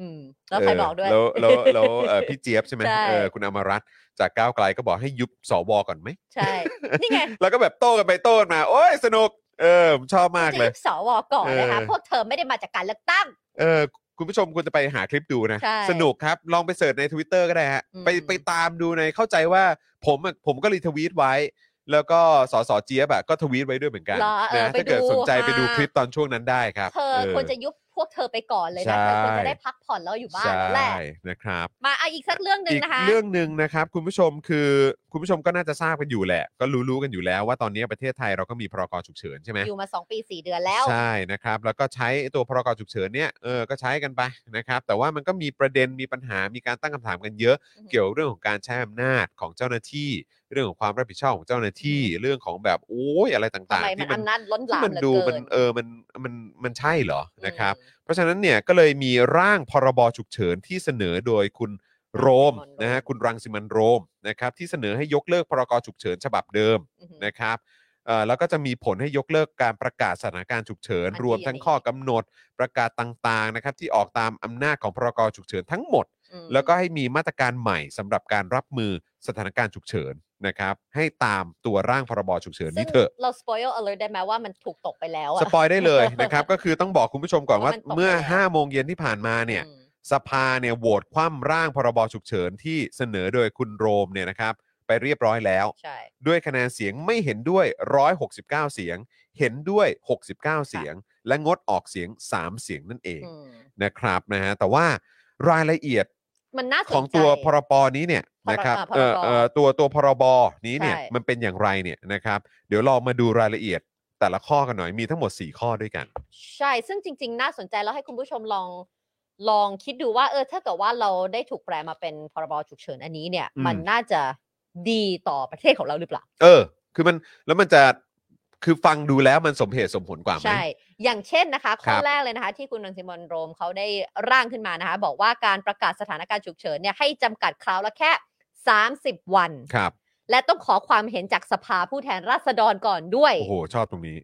[SPEAKER 2] อืมแล้วใครบอกด้วย
[SPEAKER 1] เแล้วแล้วแล้วเอ่อพี่เจี๊ยบใช่ไหม
[SPEAKER 2] ใช่
[SPEAKER 1] เออคุณอมรัตน์จากก้าวไกลก็บอกให้ยุบสวก่อนไหม
[SPEAKER 2] ใช่นี่ไง
[SPEAKER 1] แล้วก็แบบโต้กันไปโต้กันมา โอ้ยสนุก เออผมชอบมาก
[SPEAKER 2] จะ
[SPEAKER 1] เลย
[SPEAKER 2] ยุบสวก่อนนะคะ
[SPEAKER 1] เออ
[SPEAKER 2] พวกเธอไม่ได้มาจากการเลือกตั้ง
[SPEAKER 1] เออคุณผู้ชมควรจะไปหาคลิปดูนะ
[SPEAKER 2] ใช่
[SPEAKER 1] สนุกครับ ลองไปเสิร์ชใน Twitter ก็ได้ฮะ
[SPEAKER 2] อืม
[SPEAKER 1] ไปไปตามดูในเข้าใจว่าผมอะผมก็รีทวีตไว้ แล้วก็สสเจี๊ยบอะก็ทวีตไว้ด้วยเหมือนกัน
[SPEAKER 2] เหรอเออ
[SPEAKER 1] นะ
[SPEAKER 2] ไป
[SPEAKER 1] ถ้าเกิดสนใจไปดู
[SPEAKER 2] ะ
[SPEAKER 1] คลิปตอนช่วงนั้นได้ครับ
[SPEAKER 2] เธอ
[SPEAKER 1] ออ
[SPEAKER 2] ควรจะยุบพวกเธอไปก่อนเลย
[SPEAKER 1] ใช่
[SPEAKER 2] นะเธอควรจะได้พักผ่อนแล้วอยู่บ้านแล้วแหละ
[SPEAKER 1] ใช่นะครับ
[SPEAKER 2] มาเอาอีกสักเรื่องหนึ่งนะคะ
[SPEAKER 1] อีกเรื่องหนึ่งนะครับ คุณผู้ชมคือคุณผู้ชมก็น่าจะทราบกันอยู่แหละ ก็รู้ๆกันอยู่แล้วว่าตอนนี้ประเทศไทยเราก็มีพรกฉุกเฉินใช่ไหม
[SPEAKER 2] อยู่มา 2 ปี 4 เดือนแล้ว
[SPEAKER 1] ใช่นะครับ แล้วก็ใช้ตัวพรกฉุกเฉินเนี่ยเออก็ใช้กันไปนะครับ แต่ว่ามันก็มีประเด็นมีปัญหามีการตั้งคำถามกันเยอะ
[SPEAKER 2] อือฮึ
[SPEAKER 1] เกี่ยวเรื่องของการใช้อำนาจของเจ้าหน้าที่ เรื่องของความรับผิดชอบของเจ้าหน้าที่เรื่องของแบบโอ้ยอะไร
[SPEAKER 2] ทำ
[SPEAKER 1] ต่าง
[SPEAKER 2] ไม
[SPEAKER 1] ๆ
[SPEAKER 2] มัน
[SPEAKER 1] ที่มัน
[SPEAKER 2] อำนาจล้นห
[SPEAKER 1] ที่
[SPEAKER 2] ลาม
[SPEAKER 1] มัน
[SPEAKER 2] เหลือ
[SPEAKER 1] ดู
[SPEAKER 2] เกิ
[SPEAKER 1] มัน
[SPEAKER 2] น
[SPEAKER 1] เออมันมันมันใช่เหรอนะครับ
[SPEAKER 2] อืม
[SPEAKER 1] เพราะฉะนั้นเนี่ยก็เลยมีร่างพรบฉุกเฉินที่เสนอโดยคุณโรม
[SPEAKER 2] รังสิมันต์โรม
[SPEAKER 1] นะฮะคุณรังสิมันต์โรมนะครับที่เสนอให้ยกเลิกพรกฉุกเฉินฉบับเดิม
[SPEAKER 2] อือหือ
[SPEAKER 1] นะครับเอ่อแล้วก็จะมีผลให้ยกเลิกการประกาศสถานการณ์ฉุกเฉิน
[SPEAKER 2] อันที่
[SPEAKER 1] รวมทั้งข้อกำหนดประกาศต่างๆนะครับที่ออกตามอำนาจของพรกฉุกเฉินทั้งหมด
[SPEAKER 2] อืม
[SPEAKER 1] แล้วก็ให้มีมาตรการใหม่สำหรับการรับมือสถานการณ์ฉุกเฉินนะครับให้ตามตัวร่างพรบฉุกเฉิน
[SPEAKER 2] ซึ่ง
[SPEAKER 1] นี้เถอะ
[SPEAKER 2] เรา spoil alert ได้ไหมว่ามันถูกตกไปแล้วอะ
[SPEAKER 1] สปอยได้เลยนะครับ ก็คือต้องบอกคุณผู้ชมก่อนว่า
[SPEAKER 2] ว่ามันตกไป
[SPEAKER 1] เมื่อ
[SPEAKER 2] แล้ว
[SPEAKER 1] 5โมงเย็นที่ผ่านมาเนี่ย
[SPEAKER 2] อืม
[SPEAKER 1] สภาเนี่ยโหวตคว่ำร่างพรบฉุกเฉินที่เสนอโดยคุณโรมเนี่ยนะครับ ไป ไปเรียบร้อยแล้ว
[SPEAKER 2] ใช่
[SPEAKER 1] ด้วยคะแนนเสียงไม่เห็นด้วย 169 เสียง เห็นด้วย 69 เสียง และงดออกเสียง 3 เสียงนั่นเอง
[SPEAKER 2] อืม
[SPEAKER 1] นะครับนะฮะแต่ว่ารายละเอียด
[SPEAKER 2] มันน่าสนใจ
[SPEAKER 1] ของตัวพรบนี้เนี่ยนะครับ
[SPEAKER 2] พรบ
[SPEAKER 1] เอ่อเอ่อตัวตัวพรบนี้เนี่ย
[SPEAKER 2] ใช่
[SPEAKER 1] มันเป็นอย่างไรเนี่ยนะครับ เดี๋ยวลองมาดูรายละเอียดแต่ละข้อกันหน่อยมีทั้งหมด 4 ข้อด้วยกัน
[SPEAKER 2] ใช่ ซึ่งจริง ๆ น่าสนใจแล้วให้คุณผู้ชมลองลองคิดดูว่า เออ ถ้าเกิดว่าเราได้ถูกแปลมาเป็นพรบฉุกเฉินอันนี้เนี่ย
[SPEAKER 1] อืม
[SPEAKER 2] มันน่าจะดีต่อประเทศของเราหรือเปล่า
[SPEAKER 1] เออ คือมันแล้วมันจะคือฟังดูแล้วมันสมเหตุสมผลกว่าไหม
[SPEAKER 2] ใช่ อย่างเช่นนะคะ
[SPEAKER 1] ครั
[SPEAKER 2] ข้อบ แรกเลยนะคะ ที่คุณรังสิมันต์โรมเขาได้ร่างขึ้นมานะคะ บอกว่าการประกาศสถานการณ์ฉุกเฉินเนี่ยให้จำกัดคราวละแค่ 30 วัน
[SPEAKER 1] ครับ
[SPEAKER 2] และต้องขอความเห็นจากสภาผู้แทนราษฎรก่อนด้วย
[SPEAKER 1] โอ้โห ชอบตรงนี้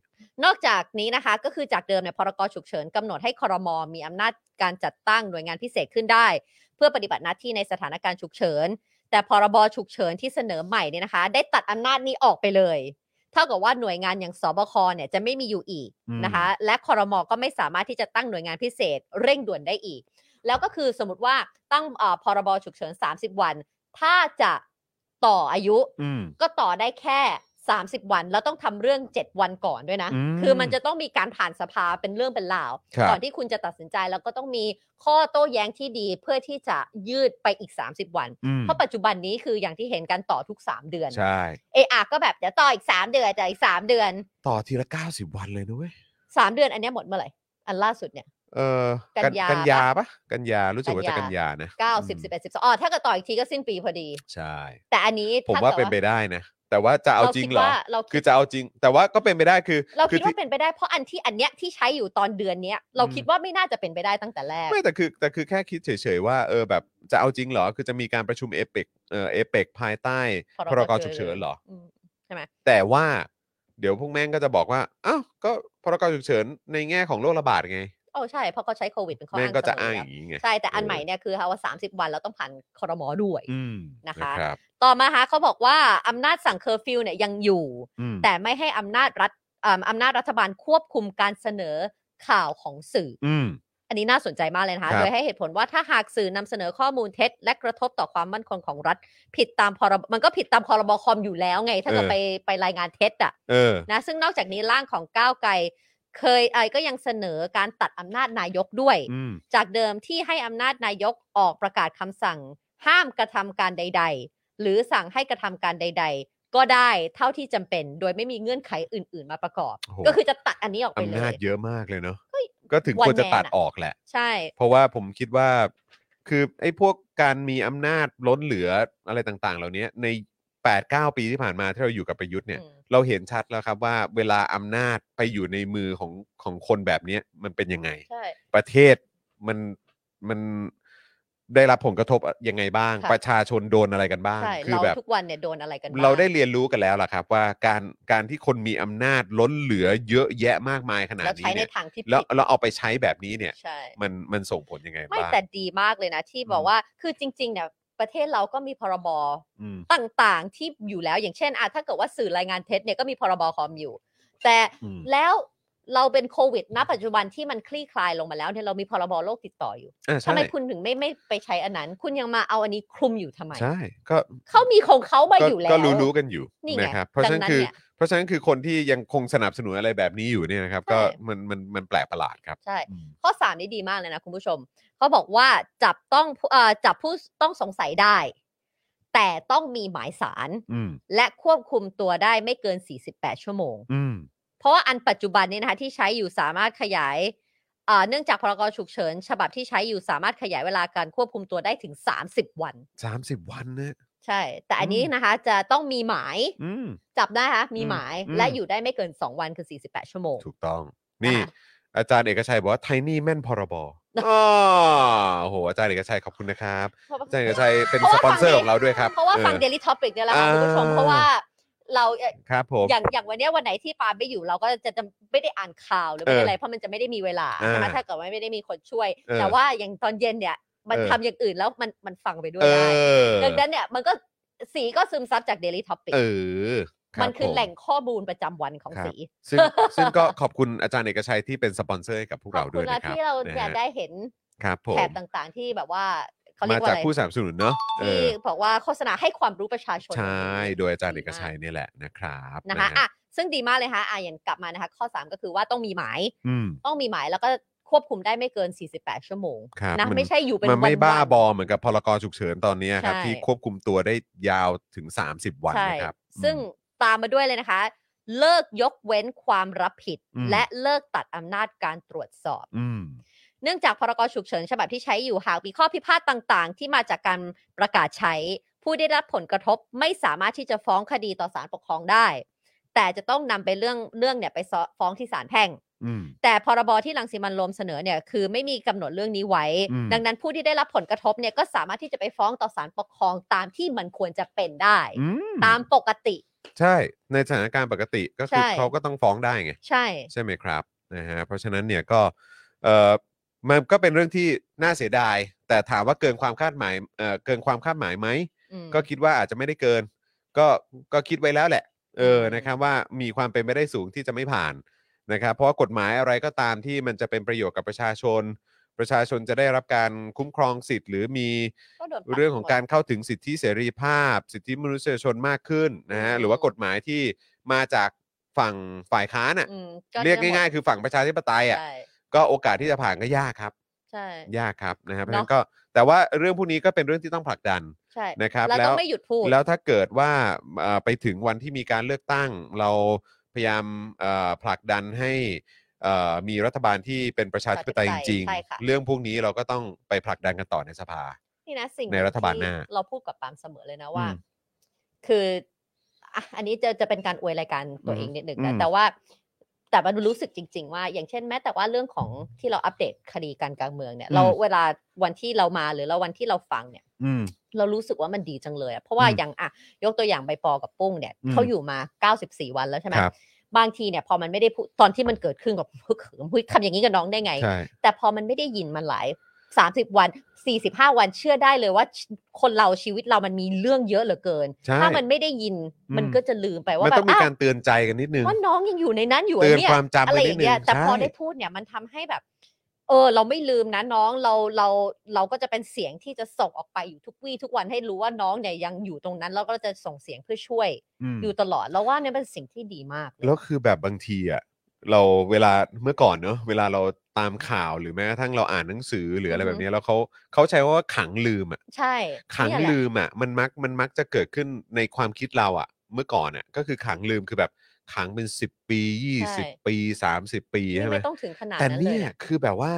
[SPEAKER 2] นอกจากนี้นะคะ ก็คือจากเดิมเนี่ยพรกฉุกเฉินกำหนดให้ครมมีอำนาจการจัดตั้งหน่วยงานพิเศษขึ้นได้ เพื่อปฏิบัติหน้าที่ในสถานการณ์ฉุกเฉิน แต่พรบฉุกเฉินที่เสนอใหม่เนี่ยนะคะ ได้ตัดอำนาจนี้ออกไปเลย เท่ากับว่าหน่วยงานอย่างสบคเนี่ยจะไม่มีอยู่อีก
[SPEAKER 1] อืม
[SPEAKER 2] นะคะ และคอรมอก็ไม่สามารถที่จะตั้งหน่วยงานพิเศษเร่งด่วนได้อีก แล้วก็คือสมมติว่าตั้งเอ่อพรบฉุกเฉิน 30 วัน ถ้าจะต่ออายุ
[SPEAKER 1] อืม
[SPEAKER 2] ก็ต่อได้แค่ 30 วัน แล้วต้องทำเรื่อง 7 วันก่อนด้วยนะ
[SPEAKER 1] อืม
[SPEAKER 2] คือมันจะต้องมีการผ่านสภาเป็นเรื่องเป็นราว
[SPEAKER 1] ครับ
[SPEAKER 2] ก่อนที่คุณจะตัดสินใจแล้วก็ต้องมีข้อโต้แย้งที่ดีเพื่อที่จะยืดไปอีก 30 วัน
[SPEAKER 1] อืม
[SPEAKER 2] เพราะปัจจุบันนี้คืออย่างที่เห็นการต่อทุก 3 เดือน
[SPEAKER 1] ใช่
[SPEAKER 2] เออาก็แบบเดี๋ยวต่ออีก 3 เดือนจะอีก 3 เดือน
[SPEAKER 1] ต่อทีละ 90 วันเลยนะเว้ย
[SPEAKER 2] 3 เดือนอันเนี้ยหมดเมื่อไหร่ อันล่าสุดเนี่ย
[SPEAKER 1] เออ
[SPEAKER 2] กันยา
[SPEAKER 1] กันยาปะกันยา รู้สึกว่าจะ
[SPEAKER 2] กั
[SPEAKER 1] กัน น
[SPEAKER 2] ยา
[SPEAKER 1] ยานะ
[SPEAKER 2] 9 10 11 12อ๋อถ้าเกิดต่ออีกทีก็สิ้นปีพอดี
[SPEAKER 1] ใช่
[SPEAKER 2] แต่อันนี้
[SPEAKER 1] ผม
[SPEAKER 2] ถ้
[SPEAKER 1] ว่า
[SPEAKER 2] กิด
[SPEAKER 1] เป็นไปได้นะ แต่ว่าจะเอาจริงเหรอ
[SPEAKER 2] าคิดว่าเรา
[SPEAKER 1] คื
[SPEAKER 2] คิ
[SPEAKER 1] อ
[SPEAKER 2] ด
[SPEAKER 1] จะเอาจริง แต่ว่าก็เป็นไปได้คือ
[SPEAKER 2] เรา
[SPEAKER 1] คื
[SPEAKER 2] คิ
[SPEAKER 1] อ
[SPEAKER 2] ด
[SPEAKER 1] ที่
[SPEAKER 2] ว่าเป็นไปได้เพราะอันที่อันเนี้ยที่ใช้อยู่ตอนเดือนเนี้ยเรา
[SPEAKER 1] อืม
[SPEAKER 2] คิดว่าไม่น่าจะเป็นไปได้ตั้งแต่แรก
[SPEAKER 1] ไม่แต่คือแต่คือแค่คิดเฉยๆว่าเออแบบจะเอาจริงเหรอ คือจะมีการประชุมเอเปกเออเอเปกภายใต้พรกฉุกเฉินเหรอ
[SPEAKER 2] ม
[SPEAKER 1] แต่ว่าเดี๋ยวพวกแม่งก็จะบอกว่าอ้าวก็พรกฉุกเฉินในแง่ของโรคระบาดไง
[SPEAKER 2] โอ้ใช่ เพราะเขาใช้โควิดเป็นข้อ
[SPEAKER 1] แม่
[SPEAKER 2] อ้าง ง
[SPEAKER 1] ก็จะ
[SPEAKER 2] เสม
[SPEAKER 1] อ้าง
[SPEAKER 2] ยู่
[SPEAKER 1] อ
[SPEAKER 2] แล้ว
[SPEAKER 1] ย่างนี้ไง
[SPEAKER 2] ใช่ แต่อันใหม่เนี่ยคือเอาว่าสามสิบวันเราต้องผ่านครมอด้วย
[SPEAKER 1] อืม
[SPEAKER 2] นะคะ
[SPEAKER 1] รับ
[SPEAKER 2] ต่อมาฮะเขาบอกว่าอำนาจสั่งเคอร์ฟิวเนี่ยยังอยู่
[SPEAKER 1] อืม
[SPEAKER 2] แต่ไม่ให้อำนาจรัฐเอ่ออำนาจรัฐบาลควบคุมการเสนอข่าวของสื่อ
[SPEAKER 1] อืม
[SPEAKER 2] อันนี้น่าสนใจมากเลยนะ
[SPEAKER 1] ครับ
[SPEAKER 2] คะโดยให้เหตุผลว่าถ้าหากสื่อนำเสนอข้อมูลเท็จ และกระทบต่อความมั่นคงของรัฐ ผิดตามพรบมันก็ผิดตามพรบคอมอยู่แล้วไง ถ้าเกิดไปไปรายงานเท็จอ่ะ
[SPEAKER 1] เออ
[SPEAKER 2] นะซึ่งนอกจากนี้ร่างของก้าวไกลเคยเอยก็ยังเสนอการตัดอำนาจนายกด้วย
[SPEAKER 1] อืม
[SPEAKER 2] จากเดิมที่ให้อำนาจนายกออกประกาศคำสั่ง ห้ามกระทำการใด ๆ หรือสั่งให้กระทำการใด ๆ ก็ได้เท่าที่จำเป็น โดยไม่มีเงื่อนไขอื่น ๆ มาประกอบ
[SPEAKER 1] โอ้โห
[SPEAKER 2] ก็คือจะตัดอันนี้ออกไปเล
[SPEAKER 1] อำนาจ
[SPEAKER 2] ย
[SPEAKER 1] เยอะมากเลยเนาะ
[SPEAKER 2] เฮ้ย
[SPEAKER 1] ก็ถึง
[SPEAKER 2] วั
[SPEAKER 1] คน วรจะ
[SPEAKER 2] แมน
[SPEAKER 1] ตัด
[SPEAKER 2] อะ
[SPEAKER 1] ออกแหละ
[SPEAKER 2] ใช่
[SPEAKER 1] เพราะว่าผมคิดว่าคือไอ้พวกการมีอำนาจล้นเหลืออะไรต่างๆ เหล่านี้ใน 8-9 ปีที่ผ่านมาที่เราอยู่กับประยุทธ์เนี่ย
[SPEAKER 2] อืม
[SPEAKER 1] เราเห็นชัดแล้วครับว่าเวลาอำนาจไปอยู่ในมือของของคนแบบเนี้ยมันเป็นยังไง
[SPEAKER 2] ใช่
[SPEAKER 1] ประเทศมันมันได้รับผลกระทบยังไงบ้าง
[SPEAKER 2] ค่ะ
[SPEAKER 1] ประชาชนโดนอะไรกันบ้าง
[SPEAKER 2] ใช่
[SPEAKER 1] คื
[SPEAKER 2] เรา
[SPEAKER 1] แบบ
[SPEAKER 2] ทุกวันเนี่ยโดนอะไรกันบ้ง
[SPEAKER 1] เราได้เรียนรู้กันแล้วล่ะครับ ว่าการการที่คนมีอำนาจล้นเหลือเยอะแยะมากมายขนาด
[SPEAKER 2] แล้ว
[SPEAKER 1] นี้
[SPEAKER 2] ใช้ใน
[SPEAKER 1] เนี่ย
[SPEAKER 2] ทางที่ผิด
[SPEAKER 1] แล้วแล้วเอาไปใช้แบบนี้เนี่ย
[SPEAKER 2] ใช่
[SPEAKER 1] มันมันส่งผลยังไง
[SPEAKER 2] ไม่
[SPEAKER 1] บ้าง
[SPEAKER 2] แต่ดีมากเลยนะ ที่บอก
[SPEAKER 1] อืม
[SPEAKER 2] ว่าคือจริง ๆ เนี่ย ประเทศเราก็มีพรบ
[SPEAKER 1] อืม
[SPEAKER 2] ต่างๆที่อยู่แล้วอย่างเช่นอะถ้าเกิดว่าสื่อรายงานเท็จเนี่ยก็มีพรบคอมอยู่ แต่
[SPEAKER 1] อืม
[SPEAKER 2] แล้วเราเป็นโควิดณปัจจุบันที่มันคลี่คลายลงมาแล้วเนี่ยเรามีพรบโรคติดต่ออยู่
[SPEAKER 1] อ่า
[SPEAKER 2] ทำ
[SPEAKER 1] ใช่
[SPEAKER 2] ไมคุณถึงไม่ไม่ไปใช้อันนั้น คุณยังมาเอาอันนี้คลุมอยู่ทำไม
[SPEAKER 1] ใช่ก็
[SPEAKER 2] เขามีของเขามา
[SPEAKER 1] ก็
[SPEAKER 2] อยู่แล้ว
[SPEAKER 1] ก็รู้รู้ๆกันอยู่
[SPEAKER 2] นี่ไง
[SPEAKER 1] นะครับ เพราะฉะนั้น
[SPEAKER 2] ดังนั้น
[SPEAKER 1] คือ
[SPEAKER 2] เนี่ย
[SPEAKER 1] เพราะฉะนั้นคือคนที่ยังคงสนับสนุนอะไรแบบนี้อยู่เนี่ยนะครับ ก็
[SPEAKER 2] ใช่
[SPEAKER 1] มันมันมันแปลกประหลาดครับ
[SPEAKER 2] ใช่
[SPEAKER 1] อืม
[SPEAKER 2] ข้อ 3 นี่ดีมากเลยนะคุณผู้ชม เขาบอกว่าจับต้องผู้เอ่อจับผู้ต้องสงสัยได้ แต่ต้องมีหมายสาร
[SPEAKER 1] อืม
[SPEAKER 2] และควบคุมตัวได้ไม่เกิน 48 ชั่วโมง
[SPEAKER 1] อืม
[SPEAKER 2] เพราะว่าอันปัจจุบันนี้นะคะที่ใช้อยู่สามารถขยายเอ่อเนื่องจากพรกฉุกเฉิน ฉบับที่ใช้อยู่สามารถขยายเวลาการควบคุมตัวได้ถึง 30 วัน
[SPEAKER 1] สามสิบวันนะ
[SPEAKER 2] ใช่ แต่อันนี้นะคะจะต้องมีหมาย
[SPEAKER 1] อืม
[SPEAKER 2] จับได้คะมีหมาย
[SPEAKER 1] อืม
[SPEAKER 2] และอยู่ได้ไม่เกิน 2 วันคือ 48 ชั่วโมง
[SPEAKER 1] ถูกต้อง นี่
[SPEAKER 2] นะคะ
[SPEAKER 1] อาจารย์เอกชัยบอกว่าไทนี่แม่นพรบอ๋อโอ้โหอาจารย์เอกชัยขอบคุณนะครับอาจารย์เอกชัยเป็นสปอนเซอร์ของเราด้วยครับ
[SPEAKER 2] เพราะว่าฟัง
[SPEAKER 1] ออ
[SPEAKER 2] Daily Topic เนี่ยแหละค่ะคุณผู้ชม
[SPEAKER 1] อ่า
[SPEAKER 2] เพราะว่าเราเอ่อ
[SPEAKER 1] ครับผม
[SPEAKER 2] อย่างอย่างวันเนี้ยวันไหนที่ปาไม่อยู่เราก็จะจะไม่ได้อ่านข่าวหรือไม่ได้อะไรเพราะมันจะไม่ได้มีเวลา
[SPEAKER 1] อ่า
[SPEAKER 2] นะคะถ้าเกิดว่าไม่ได้มีคนช่วย
[SPEAKER 1] เออ
[SPEAKER 2] แต่ว่าอย่างตอนเย็นเนี่ยมัน
[SPEAKER 1] เออ
[SPEAKER 2] ทำอย่างอื่นแล้วมันมันฟังไปด้วย
[SPEAKER 1] เอ
[SPEAKER 2] ได้
[SPEAKER 1] อ
[SPEAKER 2] ดังนั้นเนี่ยมันก็สีก็ซึมซับจาก Daily Topic
[SPEAKER 1] เออรับ
[SPEAKER 2] มันคือ
[SPEAKER 1] ผ
[SPEAKER 2] แหล่งข้อมูลประจำวันของ
[SPEAKER 1] ครับ
[SPEAKER 2] สี
[SPEAKER 1] ซึ่งซึ่งก็ขอบคุณอาจารย์เอกชัยที่เป็นสปอนเซอร์ให้กับพวก
[SPEAKER 2] ขอ
[SPEAKER 1] เรา
[SPEAKER 2] บ
[SPEAKER 1] ด้
[SPEAKER 2] คุ
[SPEAKER 1] ว
[SPEAKER 2] ณ
[SPEAKER 1] ย
[SPEAKER 2] นะ
[SPEAKER 1] นะครับ
[SPEAKER 2] ที่เรา
[SPEAKER 1] นะ
[SPEAKER 2] เนี่ย
[SPEAKER 1] ฮะ
[SPEAKER 2] ได้เห็น
[SPEAKER 1] ครับผ
[SPEAKER 2] แถ
[SPEAKER 1] ม
[SPEAKER 2] บต่างๆที่แบบว่า เขาเรี
[SPEAKER 1] มาย
[SPEAKER 2] กว่า
[SPEAKER 1] จาก
[SPEAKER 2] อะไร
[SPEAKER 1] ผู้สนับสนุนเนาะเอ
[SPEAKER 2] ที่
[SPEAKER 1] อ
[SPEAKER 2] บอกว่าโฆษณาให้ความรู้ประชาชน
[SPEAKER 1] ใช่โดยอาจารย์เอกชัยเนี่ยแหละนะครับ
[SPEAKER 2] นะคะ
[SPEAKER 1] ฮ
[SPEAKER 2] อ่ะซึ่งดีมากเลยค่ะอ่ะอย่างกลับมานะคะ ข้อ 3 ก็คือว่าต้องมีหมาย
[SPEAKER 1] อืม
[SPEAKER 2] ต้องมีหมายแล้วก็ควบคุมได้ไม่เกิน 48 ชั่วโมง
[SPEAKER 1] ครับ
[SPEAKER 2] นะ
[SPEAKER 1] มัน
[SPEAKER 2] ไม่ใช่อยู่เป็น
[SPEAKER 1] มันไม่
[SPEAKER 2] วันๆ
[SPEAKER 1] บ้าบอเหมือนกับพลกรฉุกเฉินตอนเนี้ยครับ
[SPEAKER 2] ใช่
[SPEAKER 1] ที่ควบคุมตัวได้ยาวถึง 30 วัน
[SPEAKER 2] ใช่
[SPEAKER 1] นะครับ
[SPEAKER 2] ซึ่ง
[SPEAKER 1] อืม
[SPEAKER 2] ตามมาด้วยเลยนะคะ เลิกยกเว้นความรับผิด
[SPEAKER 1] อืม
[SPEAKER 2] และเลิกตัดอำนาจการตรวจสอบ
[SPEAKER 1] อืม
[SPEAKER 2] เนื่องจากพรกฉุกเฉินฉบับที่ใช้อยู่หากมีข้อพิพาทต่างๆ ที่มาจากการประกาศใช้ ผู้ได้รับผลกระทบไม่สามารถที่จะฟ้องคดีต่อศาลปกครองได้ แต่จะต้องนำไปเรื่องเรื่องเนี่ยไปฟ้องที่ศาลแพ่ง
[SPEAKER 1] อืม
[SPEAKER 2] แต่พรบที่ลังสิมันโรมเสนอเนี่ยคือไม่มีกำหนดเรื่องนี้ไว้
[SPEAKER 1] อืม
[SPEAKER 2] ดังนั้นผู้ที่ได้รับผลกระทบเนี่ยก็สามารถที่จะไปฟ้องต่อศาลปกครองตามที่มันควรจะเป็นได้
[SPEAKER 1] อื
[SPEAKER 2] ตามปกติ
[SPEAKER 1] ใช่ ในสถานการณ์ปกติก็คือ
[SPEAKER 2] ใช่
[SPEAKER 1] เขาก็ต้องฟ้องได้ไง
[SPEAKER 2] ใช่
[SPEAKER 1] ใช่ไหมครับนะฮะเพราะฉะนั้นเนี่ยก็เอ่อมันก็เป็นเรื่องที่น่าเสียดาย แต่ถามว่าเกินความคาดหมายเอ่อเกินความคาดหมายไหม
[SPEAKER 2] อืม
[SPEAKER 1] ก็คิดว่าอาจจะไม่ได้เกิน ก็ก็คิดไว้แล้วแหละ เออ
[SPEAKER 2] อืม
[SPEAKER 1] นะครับว่ามีความเป็นไปได้สูงที่จะไม่ผ่านนะครับ เพราะว่ากฎหมายอะไรก็ตามที่มันจะเป็นประโยชน์กับประชาชน ประชาชนจะได้รับการคุ้มครองสิทธิ์ หรือมี
[SPEAKER 2] ก็โดนปบ
[SPEAKER 1] เรื่องของการเข้าถึงสิทธิเสรีภาพ สิทธิมนุษยชนมากขึ้นนะฮะหรือว่ากฎหมายที่มาจากฝั่งฝ่ายค้านอ่ะ
[SPEAKER 2] อืม
[SPEAKER 1] เรียกง่ายๆ คือฝั่งประชาธิปไตยอ่ะ
[SPEAKER 2] ใช่
[SPEAKER 1] ก็โอกาสที่จะผ่านก็ยากครับ
[SPEAKER 2] ใช่
[SPEAKER 1] ยากครับนะครับเพราะ
[SPEAKER 2] เน
[SPEAKER 1] ฉะ
[SPEAKER 2] อะ
[SPEAKER 1] นั้นก็แต่ว่าเรื่องพวกนี้ก็เป็นเรื่องที่ต้องผลักดัน
[SPEAKER 2] ใช่
[SPEAKER 1] นะครับ
[SPEAKER 2] แล้วก็ไม่หยุดพูด
[SPEAKER 1] แล้วถ้าเกิดว่าเอ่อไปถึงวันที่มีการเลือกตั้ง เราพยายามเอ่อผลักดันให้เอ่อมีรัฐบาลที่เป็นประชาธิปไตยจริง
[SPEAKER 2] ใช่ค่ะ
[SPEAKER 1] ๆ เรื่องพวกนี้เราก็ต้องไปผลักดันกันต่อในสภา
[SPEAKER 2] นี่นะสิ่ง
[SPEAKER 1] ในรัฐบาลหน้า
[SPEAKER 2] ที่เราพูดกับปาล์มเสมอเลยนะว่า
[SPEAKER 1] อืม
[SPEAKER 2] คืออ่ะอันนี้จะจะเป็นการอวยรายการตัวเองนิดหนึ่ง
[SPEAKER 1] อื
[SPEAKER 2] นะ
[SPEAKER 1] ม
[SPEAKER 2] แต่ว่า แต่มันรู้สึกจริง ๆ ว่า อย่างเช่นแม้แต่ว่าเรื่องของที่เราอัปเดตคดีการกลางเมืองเนี่ย เราเวลาวันที่เรามาหรือเราวันที่เราฟังเนี่ย
[SPEAKER 1] อืม
[SPEAKER 2] เรารู้สึกว่ามันดีจังเลยอะเพราะว่า
[SPEAKER 1] อืม
[SPEAKER 2] อย่างอ่ะยกตัวอย่างใบปอกับปุ้งเนี่ย
[SPEAKER 1] อืม
[SPEAKER 2] เขาอยู่มา 94 วันแล้วใช่ไหม
[SPEAKER 1] ครับ
[SPEAKER 2] บางทีเนี่ยพอมันไม่ได้พูดตอนที่มันเกิดขึ้นกับ ฮึกเหิมเฮ้ยทำอย่างนี้กับน้องได้ไง
[SPEAKER 1] ใช่
[SPEAKER 2] แต่พอมันไม่ได้ยินมันหลาย 30 วัน 45 วันเชื่อได้เลยว่าชคนเราชีวิตเรามันมีเรื่องเยอะเหลือเกิน
[SPEAKER 1] ใช่
[SPEAKER 2] ถ้ามันไม่ได้ยิน
[SPEAKER 1] อืม
[SPEAKER 2] มันก็จะลืมไปว่า
[SPEAKER 1] มัน
[SPEAKER 2] แบบ
[SPEAKER 1] ต้องมี
[SPEAKER 2] อ้าว
[SPEAKER 1] การเตือนใจกันนิดนึง
[SPEAKER 2] ว่าน้องยังอยู่ในนั้นอยู่
[SPEAKER 1] เตือน
[SPEAKER 2] เนี่ย
[SPEAKER 1] ความจำ
[SPEAKER 2] อะไร
[SPEAKER 1] กัน
[SPEAKER 2] อ
[SPEAKER 1] นิด
[SPEAKER 2] ย่า
[SPEAKER 1] นึ
[SPEAKER 2] ง
[SPEAKER 1] ง
[SPEAKER 2] เงี้ยแต่
[SPEAKER 1] ใช่
[SPEAKER 2] พอได้พูดเนี่ยมันทำให้แบบ เออ เราไม่ลืมนะน้องเราเราเราก็จะเป็นเสียงที่จะส่งออกไปอยู่ทุกวี่ทุกวันให้รู้ว่าน้องเนี่ยยังอยู่ตรงนั้น แล้วก็จะส่งเสียงเพื่อช่วย
[SPEAKER 1] อืม
[SPEAKER 2] อยู่ตลอดเราว่าเนี่ยเป็นสิ่งที่ดีมากเลย
[SPEAKER 1] แล้วคือแบบบางทีอ่ะเราเวลาเมื่อก่อนเนอะเวลาเราตามข่าวหรือแม้กระทั่งเราอ่านหนังสือหรืออะไร
[SPEAKER 2] อือฮึ
[SPEAKER 1] แบบเนี้ยแล้วเขาเขาใช้ว่าขังลืมอ่ะ
[SPEAKER 2] ใช่
[SPEAKER 1] ขัง
[SPEAKER 2] เนี่ยแหะ
[SPEAKER 1] ลืมอ่ะมันมักมันมักจะเกิดขึ้นในความคิดเราอ่ะ เมื่อก่อนอ่ะก็คือขังลืมคือแบบขังเป็นสิบปียี่
[SPEAKER 2] ใช่
[SPEAKER 1] สิบปีสามสิบปีใช่
[SPEAKER 2] นี่
[SPEAKER 1] ไหม
[SPEAKER 2] ไม่ต้องถึงขนาด
[SPEAKER 1] แต่
[SPEAKER 2] นั้นเล
[SPEAKER 1] เนี่ย ย
[SPEAKER 2] อะ
[SPEAKER 1] คือแบบว่า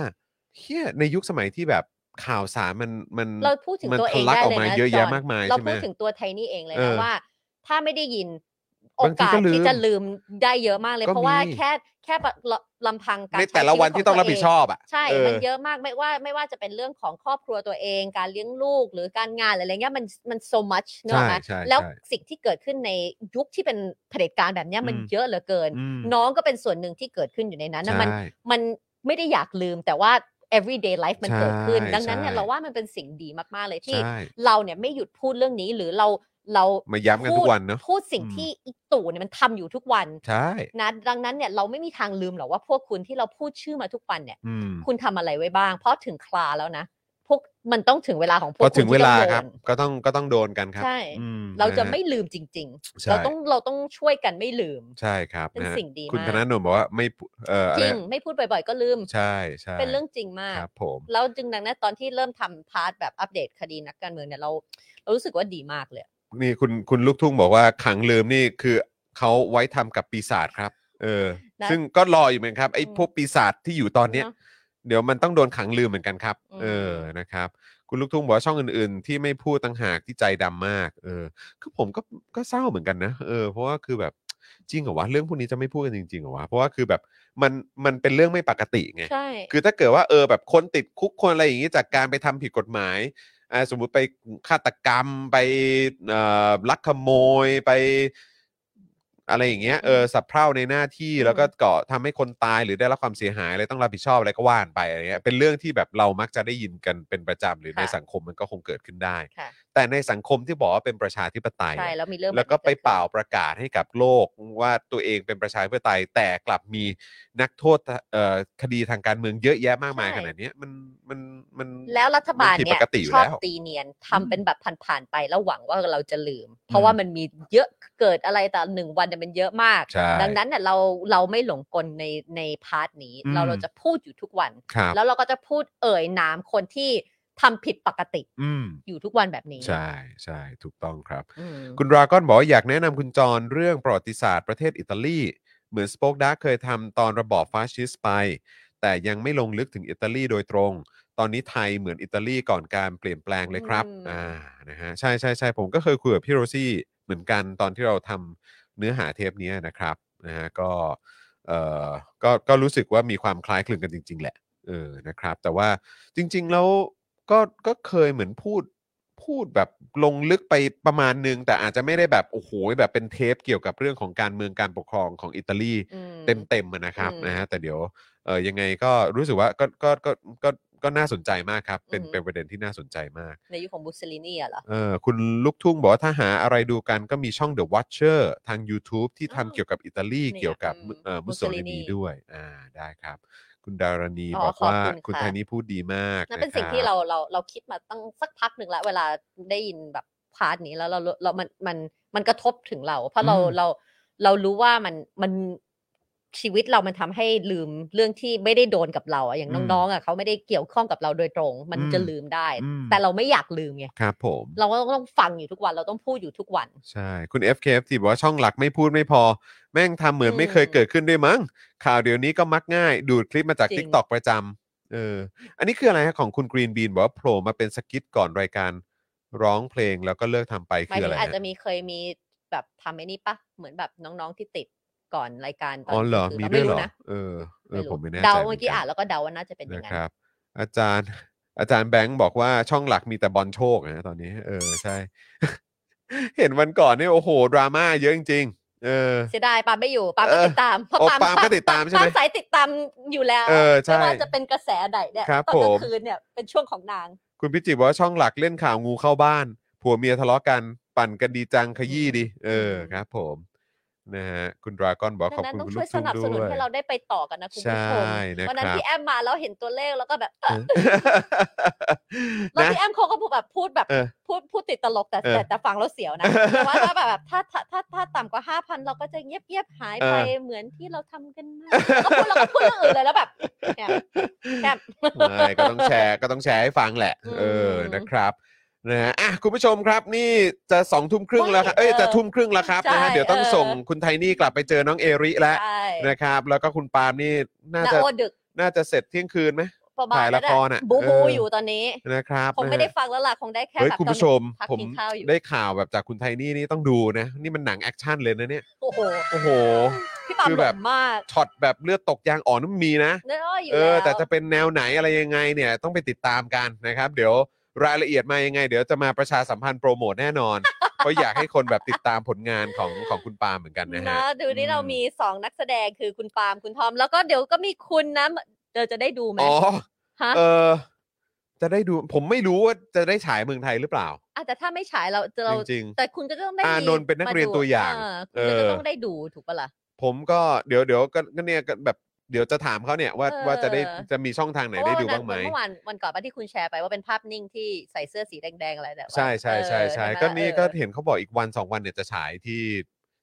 [SPEAKER 1] เฮียในยุคสมัยที่แบบข่าวสารมันมัน
[SPEAKER 2] เราพูดถึง
[SPEAKER 1] มัน
[SPEAKER 2] ตัวเอ
[SPEAKER 1] ทะ
[SPEAKER 2] ง
[SPEAKER 1] ลัก
[SPEAKER 2] ได้
[SPEAKER 1] ออก
[SPEAKER 2] เลย
[SPEAKER 1] มา
[SPEAKER 2] นะ
[SPEAKER 1] เยอะ
[SPEAKER 2] จ
[SPEAKER 1] แยะ
[SPEAKER 2] น
[SPEAKER 1] มากมาย
[SPEAKER 2] เรา
[SPEAKER 1] ใช่ไหม
[SPEAKER 2] พูดถึงตัวไทนี่เองเลย
[SPEAKER 1] เอ
[SPEAKER 2] นะ
[SPEAKER 1] อ
[SPEAKER 2] ว่า ถ้าไม่ได้ยินโอบ
[SPEAKER 1] างที
[SPEAKER 2] กาส
[SPEAKER 1] ก็ลืม
[SPEAKER 2] ที่จะลืมได้เยอะมากเลย
[SPEAKER 1] ก็
[SPEAKER 2] เพราะว่า
[SPEAKER 1] มี
[SPEAKER 2] แค่แค่ลำพังการ
[SPEAKER 1] ใน
[SPEAKER 2] ใช้
[SPEAKER 1] แต่ละวันที่ต้องรับผิดช
[SPEAKER 2] ข
[SPEAKER 1] อบอ่ะ
[SPEAKER 2] งตัวเงใช่
[SPEAKER 1] เออ
[SPEAKER 2] มันเยอะมากไม่ว่าไม่ว่าจะเป็นเรื่องของครอบครัวตัวเอง การเลี้ยงลูกหรือการงานอะไรเงี้ยมันมัน so much เนกอะไหม
[SPEAKER 1] ใช่ใช่
[SPEAKER 2] แล้ว
[SPEAKER 1] ใช่
[SPEAKER 2] สิ่งที่เกิดขึ้นในยุคที่เป็นเผด็จการแบบเนี้ยมัน
[SPEAKER 1] อืม
[SPEAKER 2] เยอะเหลือเกิน
[SPEAKER 1] อืม
[SPEAKER 2] น้องก็เป็นส่วนหนึ่งที่เกิดขึ้นอยู่ในนั้นนะมัน
[SPEAKER 1] ใช่
[SPEAKER 2] มันไม่ได้อยากลืมแต่ว่า everyday life มันเกิดขึ้น
[SPEAKER 1] ใช่
[SPEAKER 2] ดังนั้นเนี่ย
[SPEAKER 1] ใช่
[SPEAKER 2] เราว่ามันเป็นสิ่งดีมาก ๆ เลยที่
[SPEAKER 1] ใช่
[SPEAKER 2] เราเนี่ยไม่หยุดพูดเรื่องนี้หรือเราเรา
[SPEAKER 1] มาย้ำกันทุกวันเนอะ
[SPEAKER 2] พูดสิ่งที่อีตู่เนี่ยมันทำอยู่ทุกวัน
[SPEAKER 1] ใช่
[SPEAKER 2] นะดังนั้นเนี่ยเราไม่มีทางลืมหรอกว่าพวกคุณที่เราพูดชื่อมาทุกวันเนี่ย
[SPEAKER 1] อืม
[SPEAKER 2] คุณทำอะไรไว้บ้าง เพราะถึงคลาแล้วนะ พวกมันต้องถึงเวลาของพว
[SPEAKER 1] พอ
[SPEAKER 2] กคุณ
[SPEAKER 1] ถึงเวลาค
[SPEAKER 2] ที่ต้
[SPEAKER 1] รั
[SPEAKER 2] อบ งโดน
[SPEAKER 1] ก็ต้องก็ต้องโดนกันครับ
[SPEAKER 2] ใช่
[SPEAKER 1] อืม
[SPEAKER 2] เราจะ
[SPEAKER 1] นฮ
[SPEAKER 2] ไม่ลืมจริง
[SPEAKER 1] ใช่
[SPEAKER 2] ๆ เราต้องเราต้องช่วยกันไม่ลืม
[SPEAKER 1] ใช่ครับ
[SPEAKER 2] เป็น
[SPEAKER 1] ฮ
[SPEAKER 2] สิ่งดี
[SPEAKER 1] คุณ
[SPEAKER 2] มาก
[SPEAKER 1] ธนาโนมบอกว่าไม่พูเอ่ออะ
[SPEAKER 2] จ
[SPEAKER 1] ไร
[SPEAKER 2] ริง ไม่พูดบ่อย ๆ ก็ลืม
[SPEAKER 1] ใช่ใช่
[SPEAKER 2] เป็นเรื่องจริงมาก
[SPEAKER 1] ครับผม
[SPEAKER 2] แล้วจึงดังนั้นตอนที่เริ่มทำพาร์ทแบบอัปเดตคดีนักการเมืองเนี่ยเราเรารู้สึกว่าดีมากเลย
[SPEAKER 1] นี่คุณคุณลูกทุ่งบอกว่าขังลืมนี่คือเขาไว้ทำกับปีศาจครับ เออ
[SPEAKER 2] นะ
[SPEAKER 1] ซึ่งก็รออยู่เหมือนกันครับไอ้
[SPEAKER 2] อืม
[SPEAKER 1] พวกปีศาจที่อยู่ตอนเนี้ย
[SPEAKER 2] เนอะ
[SPEAKER 1] เดี๋ยวมันต้องโดนขังลืมเหมือนกันครับ
[SPEAKER 2] อืม
[SPEAKER 1] เออนะครับ คุณลูกทุ่งบอกว่าช่องอื่นๆ ที่ไม่พูดต่างหากที่ใจดำมาก เออ คือผมก็ก็เศร้าเหมือนกันนะเออเพราะว่าคือแบบจริงเหรอวะเรื่องพวกนี้จะไม่พูดกันจริงๆเหรอวะเพราะว่าคือแบบมันมันเป็นเรื่องไม่ปกติไง
[SPEAKER 2] ใช่
[SPEAKER 1] คือถ้าเกิดว่าเออแบบคนติดคุกคนอะไรอย่างนี้จากการไปทำผิดกฎหมายอ่าสมมุติไปฆาตกรรมไปเอ่อลักขโมยไป อะไรอย่างเงี้ยเออสับเพร่าในหน้าที่
[SPEAKER 2] อืม
[SPEAKER 1] แล้วก็ก่อทำให้คนตายหรือได้รับความเสียหายอะไรต้องรับผิดชอบอะไรก็ว่านไปอะไรเงี้ยเป็นเรื่องที่แบบเรามักจะได้ยินกันเป็นประจำหรือในสังคมมันก็คงเกิดขึ้นได้
[SPEAKER 2] ค่ะ
[SPEAKER 1] แต่ในสังคมที่บอกว่าเป็นประชาธิปไตย
[SPEAKER 2] ใช่แล้วมีเรื่อง
[SPEAKER 1] แล้วก็
[SPEAKER 2] บบ
[SPEAKER 1] ไป
[SPEAKER 2] นี้ดขึ้น
[SPEAKER 1] เป่าประกาศให้กับโลกว่าตัวเองเป็นประชาธิปไตย แต่กลับมีนักโทษเอ่อคดีทางการเมืองเยอะแยะมากมายขนาดเนี้ยมันมันมัน
[SPEAKER 2] แล้วรัฐบาล
[SPEAKER 1] มันผิดป
[SPEAKER 2] เนี่ย
[SPEAKER 1] กติอยู่
[SPEAKER 2] ชอบ
[SPEAKER 1] แล้ว
[SPEAKER 2] ตีเนียนทำเป็นแบบผ่านๆไปแล้วหวังว่าเราจะลืม เพราะว่ามันมีเยอะเกิดอะไรแต่หนึ่งวันเนี่ยมันเยอะมาก
[SPEAKER 1] ใช่
[SPEAKER 2] ดังนั้นเนี่ยเราเราไม่หลงกลในในพาร์ทนี้
[SPEAKER 1] อืม
[SPEAKER 2] เราเราจะพูดอยู่ทุกวัน
[SPEAKER 1] ครับ
[SPEAKER 2] แล้วเราก็จะพูดเอ่ยนามคนที่ทำผิดปกติ
[SPEAKER 1] อืม
[SPEAKER 2] อยู่ทุกวันแบบนี้
[SPEAKER 1] ใช่ใช่ถูกต้องครับ
[SPEAKER 2] อืม
[SPEAKER 1] คุณราก้อนบอกว่าอยากแนะนำคุณจรเรื่องประวัติศาสตร์ประเทศอิตาลี เหมือนสป็อกดาร์กเคยทำตอนระบอบฟาสชิสต์ไป แต่ยังไม่ลงลึกถึงอิตาลีโดยตรง ตอนนี้ไทยเหมือนอิตาลีก่อนการเปลี่ยนแปลงเลยครับ
[SPEAKER 2] อืม
[SPEAKER 1] อ่านะฮะใช่ใช่ใช่ผมก็เคยคุยกับพี่โรซี่เหมือนกันตอนที่เราทำเนื้อหาเทปเนี้ยนะครับนะฮะก็เอ่อก็ก็รู้สึกว่ามีความคล้ายคลึงกันจริง ๆ แหละเออนะครับ แต่ว่าจริง ๆ แล้วก็ก็เคยเหมือนพูด พูดแบบลงลึกไปประมาณหนึง แต่อาจจะไม่ได้แบบ โอ้โห แบบเป็นเทปเกี่ยวกับเรื่องของการเมืองการปกครองของอิตาลี
[SPEAKER 2] อืม
[SPEAKER 1] เต็มๆอะนะครับ
[SPEAKER 2] อืม
[SPEAKER 1] นะฮะแต่เดี๋ยวเออยังไงก็รู้สึกว่าก็ก็ก็ก็ก็น่าสนใจมากครับ เป็น
[SPEAKER 2] อือหือ
[SPEAKER 1] เป็นประเด็นที่น่าสนใจมาก
[SPEAKER 2] ในยุคของมุสลินีอะเหรอ
[SPEAKER 1] เออคุณลูกทุ่งบอกว่าถ้าหาอะไรดูกันก็มีช่อง The Watcher ทาง YouTube ที่
[SPEAKER 2] อ้าว
[SPEAKER 1] ทำเกี่ยวกับอิตาลี
[SPEAKER 2] นี่
[SPEAKER 1] เกี่ยวกับ
[SPEAKER 2] อืม
[SPEAKER 1] เอ่อมุสโสลินี
[SPEAKER 2] Mussolini
[SPEAKER 1] ด้วยอ่าได้ครับ คุณดารณี
[SPEAKER 2] อ๋อ
[SPEAKER 1] บอก
[SPEAKER 2] ขอบ
[SPEAKER 1] ว่า
[SPEAKER 2] คุณ
[SPEAKER 1] คุณ
[SPEAKER 2] ค่ะ
[SPEAKER 1] ไทยนี่พูดดีมาก
[SPEAKER 2] นั่นเป็นะ สิ่งที่
[SPEAKER 1] คบ
[SPEAKER 2] เราเราเราคิดมาตั้งสักพักหนึ่งแล้ว เวลาได้ยินแบบพาร์ทนี้แล้วเราเราเรามันมันมันกระทบถึงเรา เพราะเรา
[SPEAKER 1] อืม
[SPEAKER 2] เราเรารู้ว่ามันมันชีวิตเรามันทำให้ลืมเรื่องที่ไม่ได้โดนกับเราอะอย่างน้องๆอะเขาไม่ได้เกี่ยวข้องกับเราโดยตรง มันจะลืมได้
[SPEAKER 1] อืม
[SPEAKER 2] แต่เราไม่อยากลืมไง
[SPEAKER 1] ครับผม
[SPEAKER 2] เราก็ต้องต้องฟังอยู่ทุกวันเราต้องพูดอยู่ทุกวัน
[SPEAKER 1] ใช่ คุณ FKFT บอกว่าช่องหลักไม่พูดไม่พอ แม่งทำเหมือนไม่เคย
[SPEAKER 2] อืม
[SPEAKER 1] เกิดขึ้นด้วยมั้ง ข่าวเดี๋ยวนี้ก็มักง่าย ดูดคลิปมาจาก
[SPEAKER 2] จริง
[SPEAKER 1] TikTok ประจำเออ อันนี้คืออะไรฮะของคุณกรีนบีนบอกว่าโผล่มาเป็นสกิทก่อนรายการร้องเพลงแล้วก็เลิกทำไป
[SPEAKER 2] หมา
[SPEAKER 1] คือ
[SPEAKER 2] ยถึ
[SPEAKER 1] อะไร
[SPEAKER 2] งอาจจะ
[SPEAKER 1] ฮะ
[SPEAKER 2] มีเคยมีแบบทำไอ้นี่ปะเหมือนแบบน้องๆที่ติดก่อนรายการตน
[SPEAKER 1] อ๋อเหรอ
[SPEAKER 2] คื
[SPEAKER 1] มี
[SPEAKER 2] รา
[SPEAKER 1] ด้วย
[SPEAKER 2] ไรู้
[SPEAKER 1] เหรอ
[SPEAKER 2] นะ
[SPEAKER 1] เออ เออ
[SPEAKER 2] ไม่รู้
[SPEAKER 1] ผมไม่แน่ใจ
[SPEAKER 2] เดา
[SPEAKER 1] ห
[SPEAKER 2] เมื่อกี้
[SPEAKER 1] น
[SPEAKER 2] อ่านแล้วก็เดาว่าน่าจะเป็นอย่าง
[SPEAKER 1] นะ
[SPEAKER 2] นั้
[SPEAKER 1] คน รับ อาจารย์ อาจารย์แบงค์บอกว่าช่องหลักมีแต่บอลโชคนะตอนนี้ เออ ใช่ เห็นวันก่อนเนี่ยโอ้โห ดราม่าเยอะจริงๆเออ
[SPEAKER 2] เสียดายปาล์มไม่อยู่ปาล์มก็
[SPEAKER 1] เออ
[SPEAKER 2] ติดตามเพราะ
[SPEAKER 1] โอ้
[SPEAKER 2] ปาล์ม
[SPEAKER 1] ปาล์มก็ติดตามใช่ไหม
[SPEAKER 2] ปล์สายติดตามอยู่แล้ว
[SPEAKER 1] เออใช่
[SPEAKER 2] ไม่ว่าจะเป็นกระแสใดเนี่ย
[SPEAKER 1] ครับ
[SPEAKER 2] ตอนก
[SPEAKER 1] ผม
[SPEAKER 2] ลางคืนเนี่ยเป็นช่วงของนาง
[SPEAKER 1] คุณพิจิตรบอกว่าช่องหลักเล่นข่าวงูเข้าบ้าน ผัวเมียทะเลาะกันปั่นกันดีจังขยี้ดิ เออ
[SPEAKER 2] อืม
[SPEAKER 1] ครับผมนะฮะคุณดราก้อนบอกว่าขอบ
[SPEAKER 2] ดังนั้น
[SPEAKER 1] คุณคุณลู
[SPEAKER 2] ต้องช่วย
[SPEAKER 1] ก
[SPEAKER 2] ส
[SPEAKER 1] ทุ่ง
[SPEAKER 2] นับสนุน
[SPEAKER 1] ด้วย
[SPEAKER 2] ให้เราได้ไปต่อกันนะคุณผู้ชม
[SPEAKER 1] ใช่นะครับ
[SPEAKER 2] วันั้นพี่แอมมาแล้วเห็นตัวเลขแล้วก็แบบเออแล้ว
[SPEAKER 1] นะ
[SPEAKER 2] พี่แอมเขาก็พูดแบบพูดแบบ
[SPEAKER 1] เออ
[SPEAKER 2] พูดพูดติดตลกแต่
[SPEAKER 1] เออ
[SPEAKER 2] แต่แต่ฟังแล้วเสียวนะแต่ว่าถ้าแบบถ้าถ้าถ้าถ้าต่ำกว่าห้าพันเราก็จะเงียบเงียบๆหายไป
[SPEAKER 1] เออ
[SPEAKER 2] เหมือนที่เราทำกันนะแล้วก็พูดเราก็พูดเรื่องอื่นเลยแล้วแบบเนี่ย แอม
[SPEAKER 1] ไม่ก็ต้องแชร์ก็ต้องแชร์ให้ฟังแหละ เออ
[SPEAKER 2] อืม
[SPEAKER 1] นะครับนะฮะอ่ะคุณผู้ชมครับนี่จะสองทุ่มครึ่งแล้วครับเอ้ย
[SPEAKER 2] เออ
[SPEAKER 1] จะทุ่มครึ่งแล้วครับนะฮะ
[SPEAKER 2] ใช่
[SPEAKER 1] เดี๋ยวต้อง
[SPEAKER 2] เออ
[SPEAKER 1] ส่งคุณไทนี่กลับไปเจอน้องเอริแล้ว
[SPEAKER 2] ใช่
[SPEAKER 1] นะครับ แล้วก็คุณปาล์มนี่น่า
[SPEAKER 2] นา
[SPEAKER 1] จะ
[SPEAKER 2] โอดึก
[SPEAKER 1] น่าจะเสร็จเที่ยงคืนไหม
[SPEAKER 2] ประมาณ
[SPEAKER 1] ถ่ายละ
[SPEAKER 2] นั้น
[SPEAKER 1] ค
[SPEAKER 2] อ
[SPEAKER 1] รอะ
[SPEAKER 2] บู
[SPEAKER 1] เอ
[SPEAKER 2] บู
[SPEAKER 1] ออ
[SPEAKER 2] อยู่ตอนนี้
[SPEAKER 1] นะครับ
[SPEAKER 2] คง
[SPEAKER 1] นะ
[SPEAKER 2] ไม่
[SPEAKER 1] ฮะ
[SPEAKER 2] ได้ฟังแล้วล่ะคงได้แค่
[SPEAKER 1] เฮ้ย
[SPEAKER 2] แบบ
[SPEAKER 1] คุณผู้ชม
[SPEAKER 2] ตอนนี้พัก
[SPEAKER 1] ผม
[SPEAKER 2] กินข้าวอยู่
[SPEAKER 1] ได้ข่าวแบบจากคุณไทนี่นี่ต้องดูนะ นี่มันหนังแอคชั่นเลยนะเนี่ย
[SPEAKER 2] โอ้โห
[SPEAKER 1] โอ้โห
[SPEAKER 2] พี่ปาล์ม
[SPEAKER 1] คือ
[SPEAKER 2] ห
[SPEAKER 1] แบ
[SPEAKER 2] ล่
[SPEAKER 1] บ
[SPEAKER 2] อมาก
[SPEAKER 1] ช็อตแบบเลือดตกยางอ่อนนั่นมีนะ
[SPEAKER 2] เนื้ออยู่
[SPEAKER 1] เออ
[SPEAKER 2] แล้ว
[SPEAKER 1] แต่จะเป็นแนวไหนอะไรยังไงเนี่ย ต้องไปติดตามกันนะครับ เดี๋ยวรายละเอียดมายังไง เดี๋ยวจะมาประชาสัมพันธ์โปรโมทแน่น อน เพราะอยากให้คนแบบติดตามผลงานของของคุณปาล์มเหมือนกันนะฮะ
[SPEAKER 2] นะดูนี่เรา
[SPEAKER 1] อืม
[SPEAKER 2] มีสองนักแสดงคือคุณปาล์มคุณทอม แล้วก็เดี๋ยวก็มีคุณนะเราจะได้ดูไหม
[SPEAKER 1] อ๋อ
[SPEAKER 2] ฮะ
[SPEAKER 1] เออ จะได้ดู ผมไม่รู้ว่าจะได้ฉายเมืองไทยหรือเปล่า
[SPEAKER 2] อาจจะถ้าไม่ฉายเราจะเรา
[SPEAKER 1] จริง
[SPEAKER 2] แต่คุณก็ต้องได้
[SPEAKER 1] อานนท์เป็นนัก
[SPEAKER 2] ม
[SPEAKER 1] เรียนตัวอย่าง
[SPEAKER 2] เอ
[SPEAKER 1] เออ
[SPEAKER 2] อคุณก็จะต้องได้ดูถูกปะล่ะ
[SPEAKER 1] ๆผมก็เดี๋ยวเดี๋ยวก็ก็เนี่ยก็แบบเดี๋ยวจะถามเขาเนี่ยว่า
[SPEAKER 2] เออ
[SPEAKER 1] ว่าจะได้จะมีช่องทางไหนได้ดู
[SPEAKER 2] เพระ
[SPEAKER 1] บ้าง
[SPEAKER 2] ว่
[SPEAKER 1] ไหม
[SPEAKER 2] วันนั้นเมื่อวานวันก่อนป้าที่คุณแชร์ไปว่าเป็นภาพนิ่งที่ใส่เสื้อสีแดงๆอะไรแต่ว่า
[SPEAKER 1] ใช่ใช่ใช่ใช่
[SPEAKER 2] เออไหม
[SPEAKER 1] ก็นี่
[SPEAKER 2] เออ
[SPEAKER 1] ก็เห็นเขาบอกอีกวันสองวันเนี่ยจะฉายที่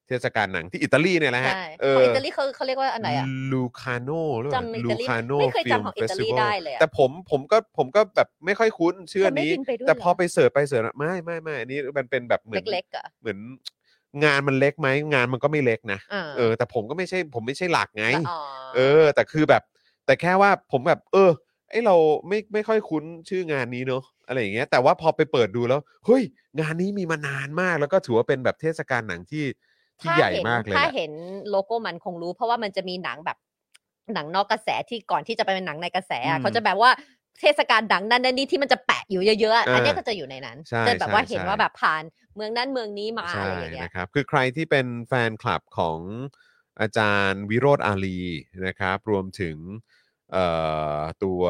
[SPEAKER 1] เทศกาลหนังที่อิตาลีเนี่ยแหละฮะ
[SPEAKER 2] ใช่
[SPEAKER 1] เอ
[SPEAKER 2] ข
[SPEAKER 1] อ
[SPEAKER 2] องอิตาลีเขาเขาเรียกว่าอันไหนอ่ะ
[SPEAKER 1] ลูคาโนหรือเปล่า
[SPEAKER 2] จำอิ
[SPEAKER 1] ลู
[SPEAKER 2] ตาลี
[SPEAKER 1] คาโน
[SPEAKER 2] ไม่เคย
[SPEAKER 1] ฟิ
[SPEAKER 2] จำ
[SPEAKER 1] ล์ม
[SPEAKER 2] ของ
[SPEAKER 1] เฟ
[SPEAKER 2] อิ
[SPEAKER 1] ส
[SPEAKER 2] ตาลี
[SPEAKER 1] ติวั
[SPEAKER 2] ได้
[SPEAKER 1] ล
[SPEAKER 2] เลยอะ
[SPEAKER 1] แต่ผมผมก็ผมก็แบบไม่ค่อยคุ้นเชื่อนี้
[SPEAKER 2] ฉันไม่บินไปด้วย
[SPEAKER 1] แต่พอ
[SPEAKER 2] เหรอ
[SPEAKER 1] ไปเสิร์ชไปเสิร์ชอะไม่ไม่ไม่อันนี้มันเป็นแบบเหมือน
[SPEAKER 2] เล็กๆอ่ะ
[SPEAKER 1] เหมือนงานมันเล็กไหมงานมันก็ไม่เล็กนะ
[SPEAKER 2] อ่า
[SPEAKER 1] เออ แต่ผมก็ไม่ใช่ผมไม่ใช่หลักไง
[SPEAKER 2] แต่อ๋อ
[SPEAKER 1] เออ แต่คือแบบ แต่แค่ว่าผมแบบ เออไอเราไม่ไม่ค่อยคุ้นชื่องานนี้เนอะอะไรอย่างเงี้ยแต่ว่าพอไปเปิดดูแล้วเฮ้ย งานนี้มีมานานมาก แล้วก็ถือว่าเป็นแบบเทศกาลหนังที่ที่
[SPEAKER 2] ถ้า
[SPEAKER 1] ใหญ่
[SPEAKER 2] เน
[SPEAKER 1] มากเลย
[SPEAKER 2] ถ้า
[SPEAKER 1] แหละ
[SPEAKER 2] เห็นโลโก้มันคงรู้ เพราะว่ามันจะมีหนังแบบหนังนอกกระแสที่ก่อนที่จะไปเป็นหนังในกระแสอะ
[SPEAKER 1] อืม
[SPEAKER 2] เขาจะแบบว่าเทศกาลดังนั้นนั่นนี่ที่มันจะแปะอยู่เยอะๆอะ
[SPEAKER 1] อ่า
[SPEAKER 2] อันเนี้ยก็จะอยู่ในนั้น
[SPEAKER 1] ใช่
[SPEAKER 2] จะแบบว่า
[SPEAKER 1] ใช่
[SPEAKER 2] เห็น
[SPEAKER 1] ใช่
[SPEAKER 2] ว่าแบบผ่านเมืองนั้นเมืองนี้มาอะไรอย่างเงี้ย
[SPEAKER 1] นะครับ คือใครที่เป็นแฟนคลับของอาจารย์วิโรธอาลีนะครับ รวมถึงเอ่อตัว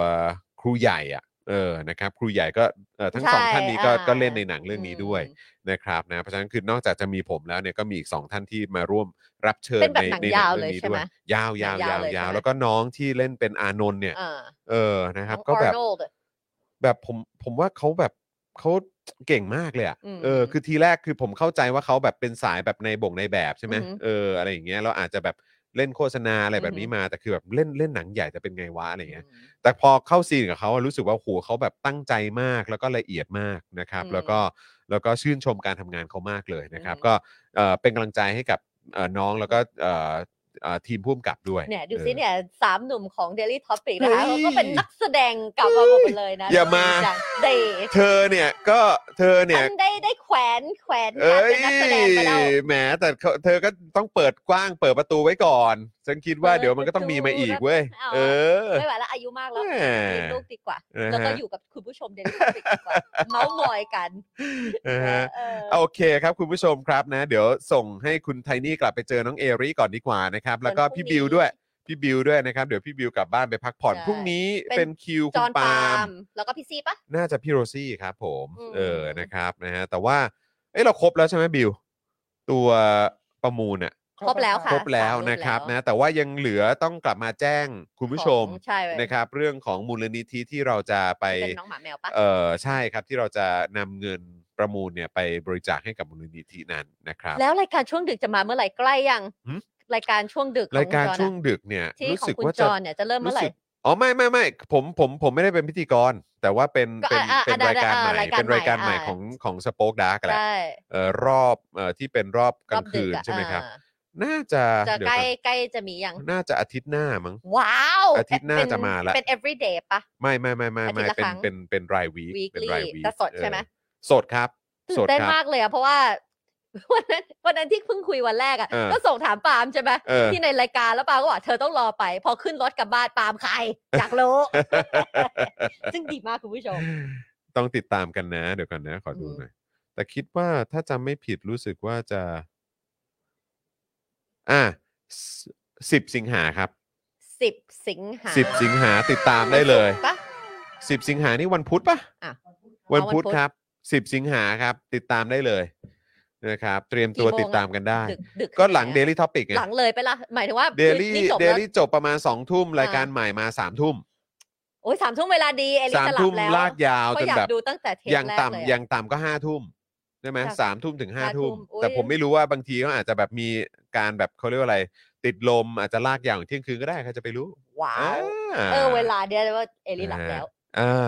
[SPEAKER 1] ครูใหญ่อะ เออนะครับครูใหญ่ก็เอ่อทั้งสอง
[SPEAKER 2] ใช่
[SPEAKER 1] ท่านนี้ก็
[SPEAKER 2] อ่า
[SPEAKER 1] ก็เล่นในหนังเรื่องนี้ด้วย
[SPEAKER 2] อืม
[SPEAKER 1] นะครับนะเพราะฉะนั้นคือนอกจากจะมีผมแล้วเนี่ยก็มีอีกสองท่านที่มาร่วมรับเชิญ
[SPEAKER 2] เป็นแบบ
[SPEAKER 1] ใน
[SPEAKER 2] หนัง
[SPEAKER 1] ใน
[SPEAKER 2] ยาว
[SPEAKER 1] เรื่องนี้
[SPEAKER 2] เลยใช่
[SPEAKER 1] ด้
[SPEAKER 2] ไห
[SPEAKER 1] ว
[SPEAKER 2] ม
[SPEAKER 1] ยยาวยาว
[SPEAKER 2] หนังยาย
[SPEAKER 1] าว วยา
[SPEAKER 2] เลย
[SPEAKER 1] ว
[SPEAKER 2] ใช่ไหม
[SPEAKER 1] แล้วก็น้องที่เล่นเป็นอานนท์เนี่ย
[SPEAKER 2] อ่า
[SPEAKER 1] เออนะครับ
[SPEAKER 2] ของ
[SPEAKER 1] ก็แบบ
[SPEAKER 2] Arnold อะ
[SPEAKER 1] แบบผมผมว่าเขาแบบเขาเก่งมากเลยอะ
[SPEAKER 2] อืม
[SPEAKER 1] เออ คือทีแรกคือผมเข้าใจว่าเขาแบบเป็นสายแบบในบ่งในแบบใช่ไหม
[SPEAKER 2] อือหือ
[SPEAKER 1] เอออะไรอย่างเงี้ยแล้วอาจจะแบบเล่นโฆษณาอะไรแบบนี้
[SPEAKER 2] อือหือ
[SPEAKER 1] มาแต่คือแบบเล่นเล่นหนังใหญ่แต่เป็นไงวะอะไรอย่างเงี้ย
[SPEAKER 2] อืม
[SPEAKER 1] แต่พอเข้าซีนกับเขาอะรู้สึกว่าโหเขาแบบตั้งใจมากแล้วก็ละเอียดมากนะครับ
[SPEAKER 2] อืม
[SPEAKER 1] แล้วก็แล้วก็ชื่นชมการทำงานเขามากเลยนะครับ
[SPEAKER 2] อืม
[SPEAKER 1] ก็เอ่อเป็นกำลังใจให้กับเอ่อน้องแล้วก็เอ่อเอ่อทีมพุ่มกับด้วย
[SPEAKER 2] เนี่ยดู
[SPEAKER 1] ออ
[SPEAKER 2] สิเนี่ยสามหนุ่มของ Daily Topic นะคะ
[SPEAKER 1] เฮ้ย
[SPEAKER 2] เขาก็เป็นนักแสดงกลับมาหมดเลยนะ
[SPEAKER 1] อย่ามา
[SPEAKER 2] เด
[SPEAKER 1] เธอเนี่ยก็เธอเนี่ย
[SPEAKER 2] มันได้ได้แขวนแขวน
[SPEAKER 1] เอ้ย
[SPEAKER 2] การเป็นนักแสดงไปแล้ว
[SPEAKER 1] แหมแต่เขาเธอก็ต้องเปิดกว้างเปิดประตูไว้ก่อน ฉันคิดว่า
[SPEAKER 2] เปิด
[SPEAKER 1] เดี๋ยวมันก็ต้องมีมาอีกเว้ย
[SPEAKER 2] เอาอะ
[SPEAKER 1] เออ
[SPEAKER 2] ไม่ไหวแล้วอายุมากแล้ว
[SPEAKER 1] แหม
[SPEAKER 2] มีลูกดีกว่า
[SPEAKER 1] นะฮะ
[SPEAKER 2] แล้วก็อยู่กับคุณผู้ชม Daily Topic ดี กว่า เมาส์มอยกัน
[SPEAKER 1] นะฮะ
[SPEAKER 2] เออ
[SPEAKER 1] โอเคครับคุณผู้ชมครับนะ เดี๋ยวส่งให้คุณไทนี่กลับไปเจอน้องเอริก่อนดีกว่านะครับ แล้วก็พี่บิวด้วยพี่บิวด้วยนะครับเดี๋ยวพี่บิวกลับบ้านไปพักผ่อน
[SPEAKER 2] ใช่
[SPEAKER 1] พรุ่งนี้เป็นคิว
[SPEAKER 2] จ
[SPEAKER 1] คุ
[SPEAKER 2] อ
[SPEAKER 1] ณ
[SPEAKER 2] นปา
[SPEAKER 1] ปาล์
[SPEAKER 2] ล์
[SPEAKER 1] ม
[SPEAKER 2] มแล้วก็พี่ซีปะ
[SPEAKER 1] น่าจะพี่โรซี่ครับ ผม
[SPEAKER 2] อืม
[SPEAKER 1] เออนะครับนะฮะแต่ว่าเอ้เราครบแล้วใช่ไหมบิวตัวประมูลอะ
[SPEAKER 2] ครบแล้วค่ะ
[SPEAKER 1] ครบแล้ว
[SPEAKER 2] สามป
[SPEAKER 1] นะครับนะแต่ว่ายังเหลือต้องกลับมาแจ้งคุณผู้ชม
[SPEAKER 2] ของใช่เลย
[SPEAKER 1] นะครับ เรื่องของมูลนิธิที่เราจะไป
[SPEAKER 2] เป็นน้องหมาแมวปะ
[SPEAKER 1] เออใช่ครับที่เราจะนำเงินประมูลเนี่ยไปบริจาคให้กับมูลนิธินั้นนะครับ
[SPEAKER 2] แล้วรายการช่วงดึกจะมาเมื่อไหร่ใกล้ยัง
[SPEAKER 1] หืม
[SPEAKER 2] รายการช่วงดึกของ
[SPEAKER 1] รายการ
[SPEAKER 2] คุณจอห์นอะ
[SPEAKER 1] ช่วงดึกเนี่ย
[SPEAKER 2] ที่
[SPEAKER 1] รู้
[SPEAKER 2] ของ
[SPEAKER 1] สึก
[SPEAKER 2] คุณ
[SPEAKER 1] ว่า
[SPEAKER 2] จ
[SPEAKER 1] จะ
[SPEAKER 2] อนเนี่ยจะเริ่มเมื่อไหร่
[SPEAKER 1] สึกอ๋อไม่ไม่ไม่ผมผมผมไม่ได้เป็นพิธีกร แต่ว่าเป็น
[SPEAKER 2] ก็
[SPEAKER 1] เป็น
[SPEAKER 2] อ่ะอ่ะ
[SPEAKER 1] เป็น
[SPEAKER 2] ได้
[SPEAKER 1] รายการ
[SPEAKER 2] ได้
[SPEAKER 1] ใหม่
[SPEAKER 2] อ่ะรายการ
[SPEAKER 1] เป็นรายการใหม่
[SPEAKER 2] ใหม่อ่ะ
[SPEAKER 1] ของของสป็อคดาร์กแหละ
[SPEAKER 2] ใช่
[SPEAKER 1] เออรอบเออที่เป็นรอบกลาง
[SPEAKER 2] ดึ
[SPEAKER 1] คืน
[SPEAKER 2] อะ
[SPEAKER 1] ใช่ไหมครับ
[SPEAKER 2] อ่า
[SPEAKER 1] น่าจะ
[SPEAKER 2] จะ
[SPEAKER 1] เดี๋ยว
[SPEAKER 2] ใกล้
[SPEAKER 1] ก่อน
[SPEAKER 2] ใกล้จะมียัง
[SPEAKER 1] น่าจะอาทิตย์หน้ามั้ง
[SPEAKER 2] ว้าว
[SPEAKER 1] อาทิตย์หน้า
[SPEAKER 2] เป็น
[SPEAKER 1] จะมาละ
[SPEAKER 2] เป็น everyday ปะ
[SPEAKER 1] ไม่ไม่ไม่ไม่ไม่
[SPEAKER 2] อาทิตย์ละ
[SPEAKER 1] เป็
[SPEAKER 2] คน รั้ง
[SPEAKER 1] เป็นเป็นรายวีคเป็น
[SPEAKER 2] Weekly
[SPEAKER 1] รายวี
[SPEAKER 2] แต่สดใช่ไหม
[SPEAKER 1] สดครับ
[SPEAKER 2] ตื่
[SPEAKER 1] ส
[SPEAKER 2] น
[SPEAKER 1] ด
[SPEAKER 2] เต้น
[SPEAKER 1] ครับ
[SPEAKER 2] มากเลยอะเพราะว่า วันนั้นวันนั้นที่เพิ่งคุยวันแรกอะ
[SPEAKER 1] เออ
[SPEAKER 2] ก็ส่งถามปาล์มใช่ไหม
[SPEAKER 1] เออ
[SPEAKER 2] ที่ในรายการแล้วปาล์มก็บอกเธอต้องรอไป พอขึ้นรถกลับบ้านปาล์มใคร อยากรู้ ซึ่งดีมากคุณผู้ชม
[SPEAKER 1] ต้องติดตามกันนะ เดี๋ยวก่อนนะ ขอดู
[SPEAKER 2] อืม
[SPEAKER 1] หน่อยแต่คิดว่าถ้าจำไม่ผิดรู้สึกว่าจะ อ่ะสิบสิงหาครับ
[SPEAKER 2] สิบสิงหา
[SPEAKER 1] สิบสิงหาติดตามได้เลย
[SPEAKER 2] ปะ
[SPEAKER 1] สิบสิงหานี่วันพุธปะ
[SPEAKER 2] อ่ะ
[SPEAKER 1] วันพุธ
[SPEAKER 2] อ๋อวันพุธ
[SPEAKER 1] ครับสิบสิงหาครับ ติดตามได้เลยนะครับ เตรียมตัว
[SPEAKER 2] โงอะ
[SPEAKER 1] ติดตามกันได้
[SPEAKER 2] ดึกดึก
[SPEAKER 1] ก็หลัง
[SPEAKER 2] ขนาดเนี้ย
[SPEAKER 1] Daily Topic ไง
[SPEAKER 2] หลังเลยไปละหมายถึงว่า
[SPEAKER 1] เดลี่
[SPEAKER 2] นี่จบ
[SPEAKER 1] เด
[SPEAKER 2] แล้ว
[SPEAKER 1] ลี่จบประมาณสองทุ่มราย
[SPEAKER 2] อ่า
[SPEAKER 1] การใหม่มาสามทุ่ม
[SPEAKER 2] โอ้ยสามทุ่มเวลาดีเอลิ
[SPEAKER 1] สาม
[SPEAKER 2] จะหลั
[SPEAKER 1] ทุ่
[SPEAKER 2] บ
[SPEAKER 1] ม
[SPEAKER 2] แล้ว
[SPEAKER 1] ลากยาว
[SPEAKER 2] เพ
[SPEAKER 1] จน
[SPEAKER 2] ระอยาก
[SPEAKER 1] แบบ
[SPEAKER 2] ดูตั้งแต่เทป
[SPEAKER 1] อย่าง
[SPEAKER 2] แรกเล
[SPEAKER 1] ต่ำ
[SPEAKER 2] อะ
[SPEAKER 1] อย่างต่ำก็ห้าทุ่มใช่ไหม
[SPEAKER 2] จาก
[SPEAKER 1] สามทุ่มถึงห้า
[SPEAKER 2] ห้าทุ่
[SPEAKER 1] ทุ่
[SPEAKER 2] ม
[SPEAKER 1] ม
[SPEAKER 2] อุ๊ย
[SPEAKER 1] แต่ผมไม่รู้ว่าบางทีก็อาจจะแบบมีการแบบเขาเรียกว่าอะไร ติดลมอาจจะลากยาวถึงเที่ยงคืนก็ได้ใครจะไปรู้
[SPEAKER 2] ว้า
[SPEAKER 1] อ่าว
[SPEAKER 2] เออเวลาเดียวว่าเอลิหลับแล้ว
[SPEAKER 1] อ่า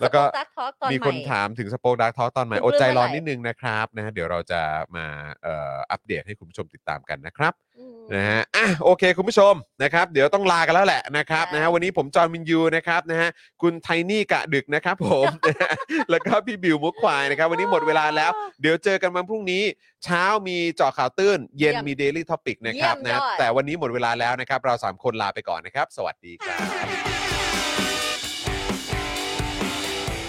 [SPEAKER 1] แล้วก็
[SPEAKER 2] สปอคดัทอล์ตอน
[SPEAKER 1] มี
[SPEAKER 2] ใหม่
[SPEAKER 1] คนถามถึงสป o อ e ด a r k ทอ k ตอนใหม่
[SPEAKER 2] ถึง
[SPEAKER 1] อดใจรอ
[SPEAKER 2] เมื่
[SPEAKER 1] นิ
[SPEAKER 2] อไหร่
[SPEAKER 1] ดนึงนะครับนะฮะเดี๋ยวเราจะมาเอ่ออัปเดตให้คุณผู้ชมติดตามกันนะครับ
[SPEAKER 2] อืม
[SPEAKER 1] นะฮะ อ่ะ โอเค คุณผู้ชม นะครับ เดี๋ยวต้องลากันแล้วแหละ นะครับ
[SPEAKER 2] ใช่
[SPEAKER 1] นะฮะ วันนี้ผมจอห์นวินยู นะครับ นะฮะ คุณไทนี่กะดึกนะครับผม นะฮะแล้วก็พี่บิวมุกควายนะครับ วันนี้หมดเวลาแล้ว เดี๋ยวเจอกันวันพรุ่งนี้ เช้ามีเจาะข่าวตื้น เย็นมี Daily Topic นะครับ
[SPEAKER 2] เยี่
[SPEAKER 1] นะ
[SPEAKER 2] ยมยอด
[SPEAKER 1] แต่วันนี้หมดเวลาแล้วนะครับ เราสามคนลาไปก่อนนะครับ สวัสดีครับ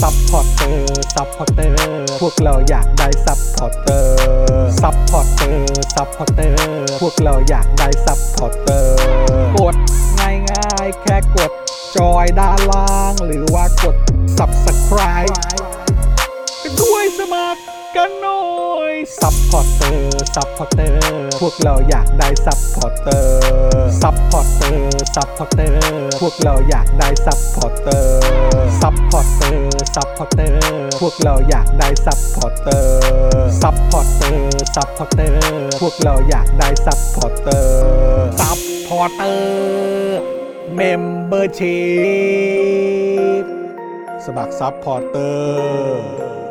[SPEAKER 6] ซัพพอร์เตอร์ ซัพพอร์เตอร์ พวกเราอยากได้ซัพพอร์เตอร์ ซัพพอร์เตอร์ ซัพพอร์เตอร์ พวกเราอยากได้ซัพพอร์เตอร์ กดง่ายๆ แค่กด จอยด้านล่าง หรือว่ากด subscribe กันด้วยสมัครกันหน่อย ซัพพอร์เตอร์ ซัพพอร์เตอร์ พวกเราอยากได้ซัพพอร์เตอร์ ซัพพอร์เตอร์ ซัพพอร์เตอร์ พวกเราอยากได้ซัพพอร์เตอร์ ซัพพอร์เตอร์ ซัพพอร์เตอร์ พวกเราอยากได้ซัพพอร์เตอร์ ซัพพอร์เตอร์ ซัพพอร์เตอร์ พวกเราอยากได้ซัพพอร์เตอร์ ซัพพอร์เตอร์ เมมเบอร์ชีพสมัครซัพพอร์เตอร์